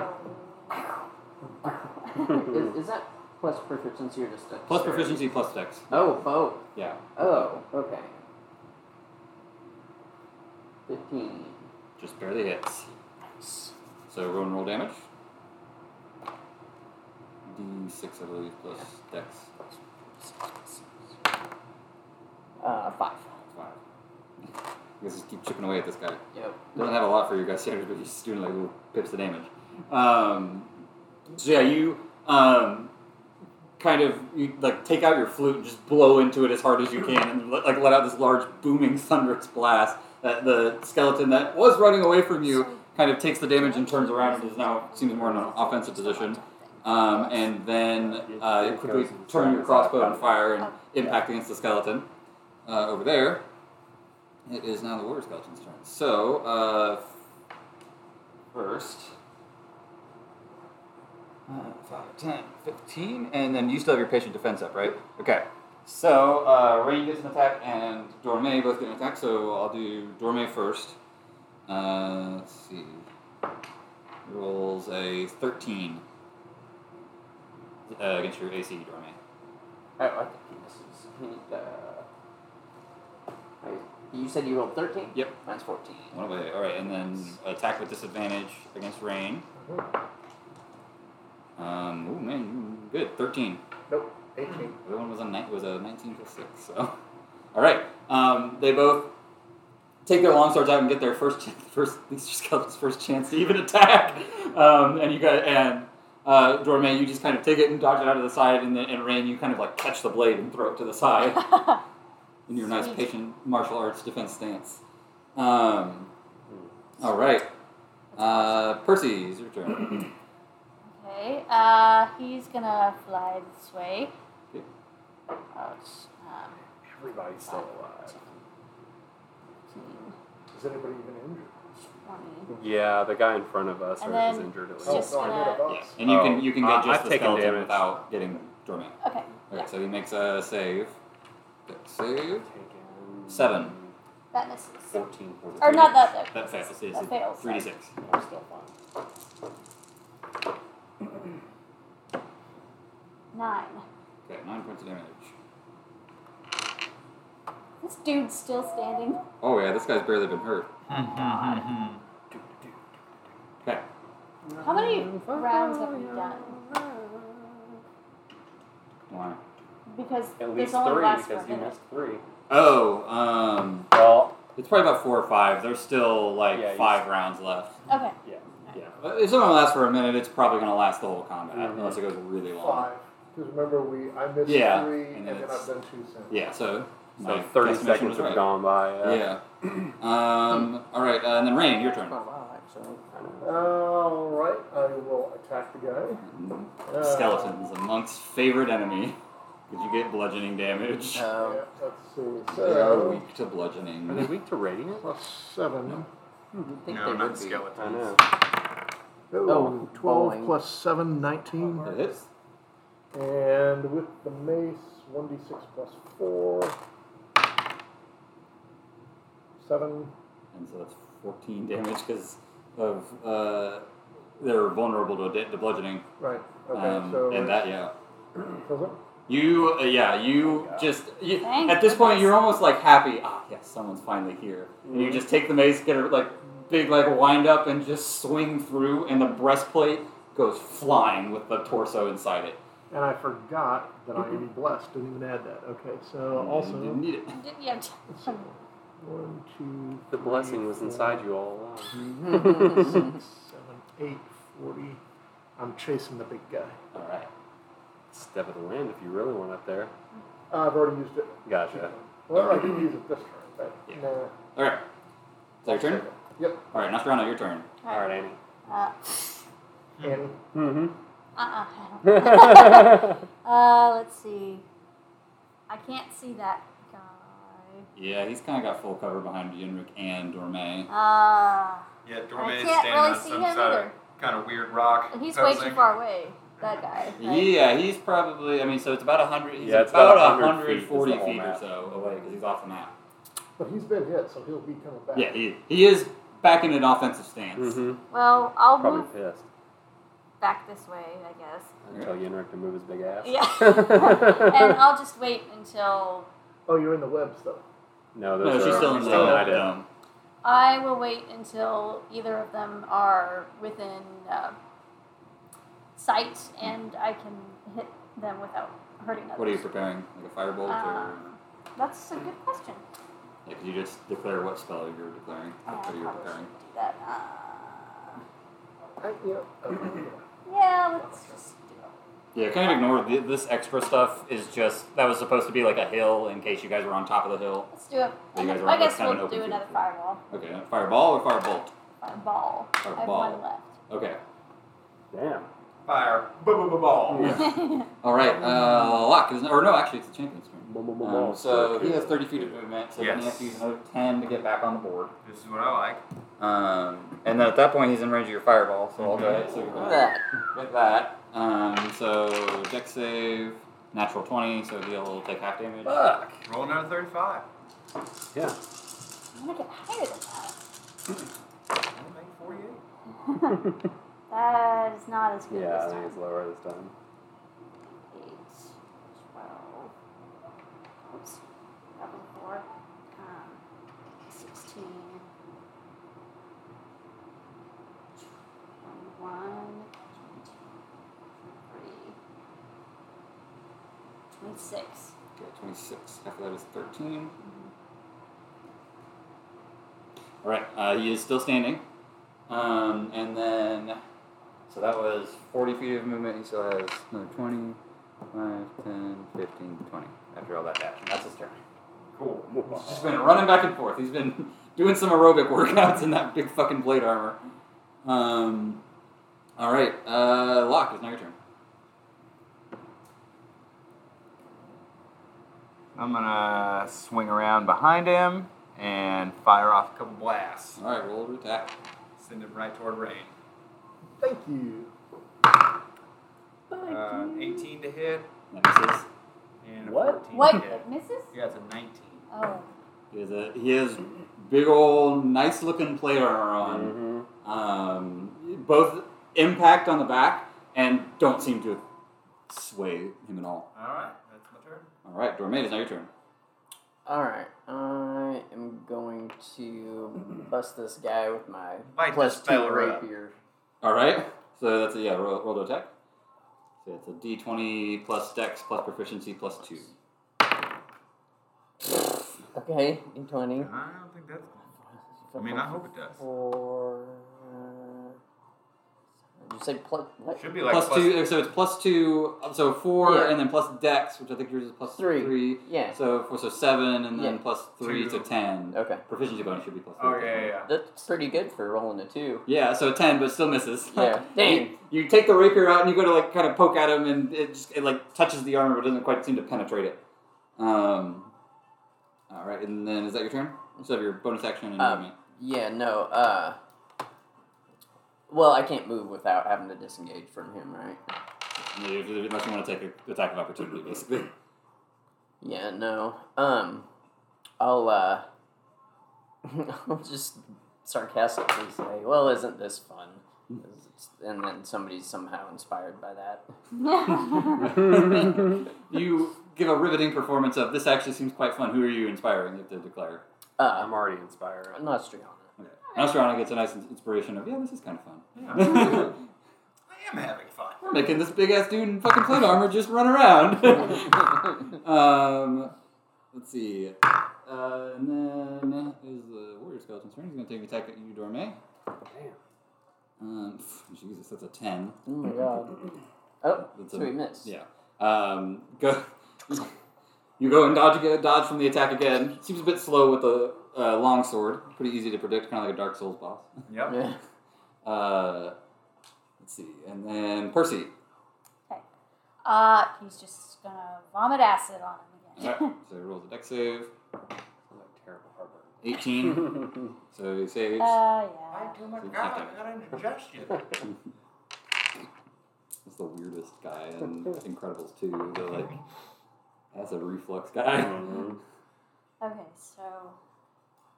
Speaker 5: is, is that plus proficiency or just a
Speaker 1: Plus
Speaker 5: dexterity?
Speaker 1: proficiency, plus dex.
Speaker 5: Oh, both.
Speaker 1: Yeah.
Speaker 5: Oh, okay. Fifteen.
Speaker 1: Just barely hits. So roll and roll damage. D6, I believe, plus dex.
Speaker 5: Uh, five.
Speaker 1: Five. You guys just keep chipping away at this guy.
Speaker 5: Yep. Oh,
Speaker 1: Doesn't have a lot for you guys standards, but he's just doing like little pips of damage. Um, so yeah, you um, kind of you like take out your flute and just blow into it as hard as you can and let, like let out this large booming thunderous blast that the skeleton that was running away from you kind of takes the damage and turns around and is now seems more in an offensive position um, and then uh, you quickly turn your crossbow and fire and impact against the skeleton uh, over there it is now the warrior skeleton's turn so uh, first uh, 5, 10, 15, and then you still have your patient defense up, right? Okay. So, uh, Ray gets an attack and Dorme both get an attack, so I'll do Dorme first. Uh, let's see. Rolls a 13 uh, against your AC, Dorme.
Speaker 5: Oh, I think he misses. He, uh, wait, you said you rolled 13?
Speaker 1: Yep.
Speaker 5: Mine's 14.
Speaker 1: One away. Alright, and then attack with disadvantage against Rain. Um, oh man, you- good. 13.
Speaker 2: Nope. 18.
Speaker 1: The other one was a night was a nineteen plus six. So, all right. Um, they both take their long swords out and get their first chance, first these are skeletons' first chance to even attack. Um, and you guys and uh, Dorme, you just kind of take it and dodge it out of the side, and then and Rain, you kind of like catch the blade and throw it to the side in your nice
Speaker 6: Sweet.
Speaker 1: patient martial arts defense stance. Um, all right. Uh, Percy, it's your turn.
Speaker 6: Okay, uh, he's gonna fly this way.
Speaker 1: Okay.
Speaker 6: Ouch. Um,
Speaker 2: Everybody's still alive. Is anybody even injured?
Speaker 6: 20.
Speaker 3: Yeah, the guy in front of us
Speaker 6: And
Speaker 3: or is
Speaker 6: then
Speaker 3: injured at least.
Speaker 2: Oh,
Speaker 6: just
Speaker 2: no, I hit a
Speaker 6: gonna-
Speaker 2: box.
Speaker 1: And you
Speaker 3: Oh,
Speaker 1: can you can
Speaker 3: uh,
Speaker 1: get just
Speaker 3: I've
Speaker 1: the
Speaker 3: taken
Speaker 1: skeleton
Speaker 3: damage.
Speaker 1: without getting Dorme.
Speaker 6: Okay.
Speaker 1: Okay, so he makes a save. Good save.
Speaker 3: Taken
Speaker 1: Seven.
Speaker 6: That misses.
Speaker 3: Fourteen points.
Speaker 6: Or not that, that,
Speaker 1: That fails. It's
Speaker 6: That fails.
Speaker 1: Three d six.
Speaker 3: I'm still fine.
Speaker 6: Nine.
Speaker 1: Okay, nine points of damage.
Speaker 6: This dude's still standing.
Speaker 1: Oh yeah, this guy's barely been hurt.
Speaker 6: Mm-hmm,
Speaker 1: Okay.
Speaker 6: How many rounds have we done?
Speaker 1: Why?
Speaker 6: Because
Speaker 3: At
Speaker 6: this
Speaker 3: least
Speaker 6: only
Speaker 3: three
Speaker 6: lasts for
Speaker 3: because
Speaker 6: a
Speaker 3: you
Speaker 6: minute.
Speaker 3: missed three.
Speaker 1: Oh, um,
Speaker 3: Well,
Speaker 1: it's probably about four or five. There's still like
Speaker 3: Yeah, you-
Speaker 1: five rounds left.
Speaker 6: Okay.
Speaker 1: Uh, If something lasts for a minute, it's probably gonna last the whole combat
Speaker 3: Mhm.
Speaker 1: unless it goes really long.
Speaker 2: Five. Because remember, we I missed
Speaker 1: Yeah,
Speaker 2: three,
Speaker 1: and
Speaker 2: and,
Speaker 1: then
Speaker 2: then
Speaker 1: it's-
Speaker 2: I've done two since.
Speaker 1: Yeah. So. my
Speaker 3: so thirty
Speaker 1: guesstimation was
Speaker 3: seconds have
Speaker 1: right.
Speaker 3: gone by. uh, Yeah.
Speaker 1: Yeah. Um. All right, uh, and then Rain, your turn.
Speaker 5: Quite a while, actually.
Speaker 2: All right, I will attack the guy. Uh,
Speaker 1: Skeletons, a monk's favorite enemy. Because you get bludgeoning damage.
Speaker 2: Yeah,
Speaker 5: Um,
Speaker 2: let's see.
Speaker 1: They are
Speaker 2: So,
Speaker 1: weak to bludgeoning.
Speaker 3: Uh, Are they weak to radiant?
Speaker 2: plus seven.
Speaker 5: you'd think
Speaker 9: No,
Speaker 5: they
Speaker 9: not
Speaker 5: would be.
Speaker 9: skeletons.
Speaker 3: I know.
Speaker 5: Oh,
Speaker 2: 12
Speaker 5: bowling.
Speaker 2: plus 7, 19.
Speaker 1: It is.
Speaker 2: And with the mace, 1d6 plus 4. 7.
Speaker 1: And so that's 14 damage because of uh, they're vulnerable to, da- to bludgeoning.
Speaker 2: Right. Okay,
Speaker 1: Um,
Speaker 2: so.
Speaker 1: and that, yeah.
Speaker 2: does it?
Speaker 1: You, uh, yeah, you just. You,
Speaker 6: Thank
Speaker 1: at this point,
Speaker 6: goodness.
Speaker 1: you're almost like happy. Ah, yes, someone's finally here. And
Speaker 3: Mm-hmm.
Speaker 1: you just take the mace, get a like big like wind up, and just swing through, and the breastplate goes flying with the torso inside it.
Speaker 2: And I forgot that I am blessed. Didn't even add that. Okay, so
Speaker 1: You didn't
Speaker 2: also.
Speaker 1: need it.
Speaker 6: Did- Yeah.
Speaker 2: let's see, One, two,
Speaker 3: The
Speaker 2: three,
Speaker 3: blessing was
Speaker 2: four,
Speaker 3: inside you all along.
Speaker 2: six, seven, eight, 40. I'm chasing the big guy.
Speaker 1: All right.
Speaker 3: Step of the land if you really want up there.
Speaker 2: Uh, I've already used it.
Speaker 3: Gotcha.
Speaker 2: Well, I can use it this turn, but
Speaker 1: Yeah.
Speaker 2: no.
Speaker 1: All right. Is that your turn?
Speaker 2: Yep.
Speaker 1: All right, Nostrano, your turn.
Speaker 3: All right, Annie.
Speaker 6: Uh,
Speaker 2: Annie.
Speaker 3: Mm-hmm.
Speaker 6: uh-uh. I don't- uh, let's see. I can't see that guy.
Speaker 1: Yeah, he's kind of got full cover behind Yenrik and Dorme.
Speaker 9: Yeah,
Speaker 6: Uh, I
Speaker 9: Dorme's
Speaker 6: can't
Speaker 9: standing
Speaker 6: really
Speaker 9: on
Speaker 6: see
Speaker 9: some
Speaker 6: him
Speaker 9: sort
Speaker 6: either.
Speaker 9: of kind of weird rock.
Speaker 6: And he's
Speaker 9: So I
Speaker 6: way
Speaker 9: was
Speaker 6: too
Speaker 9: like,
Speaker 6: far away. That guy. right?
Speaker 1: Yeah, he's probably. I mean, so it's about a hundred. He's
Speaker 3: Yeah, it's
Speaker 1: about,
Speaker 3: about
Speaker 1: a
Speaker 3: 100 feet is the
Speaker 1: 140 feet,
Speaker 3: whole
Speaker 1: or
Speaker 3: map.
Speaker 1: so away because he's off the map.
Speaker 2: But he's been hit, so he'll be coming back.
Speaker 1: Yeah, he, he is back in an offensive stance.
Speaker 3: Mm-hmm.
Speaker 6: Well, I'll move
Speaker 3: Probably pissed.
Speaker 6: back this way, I guess.
Speaker 3: I tell Yenrik to move his big ass.
Speaker 6: Yeah. and I'll just wait until
Speaker 2: Oh, you're in the webs, though.
Speaker 3: no, those
Speaker 1: No,
Speaker 3: are
Speaker 1: she's still in the
Speaker 2: still
Speaker 3: united.
Speaker 1: dome.
Speaker 6: I will wait until either of them are within uh, sight, and I can hit them without hurting others.
Speaker 1: What are you preparing? Like a firebolt? or
Speaker 6: Um, That's a good question.
Speaker 1: yeah, 'cause you just declare what spell you're declaring.
Speaker 6: Uh,
Speaker 1: What
Speaker 6: I
Speaker 1: you're
Speaker 6: probably
Speaker 1: preparing.
Speaker 6: shouldn't do that. Uh,
Speaker 2: I, yeah. okay, yeah.
Speaker 6: yeah, let's just do it.
Speaker 1: Yeah, kind of ignore th- this extra stuff. Is just that was supposed to be like a hill in case you guys were on top of the hill.
Speaker 6: Let's do a.
Speaker 1: You guys are
Speaker 6: I
Speaker 1: on the
Speaker 6: guess
Speaker 1: seven
Speaker 6: we'll
Speaker 1: open
Speaker 6: do
Speaker 1: field.
Speaker 6: another fireball.
Speaker 1: Okay, fireball or firebolt.
Speaker 6: Fireball. I have
Speaker 1: Fireball.
Speaker 6: one
Speaker 1: Okay.
Speaker 3: Damn.
Speaker 4: Fire. Ball.
Speaker 6: left.
Speaker 1: All right. Uh, lock is or no, actually it's the champion's turn. Um, so he
Speaker 2: Okay.
Speaker 1: has 30 feet of movement, so then he has to use
Speaker 9: Yes.
Speaker 1: another 10 to get back on the board.
Speaker 9: This is what I like.
Speaker 1: Um, and then at that point, he's in range of your fireball, so I'll go ahead. So you're gonna with that. Um, so deck save, natural 20, so he'll take half damage.
Speaker 3: Fuck.
Speaker 9: Roll another 35.
Speaker 3: Yeah.
Speaker 6: I'm gonna get higher than that.
Speaker 9: I'll make 48.
Speaker 6: That is not as good
Speaker 3: Yeah, I
Speaker 6: this
Speaker 3: think
Speaker 6: time.
Speaker 3: it's lower this time.
Speaker 6: Eight, twelve. Oops, that was a four. Um, sixteen. Twenty-one. Twenty-three. Twenty-six.
Speaker 1: Okay, 26. After that is 13. All right, uh, he is still standing. Um, and then, so that was 40 feet of movement. He still has another 20, 5, 10, 15, 20 after all that dash. And that's his turn.
Speaker 9: Cool.
Speaker 1: He's just been running back and forth. He's been doing some aerobic workouts in that big fucking blade armor. Um, all right, uh, Locke, it's now your turn.
Speaker 9: I'm gonna swing around behind him and fire off a couple blasts.
Speaker 1: All right, roll to attack.
Speaker 9: Send him right toward rain.
Speaker 2: Thank you.
Speaker 9: Uh, 18 to hit
Speaker 1: That misses.
Speaker 9: and a
Speaker 3: What?
Speaker 9: 14
Speaker 6: What
Speaker 9: to hit.
Speaker 6: it misses?
Speaker 9: Yeah, it's a 19.
Speaker 6: Oh,
Speaker 1: He has, a, he has big old nice looking plate armor on.
Speaker 3: Mm-hmm.
Speaker 1: Um, both impact on the back and don't seem to sway him at all.
Speaker 9: All right, that's my turn.
Speaker 1: All right, Dormaid, it's now your turn.
Speaker 5: All right, I am going to bust this guy with my
Speaker 9: Bite
Speaker 5: plus
Speaker 9: this
Speaker 5: two
Speaker 9: feller up.
Speaker 5: rapier.
Speaker 1: All right, so that's a yeah roll, roll to attack. So it's a D twenty plus Dex plus proficiency plus two.
Speaker 5: Okay, in
Speaker 9: I
Speaker 5: twenty.
Speaker 9: don't think that's. I mean, I hope it does.
Speaker 5: Four. Did you say plus what?
Speaker 9: Should be like
Speaker 1: Plus two, so it's plus two, uh, so four,
Speaker 5: Yeah.
Speaker 1: and then plus Dex, which I think yours is plus
Speaker 5: Three.
Speaker 1: three.
Speaker 5: Yeah.
Speaker 1: So for so seven, and then
Speaker 5: Yeah.
Speaker 1: plus three
Speaker 9: Two.
Speaker 1: to ten.
Speaker 5: Okay,
Speaker 1: Proficiency bonus should be plus three.
Speaker 9: Oh yeah, yeah, yeah.
Speaker 5: that's pretty good for rolling a two.
Speaker 1: Yeah, so ten, but still misses.
Speaker 5: Yeah. Dang.
Speaker 1: You, you take the rapier out and you go to like kind of poke at him, and it just it like touches the armor, but doesn't quite seem to penetrate it. Um. All right, and then is that your turn? You still have your bonus action and
Speaker 5: Um,
Speaker 1: movement.
Speaker 5: Yeah, no. Uh. Well, I can't move without having to disengage from him, right?
Speaker 1: Unless you want to take an attack of opportunity, basically.
Speaker 5: Yeah, no. Um, I'll uh, I'll just sarcastically say, "Well, isn't this fun?" And then somebody's somehow inspired by that.
Speaker 6: Oh.
Speaker 1: you give a riveting performance of this. Actually, seems quite fun. Who are you inspiring? You have to declare.
Speaker 5: Uh,
Speaker 3: I'm already inspired.
Speaker 5: Nostriana.
Speaker 1: Okay. Nostrana gets a nice ins- inspiration of yeah, this is kind of fun.
Speaker 9: Yeah. I am having fun.
Speaker 1: We're making this big ass dude in fucking plate armor just run around. um, let's see. Uh, and then is the warrior skeleton's turn. He's gonna take an attack at you, Dorme. Um, pff, Jesus, that's a ten.
Speaker 5: Oh my god. Oh,
Speaker 1: That's
Speaker 5: so
Speaker 1: a-
Speaker 5: we missed.
Speaker 1: Yeah. Um, go. You go and dodge again, dodge from the attack again. Seems a bit slow with the uh, long sword. Pretty easy to predict, kind of like a Dark Souls boss.
Speaker 9: Yep.
Speaker 5: Yeah.
Speaker 1: Uh, let's see. And then Percy.
Speaker 6: uh, he's just gonna vomit acid on him
Speaker 1: Alright,
Speaker 6: again.
Speaker 1: so he rolls a deck save.
Speaker 3: I'm like terrible heartburn.
Speaker 1: 18. so he saves.
Speaker 6: Uh,
Speaker 9: I
Speaker 6: yeah.
Speaker 9: do my god, I got indigestion.
Speaker 1: That's the weirdest guy in Incredibles 2. The like acid reflux guy.
Speaker 6: Okay, so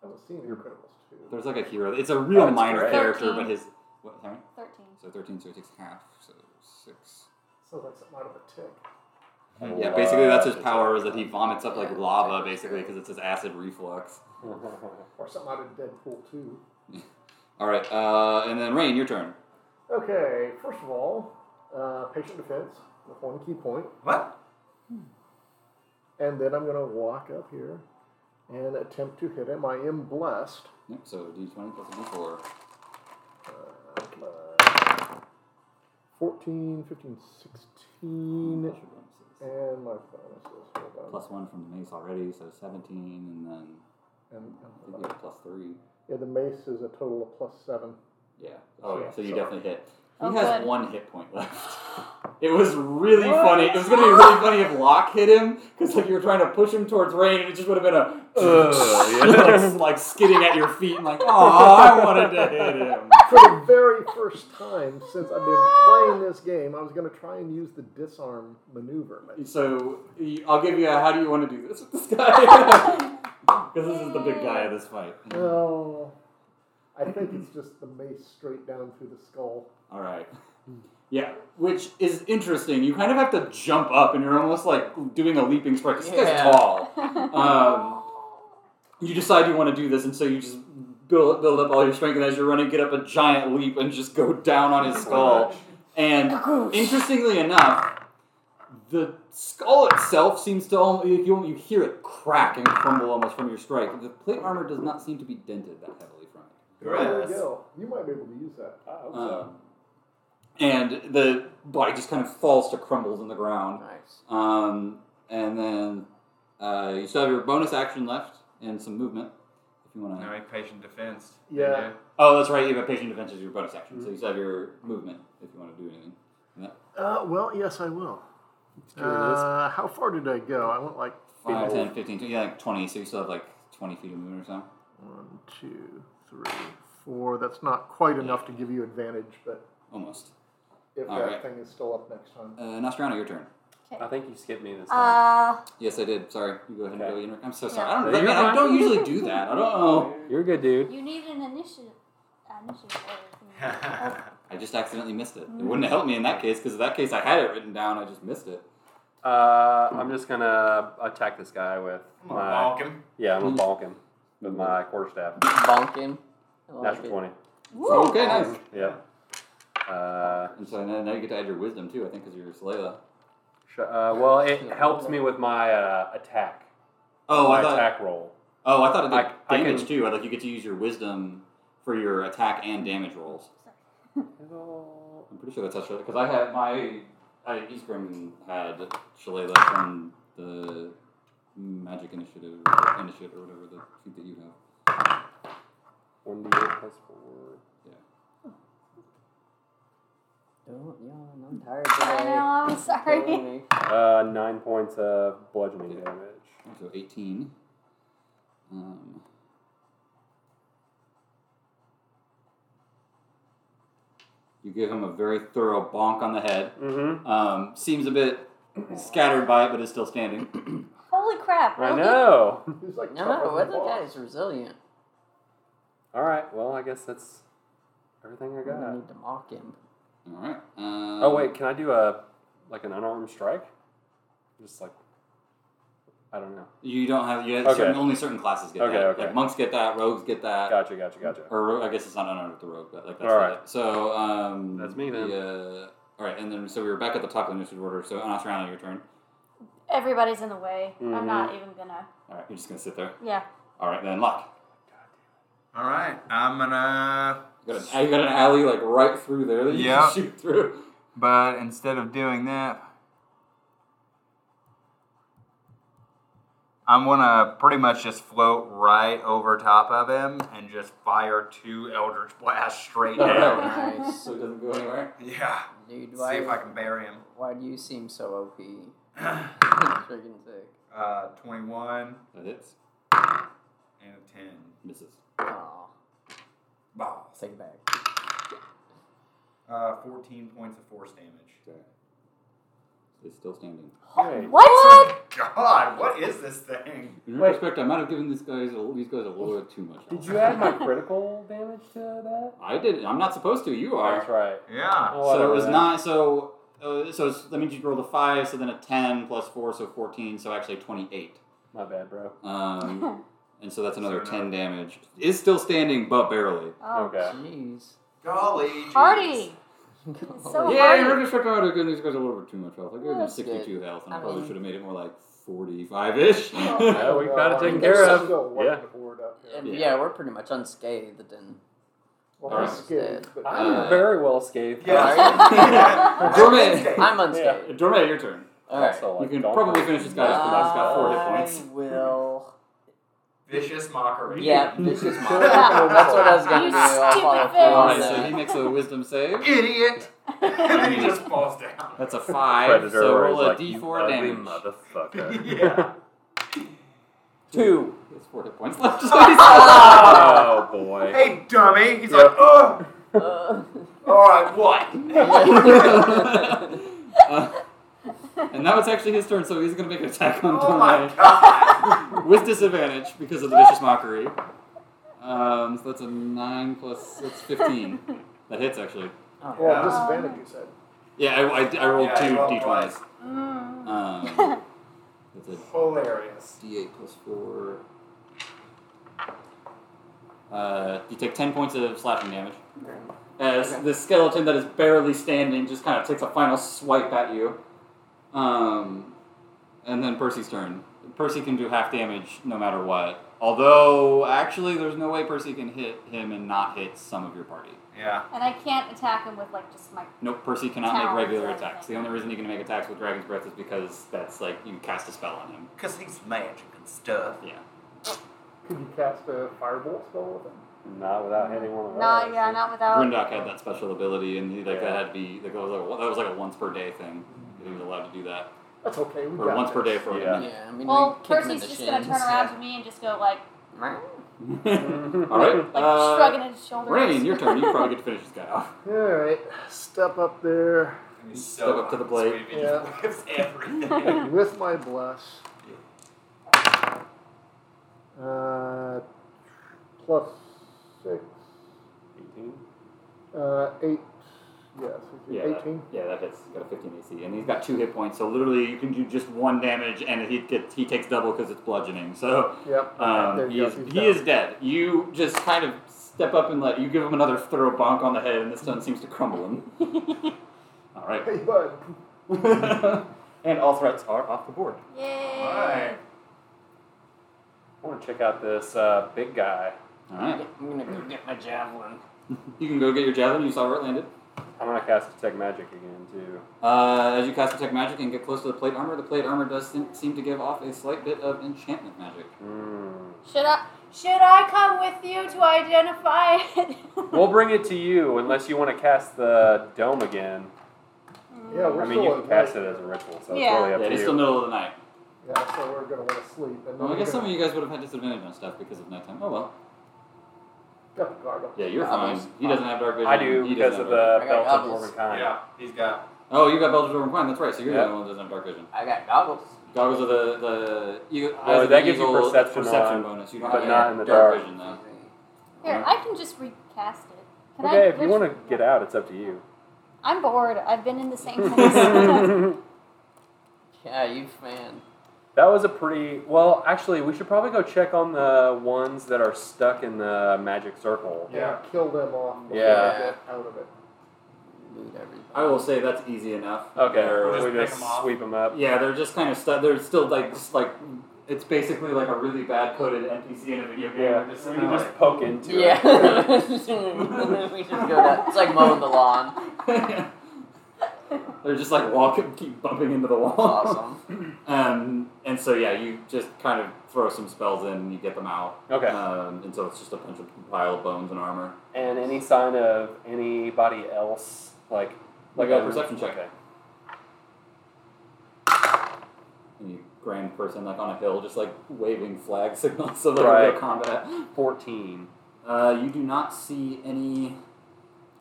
Speaker 2: I was seeing Incredibles too.
Speaker 1: There's like a hero. It's a real
Speaker 3: Oh, it's
Speaker 1: minor
Speaker 3: great.
Speaker 1: character, but
Speaker 6: Thirteen.
Speaker 1: his what sorry?
Speaker 6: thirteen.
Speaker 1: So 13, so he takes half, so six.
Speaker 2: So that's something out of a tick.
Speaker 1: Yeah, basically that's his
Speaker 3: Wow.
Speaker 1: power is that he vomits up like lava, basically, because it's his acid reflux.
Speaker 2: Or something out of Deadpool too.
Speaker 1: All right, uh, and then Rain, your turn.
Speaker 2: Okay, first of all, uh, patient defense with one key point,
Speaker 9: what?
Speaker 2: and then I'm going to walk up here and attempt to hit him. I am blessed.
Speaker 1: Yep, so D20 plus a D4.
Speaker 2: Uh, plus 14, 15, 16,
Speaker 1: Plus your bonuses.
Speaker 2: and my bonuses. Hold on.
Speaker 1: Plus one from the mace already, so 17, and then I
Speaker 2: And,
Speaker 1: think you have plus three.
Speaker 2: yeah, the mace is a total of plus seven.
Speaker 1: Yeah. Oh, yeah. So you
Speaker 2: Sorry.
Speaker 1: definitely hit. He
Speaker 6: Oh,
Speaker 1: has
Speaker 6: good.
Speaker 1: one hit point left. It was really funny. It was gonna be really funny if Locke hit him because like you were trying to push him towards rain, and it just would have been a Oh, like, like skidding at your feet and like, oh, I wanted to hit him.
Speaker 2: For the very first time since I've been playing this game, I was going to try and use the disarm maneuver. but
Speaker 1: So you- I'll give you a how do you want to do this with this guy? Because this is the big guy of this fight.
Speaker 5: Oh.
Speaker 2: No. I think it's just the mace straight down through the skull.
Speaker 1: All right. Yeah, which is interesting. You kind of have to jump up, and you're almost like doing a leaping strike. This guy's
Speaker 5: Yeah.
Speaker 1: tall. Um, you decide you want to do this, and so you just build build up all your strength, and as you're running, get up a giant leap and just go down on his skull. And interestingly enough, the skull itself seems to only you, you hear it crack and crumble almost from your strike. The plate armor does not seem to be dented that heavily from it.
Speaker 2: There we
Speaker 9: Yes.
Speaker 2: go. You might be able to use that.
Speaker 3: Uh,
Speaker 1: Um, and the body just kind of falls to crumbles in the ground.
Speaker 5: Nice.
Speaker 1: Um, and then uh, you still have your bonus action left and some movement if you want to.
Speaker 9: Now make patient defense.
Speaker 2: Yeah.
Speaker 1: Oh, that's right. You have a patient defense as your bonus action, so you still have your movement if you want to do anything.
Speaker 2: Uh, well, yes, I will.
Speaker 1: curious.
Speaker 2: Uh, how far did I go? I went like
Speaker 1: 5, 10, 15, 20, yeah, like 20, so you still have like 20 feet of movement or so.
Speaker 2: One, two, three, four. That's not quite enough to give you advantage, but
Speaker 1: Almost.
Speaker 2: if
Speaker 1: All
Speaker 2: that
Speaker 1: right.
Speaker 2: thing is still up next time.
Speaker 1: Uh, Nostrano, your turn.
Speaker 3: I think you skipped me this time.
Speaker 6: Uh,
Speaker 1: Yes, I did. Sorry. You go ahead
Speaker 3: Okay.
Speaker 1: and go. Inter- I'm so sorry.
Speaker 6: Yeah.
Speaker 1: I, don't,
Speaker 3: No, you're
Speaker 1: man, I
Speaker 3: fine.
Speaker 1: don't usually do that. I don't know.
Speaker 3: You're a good dude.
Speaker 7: You need an initiative. uh, Initiative. roll.
Speaker 1: I just accidentally missed it. It wouldn't have helped me in that case because in that case I had it written down. I just missed it.
Speaker 3: Uh, I'm just gonna attack this guy with
Speaker 9: Come on,
Speaker 3: my
Speaker 9: bonk him.
Speaker 3: yeah. I'm gonna bonk him with my quarterstaff.
Speaker 5: Bonking. I like
Speaker 3: Natural
Speaker 5: it.
Speaker 3: twenty.
Speaker 6: woo.
Speaker 1: okay, nice.
Speaker 3: Yeah. Uh,
Speaker 1: And so now, now you get to add your wisdom too. I think because you're Slayla.
Speaker 3: sh- uh, well, it helps me with my uh, attack.
Speaker 1: Oh,
Speaker 3: my
Speaker 1: I thought.
Speaker 3: attack roll.
Speaker 1: Oh, I thought it did
Speaker 3: I- I
Speaker 1: damage
Speaker 3: can-
Speaker 1: too. I like you get to use your wisdom for your attack and damage rolls. I'm pretty sure that's how because I had my I, Eastgrim had Shalala from the magic initiative or initiative or whatever the feat that you have.
Speaker 3: One d eight plus four.
Speaker 5: Don't yawn. I'm tired today.
Speaker 6: I know, I'm
Speaker 5: Kill
Speaker 6: sorry.
Speaker 5: me.
Speaker 3: Uh, nine points of bludgeoning damage.
Speaker 1: So 18. Um, you give him a very thorough bonk on the head.
Speaker 3: Mm-hmm.
Speaker 1: Um, seems a bit scattered by it, but is still standing.
Speaker 6: Holy crap.
Speaker 3: I
Speaker 6: Logan.
Speaker 3: know.
Speaker 2: He's like
Speaker 5: No,
Speaker 2: tougher
Speaker 5: no,
Speaker 2: than
Speaker 5: other
Speaker 2: boss.
Speaker 5: guy's resilient.
Speaker 3: All right. Well, I guess that's everything I
Speaker 5: We
Speaker 3: got.
Speaker 5: need to mock him.
Speaker 1: All right. Um,
Speaker 3: Oh wait, can I do a like an unarmed strike? Just like I don't know.
Speaker 1: You don't have. You have
Speaker 3: Okay.
Speaker 1: certain, only certain classes get
Speaker 3: Okay,
Speaker 1: that.
Speaker 3: okay.
Speaker 1: Like monks get that. Rogues get that.
Speaker 3: Gotcha, gotcha, gotcha.
Speaker 1: Or ro- I guess it's not unarmed with the rogue, but like that's
Speaker 3: All
Speaker 1: the-
Speaker 3: right.
Speaker 1: So um,
Speaker 3: That's me then.
Speaker 1: the, uh, all right, and then so we were back at the top of the initiative order. So Anasrana, your turn.
Speaker 6: Everybody's in the way.
Speaker 3: Mhm.
Speaker 6: I'm not even gonna.
Speaker 1: All right, you're just gonna sit there.
Speaker 6: Yeah.
Speaker 1: All right, then Locke.
Speaker 9: All right, I'm gonna.
Speaker 1: You got, an, you got an alley like right through there that you
Speaker 9: Yeah.
Speaker 1: can shoot through.
Speaker 9: But instead of doing that, I'm gonna pretty much just float right over top of him and just fire two Eldritch Blasts straight down.
Speaker 5: Nice.
Speaker 1: So it doesn't go anywhere.
Speaker 9: yeah.
Speaker 5: Dude,
Speaker 9: See if I
Speaker 5: why,
Speaker 9: can bury him.
Speaker 5: why do you seem so OP? Freaking sick.
Speaker 9: Uh, 21
Speaker 1: That hits.
Speaker 9: and a 10.
Speaker 1: Misses.
Speaker 5: Aw,
Speaker 9: Wow.
Speaker 5: take it back.
Speaker 9: Uh, 14 points of force damage.
Speaker 1: Okay. It's still standing.
Speaker 3: Great.
Speaker 6: What?
Speaker 9: God, what is this thing?
Speaker 1: In
Speaker 3: Wait.
Speaker 1: retrospect, I might have given these guys a, these guys a little bit too much.
Speaker 3: Did you add my critical damage to that?
Speaker 1: I did. I'm not supposed to. You
Speaker 3: That's
Speaker 1: are.
Speaker 3: right. Oh,
Speaker 9: Yeah.
Speaker 1: So it was
Speaker 3: Whatever.
Speaker 1: not. So uh, so it's, that means you rolled a five. So then a ten plus four, so fourteen. So actually twenty-eight.
Speaker 3: My bad, bro.
Speaker 1: Um, and so that's another
Speaker 9: So
Speaker 1: ten damage. Is still standing, but barely.
Speaker 6: Oh.
Speaker 3: Okay.
Speaker 5: Jeez.
Speaker 9: Golly. jeez.
Speaker 6: Party. so
Speaker 5: Golly.
Speaker 6: hard.
Speaker 1: Yeah,
Speaker 6: Right.
Speaker 1: in retrospect, I would have given these oh, guys a little bit too much health. I gave them
Speaker 5: Oh, That's
Speaker 1: 62 health, and I,
Speaker 5: I
Speaker 1: probably
Speaker 5: mean- Oh.
Speaker 1: should have made it more like 45 ish.
Speaker 3: Yeah, we've got it
Speaker 2: Well,
Speaker 3: taken
Speaker 2: they're
Speaker 3: care of.
Speaker 2: Still
Speaker 3: Yeah.
Speaker 2: whiteboard up here.
Speaker 5: And
Speaker 1: Yeah.
Speaker 5: yeah. we're pretty much unscathed and
Speaker 2: Well,
Speaker 1: All right.
Speaker 2: scared, but
Speaker 1: Uh,
Speaker 3: I'm very well scathed.
Speaker 1: Dorme,
Speaker 5: I'm unscathed.
Speaker 1: Dorme, your turn.
Speaker 3: All right. So,
Speaker 1: You
Speaker 3: like,
Speaker 1: can
Speaker 3: Oh, don't
Speaker 1: probably
Speaker 3: hurt
Speaker 1: finish
Speaker 3: me.
Speaker 1: this guy off. He's got four hit points.
Speaker 5: I will.
Speaker 4: Vicious mockery.
Speaker 5: Yeah, this is mine.
Speaker 6: Yeah.
Speaker 5: That's what I was gonna
Speaker 6: You
Speaker 5: do. I'll follow
Speaker 6: stupid
Speaker 5: through on
Speaker 1: Alright,
Speaker 6: thing.
Speaker 1: so he
Speaker 5: that.
Speaker 1: makes a wisdom save.
Speaker 4: Idiot. and then he just falls down.
Speaker 1: That's a five.
Speaker 3: Predator
Speaker 1: so
Speaker 3: where he's
Speaker 1: roll a
Speaker 3: like,
Speaker 1: D
Speaker 3: "You
Speaker 1: four
Speaker 3: ugly
Speaker 1: damage.
Speaker 3: motherfucker.
Speaker 4: yeah.
Speaker 5: Two.
Speaker 1: He has four hit points left.
Speaker 3: oh boy.
Speaker 4: Hey, dummy. He's
Speaker 3: Yep.
Speaker 4: like, oh.
Speaker 5: Uh,
Speaker 4: All right, what?
Speaker 1: Uh, and now it's actually his turn, so he's going to make an attack on
Speaker 4: Oh my
Speaker 1: Dorme
Speaker 4: god.
Speaker 1: with disadvantage because of the vicious mockery. Um, so that's a nine plus. That's fifteen. That hits actually.
Speaker 2: well, disadvantage, you said.
Speaker 1: Yeah, I, I, I rolled
Speaker 4: Yeah,
Speaker 1: two
Speaker 4: you rolled
Speaker 1: d20s.
Speaker 6: Mm.
Speaker 1: Um, that's a
Speaker 4: Hilarious.
Speaker 1: d8 plus 4. Uh, you take 10 points of slashing damage. As
Speaker 5: Okay.
Speaker 1: the skeleton that is barely standing just kind of takes a final swipe at you. Um, and then Percy's turn. Percy can do half damage no matter what. Although, actually, there's no way Percy can hit him and not hit some of your party.
Speaker 4: Yeah.
Speaker 6: And I can't attack him with like just my.
Speaker 1: Nope, Percy cannot
Speaker 6: Talents
Speaker 1: make regular
Speaker 6: or
Speaker 1: attacks. The
Speaker 6: anything.
Speaker 1: only reason he can make attacks with Dragon's Breath is because that's like you cast a spell on him.
Speaker 4: Because he's magic and stuff.
Speaker 1: Yeah.
Speaker 2: Could you cast a firebolt spell with him?
Speaker 3: Not without hitting one of
Speaker 6: Not
Speaker 3: those.
Speaker 6: yeah, not without.
Speaker 1: Grindock had that special ability, and he, like that
Speaker 3: Yeah.
Speaker 1: had to be like that was like a, that was like a once per day thing. He was allowed to do that,
Speaker 2: That's okay. We
Speaker 1: or
Speaker 2: got
Speaker 1: once per day
Speaker 2: this.
Speaker 1: for
Speaker 3: Yeah.
Speaker 1: a
Speaker 5: yeah, I mean,
Speaker 6: Well,
Speaker 5: we kick him in
Speaker 6: Percy's
Speaker 5: the
Speaker 6: just
Speaker 5: shins.
Speaker 6: gonna turn around to me and just go like,
Speaker 1: minute. All right,
Speaker 6: like
Speaker 1: uh,
Speaker 6: shrugging his shoulders.
Speaker 1: Rain, your turn. You probably get to finish this guy off.
Speaker 2: All right, step up there
Speaker 4: And he's
Speaker 1: Step
Speaker 4: so
Speaker 1: up to the
Speaker 4: hot, so
Speaker 1: plate.
Speaker 4: he just whips everything.
Speaker 2: with my bless. Uh, plus six,
Speaker 3: 18?
Speaker 2: uh, eight. Yes,
Speaker 1: Yeah,
Speaker 2: eighteen.
Speaker 1: That, yeah, that hits. He's got a 15 AC, and he's got two hit points. So literally, you can do just one damage, and he gets he takes double because it's bludgeoning. So
Speaker 2: Yep. There
Speaker 1: um, he
Speaker 2: you go,
Speaker 1: is
Speaker 2: he's
Speaker 1: he
Speaker 2: down.
Speaker 1: is dead. You just kind of step up and let you give him another thorough bonk on the head, and this stone seems to crumble him. All right.
Speaker 2: Hey, bud.
Speaker 1: and all threats are off the board.
Speaker 6: Yay!
Speaker 4: Alright.
Speaker 3: I want to check out this uh, big guy.
Speaker 1: All right.
Speaker 5: I'm gonna go get my javelin.
Speaker 1: You can go get your javelin. You saw where it landed.
Speaker 3: I'm going to cast Detect Magic again, too.
Speaker 1: Uh, as you cast Detect Magic and get close to the plate armor, the plate armor does seem- seem to give off a slight bit of enchantment magic.
Speaker 3: Mm.
Speaker 6: Should I should I come with you to identify it?
Speaker 3: We'll bring it to you unless you want to cast the dome again.
Speaker 2: Yeah, we're
Speaker 3: I mean, you
Speaker 2: still
Speaker 3: can
Speaker 2: at
Speaker 3: cast
Speaker 2: night.
Speaker 3: it as a ritual, so
Speaker 6: Yeah.
Speaker 3: it's really up
Speaker 1: Yeah,
Speaker 3: to
Speaker 1: it's
Speaker 3: you.
Speaker 1: still middle of the night.
Speaker 2: Yeah, so we're gonna want to sleep. And
Speaker 1: Well, I
Speaker 2: then
Speaker 1: guess
Speaker 2: we're
Speaker 1: some of you guys would have had disadvantage on stuff because of nighttime. Oh well.
Speaker 2: gonna got the guard up.
Speaker 1: Yeah, you're
Speaker 5: Yeah,
Speaker 1: fine. He doesn't have dark vision.
Speaker 3: I do
Speaker 1: He doesn't
Speaker 3: because
Speaker 1: have
Speaker 3: of
Speaker 1: dark
Speaker 3: the
Speaker 5: I got
Speaker 3: belt of
Speaker 5: goggles.
Speaker 3: Dwarven kind.
Speaker 4: yeah, he's got.
Speaker 1: vision. Oh, you got Belgian Dwarven Prime. That's right. So you're the
Speaker 3: Yeah.
Speaker 1: only one that doesn't have dark vision.
Speaker 5: I got goggles.
Speaker 1: Goggles are the the you.
Speaker 3: No,
Speaker 1: eyes of
Speaker 3: that
Speaker 1: the
Speaker 3: gives you
Speaker 1: eagle,
Speaker 3: perception on,
Speaker 1: bonus. You don't
Speaker 3: But
Speaker 1: have
Speaker 3: not in the
Speaker 1: dark
Speaker 3: dark.
Speaker 1: vision though.
Speaker 6: Here, I can just recast it. Can
Speaker 3: Okay,
Speaker 6: I,
Speaker 3: if you want to get out, it's up to you.
Speaker 6: I'm bored. I've been in the same place.
Speaker 5: Yeah, you fan.
Speaker 3: That was a pretty well. Actually, we should probably go check on the ones that are stuck in the magic circle.
Speaker 2: Yeah, kill them off. before
Speaker 3: Yeah.
Speaker 2: we get Out of it.
Speaker 5: Loot everything.
Speaker 1: I will say that's easy enough.
Speaker 3: Okay,
Speaker 1: They're-
Speaker 3: we
Speaker 4: We'll just
Speaker 3: just
Speaker 4: pick 'em off.
Speaker 3: sweep them up.
Speaker 1: Yeah, they're just kind of stuck. They're still like just like it's basically like a really bad coded NPC in a video game.
Speaker 3: Yeah,
Speaker 1: Just
Speaker 3: we
Speaker 1: kinda
Speaker 3: can just
Speaker 1: like-
Speaker 3: poke into
Speaker 5: Yeah.
Speaker 3: it.
Speaker 5: we just go down. It's like mowing the lawn.
Speaker 1: they're just like walking, keep bumping into the wall.
Speaker 5: Awesome.
Speaker 1: Um, and so yeah, you just kind of throw some spells in, and you get them out.
Speaker 3: Okay.
Speaker 1: Um, and so it's just a bunch of compiled bones and armor.
Speaker 3: And any sign of anybody else, like
Speaker 1: Like
Speaker 3: like
Speaker 1: a perception check.
Speaker 3: Okay.
Speaker 1: And you grand person like on a hill, just like waving flag signals, so like
Speaker 3: Right.
Speaker 1: real combat.
Speaker 3: Fourteen.
Speaker 1: Uh, you do not see any
Speaker 6: can,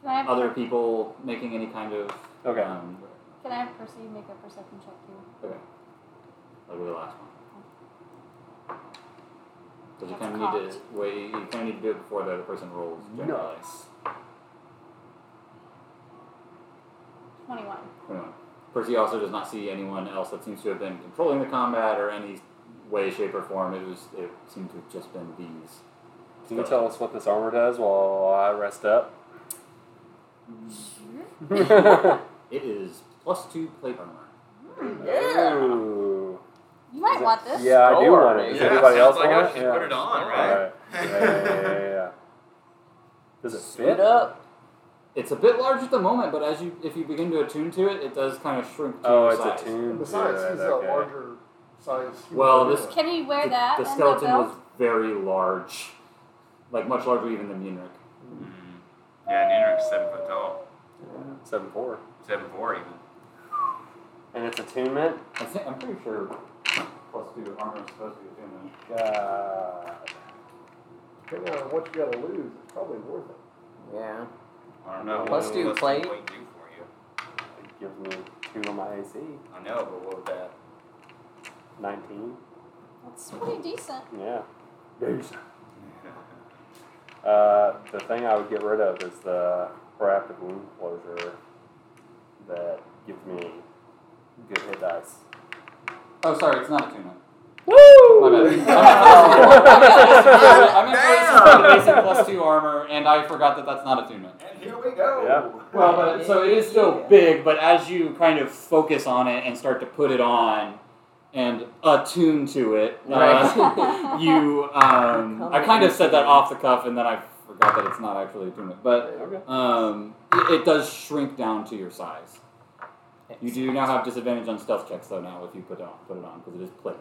Speaker 6: I have,
Speaker 1: other people making any kind of
Speaker 3: Okay.
Speaker 1: um,
Speaker 6: can I have Percy make a perception check too?
Speaker 1: like with the last one. Because you
Speaker 6: That's
Speaker 1: kind of need to wait. You kind of need to do it before the other person rolls. Generally.
Speaker 3: Nice.
Speaker 6: 21.
Speaker 1: Anyway, Percy also does not see anyone else that seems to have been controlling the combat or any way, shape, or form. It was. It seemed to have just been these.
Speaker 3: Can you tell us what this armor does while I rest up? Mm. Mm-hmm.
Speaker 1: It is plus two plate armor.
Speaker 3: Ooh.
Speaker 6: You might want this.
Speaker 3: Yeah, I do
Speaker 5: Score,
Speaker 3: want it. Does
Speaker 5: maybe.
Speaker 4: Yeah,
Speaker 3: anybody else
Speaker 4: sounds like I
Speaker 3: want
Speaker 4: should
Speaker 3: it? Yeah.
Speaker 4: put it on,
Speaker 3: All
Speaker 4: right?
Speaker 3: right. Yeah, yeah, yeah, yeah, Does it
Speaker 5: Suit
Speaker 3: fit?
Speaker 5: up.
Speaker 1: It's a bit large at the moment, but as you if you begin to attune to it, it does kind of shrink to
Speaker 3: Oh,
Speaker 1: your
Speaker 3: it's
Speaker 1: size.
Speaker 3: attuned.
Speaker 2: And besides,
Speaker 3: to it,
Speaker 2: he's
Speaker 3: okay.
Speaker 2: a larger size. human
Speaker 1: Well,
Speaker 2: anyway.
Speaker 1: this-
Speaker 6: Can he wear
Speaker 1: the,
Speaker 6: that?
Speaker 1: the
Speaker 6: and
Speaker 1: skeleton
Speaker 6: belt?
Speaker 1: was very large, like much larger even than Munrik.
Speaker 4: Mm. Yeah, Ninrik's seven foot tall.
Speaker 3: Seven four.
Speaker 4: Seven four even.
Speaker 3: And it's attunement.
Speaker 1: I think I'm pretty sure plus two armor is supposed to be attunement.
Speaker 3: God.
Speaker 2: Depending on what you gotta lose, it's probably worth it.
Speaker 5: Yeah.
Speaker 4: I don't know.
Speaker 5: Plus
Speaker 4: what
Speaker 5: two
Speaker 4: will
Speaker 5: plate.
Speaker 4: Do for you?
Speaker 3: It gives me two on my AC.
Speaker 4: I know, but what would that?
Speaker 3: Nineteen.
Speaker 6: That's pretty decent.
Speaker 3: Yeah. Uh, the thing I would get rid of is the proactive wound closure that gives me good hit dice.
Speaker 1: Oh, sorry, it's not attunement. My
Speaker 3: Woo!
Speaker 1: bad. I'm at
Speaker 4: Damn.
Speaker 1: first basic plus two armor, and I forgot that that's not attunement.
Speaker 4: And here we go.
Speaker 3: Yep.
Speaker 1: Well, but so it is still big, but as you kind of focus on it and start to put it on and attune to it, uh,
Speaker 5: Right.
Speaker 1: you um, I kind of said that off the cuff and then I forgot that it's not actually attunement, but
Speaker 3: Okay.
Speaker 1: um, it, it does shrink down to your size. You do now have disadvantage on stealth checks though now if you put it on put it on because it is plate.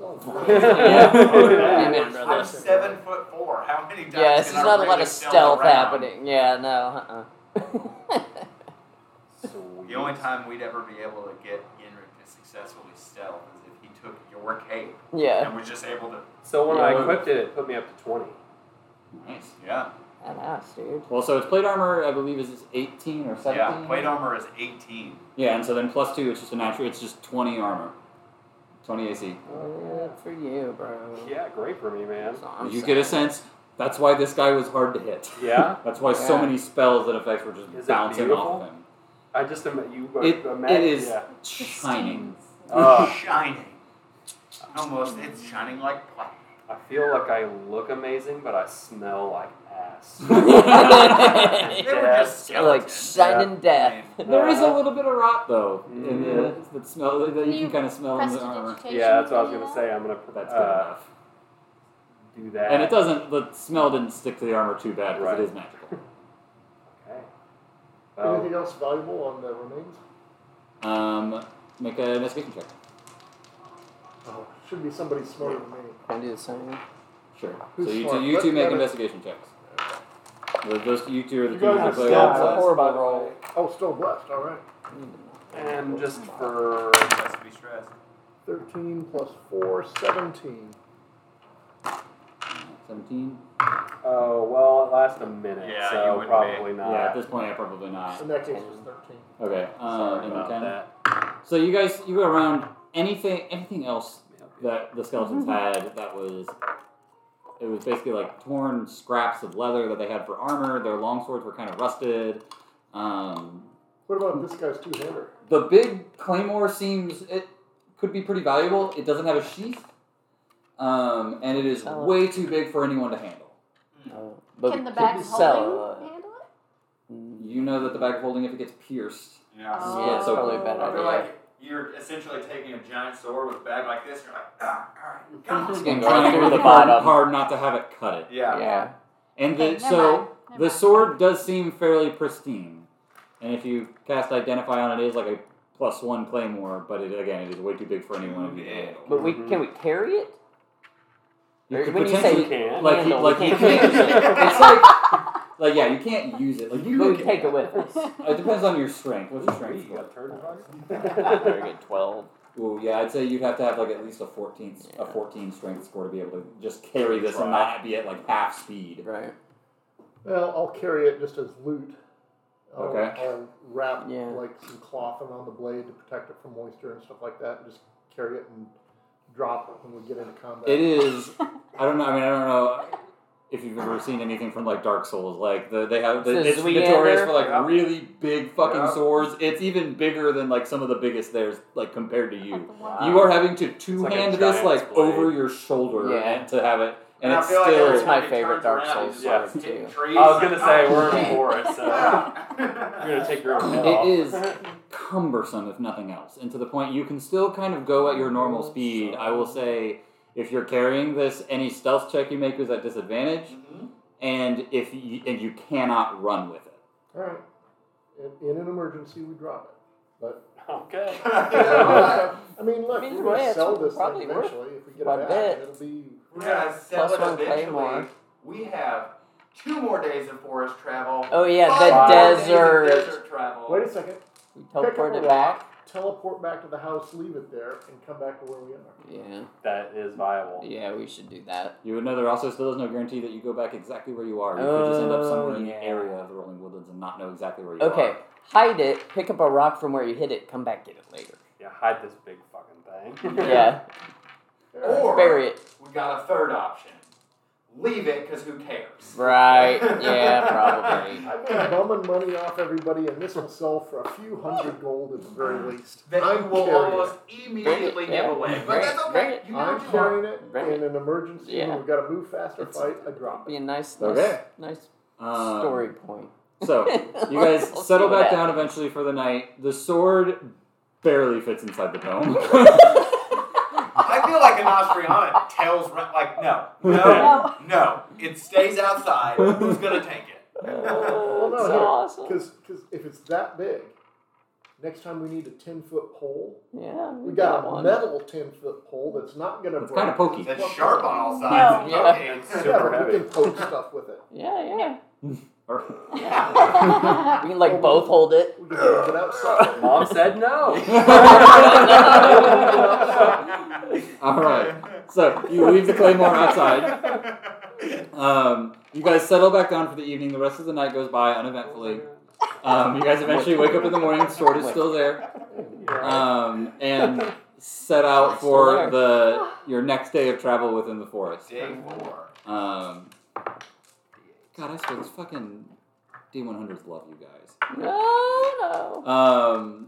Speaker 5: Yeah, man, brother.
Speaker 4: I'm seven foot four. How many times?
Speaker 5: Yeah, this is
Speaker 4: can I
Speaker 5: not a lot
Speaker 4: really
Speaker 5: of
Speaker 4: stealth
Speaker 5: stealth
Speaker 4: around?
Speaker 5: happening. Yeah, no. Uh. uh
Speaker 4: The only time we'd ever be able to get Yenrik to successfully stealth is if he took your cape
Speaker 5: yeah.
Speaker 4: and was just able to.
Speaker 3: So when
Speaker 5: Yeah.
Speaker 3: I equipped it, it put me up to twenty.
Speaker 1: Nice.
Speaker 4: Yeah,
Speaker 5: Badass, dude.
Speaker 1: Well, so its plate armor I believe is eighteen or seventeen.
Speaker 4: yeah. Plate armor is 18.
Speaker 1: Yeah, and so then plus two, it's just a natural, it's just 20 armor. 20 AC.
Speaker 5: Oh, yeah, for you, bro.
Speaker 3: Yeah, great for me, man.
Speaker 5: That's what I'm
Speaker 1: you get a
Speaker 5: saying.
Speaker 1: sense, that's why this guy was hard to hit.
Speaker 3: Yeah,
Speaker 1: That's why so
Speaker 5: Yeah.
Speaker 1: many spells and effects were just
Speaker 3: Is it
Speaker 1: bouncing off of him.
Speaker 3: I just am. You uh,
Speaker 1: It-
Speaker 3: imagine-
Speaker 1: it is-
Speaker 3: yeah.
Speaker 1: Shining.
Speaker 3: Oh,
Speaker 4: shining. Almost, it's shining like platinum.
Speaker 3: I feel like I look amazing, but I smell like ass.
Speaker 4: They were just
Speaker 5: like
Speaker 4: skeletons.
Speaker 5: shining death.
Speaker 1: There is a
Speaker 3: Uh-huh.
Speaker 1: little bit of rot, though, in the,
Speaker 3: Mhm.
Speaker 1: that, smell, that you
Speaker 20: you
Speaker 1: can kind of smell in the armor.
Speaker 20: Prestidigitation
Speaker 3: Yeah, that's what I was
Speaker 20: can do
Speaker 3: gonna
Speaker 20: that?
Speaker 3: say. I'm gonna
Speaker 1: That's good
Speaker 3: uh,
Speaker 1: enough.
Speaker 3: do that.
Speaker 1: And it doesn't, the smell didn't stick to the armor too bad because
Speaker 3: Right.
Speaker 1: it is magical.
Speaker 3: Okay. Well,
Speaker 2: Anything else valuable on the remains?
Speaker 1: Um, make an investigation check.
Speaker 2: Oh, should be somebody smarter than me.
Speaker 5: Can I do the same?
Speaker 1: Sure.
Speaker 2: Who's
Speaker 1: so you
Speaker 2: smart?
Speaker 1: two, you
Speaker 2: Let's
Speaker 1: two make
Speaker 2: have it.
Speaker 1: investigation checks. Those, those, you two are the
Speaker 2: You
Speaker 1: two who
Speaker 2: guys are
Speaker 1: play
Speaker 2: still
Speaker 1: all
Speaker 2: blessed.
Speaker 1: sides.
Speaker 5: horrible roll.
Speaker 2: Oh, still blessed. All right.
Speaker 3: and just for
Speaker 4: Let's be stressed.
Speaker 2: 13 plus 4, 17.
Speaker 1: 17.
Speaker 3: oh well, it lasts a minute,
Speaker 4: Yeah, you
Speaker 3: so
Speaker 4: wouldn't
Speaker 3: probably not.
Speaker 1: yeah, at this point, yeah, probably not.
Speaker 2: In that case, it was
Speaker 1: oh.
Speaker 2: 13.
Speaker 1: Okay. Uh,
Speaker 3: Sorry
Speaker 1: and
Speaker 3: about
Speaker 1: ten.
Speaker 3: that.
Speaker 1: So you guys, you go around anything, anything else that the
Speaker 3: Mm-hmm.
Speaker 1: skeletons had that was, it was basically like torn scraps of leather that they had for armor. Their long swords were kind of rusted. Um,
Speaker 2: What about this guy's two-hander?
Speaker 1: the big claymore seems it could be pretty valuable. It doesn't have a sheath, um, and it is
Speaker 5: Oh.
Speaker 1: way too big for anyone to handle.
Speaker 5: Oh, but
Speaker 6: Can
Speaker 5: we
Speaker 6: the
Speaker 5: could
Speaker 6: bag
Speaker 5: sell.
Speaker 6: holding
Speaker 5: uh, mm,
Speaker 6: handle it?
Speaker 1: You know that the bag of holding, if it gets pierced,
Speaker 4: Yeah.
Speaker 6: Oh.
Speaker 5: Yeah, it's probably a bad
Speaker 4: I feel
Speaker 5: idea.
Speaker 4: like you're essentially taking a giant sword with a bag like this. You're like, ah, all right, God.
Speaker 1: and
Speaker 5: Go
Speaker 1: trying
Speaker 5: through the
Speaker 1: really hard,
Speaker 5: bottom.
Speaker 1: hard not to have it cut it.
Speaker 4: Yeah.
Speaker 5: yeah.
Speaker 1: And
Speaker 6: Okay,
Speaker 1: the,
Speaker 6: never
Speaker 1: so
Speaker 6: mind. Never
Speaker 1: the
Speaker 6: mind.
Speaker 1: sword does seem fairly pristine, and if you cast identify on it, it is like a plus one claymore. But it, again, it is way too big for anyone of you. to
Speaker 4: Yeah.
Speaker 1: handle.
Speaker 5: But we
Speaker 3: Mhm.
Speaker 5: can we carry it?
Speaker 1: You
Speaker 5: Or
Speaker 1: could
Speaker 5: when you
Speaker 1: potentially-
Speaker 5: say
Speaker 3: can't.
Speaker 1: like, you,
Speaker 5: handle,
Speaker 1: like
Speaker 5: we
Speaker 1: you
Speaker 5: can't use it.
Speaker 1: can't. It's like, like yeah, you can't use it. Like you
Speaker 5: But we
Speaker 1: could-
Speaker 5: take it with us.
Speaker 1: It depends on your strength. What's your
Speaker 3: Three,
Speaker 1: strength?
Speaker 3: you
Speaker 1: score?
Speaker 3: got a turn
Speaker 5: Very
Speaker 3: target.
Speaker 5: good. Twelve.
Speaker 1: Ooh, yeah, I'd say you'd have to have like at least a fourteen, a
Speaker 5: Yeah.
Speaker 1: fourteen strength score to be able to just carry this and
Speaker 3: Try.
Speaker 1: not be at like half speed.
Speaker 5: Right.
Speaker 2: Well, I'll carry it just as loot. I'll,
Speaker 1: Okay.
Speaker 2: I'll wrap
Speaker 5: Yeah.
Speaker 2: like some cloth around the blade to protect it from moisture and stuff like that, and just carry it and drop it when we get into combat.
Speaker 1: It is. I don't know. I mean, I don't know if you've ever seen anything from like Dark Souls. Like the, they have the,
Speaker 5: This
Speaker 1: it's
Speaker 5: is Leander.
Speaker 1: notorious for like
Speaker 4: Yeah.
Speaker 1: really big fucking
Speaker 4: Yeah.
Speaker 1: swords. It's even bigger than like some of the biggest theirs. Like compared to you,
Speaker 6: Uh,
Speaker 5: Wow.
Speaker 1: you are having to two
Speaker 3: like a
Speaker 1: hand this
Speaker 3: giant's
Speaker 1: like
Speaker 3: blade.
Speaker 1: over your shoulder
Speaker 5: Yeah.
Speaker 1: and to have it, and,
Speaker 4: I
Speaker 1: it's
Speaker 4: feel
Speaker 1: still.
Speaker 4: like
Speaker 5: It's my
Speaker 4: everybody
Speaker 5: favorite
Speaker 4: turns
Speaker 5: Dark
Speaker 4: around and
Speaker 5: Souls
Speaker 4: just starts
Speaker 5: sword,
Speaker 4: hitting
Speaker 5: too.
Speaker 4: trees.
Speaker 3: I was gonna say we're
Speaker 5: Yeah.
Speaker 3: in for it, so you're gonna take your own head
Speaker 5: Oh.
Speaker 3: off.
Speaker 1: It is cumbersome, if nothing else. And to the point, you can still kind of go at your normal speed. I will say, if you're carrying this, any stealth check you make is at disadvantage.
Speaker 4: Mhm.
Speaker 1: and if you, and you cannot run with it.
Speaker 2: All right. In, in an emergency, we drop it. But
Speaker 3: Okay.
Speaker 2: I mean, look,
Speaker 5: I mean,
Speaker 2: we
Speaker 5: either way,
Speaker 2: must
Speaker 5: it's
Speaker 2: sell this thing
Speaker 5: probably worth
Speaker 2: eventually. If we get
Speaker 5: my
Speaker 2: it back,
Speaker 5: bet.
Speaker 2: it'll be.
Speaker 4: We're gonna sell
Speaker 5: Plus
Speaker 4: it
Speaker 5: one
Speaker 4: eventually.
Speaker 5: claymore.
Speaker 4: We have two more days of forest travel.
Speaker 5: Oh yeah, the
Speaker 4: five more days of
Speaker 5: desert.
Speaker 4: desert travel.
Speaker 2: Wait a second.
Speaker 5: We
Speaker 2: Pick up a
Speaker 5: teleported
Speaker 2: rock,
Speaker 5: back.
Speaker 2: Teleport back to the house, leave it there, and come back to where we are.
Speaker 5: Yeah,
Speaker 16: That is viable.
Speaker 5: yeah, we should do that.
Speaker 1: You would know there also still is no guarantee that you go back exactly where you are. You could just end up
Speaker 5: Oh,
Speaker 1: somewhere in
Speaker 5: yeah.
Speaker 1: the area of the rolling woodlands and not know exactly where you are.
Speaker 5: Okay, hide it. Pick up a rock from where you hit it. Come back, get it later.
Speaker 16: Yeah, hide this big fucking thing.
Speaker 5: Yeah,
Speaker 4: Or
Speaker 5: bury it.
Speaker 4: we got a third option. Leave it because who cares?
Speaker 5: Right? Yeah, probably.
Speaker 2: I've been bumming money off everybody, and this will sell for a few hundred gold at the very least.
Speaker 4: That
Speaker 2: I'm
Speaker 4: you will
Speaker 2: carrying
Speaker 4: almost
Speaker 2: it.
Speaker 4: immediately
Speaker 5: Yeah.
Speaker 4: give away. But
Speaker 5: Bring
Speaker 4: that's
Speaker 5: it, bring
Speaker 4: okay.
Speaker 5: it.
Speaker 4: You know
Speaker 2: I'm
Speaker 4: what you are.
Speaker 2: carrying it
Speaker 5: Bring
Speaker 2: in an emergency
Speaker 5: Yeah.
Speaker 2: when we've got to move faster,
Speaker 5: It's-
Speaker 2: fight, I drop
Speaker 5: Be
Speaker 2: it.
Speaker 5: a nice, nice,
Speaker 1: Okay.
Speaker 5: nice
Speaker 1: Um,
Speaker 5: story point.
Speaker 1: So you guys
Speaker 5: We'll see
Speaker 1: settle
Speaker 5: what
Speaker 1: back
Speaker 5: happens.
Speaker 1: down eventually for the night. The sword barely fits inside the dome.
Speaker 4: I feel like an Nostriana tells Ra- like no, no,
Speaker 1: No.
Speaker 4: no. It stays outside. Who's gonna take it?
Speaker 2: Well,
Speaker 5: Oh,
Speaker 2: no,
Speaker 5: that's
Speaker 2: here,
Speaker 5: awesome.
Speaker 2: Because if it's that big, next time we need a 10 foot pole,
Speaker 5: Yeah, we,
Speaker 2: we got, a
Speaker 5: one.
Speaker 2: metal 10 foot pole that's not going to
Speaker 1: It's
Speaker 2: break.
Speaker 1: kinda pokey.
Speaker 4: That's sharp on all sides.
Speaker 5: No.
Speaker 4: Okay.
Speaker 2: yeah,
Speaker 16: Super
Speaker 2: but we
Speaker 16: heavy.
Speaker 2: can poke stuff with it.
Speaker 5: Yeah, yeah.
Speaker 1: Or-
Speaker 5: We can like both hold it.
Speaker 2: We can throw it outside.
Speaker 16: Mom said no.
Speaker 1: All right. So you leave the claymore outside. Um, you guys settle back down for the evening. The rest of the night goes by uneventfully. Um, you guys eventually wake up in the morning. The sword is still there, um, and set out for the your next day of travel within the forest.
Speaker 4: Day four.
Speaker 1: Um, God, I swear these fucking D100s love you guys.
Speaker 5: No, no.
Speaker 1: Um,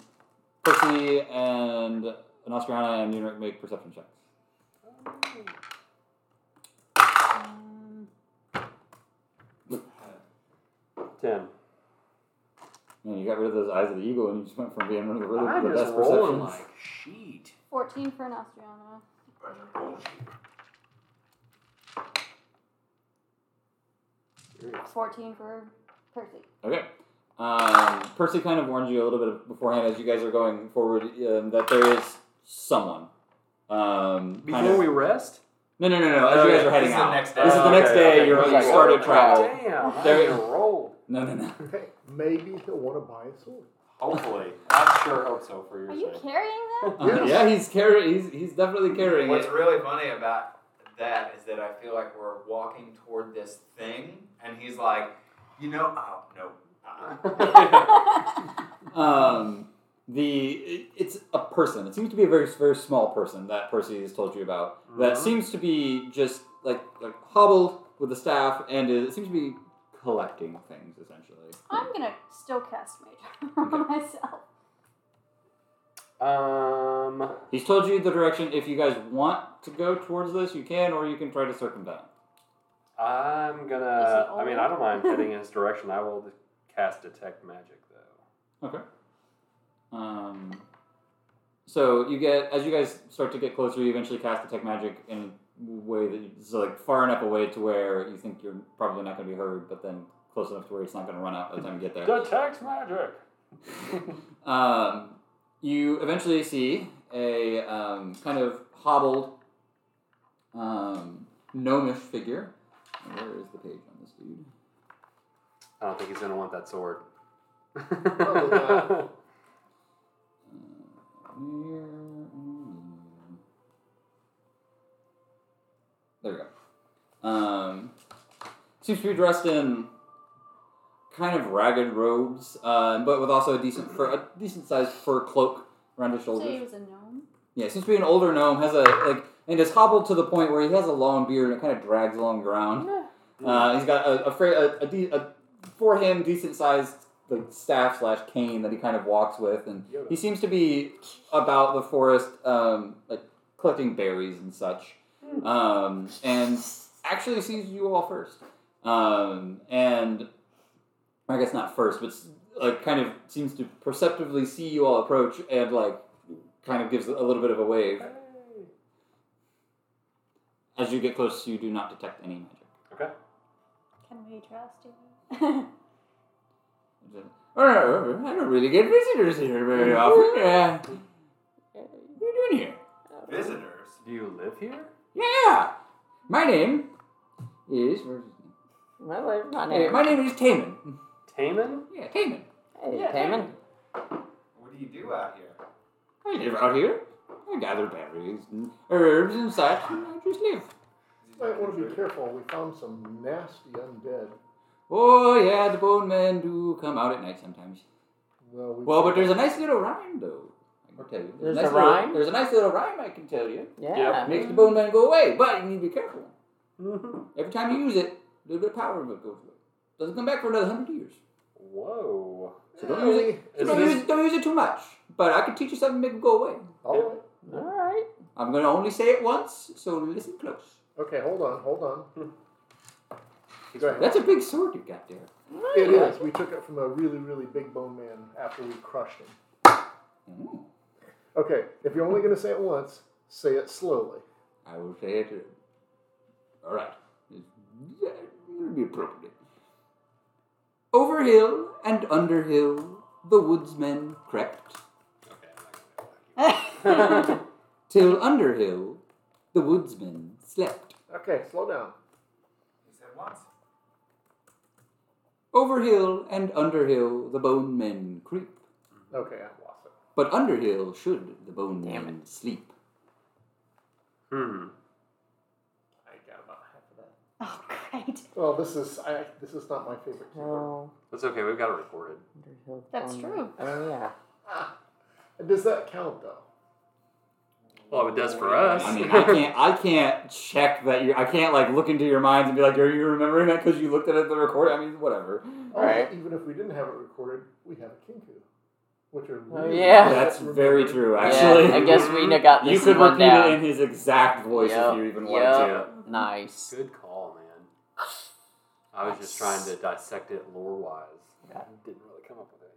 Speaker 1: Percy and Nostrana and Nunrik make perception checks.
Speaker 16: Tim.
Speaker 1: Man, you got rid of those eyes of the eagle and you just went from being one of the really
Speaker 16: I'm
Speaker 1: the
Speaker 16: just
Speaker 1: best
Speaker 16: rolling
Speaker 1: perceptions.
Speaker 16: like sheet.
Speaker 7: 14 for Nostrana.
Speaker 16: Serious.
Speaker 7: 14 for Percy.
Speaker 1: Okay. Um, Percy kind of warned you a little bit beforehand as you guys are going forward um, that there is someone. Um, kind
Speaker 16: Before
Speaker 1: of-
Speaker 16: we rest?
Speaker 1: No, no, no, no. As you guys are heading
Speaker 4: Oh, This
Speaker 1: out.
Speaker 4: is the next day.
Speaker 1: This is the
Speaker 16: Oh,
Speaker 1: next
Speaker 16: okay,
Speaker 1: day.
Speaker 16: okay.
Speaker 1: You're,
Speaker 5: He's
Speaker 1: you
Speaker 5: like,
Speaker 1: started travel.
Speaker 16: Damn, I
Speaker 1: There-
Speaker 16: didn't roll.
Speaker 1: No, no, no.
Speaker 2: hey, maybe he'll want to buy a sword.
Speaker 16: Hopefully. I sure hope so for your
Speaker 7: Are you
Speaker 16: sake.
Speaker 7: carrying that?
Speaker 1: Uh, yeah, he's carrying. He's he's definitely carrying
Speaker 4: What's
Speaker 1: it.
Speaker 4: really funny about that is that I feel like we're walking toward this thing, and he's like, you know, oh no. uh-uh."
Speaker 1: Um, the it- it's a person. It seems to be a very very small person that Percy has told you about. That seems to be just like like hobbled with the staff, and it seems to be collecting things essentially.
Speaker 7: I'm gonna still cast Mage Armor on myself.
Speaker 16: Um,
Speaker 1: He's told you the direction. If you guys want to go towards this, you can, or you can try to circumvent.
Speaker 16: I'm
Speaker 7: Is
Speaker 16: gonna.
Speaker 7: he
Speaker 16: I mean, I don't mind heading in his direction. I will cast detect magic though.
Speaker 1: Okay. Um. So you get as you guys start to get closer, you eventually cast detect magic in a way that is like far enough away to where you think you're probably not going to be heard, but then close enough to where it's not going to run out by the time you get there.
Speaker 16: Detect magic.
Speaker 1: Um, you eventually see a um, kind of hobbled um, gnomish figure. Where is the page on this dude?
Speaker 16: I don't think he's gonna want that sword. Oh,
Speaker 2: not.
Speaker 1: There we go. Um, seems to be dressed in kind of ragged robes, uh, but with also a decent fur, a decent sized fur cloak around his
Speaker 7: So he
Speaker 1: shoulders.
Speaker 7: was a gnome.
Speaker 1: Yeah, seems to be an older gnome. Has a like, and is hobbled to the point where he has a long beard and it kind of drags along the ground. Uh, he's got a a, fra- a, a, de- a for him decent sized like staff slash cane that he kind of walks with, and he seems to be about the forest, um, like collecting berries and such. Um, and actually sees you all first. Um, and I guess not first, but s- like kind of seems to perceptively see you all approach and like kind of gives a little bit of a wave. As you get close, you do not detect any magic.
Speaker 16: Okay.
Speaker 21: Can we trust you?
Speaker 1: Oh, I don't really get visitors here very often. Uh, what are you doing here?
Speaker 4: Visitors?
Speaker 3: Do you live here?
Speaker 1: Yeah. My name is. where's his name?
Speaker 5: My wife, my
Speaker 1: Hey,
Speaker 5: name.
Speaker 1: my name is Taman.
Speaker 3: Taman?
Speaker 1: Yeah, Taman.
Speaker 5: Hey,
Speaker 1: Yeah,
Speaker 5: Taman.
Speaker 4: What do you do out here?
Speaker 1: I live out here. I gather berries and herbs and such. And I just live.
Speaker 2: Might want to be careful. We found some nasty undead.
Speaker 1: Oh yeah, the bone men do come out at night sometimes.
Speaker 2: Well, we
Speaker 1: Well, but there's a nice little rhyme though. I can tell you.
Speaker 5: There's
Speaker 1: a, nice
Speaker 5: a
Speaker 1: little-
Speaker 5: rhyme?
Speaker 1: There's a nice little rhyme I can tell you.
Speaker 5: Yeah.
Speaker 3: Yep.
Speaker 1: Makes the bone man go away, but you need to be careful.
Speaker 16: Mm-hmm.
Speaker 1: Every time you use it, a little bit of power of it goes away. Doesn't come back for another hundred years.
Speaker 3: Whoa.
Speaker 1: So don't use it. so
Speaker 3: Is
Speaker 1: don't,
Speaker 3: this-
Speaker 1: use, don't use it too much. But I can teach you something to make it go away.
Speaker 2: All right.
Speaker 5: All right.
Speaker 1: I'm gonna only say it once, so listen close.
Speaker 2: Okay, hold on, hold
Speaker 1: Hmm.
Speaker 2: on. Go ahead.
Speaker 1: That's a big sword you got there.
Speaker 2: It is. We took it from a really, really big bone man after we crushed him.
Speaker 1: Mm.
Speaker 2: Okay, if you're only going to say it once, say it slowly.
Speaker 1: I will say it. uh, All right. It'll be appropriate. Over hill and under hill, the woodsmen crept. Till under hill, the woodsmen slept.
Speaker 2: Okay, slow down.
Speaker 4: He said once.
Speaker 1: Over hill and under hill, the bone men creep.
Speaker 2: Okay, I lost it.
Speaker 1: But under hill should the bone men sleep.
Speaker 3: Hmm.
Speaker 4: I got about half of that.
Speaker 21: oh, great.
Speaker 2: Well, this is I, this is not my favorite. keyword.
Speaker 5: No.
Speaker 3: That's okay. We've got it recorded.
Speaker 5: Underhill
Speaker 6: That's
Speaker 1: Um,
Speaker 5: Bone-
Speaker 6: true.
Speaker 5: Oh yeah.
Speaker 2: Ah. Does that count though?
Speaker 3: Well, it does for us.
Speaker 1: I mean, I can't, I can't check that you. I can't like look into your minds and be like, are you remembering that because you looked at it at the record? I mean, whatever.
Speaker 2: Also,
Speaker 5: Right.
Speaker 2: Oh, Even if we didn't have it recorded, we have a kinku, which are
Speaker 5: Oh,
Speaker 2: really
Speaker 5: yeah.
Speaker 1: That's
Speaker 2: remembered.
Speaker 1: very true, actually.
Speaker 5: Yeah, I guess we n- got this
Speaker 1: you could
Speaker 5: one
Speaker 1: repeat
Speaker 5: down.
Speaker 1: it in his exact voice
Speaker 5: Yep,
Speaker 1: if you even
Speaker 5: yep.
Speaker 1: wanted
Speaker 3: Yeah.
Speaker 5: Nice.
Speaker 3: Good call, man. I was just trying to dissect it lore wise.
Speaker 5: Yeah.
Speaker 3: Didn't really come up with anything.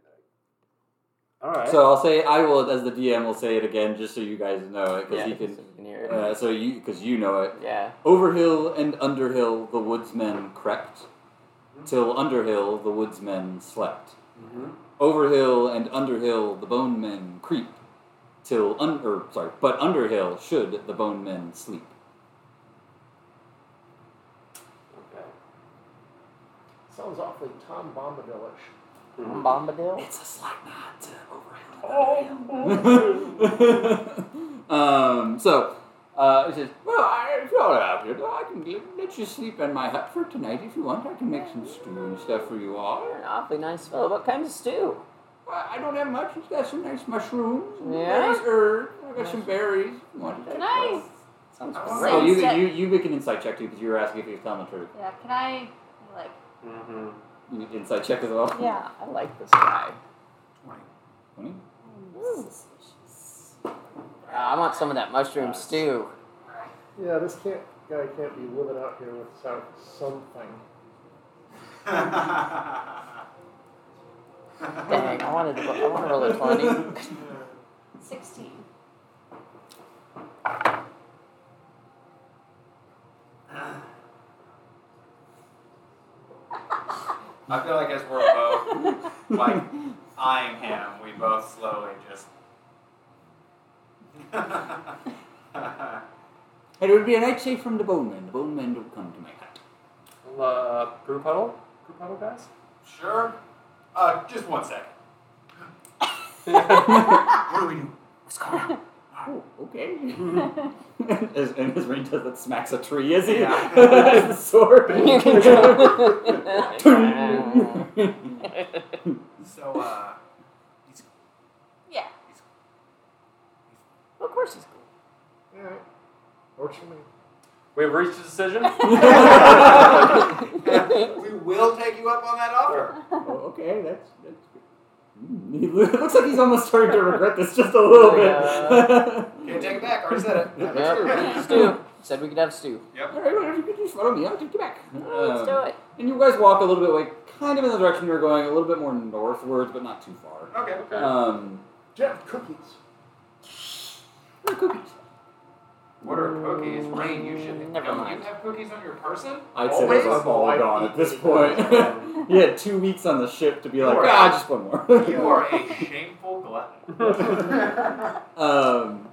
Speaker 3: All right.
Speaker 1: to. So I'll say I will, as the DM, will say it again just so you guys know it because
Speaker 5: Yeah,
Speaker 1: you
Speaker 5: so
Speaker 1: can.
Speaker 5: you can hear it.
Speaker 1: Uh, so you because you know it.
Speaker 5: yeah.
Speaker 1: Over hill and under hill, the woodsmen crept. Till under hill, the woodsmen slept.
Speaker 5: Mm-hmm.
Speaker 3: Mhm.
Speaker 1: Over hill and under hill, the bone men creep. Till un- er, sorry, but under hill should the bone men sleep.
Speaker 3: Okay.
Speaker 2: Sounds awfully Tom Bombadil-ish.
Speaker 5: Bombadil.
Speaker 1: It's a slight nod to
Speaker 5: Oh
Speaker 1: Overhill. Oh, um, so uh, it says, "Well, I, if y'all are out here, I can let- let you sleep in my hut for tonight if you want. I can make some stew and stuff for you all.
Speaker 5: You're an awfully nice fellow. What kind of stew?
Speaker 1: Well, I don't have much. It's got some nice mushrooms, and
Speaker 5: Yeah?
Speaker 1: nice herbs. I got some berries. if You want to
Speaker 6: Can
Speaker 1: take
Speaker 6: I?
Speaker 5: Sounds
Speaker 4: Oh,
Speaker 5: great.
Speaker 1: Oh, you,
Speaker 6: Sunset.
Speaker 1: you you make an insight check too because you were asking if you was telling the truth.
Speaker 6: Yeah. Can I? Like.
Speaker 3: Mm-hmm.
Speaker 1: You need insight check as well.
Speaker 5: Yeah, I like this guy.
Speaker 1: Twenty?
Speaker 5: Uh, I want some of that mushroom stew.
Speaker 2: Yeah, this can't guy can't be living out here without something.
Speaker 5: Dang, I wanted to. I want to roll a twenty.
Speaker 6: Sixteen.
Speaker 4: I feel like as we're both like eyeing him, we both slowly just.
Speaker 1: And it would be a night safe from the bone men. The bone men don't come to my hut.
Speaker 3: Well, uh, brew puddle, brew puddle guys.
Speaker 4: sure. Uh, just one second. what do we do?
Speaker 1: Oh, okay. as, and as Rain does that, smacks a tree as he
Speaker 4: Yeah.
Speaker 1: as the sword.
Speaker 4: So, uh, he's,
Speaker 6: Yeah.
Speaker 4: he's,
Speaker 5: of course he's cool.
Speaker 2: All right, works for me.
Speaker 3: We have reached a decision.
Speaker 4: we will take you up on that offer.
Speaker 1: oh, okay, that's that's. Good. Mm, he lo- looks like he's almost starting to regret this just a little bit.
Speaker 4: Can't take it back. Already said it.
Speaker 5: Yep. stew. Said we could have stew.
Speaker 1: All right, whatever. You can just follow me. I'll take you back. Um,
Speaker 5: Let's do it.
Speaker 1: And you guys walk a little bit, like kind of in the direction you're going, a little bit more northwards, but not too far.
Speaker 4: Okay.
Speaker 3: okay.
Speaker 1: Um,
Speaker 2: Jeff, cookies.
Speaker 1: what are cookies.
Speaker 4: What are cookies? Rain, you should.
Speaker 5: Never
Speaker 4: no,
Speaker 5: mind.
Speaker 4: You have cookies on your person?
Speaker 1: I'd say
Speaker 4: Always?
Speaker 1: that's all gone at this point.
Speaker 2: point.
Speaker 1: he had two weeks on the ship to be like,
Speaker 4: You are-
Speaker 1: ah, just one
Speaker 4: You
Speaker 1: more.
Speaker 4: are a shameful glutton.
Speaker 1: um,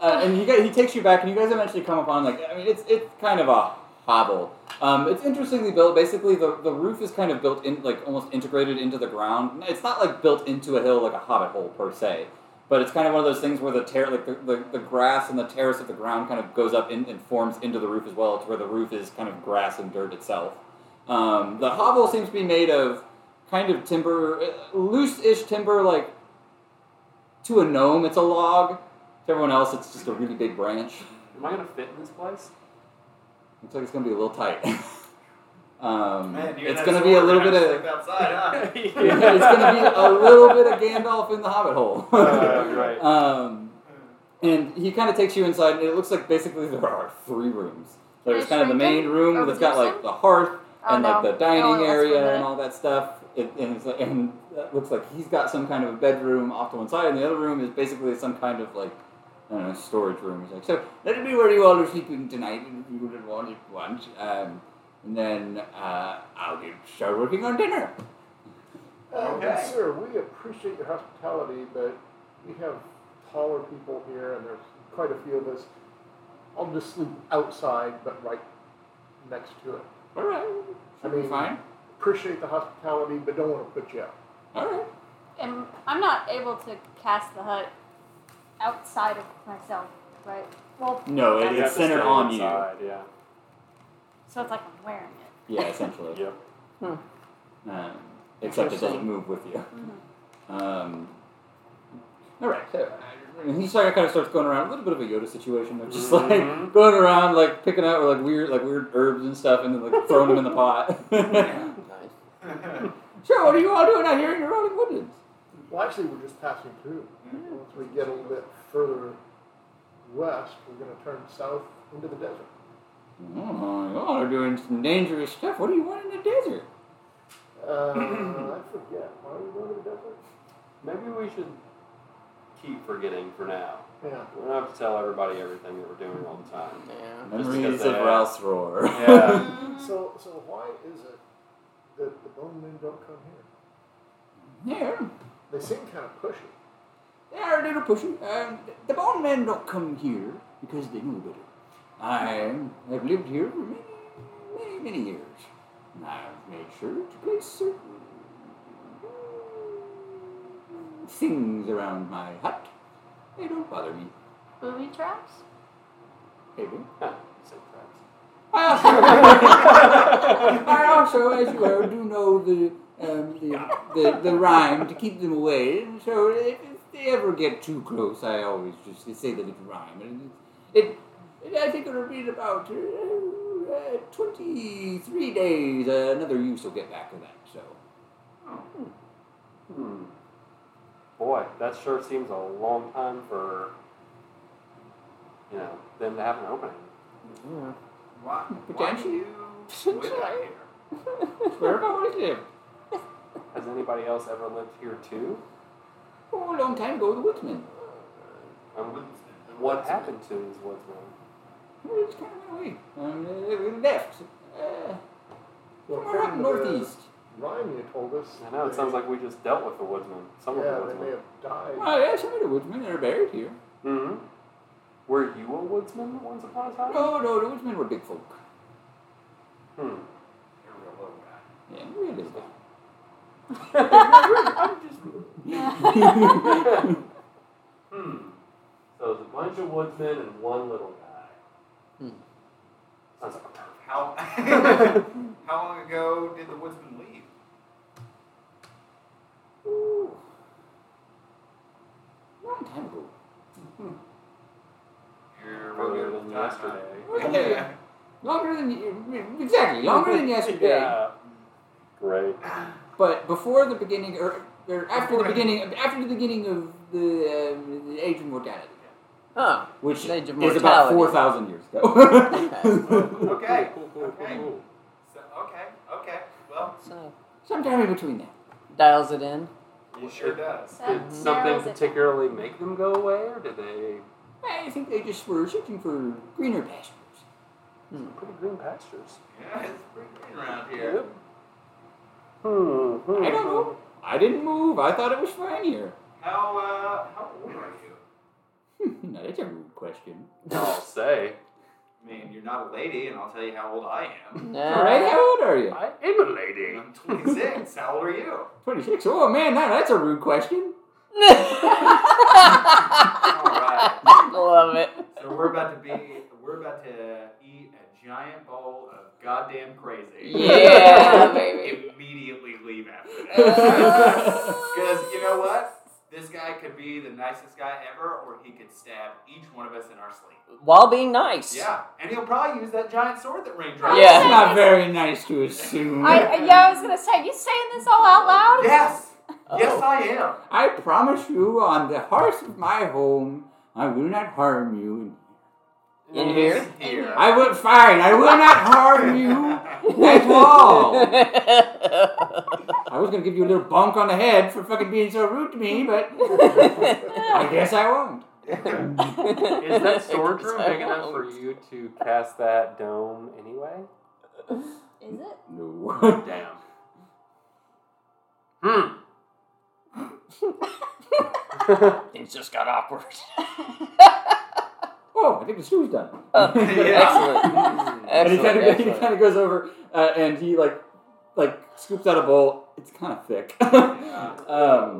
Speaker 1: uh, and you guys, he takes you back, and you guys eventually come upon like I mean, it's it's kind of a hovel. Um, it's interestingly built. Basically, the, the roof is kind of built in, like almost integrated into the ground. It's not like built into a hill like a hobbit hole per se, but it's kind of one of those things where the ter- like the, the, the grass and the terrace of the ground kind of goes up in, and forms into the roof as well. It's where the roof is kind of grass and dirt itself. Um, the hovel seems to be made of kind of timber, uh, loose-ish timber, like to a gnome it's a log. To everyone else, it's just a really big branch.
Speaker 3: Am I gonna fit in this place?
Speaker 1: Looks like it's gonna be a little tight. um,
Speaker 4: Man, you and
Speaker 1: it's
Speaker 4: that
Speaker 1: gonna be a
Speaker 4: sword
Speaker 1: little
Speaker 4: are
Speaker 1: bit
Speaker 4: gonna
Speaker 1: of
Speaker 4: sleep outside, huh?
Speaker 1: it's gonna be a little bit of Gandalf in the Hobbit hole.
Speaker 16: Uh, right.
Speaker 1: um, and he kind of takes you inside, and it looks like basically there are three rooms. There's
Speaker 6: Can I
Speaker 1: kind of the main
Speaker 6: shrink it
Speaker 1: room
Speaker 6: or
Speaker 1: that's got
Speaker 6: reduce
Speaker 1: like
Speaker 6: it?
Speaker 1: the hearth
Speaker 6: Oh,
Speaker 1: and like
Speaker 6: no.
Speaker 1: the
Speaker 6: No,
Speaker 1: dining
Speaker 6: that's
Speaker 1: area
Speaker 6: forbidden.
Speaker 1: and all that stuff. It, and, it's like, and it looks like he's got some kind of a bedroom off to one side, and the other room is basically some kind of like I don't know storage room. He's like, so that'll be where you all are sleeping tonight, if you wouldn't want it once. Um, and then uh, I'll get start working on dinner.
Speaker 2: Uh,
Speaker 4: Okay.
Speaker 2: Sir, we appreciate your hospitality, but we have taller people here, and there's quite a few of us. I'll just sleep outside, but right next to it.
Speaker 1: All right,
Speaker 2: I
Speaker 1: should be
Speaker 2: mean-
Speaker 1: fine.
Speaker 2: Appreciate the hospitality, but don't want to put you out.
Speaker 1: All right.
Speaker 7: And I'm not able to cast the hut outside of myself, right? Well,
Speaker 1: No, it,
Speaker 7: You
Speaker 1: it's centered on you.
Speaker 16: you. Yeah.
Speaker 7: so it's like I'm wearing it.
Speaker 1: Yeah, essentially.
Speaker 16: Yep.
Speaker 1: Um, except it doesn't
Speaker 5: Interesting.
Speaker 1: move with you. Um, all right. So uh, he sort of kind of starts going around a little bit of a Yoda situation of just like
Speaker 16: Mhm.
Speaker 1: going around like picking out like weird like weird herbs and stuff and then like throwing them in the pot.
Speaker 5: Nice.
Speaker 1: sure. What are you all doing out here in the rolling woodlands?
Speaker 2: Well, actually, we're just passing through. Once we get a little bit further west, we're going to turn south into the desert.
Speaker 1: Oh, you all are doing some dangerous stuff. What do you want in the desert?
Speaker 2: Uh, I forget. Why are we going to the desert?
Speaker 3: Maybe we should keep forgetting for now.
Speaker 2: Yeah.
Speaker 3: We don't have to tell everybody everything that we're doing all the time.
Speaker 5: Yeah.
Speaker 3: Just
Speaker 1: Memories
Speaker 3: because
Speaker 1: of
Speaker 3: they-
Speaker 1: Ralph's roar.
Speaker 3: Yeah.
Speaker 2: So, so why is it that the bone men don't come here?
Speaker 1: yeah.
Speaker 2: They seem kind of pushy.
Speaker 1: They are a little pushy. Um, the bone men don't come here because they know better. I have lived here for many, many, many years. And I've made sure to place certain things around my hut. They don't bother me.
Speaker 7: Booby traps?
Speaker 1: Maybe.
Speaker 3: So perhaps-
Speaker 1: I also, I also, as you well, do know the, um, the, the the rhyme to keep them away. And so if, if they ever get too close, I always just say the little rhyme. And it, it I think it'll be in about uh, uh, twenty three days. Uh, another use will get back to that. So
Speaker 3: Hmm. Boy, that sure seems a long time for you know them to have an opening.
Speaker 5: Yeah.
Speaker 4: Why, why do
Speaker 1: Potentially.
Speaker 4: you live out here?
Speaker 1: where have I always lived?
Speaker 3: Has anybody else ever lived here too?
Speaker 1: Oh, a long time ago, the woodsman.
Speaker 3: Um, what happened to these woodsmen?
Speaker 1: Well, It's kind of away. Um, uh, left. Uh,
Speaker 2: Well,
Speaker 1: somewhere up
Speaker 2: according to the
Speaker 1: northeast.
Speaker 2: Rhyme you told us.
Speaker 3: I know it
Speaker 2: they-
Speaker 3: sounds like we just dealt with the woodsmen. Some of
Speaker 2: Yeah,
Speaker 3: the
Speaker 2: they may
Speaker 3: woodsmen.
Speaker 2: have died.
Speaker 1: Well, yeah, some of the woodsmen are buried here.
Speaker 3: hmm Were you a woodsman once upon a time?
Speaker 1: No, no, the woodsmen were big folk.
Speaker 3: Hmm.
Speaker 4: You're a real little guy.
Speaker 1: Yeah, really big.
Speaker 3: I'm just. hmm. So it's a bunch of woodsmen and one little guy.
Speaker 5: Hmm.
Speaker 3: Sounds like a perfect.
Speaker 4: How, how long ago did the woodsman leave?
Speaker 1: Long time ago.
Speaker 4: You're a
Speaker 3: Earlier
Speaker 4: real
Speaker 3: than
Speaker 4: little guy.
Speaker 3: yesterday.
Speaker 1: Okay. Longer than exactly longer than yesterday.
Speaker 3: Yeah. Great.
Speaker 1: But before the beginning, or, or after the beginning, after the beginning of the, um, the age of mortality,
Speaker 5: Oh.
Speaker 1: which
Speaker 5: Age of
Speaker 1: is about
Speaker 5: mortality.
Speaker 1: four thousand years ago.
Speaker 4: Okay.
Speaker 3: Cool, cool, cool,
Speaker 4: Okay.
Speaker 3: cool.
Speaker 4: So, okay. Okay. Well,
Speaker 5: So
Speaker 1: Sometime in between that.
Speaker 5: dials it in.
Speaker 3: You
Speaker 4: it sure
Speaker 3: sure
Speaker 4: does.
Speaker 7: That
Speaker 3: did something
Speaker 7: narrows it down.
Speaker 3: particularly make them go away, or did they
Speaker 1: I think they just were searching for greener pastures.
Speaker 3: Pretty green pastures.
Speaker 4: Yeah, it's pretty green around here.
Speaker 3: Yep. Hmm, hmm,
Speaker 1: I don't know. I didn't move. I thought it was fine here.
Speaker 4: How uh, how old are you?
Speaker 1: now, that's a rude question.
Speaker 3: hmm. I'll say.
Speaker 4: I mean, you're not a lady, and I'll tell you how old I am.
Speaker 5: Uh,
Speaker 1: All right, how old are you?
Speaker 3: I am a lady.
Speaker 4: I'm 26. how old are you?
Speaker 1: 26. Oh, man, now that's a rude question.
Speaker 4: All right.
Speaker 5: Love it.
Speaker 4: So we're about to be we're about to eat a giant bowl of goddamn crazy.
Speaker 5: Yeah, baby.
Speaker 4: Immediately leave after that. Because you know what? This guy could be the nicest guy ever, or he could stab each one of us in our sleep.
Speaker 5: While being nice.
Speaker 4: Yeah, and he'll probably use that giant sword that Ring dropped.
Speaker 5: Yeah.
Speaker 1: That's not very nice to assume.
Speaker 22: I, I- yeah, I was gonna say, you saying this all out loud?
Speaker 4: Yes.
Speaker 5: Oh.
Speaker 4: Yes, I am.
Speaker 1: I promise you, on the hearth of my home, I will not harm you.
Speaker 5: In here?
Speaker 4: Here.
Speaker 1: I will, fine, I will not harm you at all. I was gonna give you a little bonk on the head for fucking being so rude to me, but I guess I won't.
Speaker 3: Is that storage room big enough for you to cast that dome anyway?
Speaker 6: Is it?
Speaker 1: No.
Speaker 3: Damn. Hmm.
Speaker 5: Things just got awkward.
Speaker 1: Oh, I think the stew's done.
Speaker 5: Oh, Excellent.
Speaker 1: and he kind
Speaker 5: Excellent.
Speaker 1: of he
Speaker 5: excellent.
Speaker 1: kind of goes over uh, and he like like scoops out a bowl. It's kind of thick. um,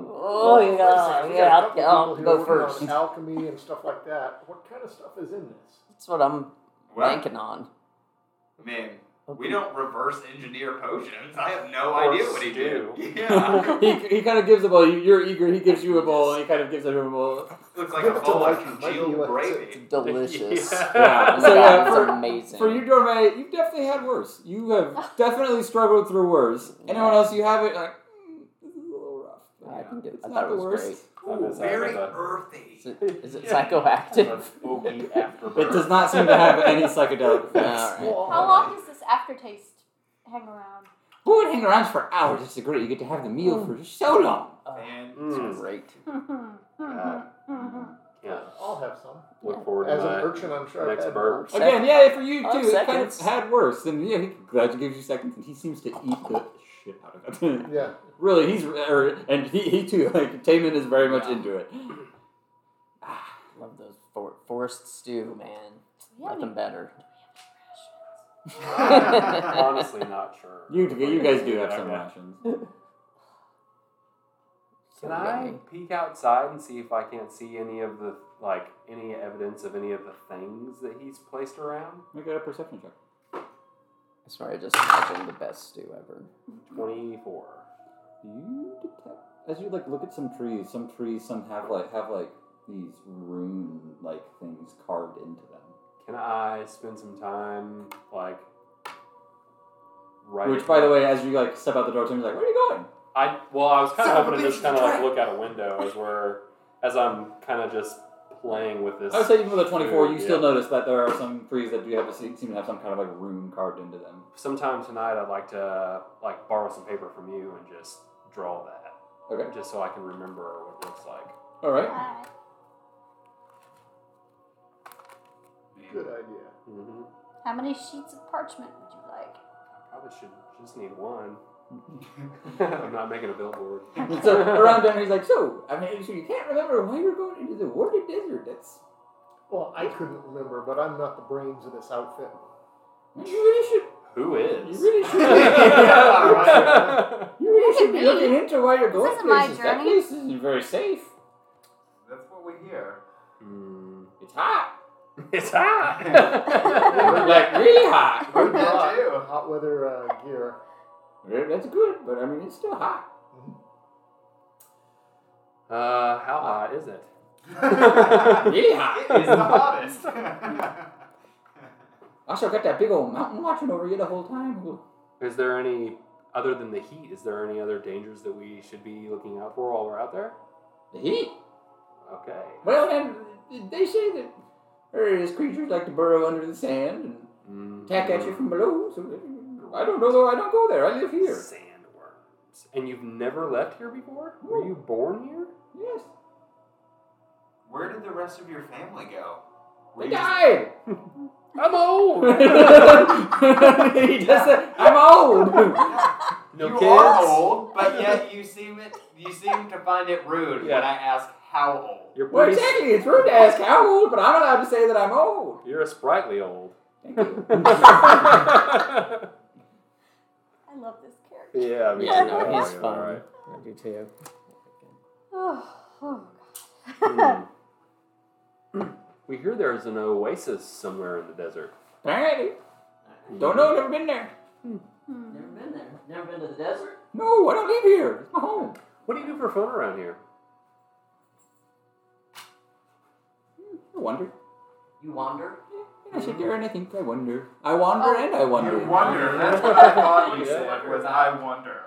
Speaker 5: Oh,
Speaker 2: Well,
Speaker 5: yeah.
Speaker 2: we
Speaker 5: Yeah,
Speaker 2: got a
Speaker 5: I'll,
Speaker 2: couple
Speaker 5: I'll
Speaker 2: people who
Speaker 5: go
Speaker 2: are working on
Speaker 5: first.
Speaker 2: Alchemy and stuff like that. What kind of stuff is in this?
Speaker 5: That's what I'm
Speaker 4: Well,
Speaker 5: banking on.
Speaker 4: I mean, we don't reverse engineer potions. I have no
Speaker 3: Or
Speaker 4: idea what he do.
Speaker 3: stew.
Speaker 4: Yeah,
Speaker 1: he, he kind of gives a bowl. You're eager. He gives you a bowl. And he kind of gives everyone a bowl.
Speaker 4: looks like a
Speaker 2: It's
Speaker 4: bowl of
Speaker 2: like- might be
Speaker 4: congealed
Speaker 2: like-
Speaker 4: gravy.
Speaker 5: Delicious.
Speaker 1: Yeah.
Speaker 5: Oh my
Speaker 1: So
Speaker 5: God,
Speaker 1: yeah,
Speaker 5: it's
Speaker 1: for,
Speaker 5: amazing.
Speaker 1: for you, Dorme, you've definitely had worse. You have definitely struggled through worse. Anyone
Speaker 5: Yeah.
Speaker 1: else you have it like mm, this is a little rough.
Speaker 5: I can get.
Speaker 1: It's
Speaker 5: I
Speaker 1: not
Speaker 5: thought
Speaker 1: the
Speaker 5: it was
Speaker 1: worst.
Speaker 5: great.
Speaker 4: Ooh,
Speaker 3: That's a-
Speaker 4: very
Speaker 3: that's a-
Speaker 4: earthy.
Speaker 5: Is it, is it psychoactive?
Speaker 3: Bogey afterbirth.
Speaker 1: It does not seem to have any psychedelic effects.
Speaker 5: All right. Um,
Speaker 6: How long does this aftertaste hang around?
Speaker 1: Who would hang around for hours? It's great. You get to have the meal for
Speaker 5: Mm.
Speaker 1: so long.
Speaker 4: And
Speaker 3: Mm.
Speaker 5: Great.
Speaker 3: God. Yeah.
Speaker 2: I'll have some.
Speaker 3: Look forward
Speaker 2: As
Speaker 3: to
Speaker 2: an
Speaker 3: my
Speaker 2: urchin, I'm sure I've
Speaker 3: next
Speaker 2: had
Speaker 3: burp.
Speaker 5: Sec-
Speaker 1: Again, yeah, for you too.
Speaker 5: Oh,
Speaker 1: it kind of
Speaker 5: seconds.
Speaker 1: had worse, and yeah, he, glad you gives you seconds, and he seems to eat the shit out of it.
Speaker 2: Yeah.
Speaker 1: really, he's er, and he, he too. Like Taman is very much into it.
Speaker 5: Love those for, forest stew, man.
Speaker 6: Yeah, I
Speaker 5: Nothing
Speaker 6: mean,
Speaker 5: better.
Speaker 3: Honestly, not sure.
Speaker 1: You you guys do have
Speaker 3: Okay.
Speaker 1: some options.
Speaker 3: Can I peek outside and see if I can't see any of the like any evidence of any of the things that he's placed around?
Speaker 1: Make a perception check.
Speaker 5: I swear, I just imagined the best stew ever.
Speaker 3: Twenty four.
Speaker 1: You detect as you like look at some trees. Some trees, some have like have like these rune like things carved into them.
Speaker 3: Can I spend some time like right?
Speaker 1: Which, by the way, as you like step out the door, Taman's like, "Where are you going?"
Speaker 3: I well, I was kind
Speaker 4: Son of
Speaker 3: of
Speaker 4: a
Speaker 3: hoping to just
Speaker 4: bitch,
Speaker 3: kind of
Speaker 4: you
Speaker 3: like
Speaker 4: tried.
Speaker 3: look out a window as we're as I'm kind of just playing with this.
Speaker 1: I would say even with a 24, you
Speaker 3: Yeah.
Speaker 1: still notice that there are some trees that do have a, seem to have some kind of like rune carved into them.
Speaker 3: Sometime tonight, I'd like to like borrow some paper from you and just draw that,
Speaker 1: Okay.
Speaker 3: just so I can remember what it looks like.
Speaker 1: All right.
Speaker 2: Good idea.
Speaker 3: Mm-hmm.
Speaker 6: How many sheets of parchment would you like?
Speaker 3: Probably should just need one. I'm not making a billboard.
Speaker 1: so around dinner, he's like, "So, I mean, so you can't remember why you're going into the water desert? That's
Speaker 2: Well, I couldn't remember, but I'm not the brains of this outfit.
Speaker 1: you really should,
Speaker 3: Who
Speaker 1: you
Speaker 3: is?
Speaker 1: really should,
Speaker 3: Yeah.
Speaker 1: you really should be
Speaker 6: Look at me.
Speaker 1: looking into why you're going
Speaker 6: isn't my
Speaker 1: places. That
Speaker 6: journey.
Speaker 1: place isn't very safe.
Speaker 4: That's what we hear.
Speaker 3: Hmm.
Speaker 1: It's hot,
Speaker 3: It's hot.
Speaker 1: like really hot.
Speaker 4: Who'd
Speaker 2: Hot-
Speaker 4: that do?
Speaker 2: Hot weather uh, gear.
Speaker 1: Well, That's good, but I mean, it's still hot.
Speaker 3: Uh, how hot is it?
Speaker 1: Really
Speaker 4: It is the
Speaker 1: hot.
Speaker 4: hottest.
Speaker 1: also got that big old mountain watching over you the whole time. Ooh.
Speaker 3: Is there any other than the heat? Is there any other dangers that we should be looking out for while we're out there?
Speaker 1: The heat.
Speaker 3: Okay.
Speaker 1: Well, and they say that various creatures like to burrow under the sand and
Speaker 3: Mm,
Speaker 1: attack at you from below. So I don't know though. I don't go there.
Speaker 3: mm,
Speaker 1: I live here.
Speaker 3: Sandworms. And you've never left here before? Were you born here?
Speaker 1: Yes.
Speaker 4: Where did the rest of your family go? Were
Speaker 1: He
Speaker 4: you just-
Speaker 1: died. I'm old. he just said, I'm old.
Speaker 3: No
Speaker 4: you
Speaker 3: kids?
Speaker 4: are old, but yet you seem it. You seem to find it rude
Speaker 3: Yeah.
Speaker 4: when I ask how old.
Speaker 3: You're
Speaker 1: Well,
Speaker 3: pretty,
Speaker 1: exactly. It's rude to ask how old, but I'm allowed to say that I'm old.
Speaker 3: You're a sprightly old.
Speaker 1: Thank you.
Speaker 3: yeah,
Speaker 6: I love this character.
Speaker 3: I mean,
Speaker 6: Yeah,
Speaker 3: you're
Speaker 6: he's
Speaker 3: all
Speaker 5: fun.
Speaker 3: right.
Speaker 5: I do too.
Speaker 6: Oh, oh
Speaker 3: Hmm. we hear there's an oasis somewhere in the desert.
Speaker 1: Alrighty. Don't know. Never been there.
Speaker 5: Never been there. Never been to the desert.
Speaker 1: No, I don't live here. It's my home.
Speaker 3: What do you do for fun around here?
Speaker 1: Hmm, I wonder.
Speaker 5: You wander.
Speaker 1: I sit there and I think I wonder. I wander and I wonder.
Speaker 4: You wonder. That's what I thought you said. Was I wonder?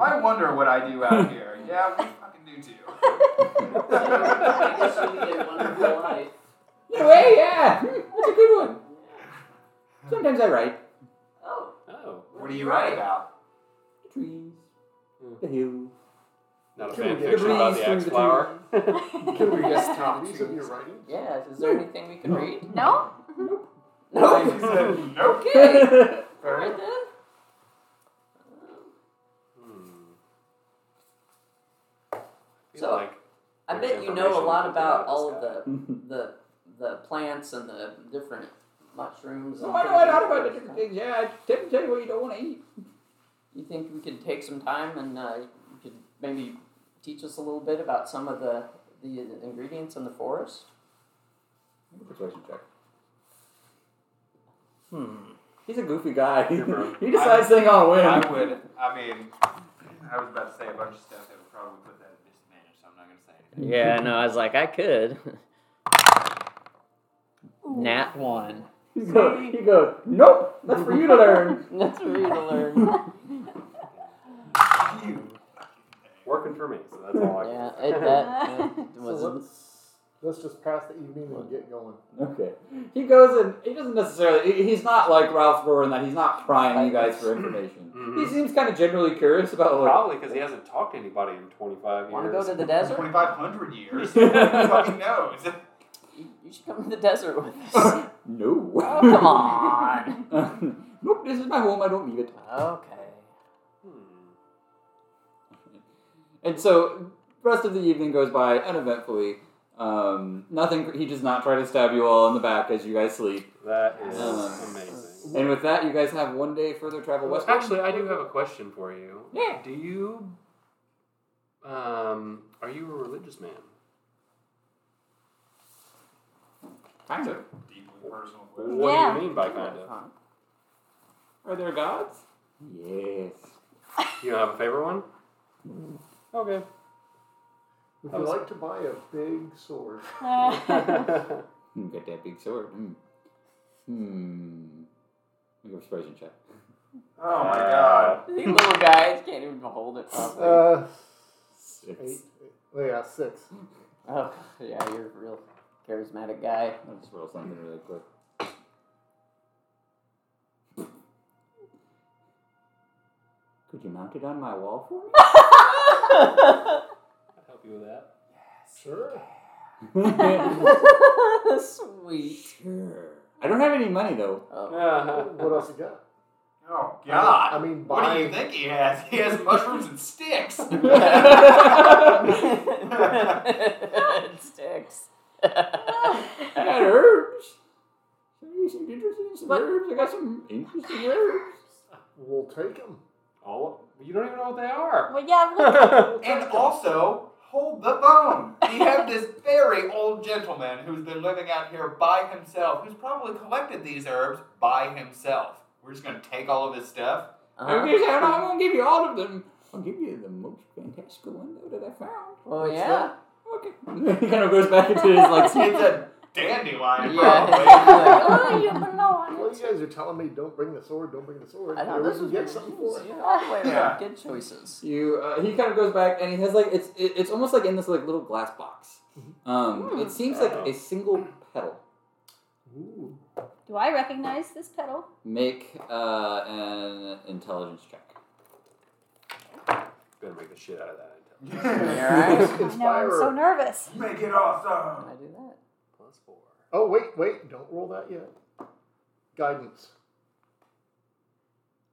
Speaker 4: I wonder what I do out here. Yeah, we fucking do too.
Speaker 5: I guess you lead
Speaker 3: Oh,
Speaker 5: a wonderful life.
Speaker 1: In a way, yeah. Hmm, That's a good one. Sometimes I write.
Speaker 5: Oh,
Speaker 3: Oh,
Speaker 4: What do you write about?
Speaker 1: The trees. The hills.
Speaker 3: not a
Speaker 2: Can we
Speaker 3: fan
Speaker 2: get
Speaker 3: fiction about
Speaker 1: breeze
Speaker 3: the
Speaker 1: through
Speaker 3: axe
Speaker 1: the
Speaker 3: flower.
Speaker 2: Can we just stop these of your writing?
Speaker 5: yeah. Is
Speaker 1: Hmm.
Speaker 5: there anything we can read?
Speaker 6: No?
Speaker 5: No.
Speaker 4: He said, nope.
Speaker 5: Okay.
Speaker 2: Fair
Speaker 5: Alright
Speaker 2: enough.
Speaker 5: then.
Speaker 3: Hmm. I feel
Speaker 5: So,
Speaker 3: like
Speaker 5: I
Speaker 3: there's
Speaker 5: bet you know a
Speaker 3: information
Speaker 5: lot
Speaker 3: we can
Speaker 5: about
Speaker 3: do
Speaker 5: all
Speaker 3: this
Speaker 5: of
Speaker 3: guy.
Speaker 5: the the the plants and the different mushrooms.
Speaker 1: So
Speaker 5: and
Speaker 1: why do I
Speaker 5: things
Speaker 1: not
Speaker 5: like
Speaker 1: about the
Speaker 5: that.
Speaker 1: different things? Yeah, I tend to tell you what you don't want to eat.
Speaker 5: You think we could take some time and uh, you could maybe teach us a little bit about some of the the ingredients in the forest?
Speaker 1: Persuasion check.
Speaker 5: Hmm.
Speaker 1: He's a goofy guy.
Speaker 3: Remember,
Speaker 1: he decides things on a whim.
Speaker 4: I would. I mean, I was about to say a bunch of stuff that would probably put that at disadvantage, so I'm not gonna say anything.
Speaker 5: Yeah, no, I was like, I could. Nat one.
Speaker 1: He goes, he goes, nope, that's for you to learn.
Speaker 5: That's for you to learn.
Speaker 3: Working for me, so that's all I
Speaker 5: yeah,
Speaker 3: can.
Speaker 5: it, that it was
Speaker 2: So let's, let's just pass the evening and get going.
Speaker 1: Okay. He goes and he doesn't necessarily. he- He's not like Ralph Burr in that he's not prying you guys for information.
Speaker 3: Mhm.
Speaker 1: He seems kind of generally curious about like.
Speaker 3: Probably because he hasn't talked to anybody in 25
Speaker 5: Want to
Speaker 3: years.
Speaker 5: go to the desert?
Speaker 4: 2,500 years. Who fucking knows?
Speaker 5: You, you should come to the desert with us.
Speaker 1: No.
Speaker 5: Oh, come on.
Speaker 1: nope. This is my home. I don't leave it.
Speaker 5: Okay.
Speaker 3: Hmm.
Speaker 1: And so, rest of the evening goes by uneventfully. Um, nothing. He does not try to stab you all in the back as you guys sleep.
Speaker 3: That is
Speaker 1: Um,
Speaker 3: amazing.
Speaker 1: And with that, you guys have one day further travel west.
Speaker 3: Actually, I do have a question for you.
Speaker 1: Yeah.
Speaker 3: Do you, um, are you a religious man?
Speaker 1: Kind of.
Speaker 4: Deeply personal question.
Speaker 3: What
Speaker 6: Yeah.
Speaker 3: do you mean by kind of?
Speaker 1: Are there gods? Yes.
Speaker 3: You don't have a favorite one? Okay.
Speaker 2: Would
Speaker 3: That
Speaker 2: you
Speaker 3: was-
Speaker 2: like to buy a big sword?
Speaker 1: Hmm, Got that big sword. Hmm. Hmm. Make a persuasion check.
Speaker 4: Oh my
Speaker 3: Uh,
Speaker 4: god.
Speaker 5: These little guys can't even hold it properly.
Speaker 2: Uh,
Speaker 1: Six.
Speaker 2: eight. Yeah, six.
Speaker 5: oh, yeah, you're a real charismatic guy.
Speaker 1: I'll just roll something really quick. Could you mount it on my wall for
Speaker 3: I'll help you with that.
Speaker 2: Sure.
Speaker 1: me?
Speaker 5: Sweet.
Speaker 1: sure. I don't have any money though.
Speaker 5: Oh.
Speaker 2: What else you got?
Speaker 4: Oh
Speaker 2: I
Speaker 4: god.
Speaker 2: mean, buy.
Speaker 4: What do you think he has? He has mushrooms and sticks.
Speaker 5: it sticks. Uh-huh.
Speaker 1: I got herbs. Some interesting herbs. I got some interesting herbs.
Speaker 2: We'll take them.
Speaker 3: All you don't even know what they are.
Speaker 6: Well, yeah, look.
Speaker 3: That's
Speaker 4: And also, hold the phone. We have this very old gentleman who's been living out here by himself, who's probably collected these herbs by himself. We're just gonna take all of his stuff.
Speaker 5: Uh-huh.
Speaker 1: Okay, so I'm gonna give you all of them. I'll give you the most fantastic one though that I found.
Speaker 5: Well, yeah.
Speaker 1: Okay. he kind of goes back into his like.
Speaker 4: It's a dandelion, probably.
Speaker 5: Yeah.
Speaker 6: Oh, you belong
Speaker 2: Well,
Speaker 6: on
Speaker 2: you guys are telling me don't bring the sword, don't bring the sword.
Speaker 5: I
Speaker 2: Here,
Speaker 5: know this
Speaker 2: we
Speaker 5: was
Speaker 2: can get
Speaker 5: good.
Speaker 2: something for it.
Speaker 5: Yeah, all the way around.
Speaker 4: Yeah.
Speaker 5: Good choices.
Speaker 1: You, uh, he kind of goes back and he has like it's it, it's almost like in this like little glass box.
Speaker 4: Mm-hmm.
Speaker 1: Um,
Speaker 6: Hmm.
Speaker 1: it seems like
Speaker 3: Oh.
Speaker 1: a single petal.
Speaker 2: Ooh.
Speaker 6: Do I recognize this pedal?
Speaker 1: Make uh, an intelligence check.
Speaker 3: Gonna make the shit out of that.
Speaker 5: Alright.
Speaker 6: No, I'm so nervous.
Speaker 4: Make it awesome.
Speaker 5: I do that.
Speaker 23: Plus four.
Speaker 2: Oh wait, wait! Don't roll that yet. Guidance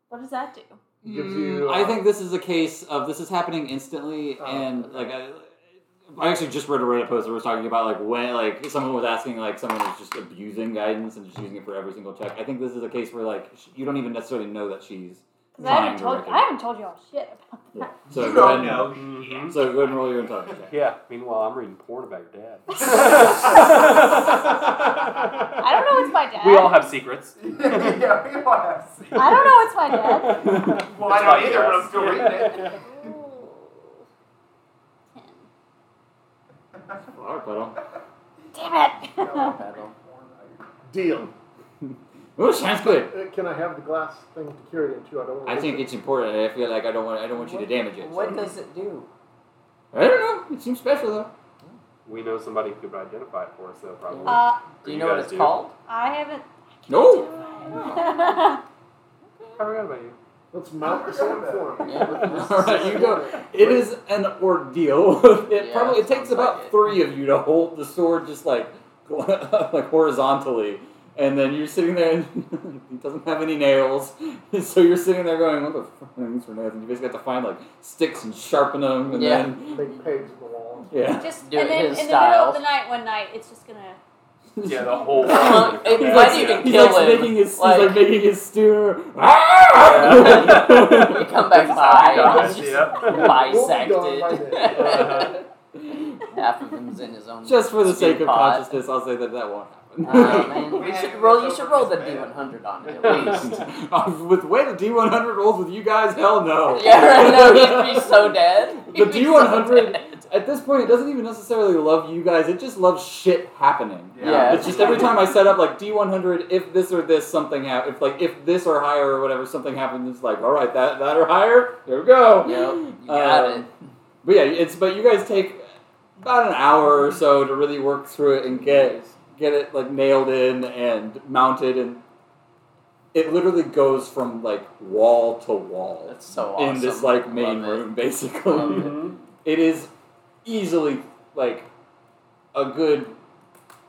Speaker 6: What does that do?
Speaker 2: gives you.
Speaker 1: Mm, I
Speaker 2: uh,
Speaker 1: think this is a case of this is happening instantly,
Speaker 2: Oh,
Speaker 1: and
Speaker 2: okay.
Speaker 1: like I, I actually just read a Reddit post that was talking about like when like someone was asking like someone was just abusing guidance and just using it for every single check. I think this is a case where like sh- you don't even necessarily know that she's
Speaker 6: 'Cause I
Speaker 1: trying to
Speaker 6: haven't told
Speaker 1: wreck
Speaker 6: I
Speaker 1: it.
Speaker 6: haven't told you all shit about that.
Speaker 1: So
Speaker 4: you
Speaker 1: go ahead
Speaker 4: don't
Speaker 1: and,
Speaker 4: know.
Speaker 1: So go ahead and roll your intelligence check.
Speaker 3: Mm-hmm. Yeah. Meanwhile, I'm reading porn about your dad.
Speaker 6: I don't know it's my dad.
Speaker 3: We all have secrets.
Speaker 4: yeah, people have seen
Speaker 6: I don't know it's my dad.
Speaker 4: Well, I
Speaker 3: It's
Speaker 4: don't
Speaker 3: my
Speaker 4: either, but I'm
Speaker 3: guess.
Speaker 4: still reading it.
Speaker 1: All right, Puddle.
Speaker 6: Damn it.
Speaker 2: Deal.
Speaker 1: Ooh, sounds good.
Speaker 2: Uh, Can I have the glass thing to carry it into? I don't. wanna
Speaker 1: I think it's important. and I feel like I don't want I don't want you to damage it. so-
Speaker 5: What does it do?
Speaker 1: I don't know. It seems special though.
Speaker 3: We know somebody who could identify it for us, though, probably.
Speaker 6: Uh,
Speaker 5: Do you
Speaker 3: You
Speaker 5: know what
Speaker 3: guys
Speaker 5: it's
Speaker 3: do.
Speaker 5: called?
Speaker 6: I haven't.
Speaker 1: No.
Speaker 3: I forgot about you.
Speaker 2: Let's mount this on form.
Speaker 5: Yeah.
Speaker 1: All right, you go. It is an ordeal. It
Speaker 5: Yeah,
Speaker 1: probably it takes
Speaker 5: sounds
Speaker 1: about
Speaker 5: like it.
Speaker 1: three of you to hold the sword just like like horizontally, and then you're sitting there and he doesn't have any nails, so you're sitting there going, "What the fuck are these for nails?" And you basically have to find like sticks and sharpen them, and
Speaker 5: Yeah.
Speaker 1: then
Speaker 2: Big pegs in the wall.
Speaker 1: yeah,
Speaker 6: Just
Speaker 5: Do
Speaker 6: and
Speaker 5: it
Speaker 6: then in
Speaker 5: his
Speaker 6: the middle
Speaker 5: style.
Speaker 6: of the night, one night, it's just gonna.
Speaker 3: Yeah, the whole.
Speaker 5: Well,
Speaker 1: He's
Speaker 5: it might
Speaker 1: like,
Speaker 5: even
Speaker 1: he's
Speaker 5: kill
Speaker 1: like
Speaker 5: him,
Speaker 1: making his he's
Speaker 5: like-
Speaker 1: like making his stew.
Speaker 5: you come back by and it's
Speaker 3: Guys,
Speaker 5: just
Speaker 3: yeah.
Speaker 2: We'll be gone by
Speaker 5: bisected.
Speaker 2: then.
Speaker 5: Half of them's in his own.
Speaker 1: Just for the sake
Speaker 5: stew
Speaker 1: of
Speaker 5: pot.
Speaker 1: consciousness, I'll say that that won't happen.
Speaker 5: Oh, man. You should
Speaker 4: Man,
Speaker 5: roll. You
Speaker 4: it's
Speaker 5: should
Speaker 4: over
Speaker 5: roll the
Speaker 4: his
Speaker 5: D
Speaker 4: bed.
Speaker 5: one hundred on it at least.
Speaker 1: Uh, with the way the D100 rolls with you guys, hell no.
Speaker 5: yeah, right now he'd be so dead.
Speaker 1: The
Speaker 5: He'd be
Speaker 1: D100
Speaker 5: so dead.
Speaker 1: At this point, it doesn't even necessarily love you guys. It just loves shit happening.
Speaker 5: Yeah.
Speaker 1: It's just every time I set up like D100, if this or this something happens, if like if this or higher or whatever something happens, it's like all right, that that or higher, there we go.
Speaker 5: Yep, you got
Speaker 1: Um, But yeah, it's but you guys take about an hour or so to really work through it and get get it like nailed in and mounted, and it literally goes from like wall to
Speaker 5: it.
Speaker 1: wall
Speaker 5: That's so awesome.
Speaker 1: in this like main
Speaker 5: Love it.
Speaker 1: room, basically.
Speaker 5: Love it.
Speaker 1: It is easily like a good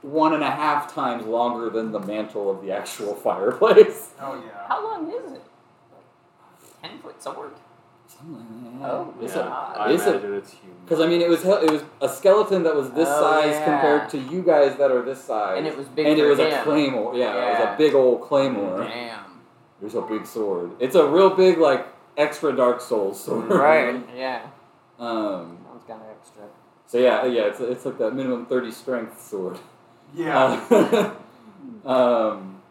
Speaker 1: one and a half times longer than the mantle of the actual fireplace.
Speaker 4: Oh, yeah.
Speaker 5: How long is it? Ten foot sword.
Speaker 1: Something like that.
Speaker 5: Oh,
Speaker 3: Yeah,
Speaker 1: It's a-
Speaker 3: I
Speaker 1: it's a-
Speaker 3: imagine it's human.
Speaker 1: Because I mean, it was hel- it was a skeleton that was this
Speaker 5: Oh,
Speaker 1: size
Speaker 5: yeah.
Speaker 1: compared to you guys that are this size,
Speaker 5: and it was big.
Speaker 1: And
Speaker 5: for
Speaker 1: it was
Speaker 5: him.
Speaker 1: a claymore. Yeah, it was
Speaker 5: Yeah.
Speaker 1: a big old claymore.
Speaker 5: Damn.
Speaker 1: It was a big sword. It's a real big like extra Dark Souls sword.
Speaker 5: Right. Yeah.
Speaker 1: Um.
Speaker 5: Sounds kind of extra.
Speaker 1: So yeah, yeah, it's it's like that minimum thirty strength sword.
Speaker 4: Yeah.
Speaker 1: Uh, um.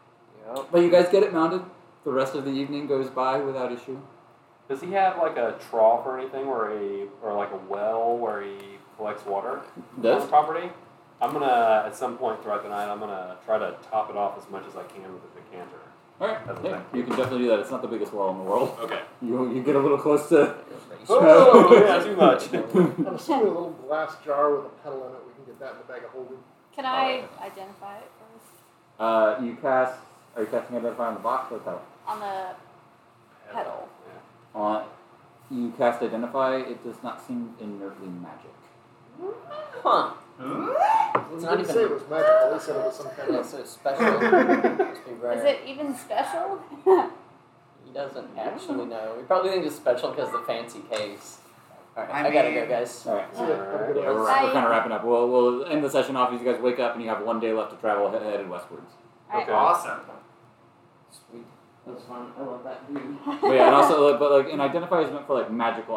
Speaker 5: Yep.
Speaker 1: But you guys get it mounted. The rest of the evening goes by without issue.
Speaker 3: Does he have like a trough or anything, or a or like a well where he collects water on the property? I'm gonna at some point throughout the night. I'm gonna try to top it off as much as I can with a decanter.
Speaker 1: All right.
Speaker 3: That's
Speaker 1: Yeah,
Speaker 3: okay.
Speaker 1: you can definitely do that. It's not the biggest wall in the world.
Speaker 3: Okay.
Speaker 1: You you get a little close to.
Speaker 3: Oh, yeah, too much.
Speaker 2: I'm assuming a little glass jar with a pedal in it. We can get that in the bag of holding.
Speaker 6: Can I identify it first
Speaker 1: Uh, you cast. Are you casting identify on the box or the pedal?
Speaker 6: on the pedal?
Speaker 1: On. Uh, You cast identify. It does not seem inertly magic.
Speaker 2: Well,
Speaker 5: Huh. It's
Speaker 2: you
Speaker 5: not
Speaker 2: didn't
Speaker 5: even-
Speaker 2: say it was magic. At least said it was some kind
Speaker 5: That's
Speaker 2: of.
Speaker 5: so special. Must be rare.
Speaker 6: Is it even special?
Speaker 5: He doesn't actually know. He probably thinks it's special because the fancy case. All right, I,
Speaker 4: I
Speaker 5: gotta
Speaker 4: mean-
Speaker 5: go, guys.
Speaker 1: All right.
Speaker 2: Is it? Have a good
Speaker 1: Yeah, we're,
Speaker 2: one.
Speaker 6: I-
Speaker 1: kind of wrapping up. We'll, we'll end the session off as you guys wake up and you have one day left to travel he- headed westwards.
Speaker 6: Alright.
Speaker 3: Okay.
Speaker 4: Awesome.
Speaker 5: Sweet. That was fun. I love that dude.
Speaker 1: But yeah, and also, but like, and identify is meant for like magical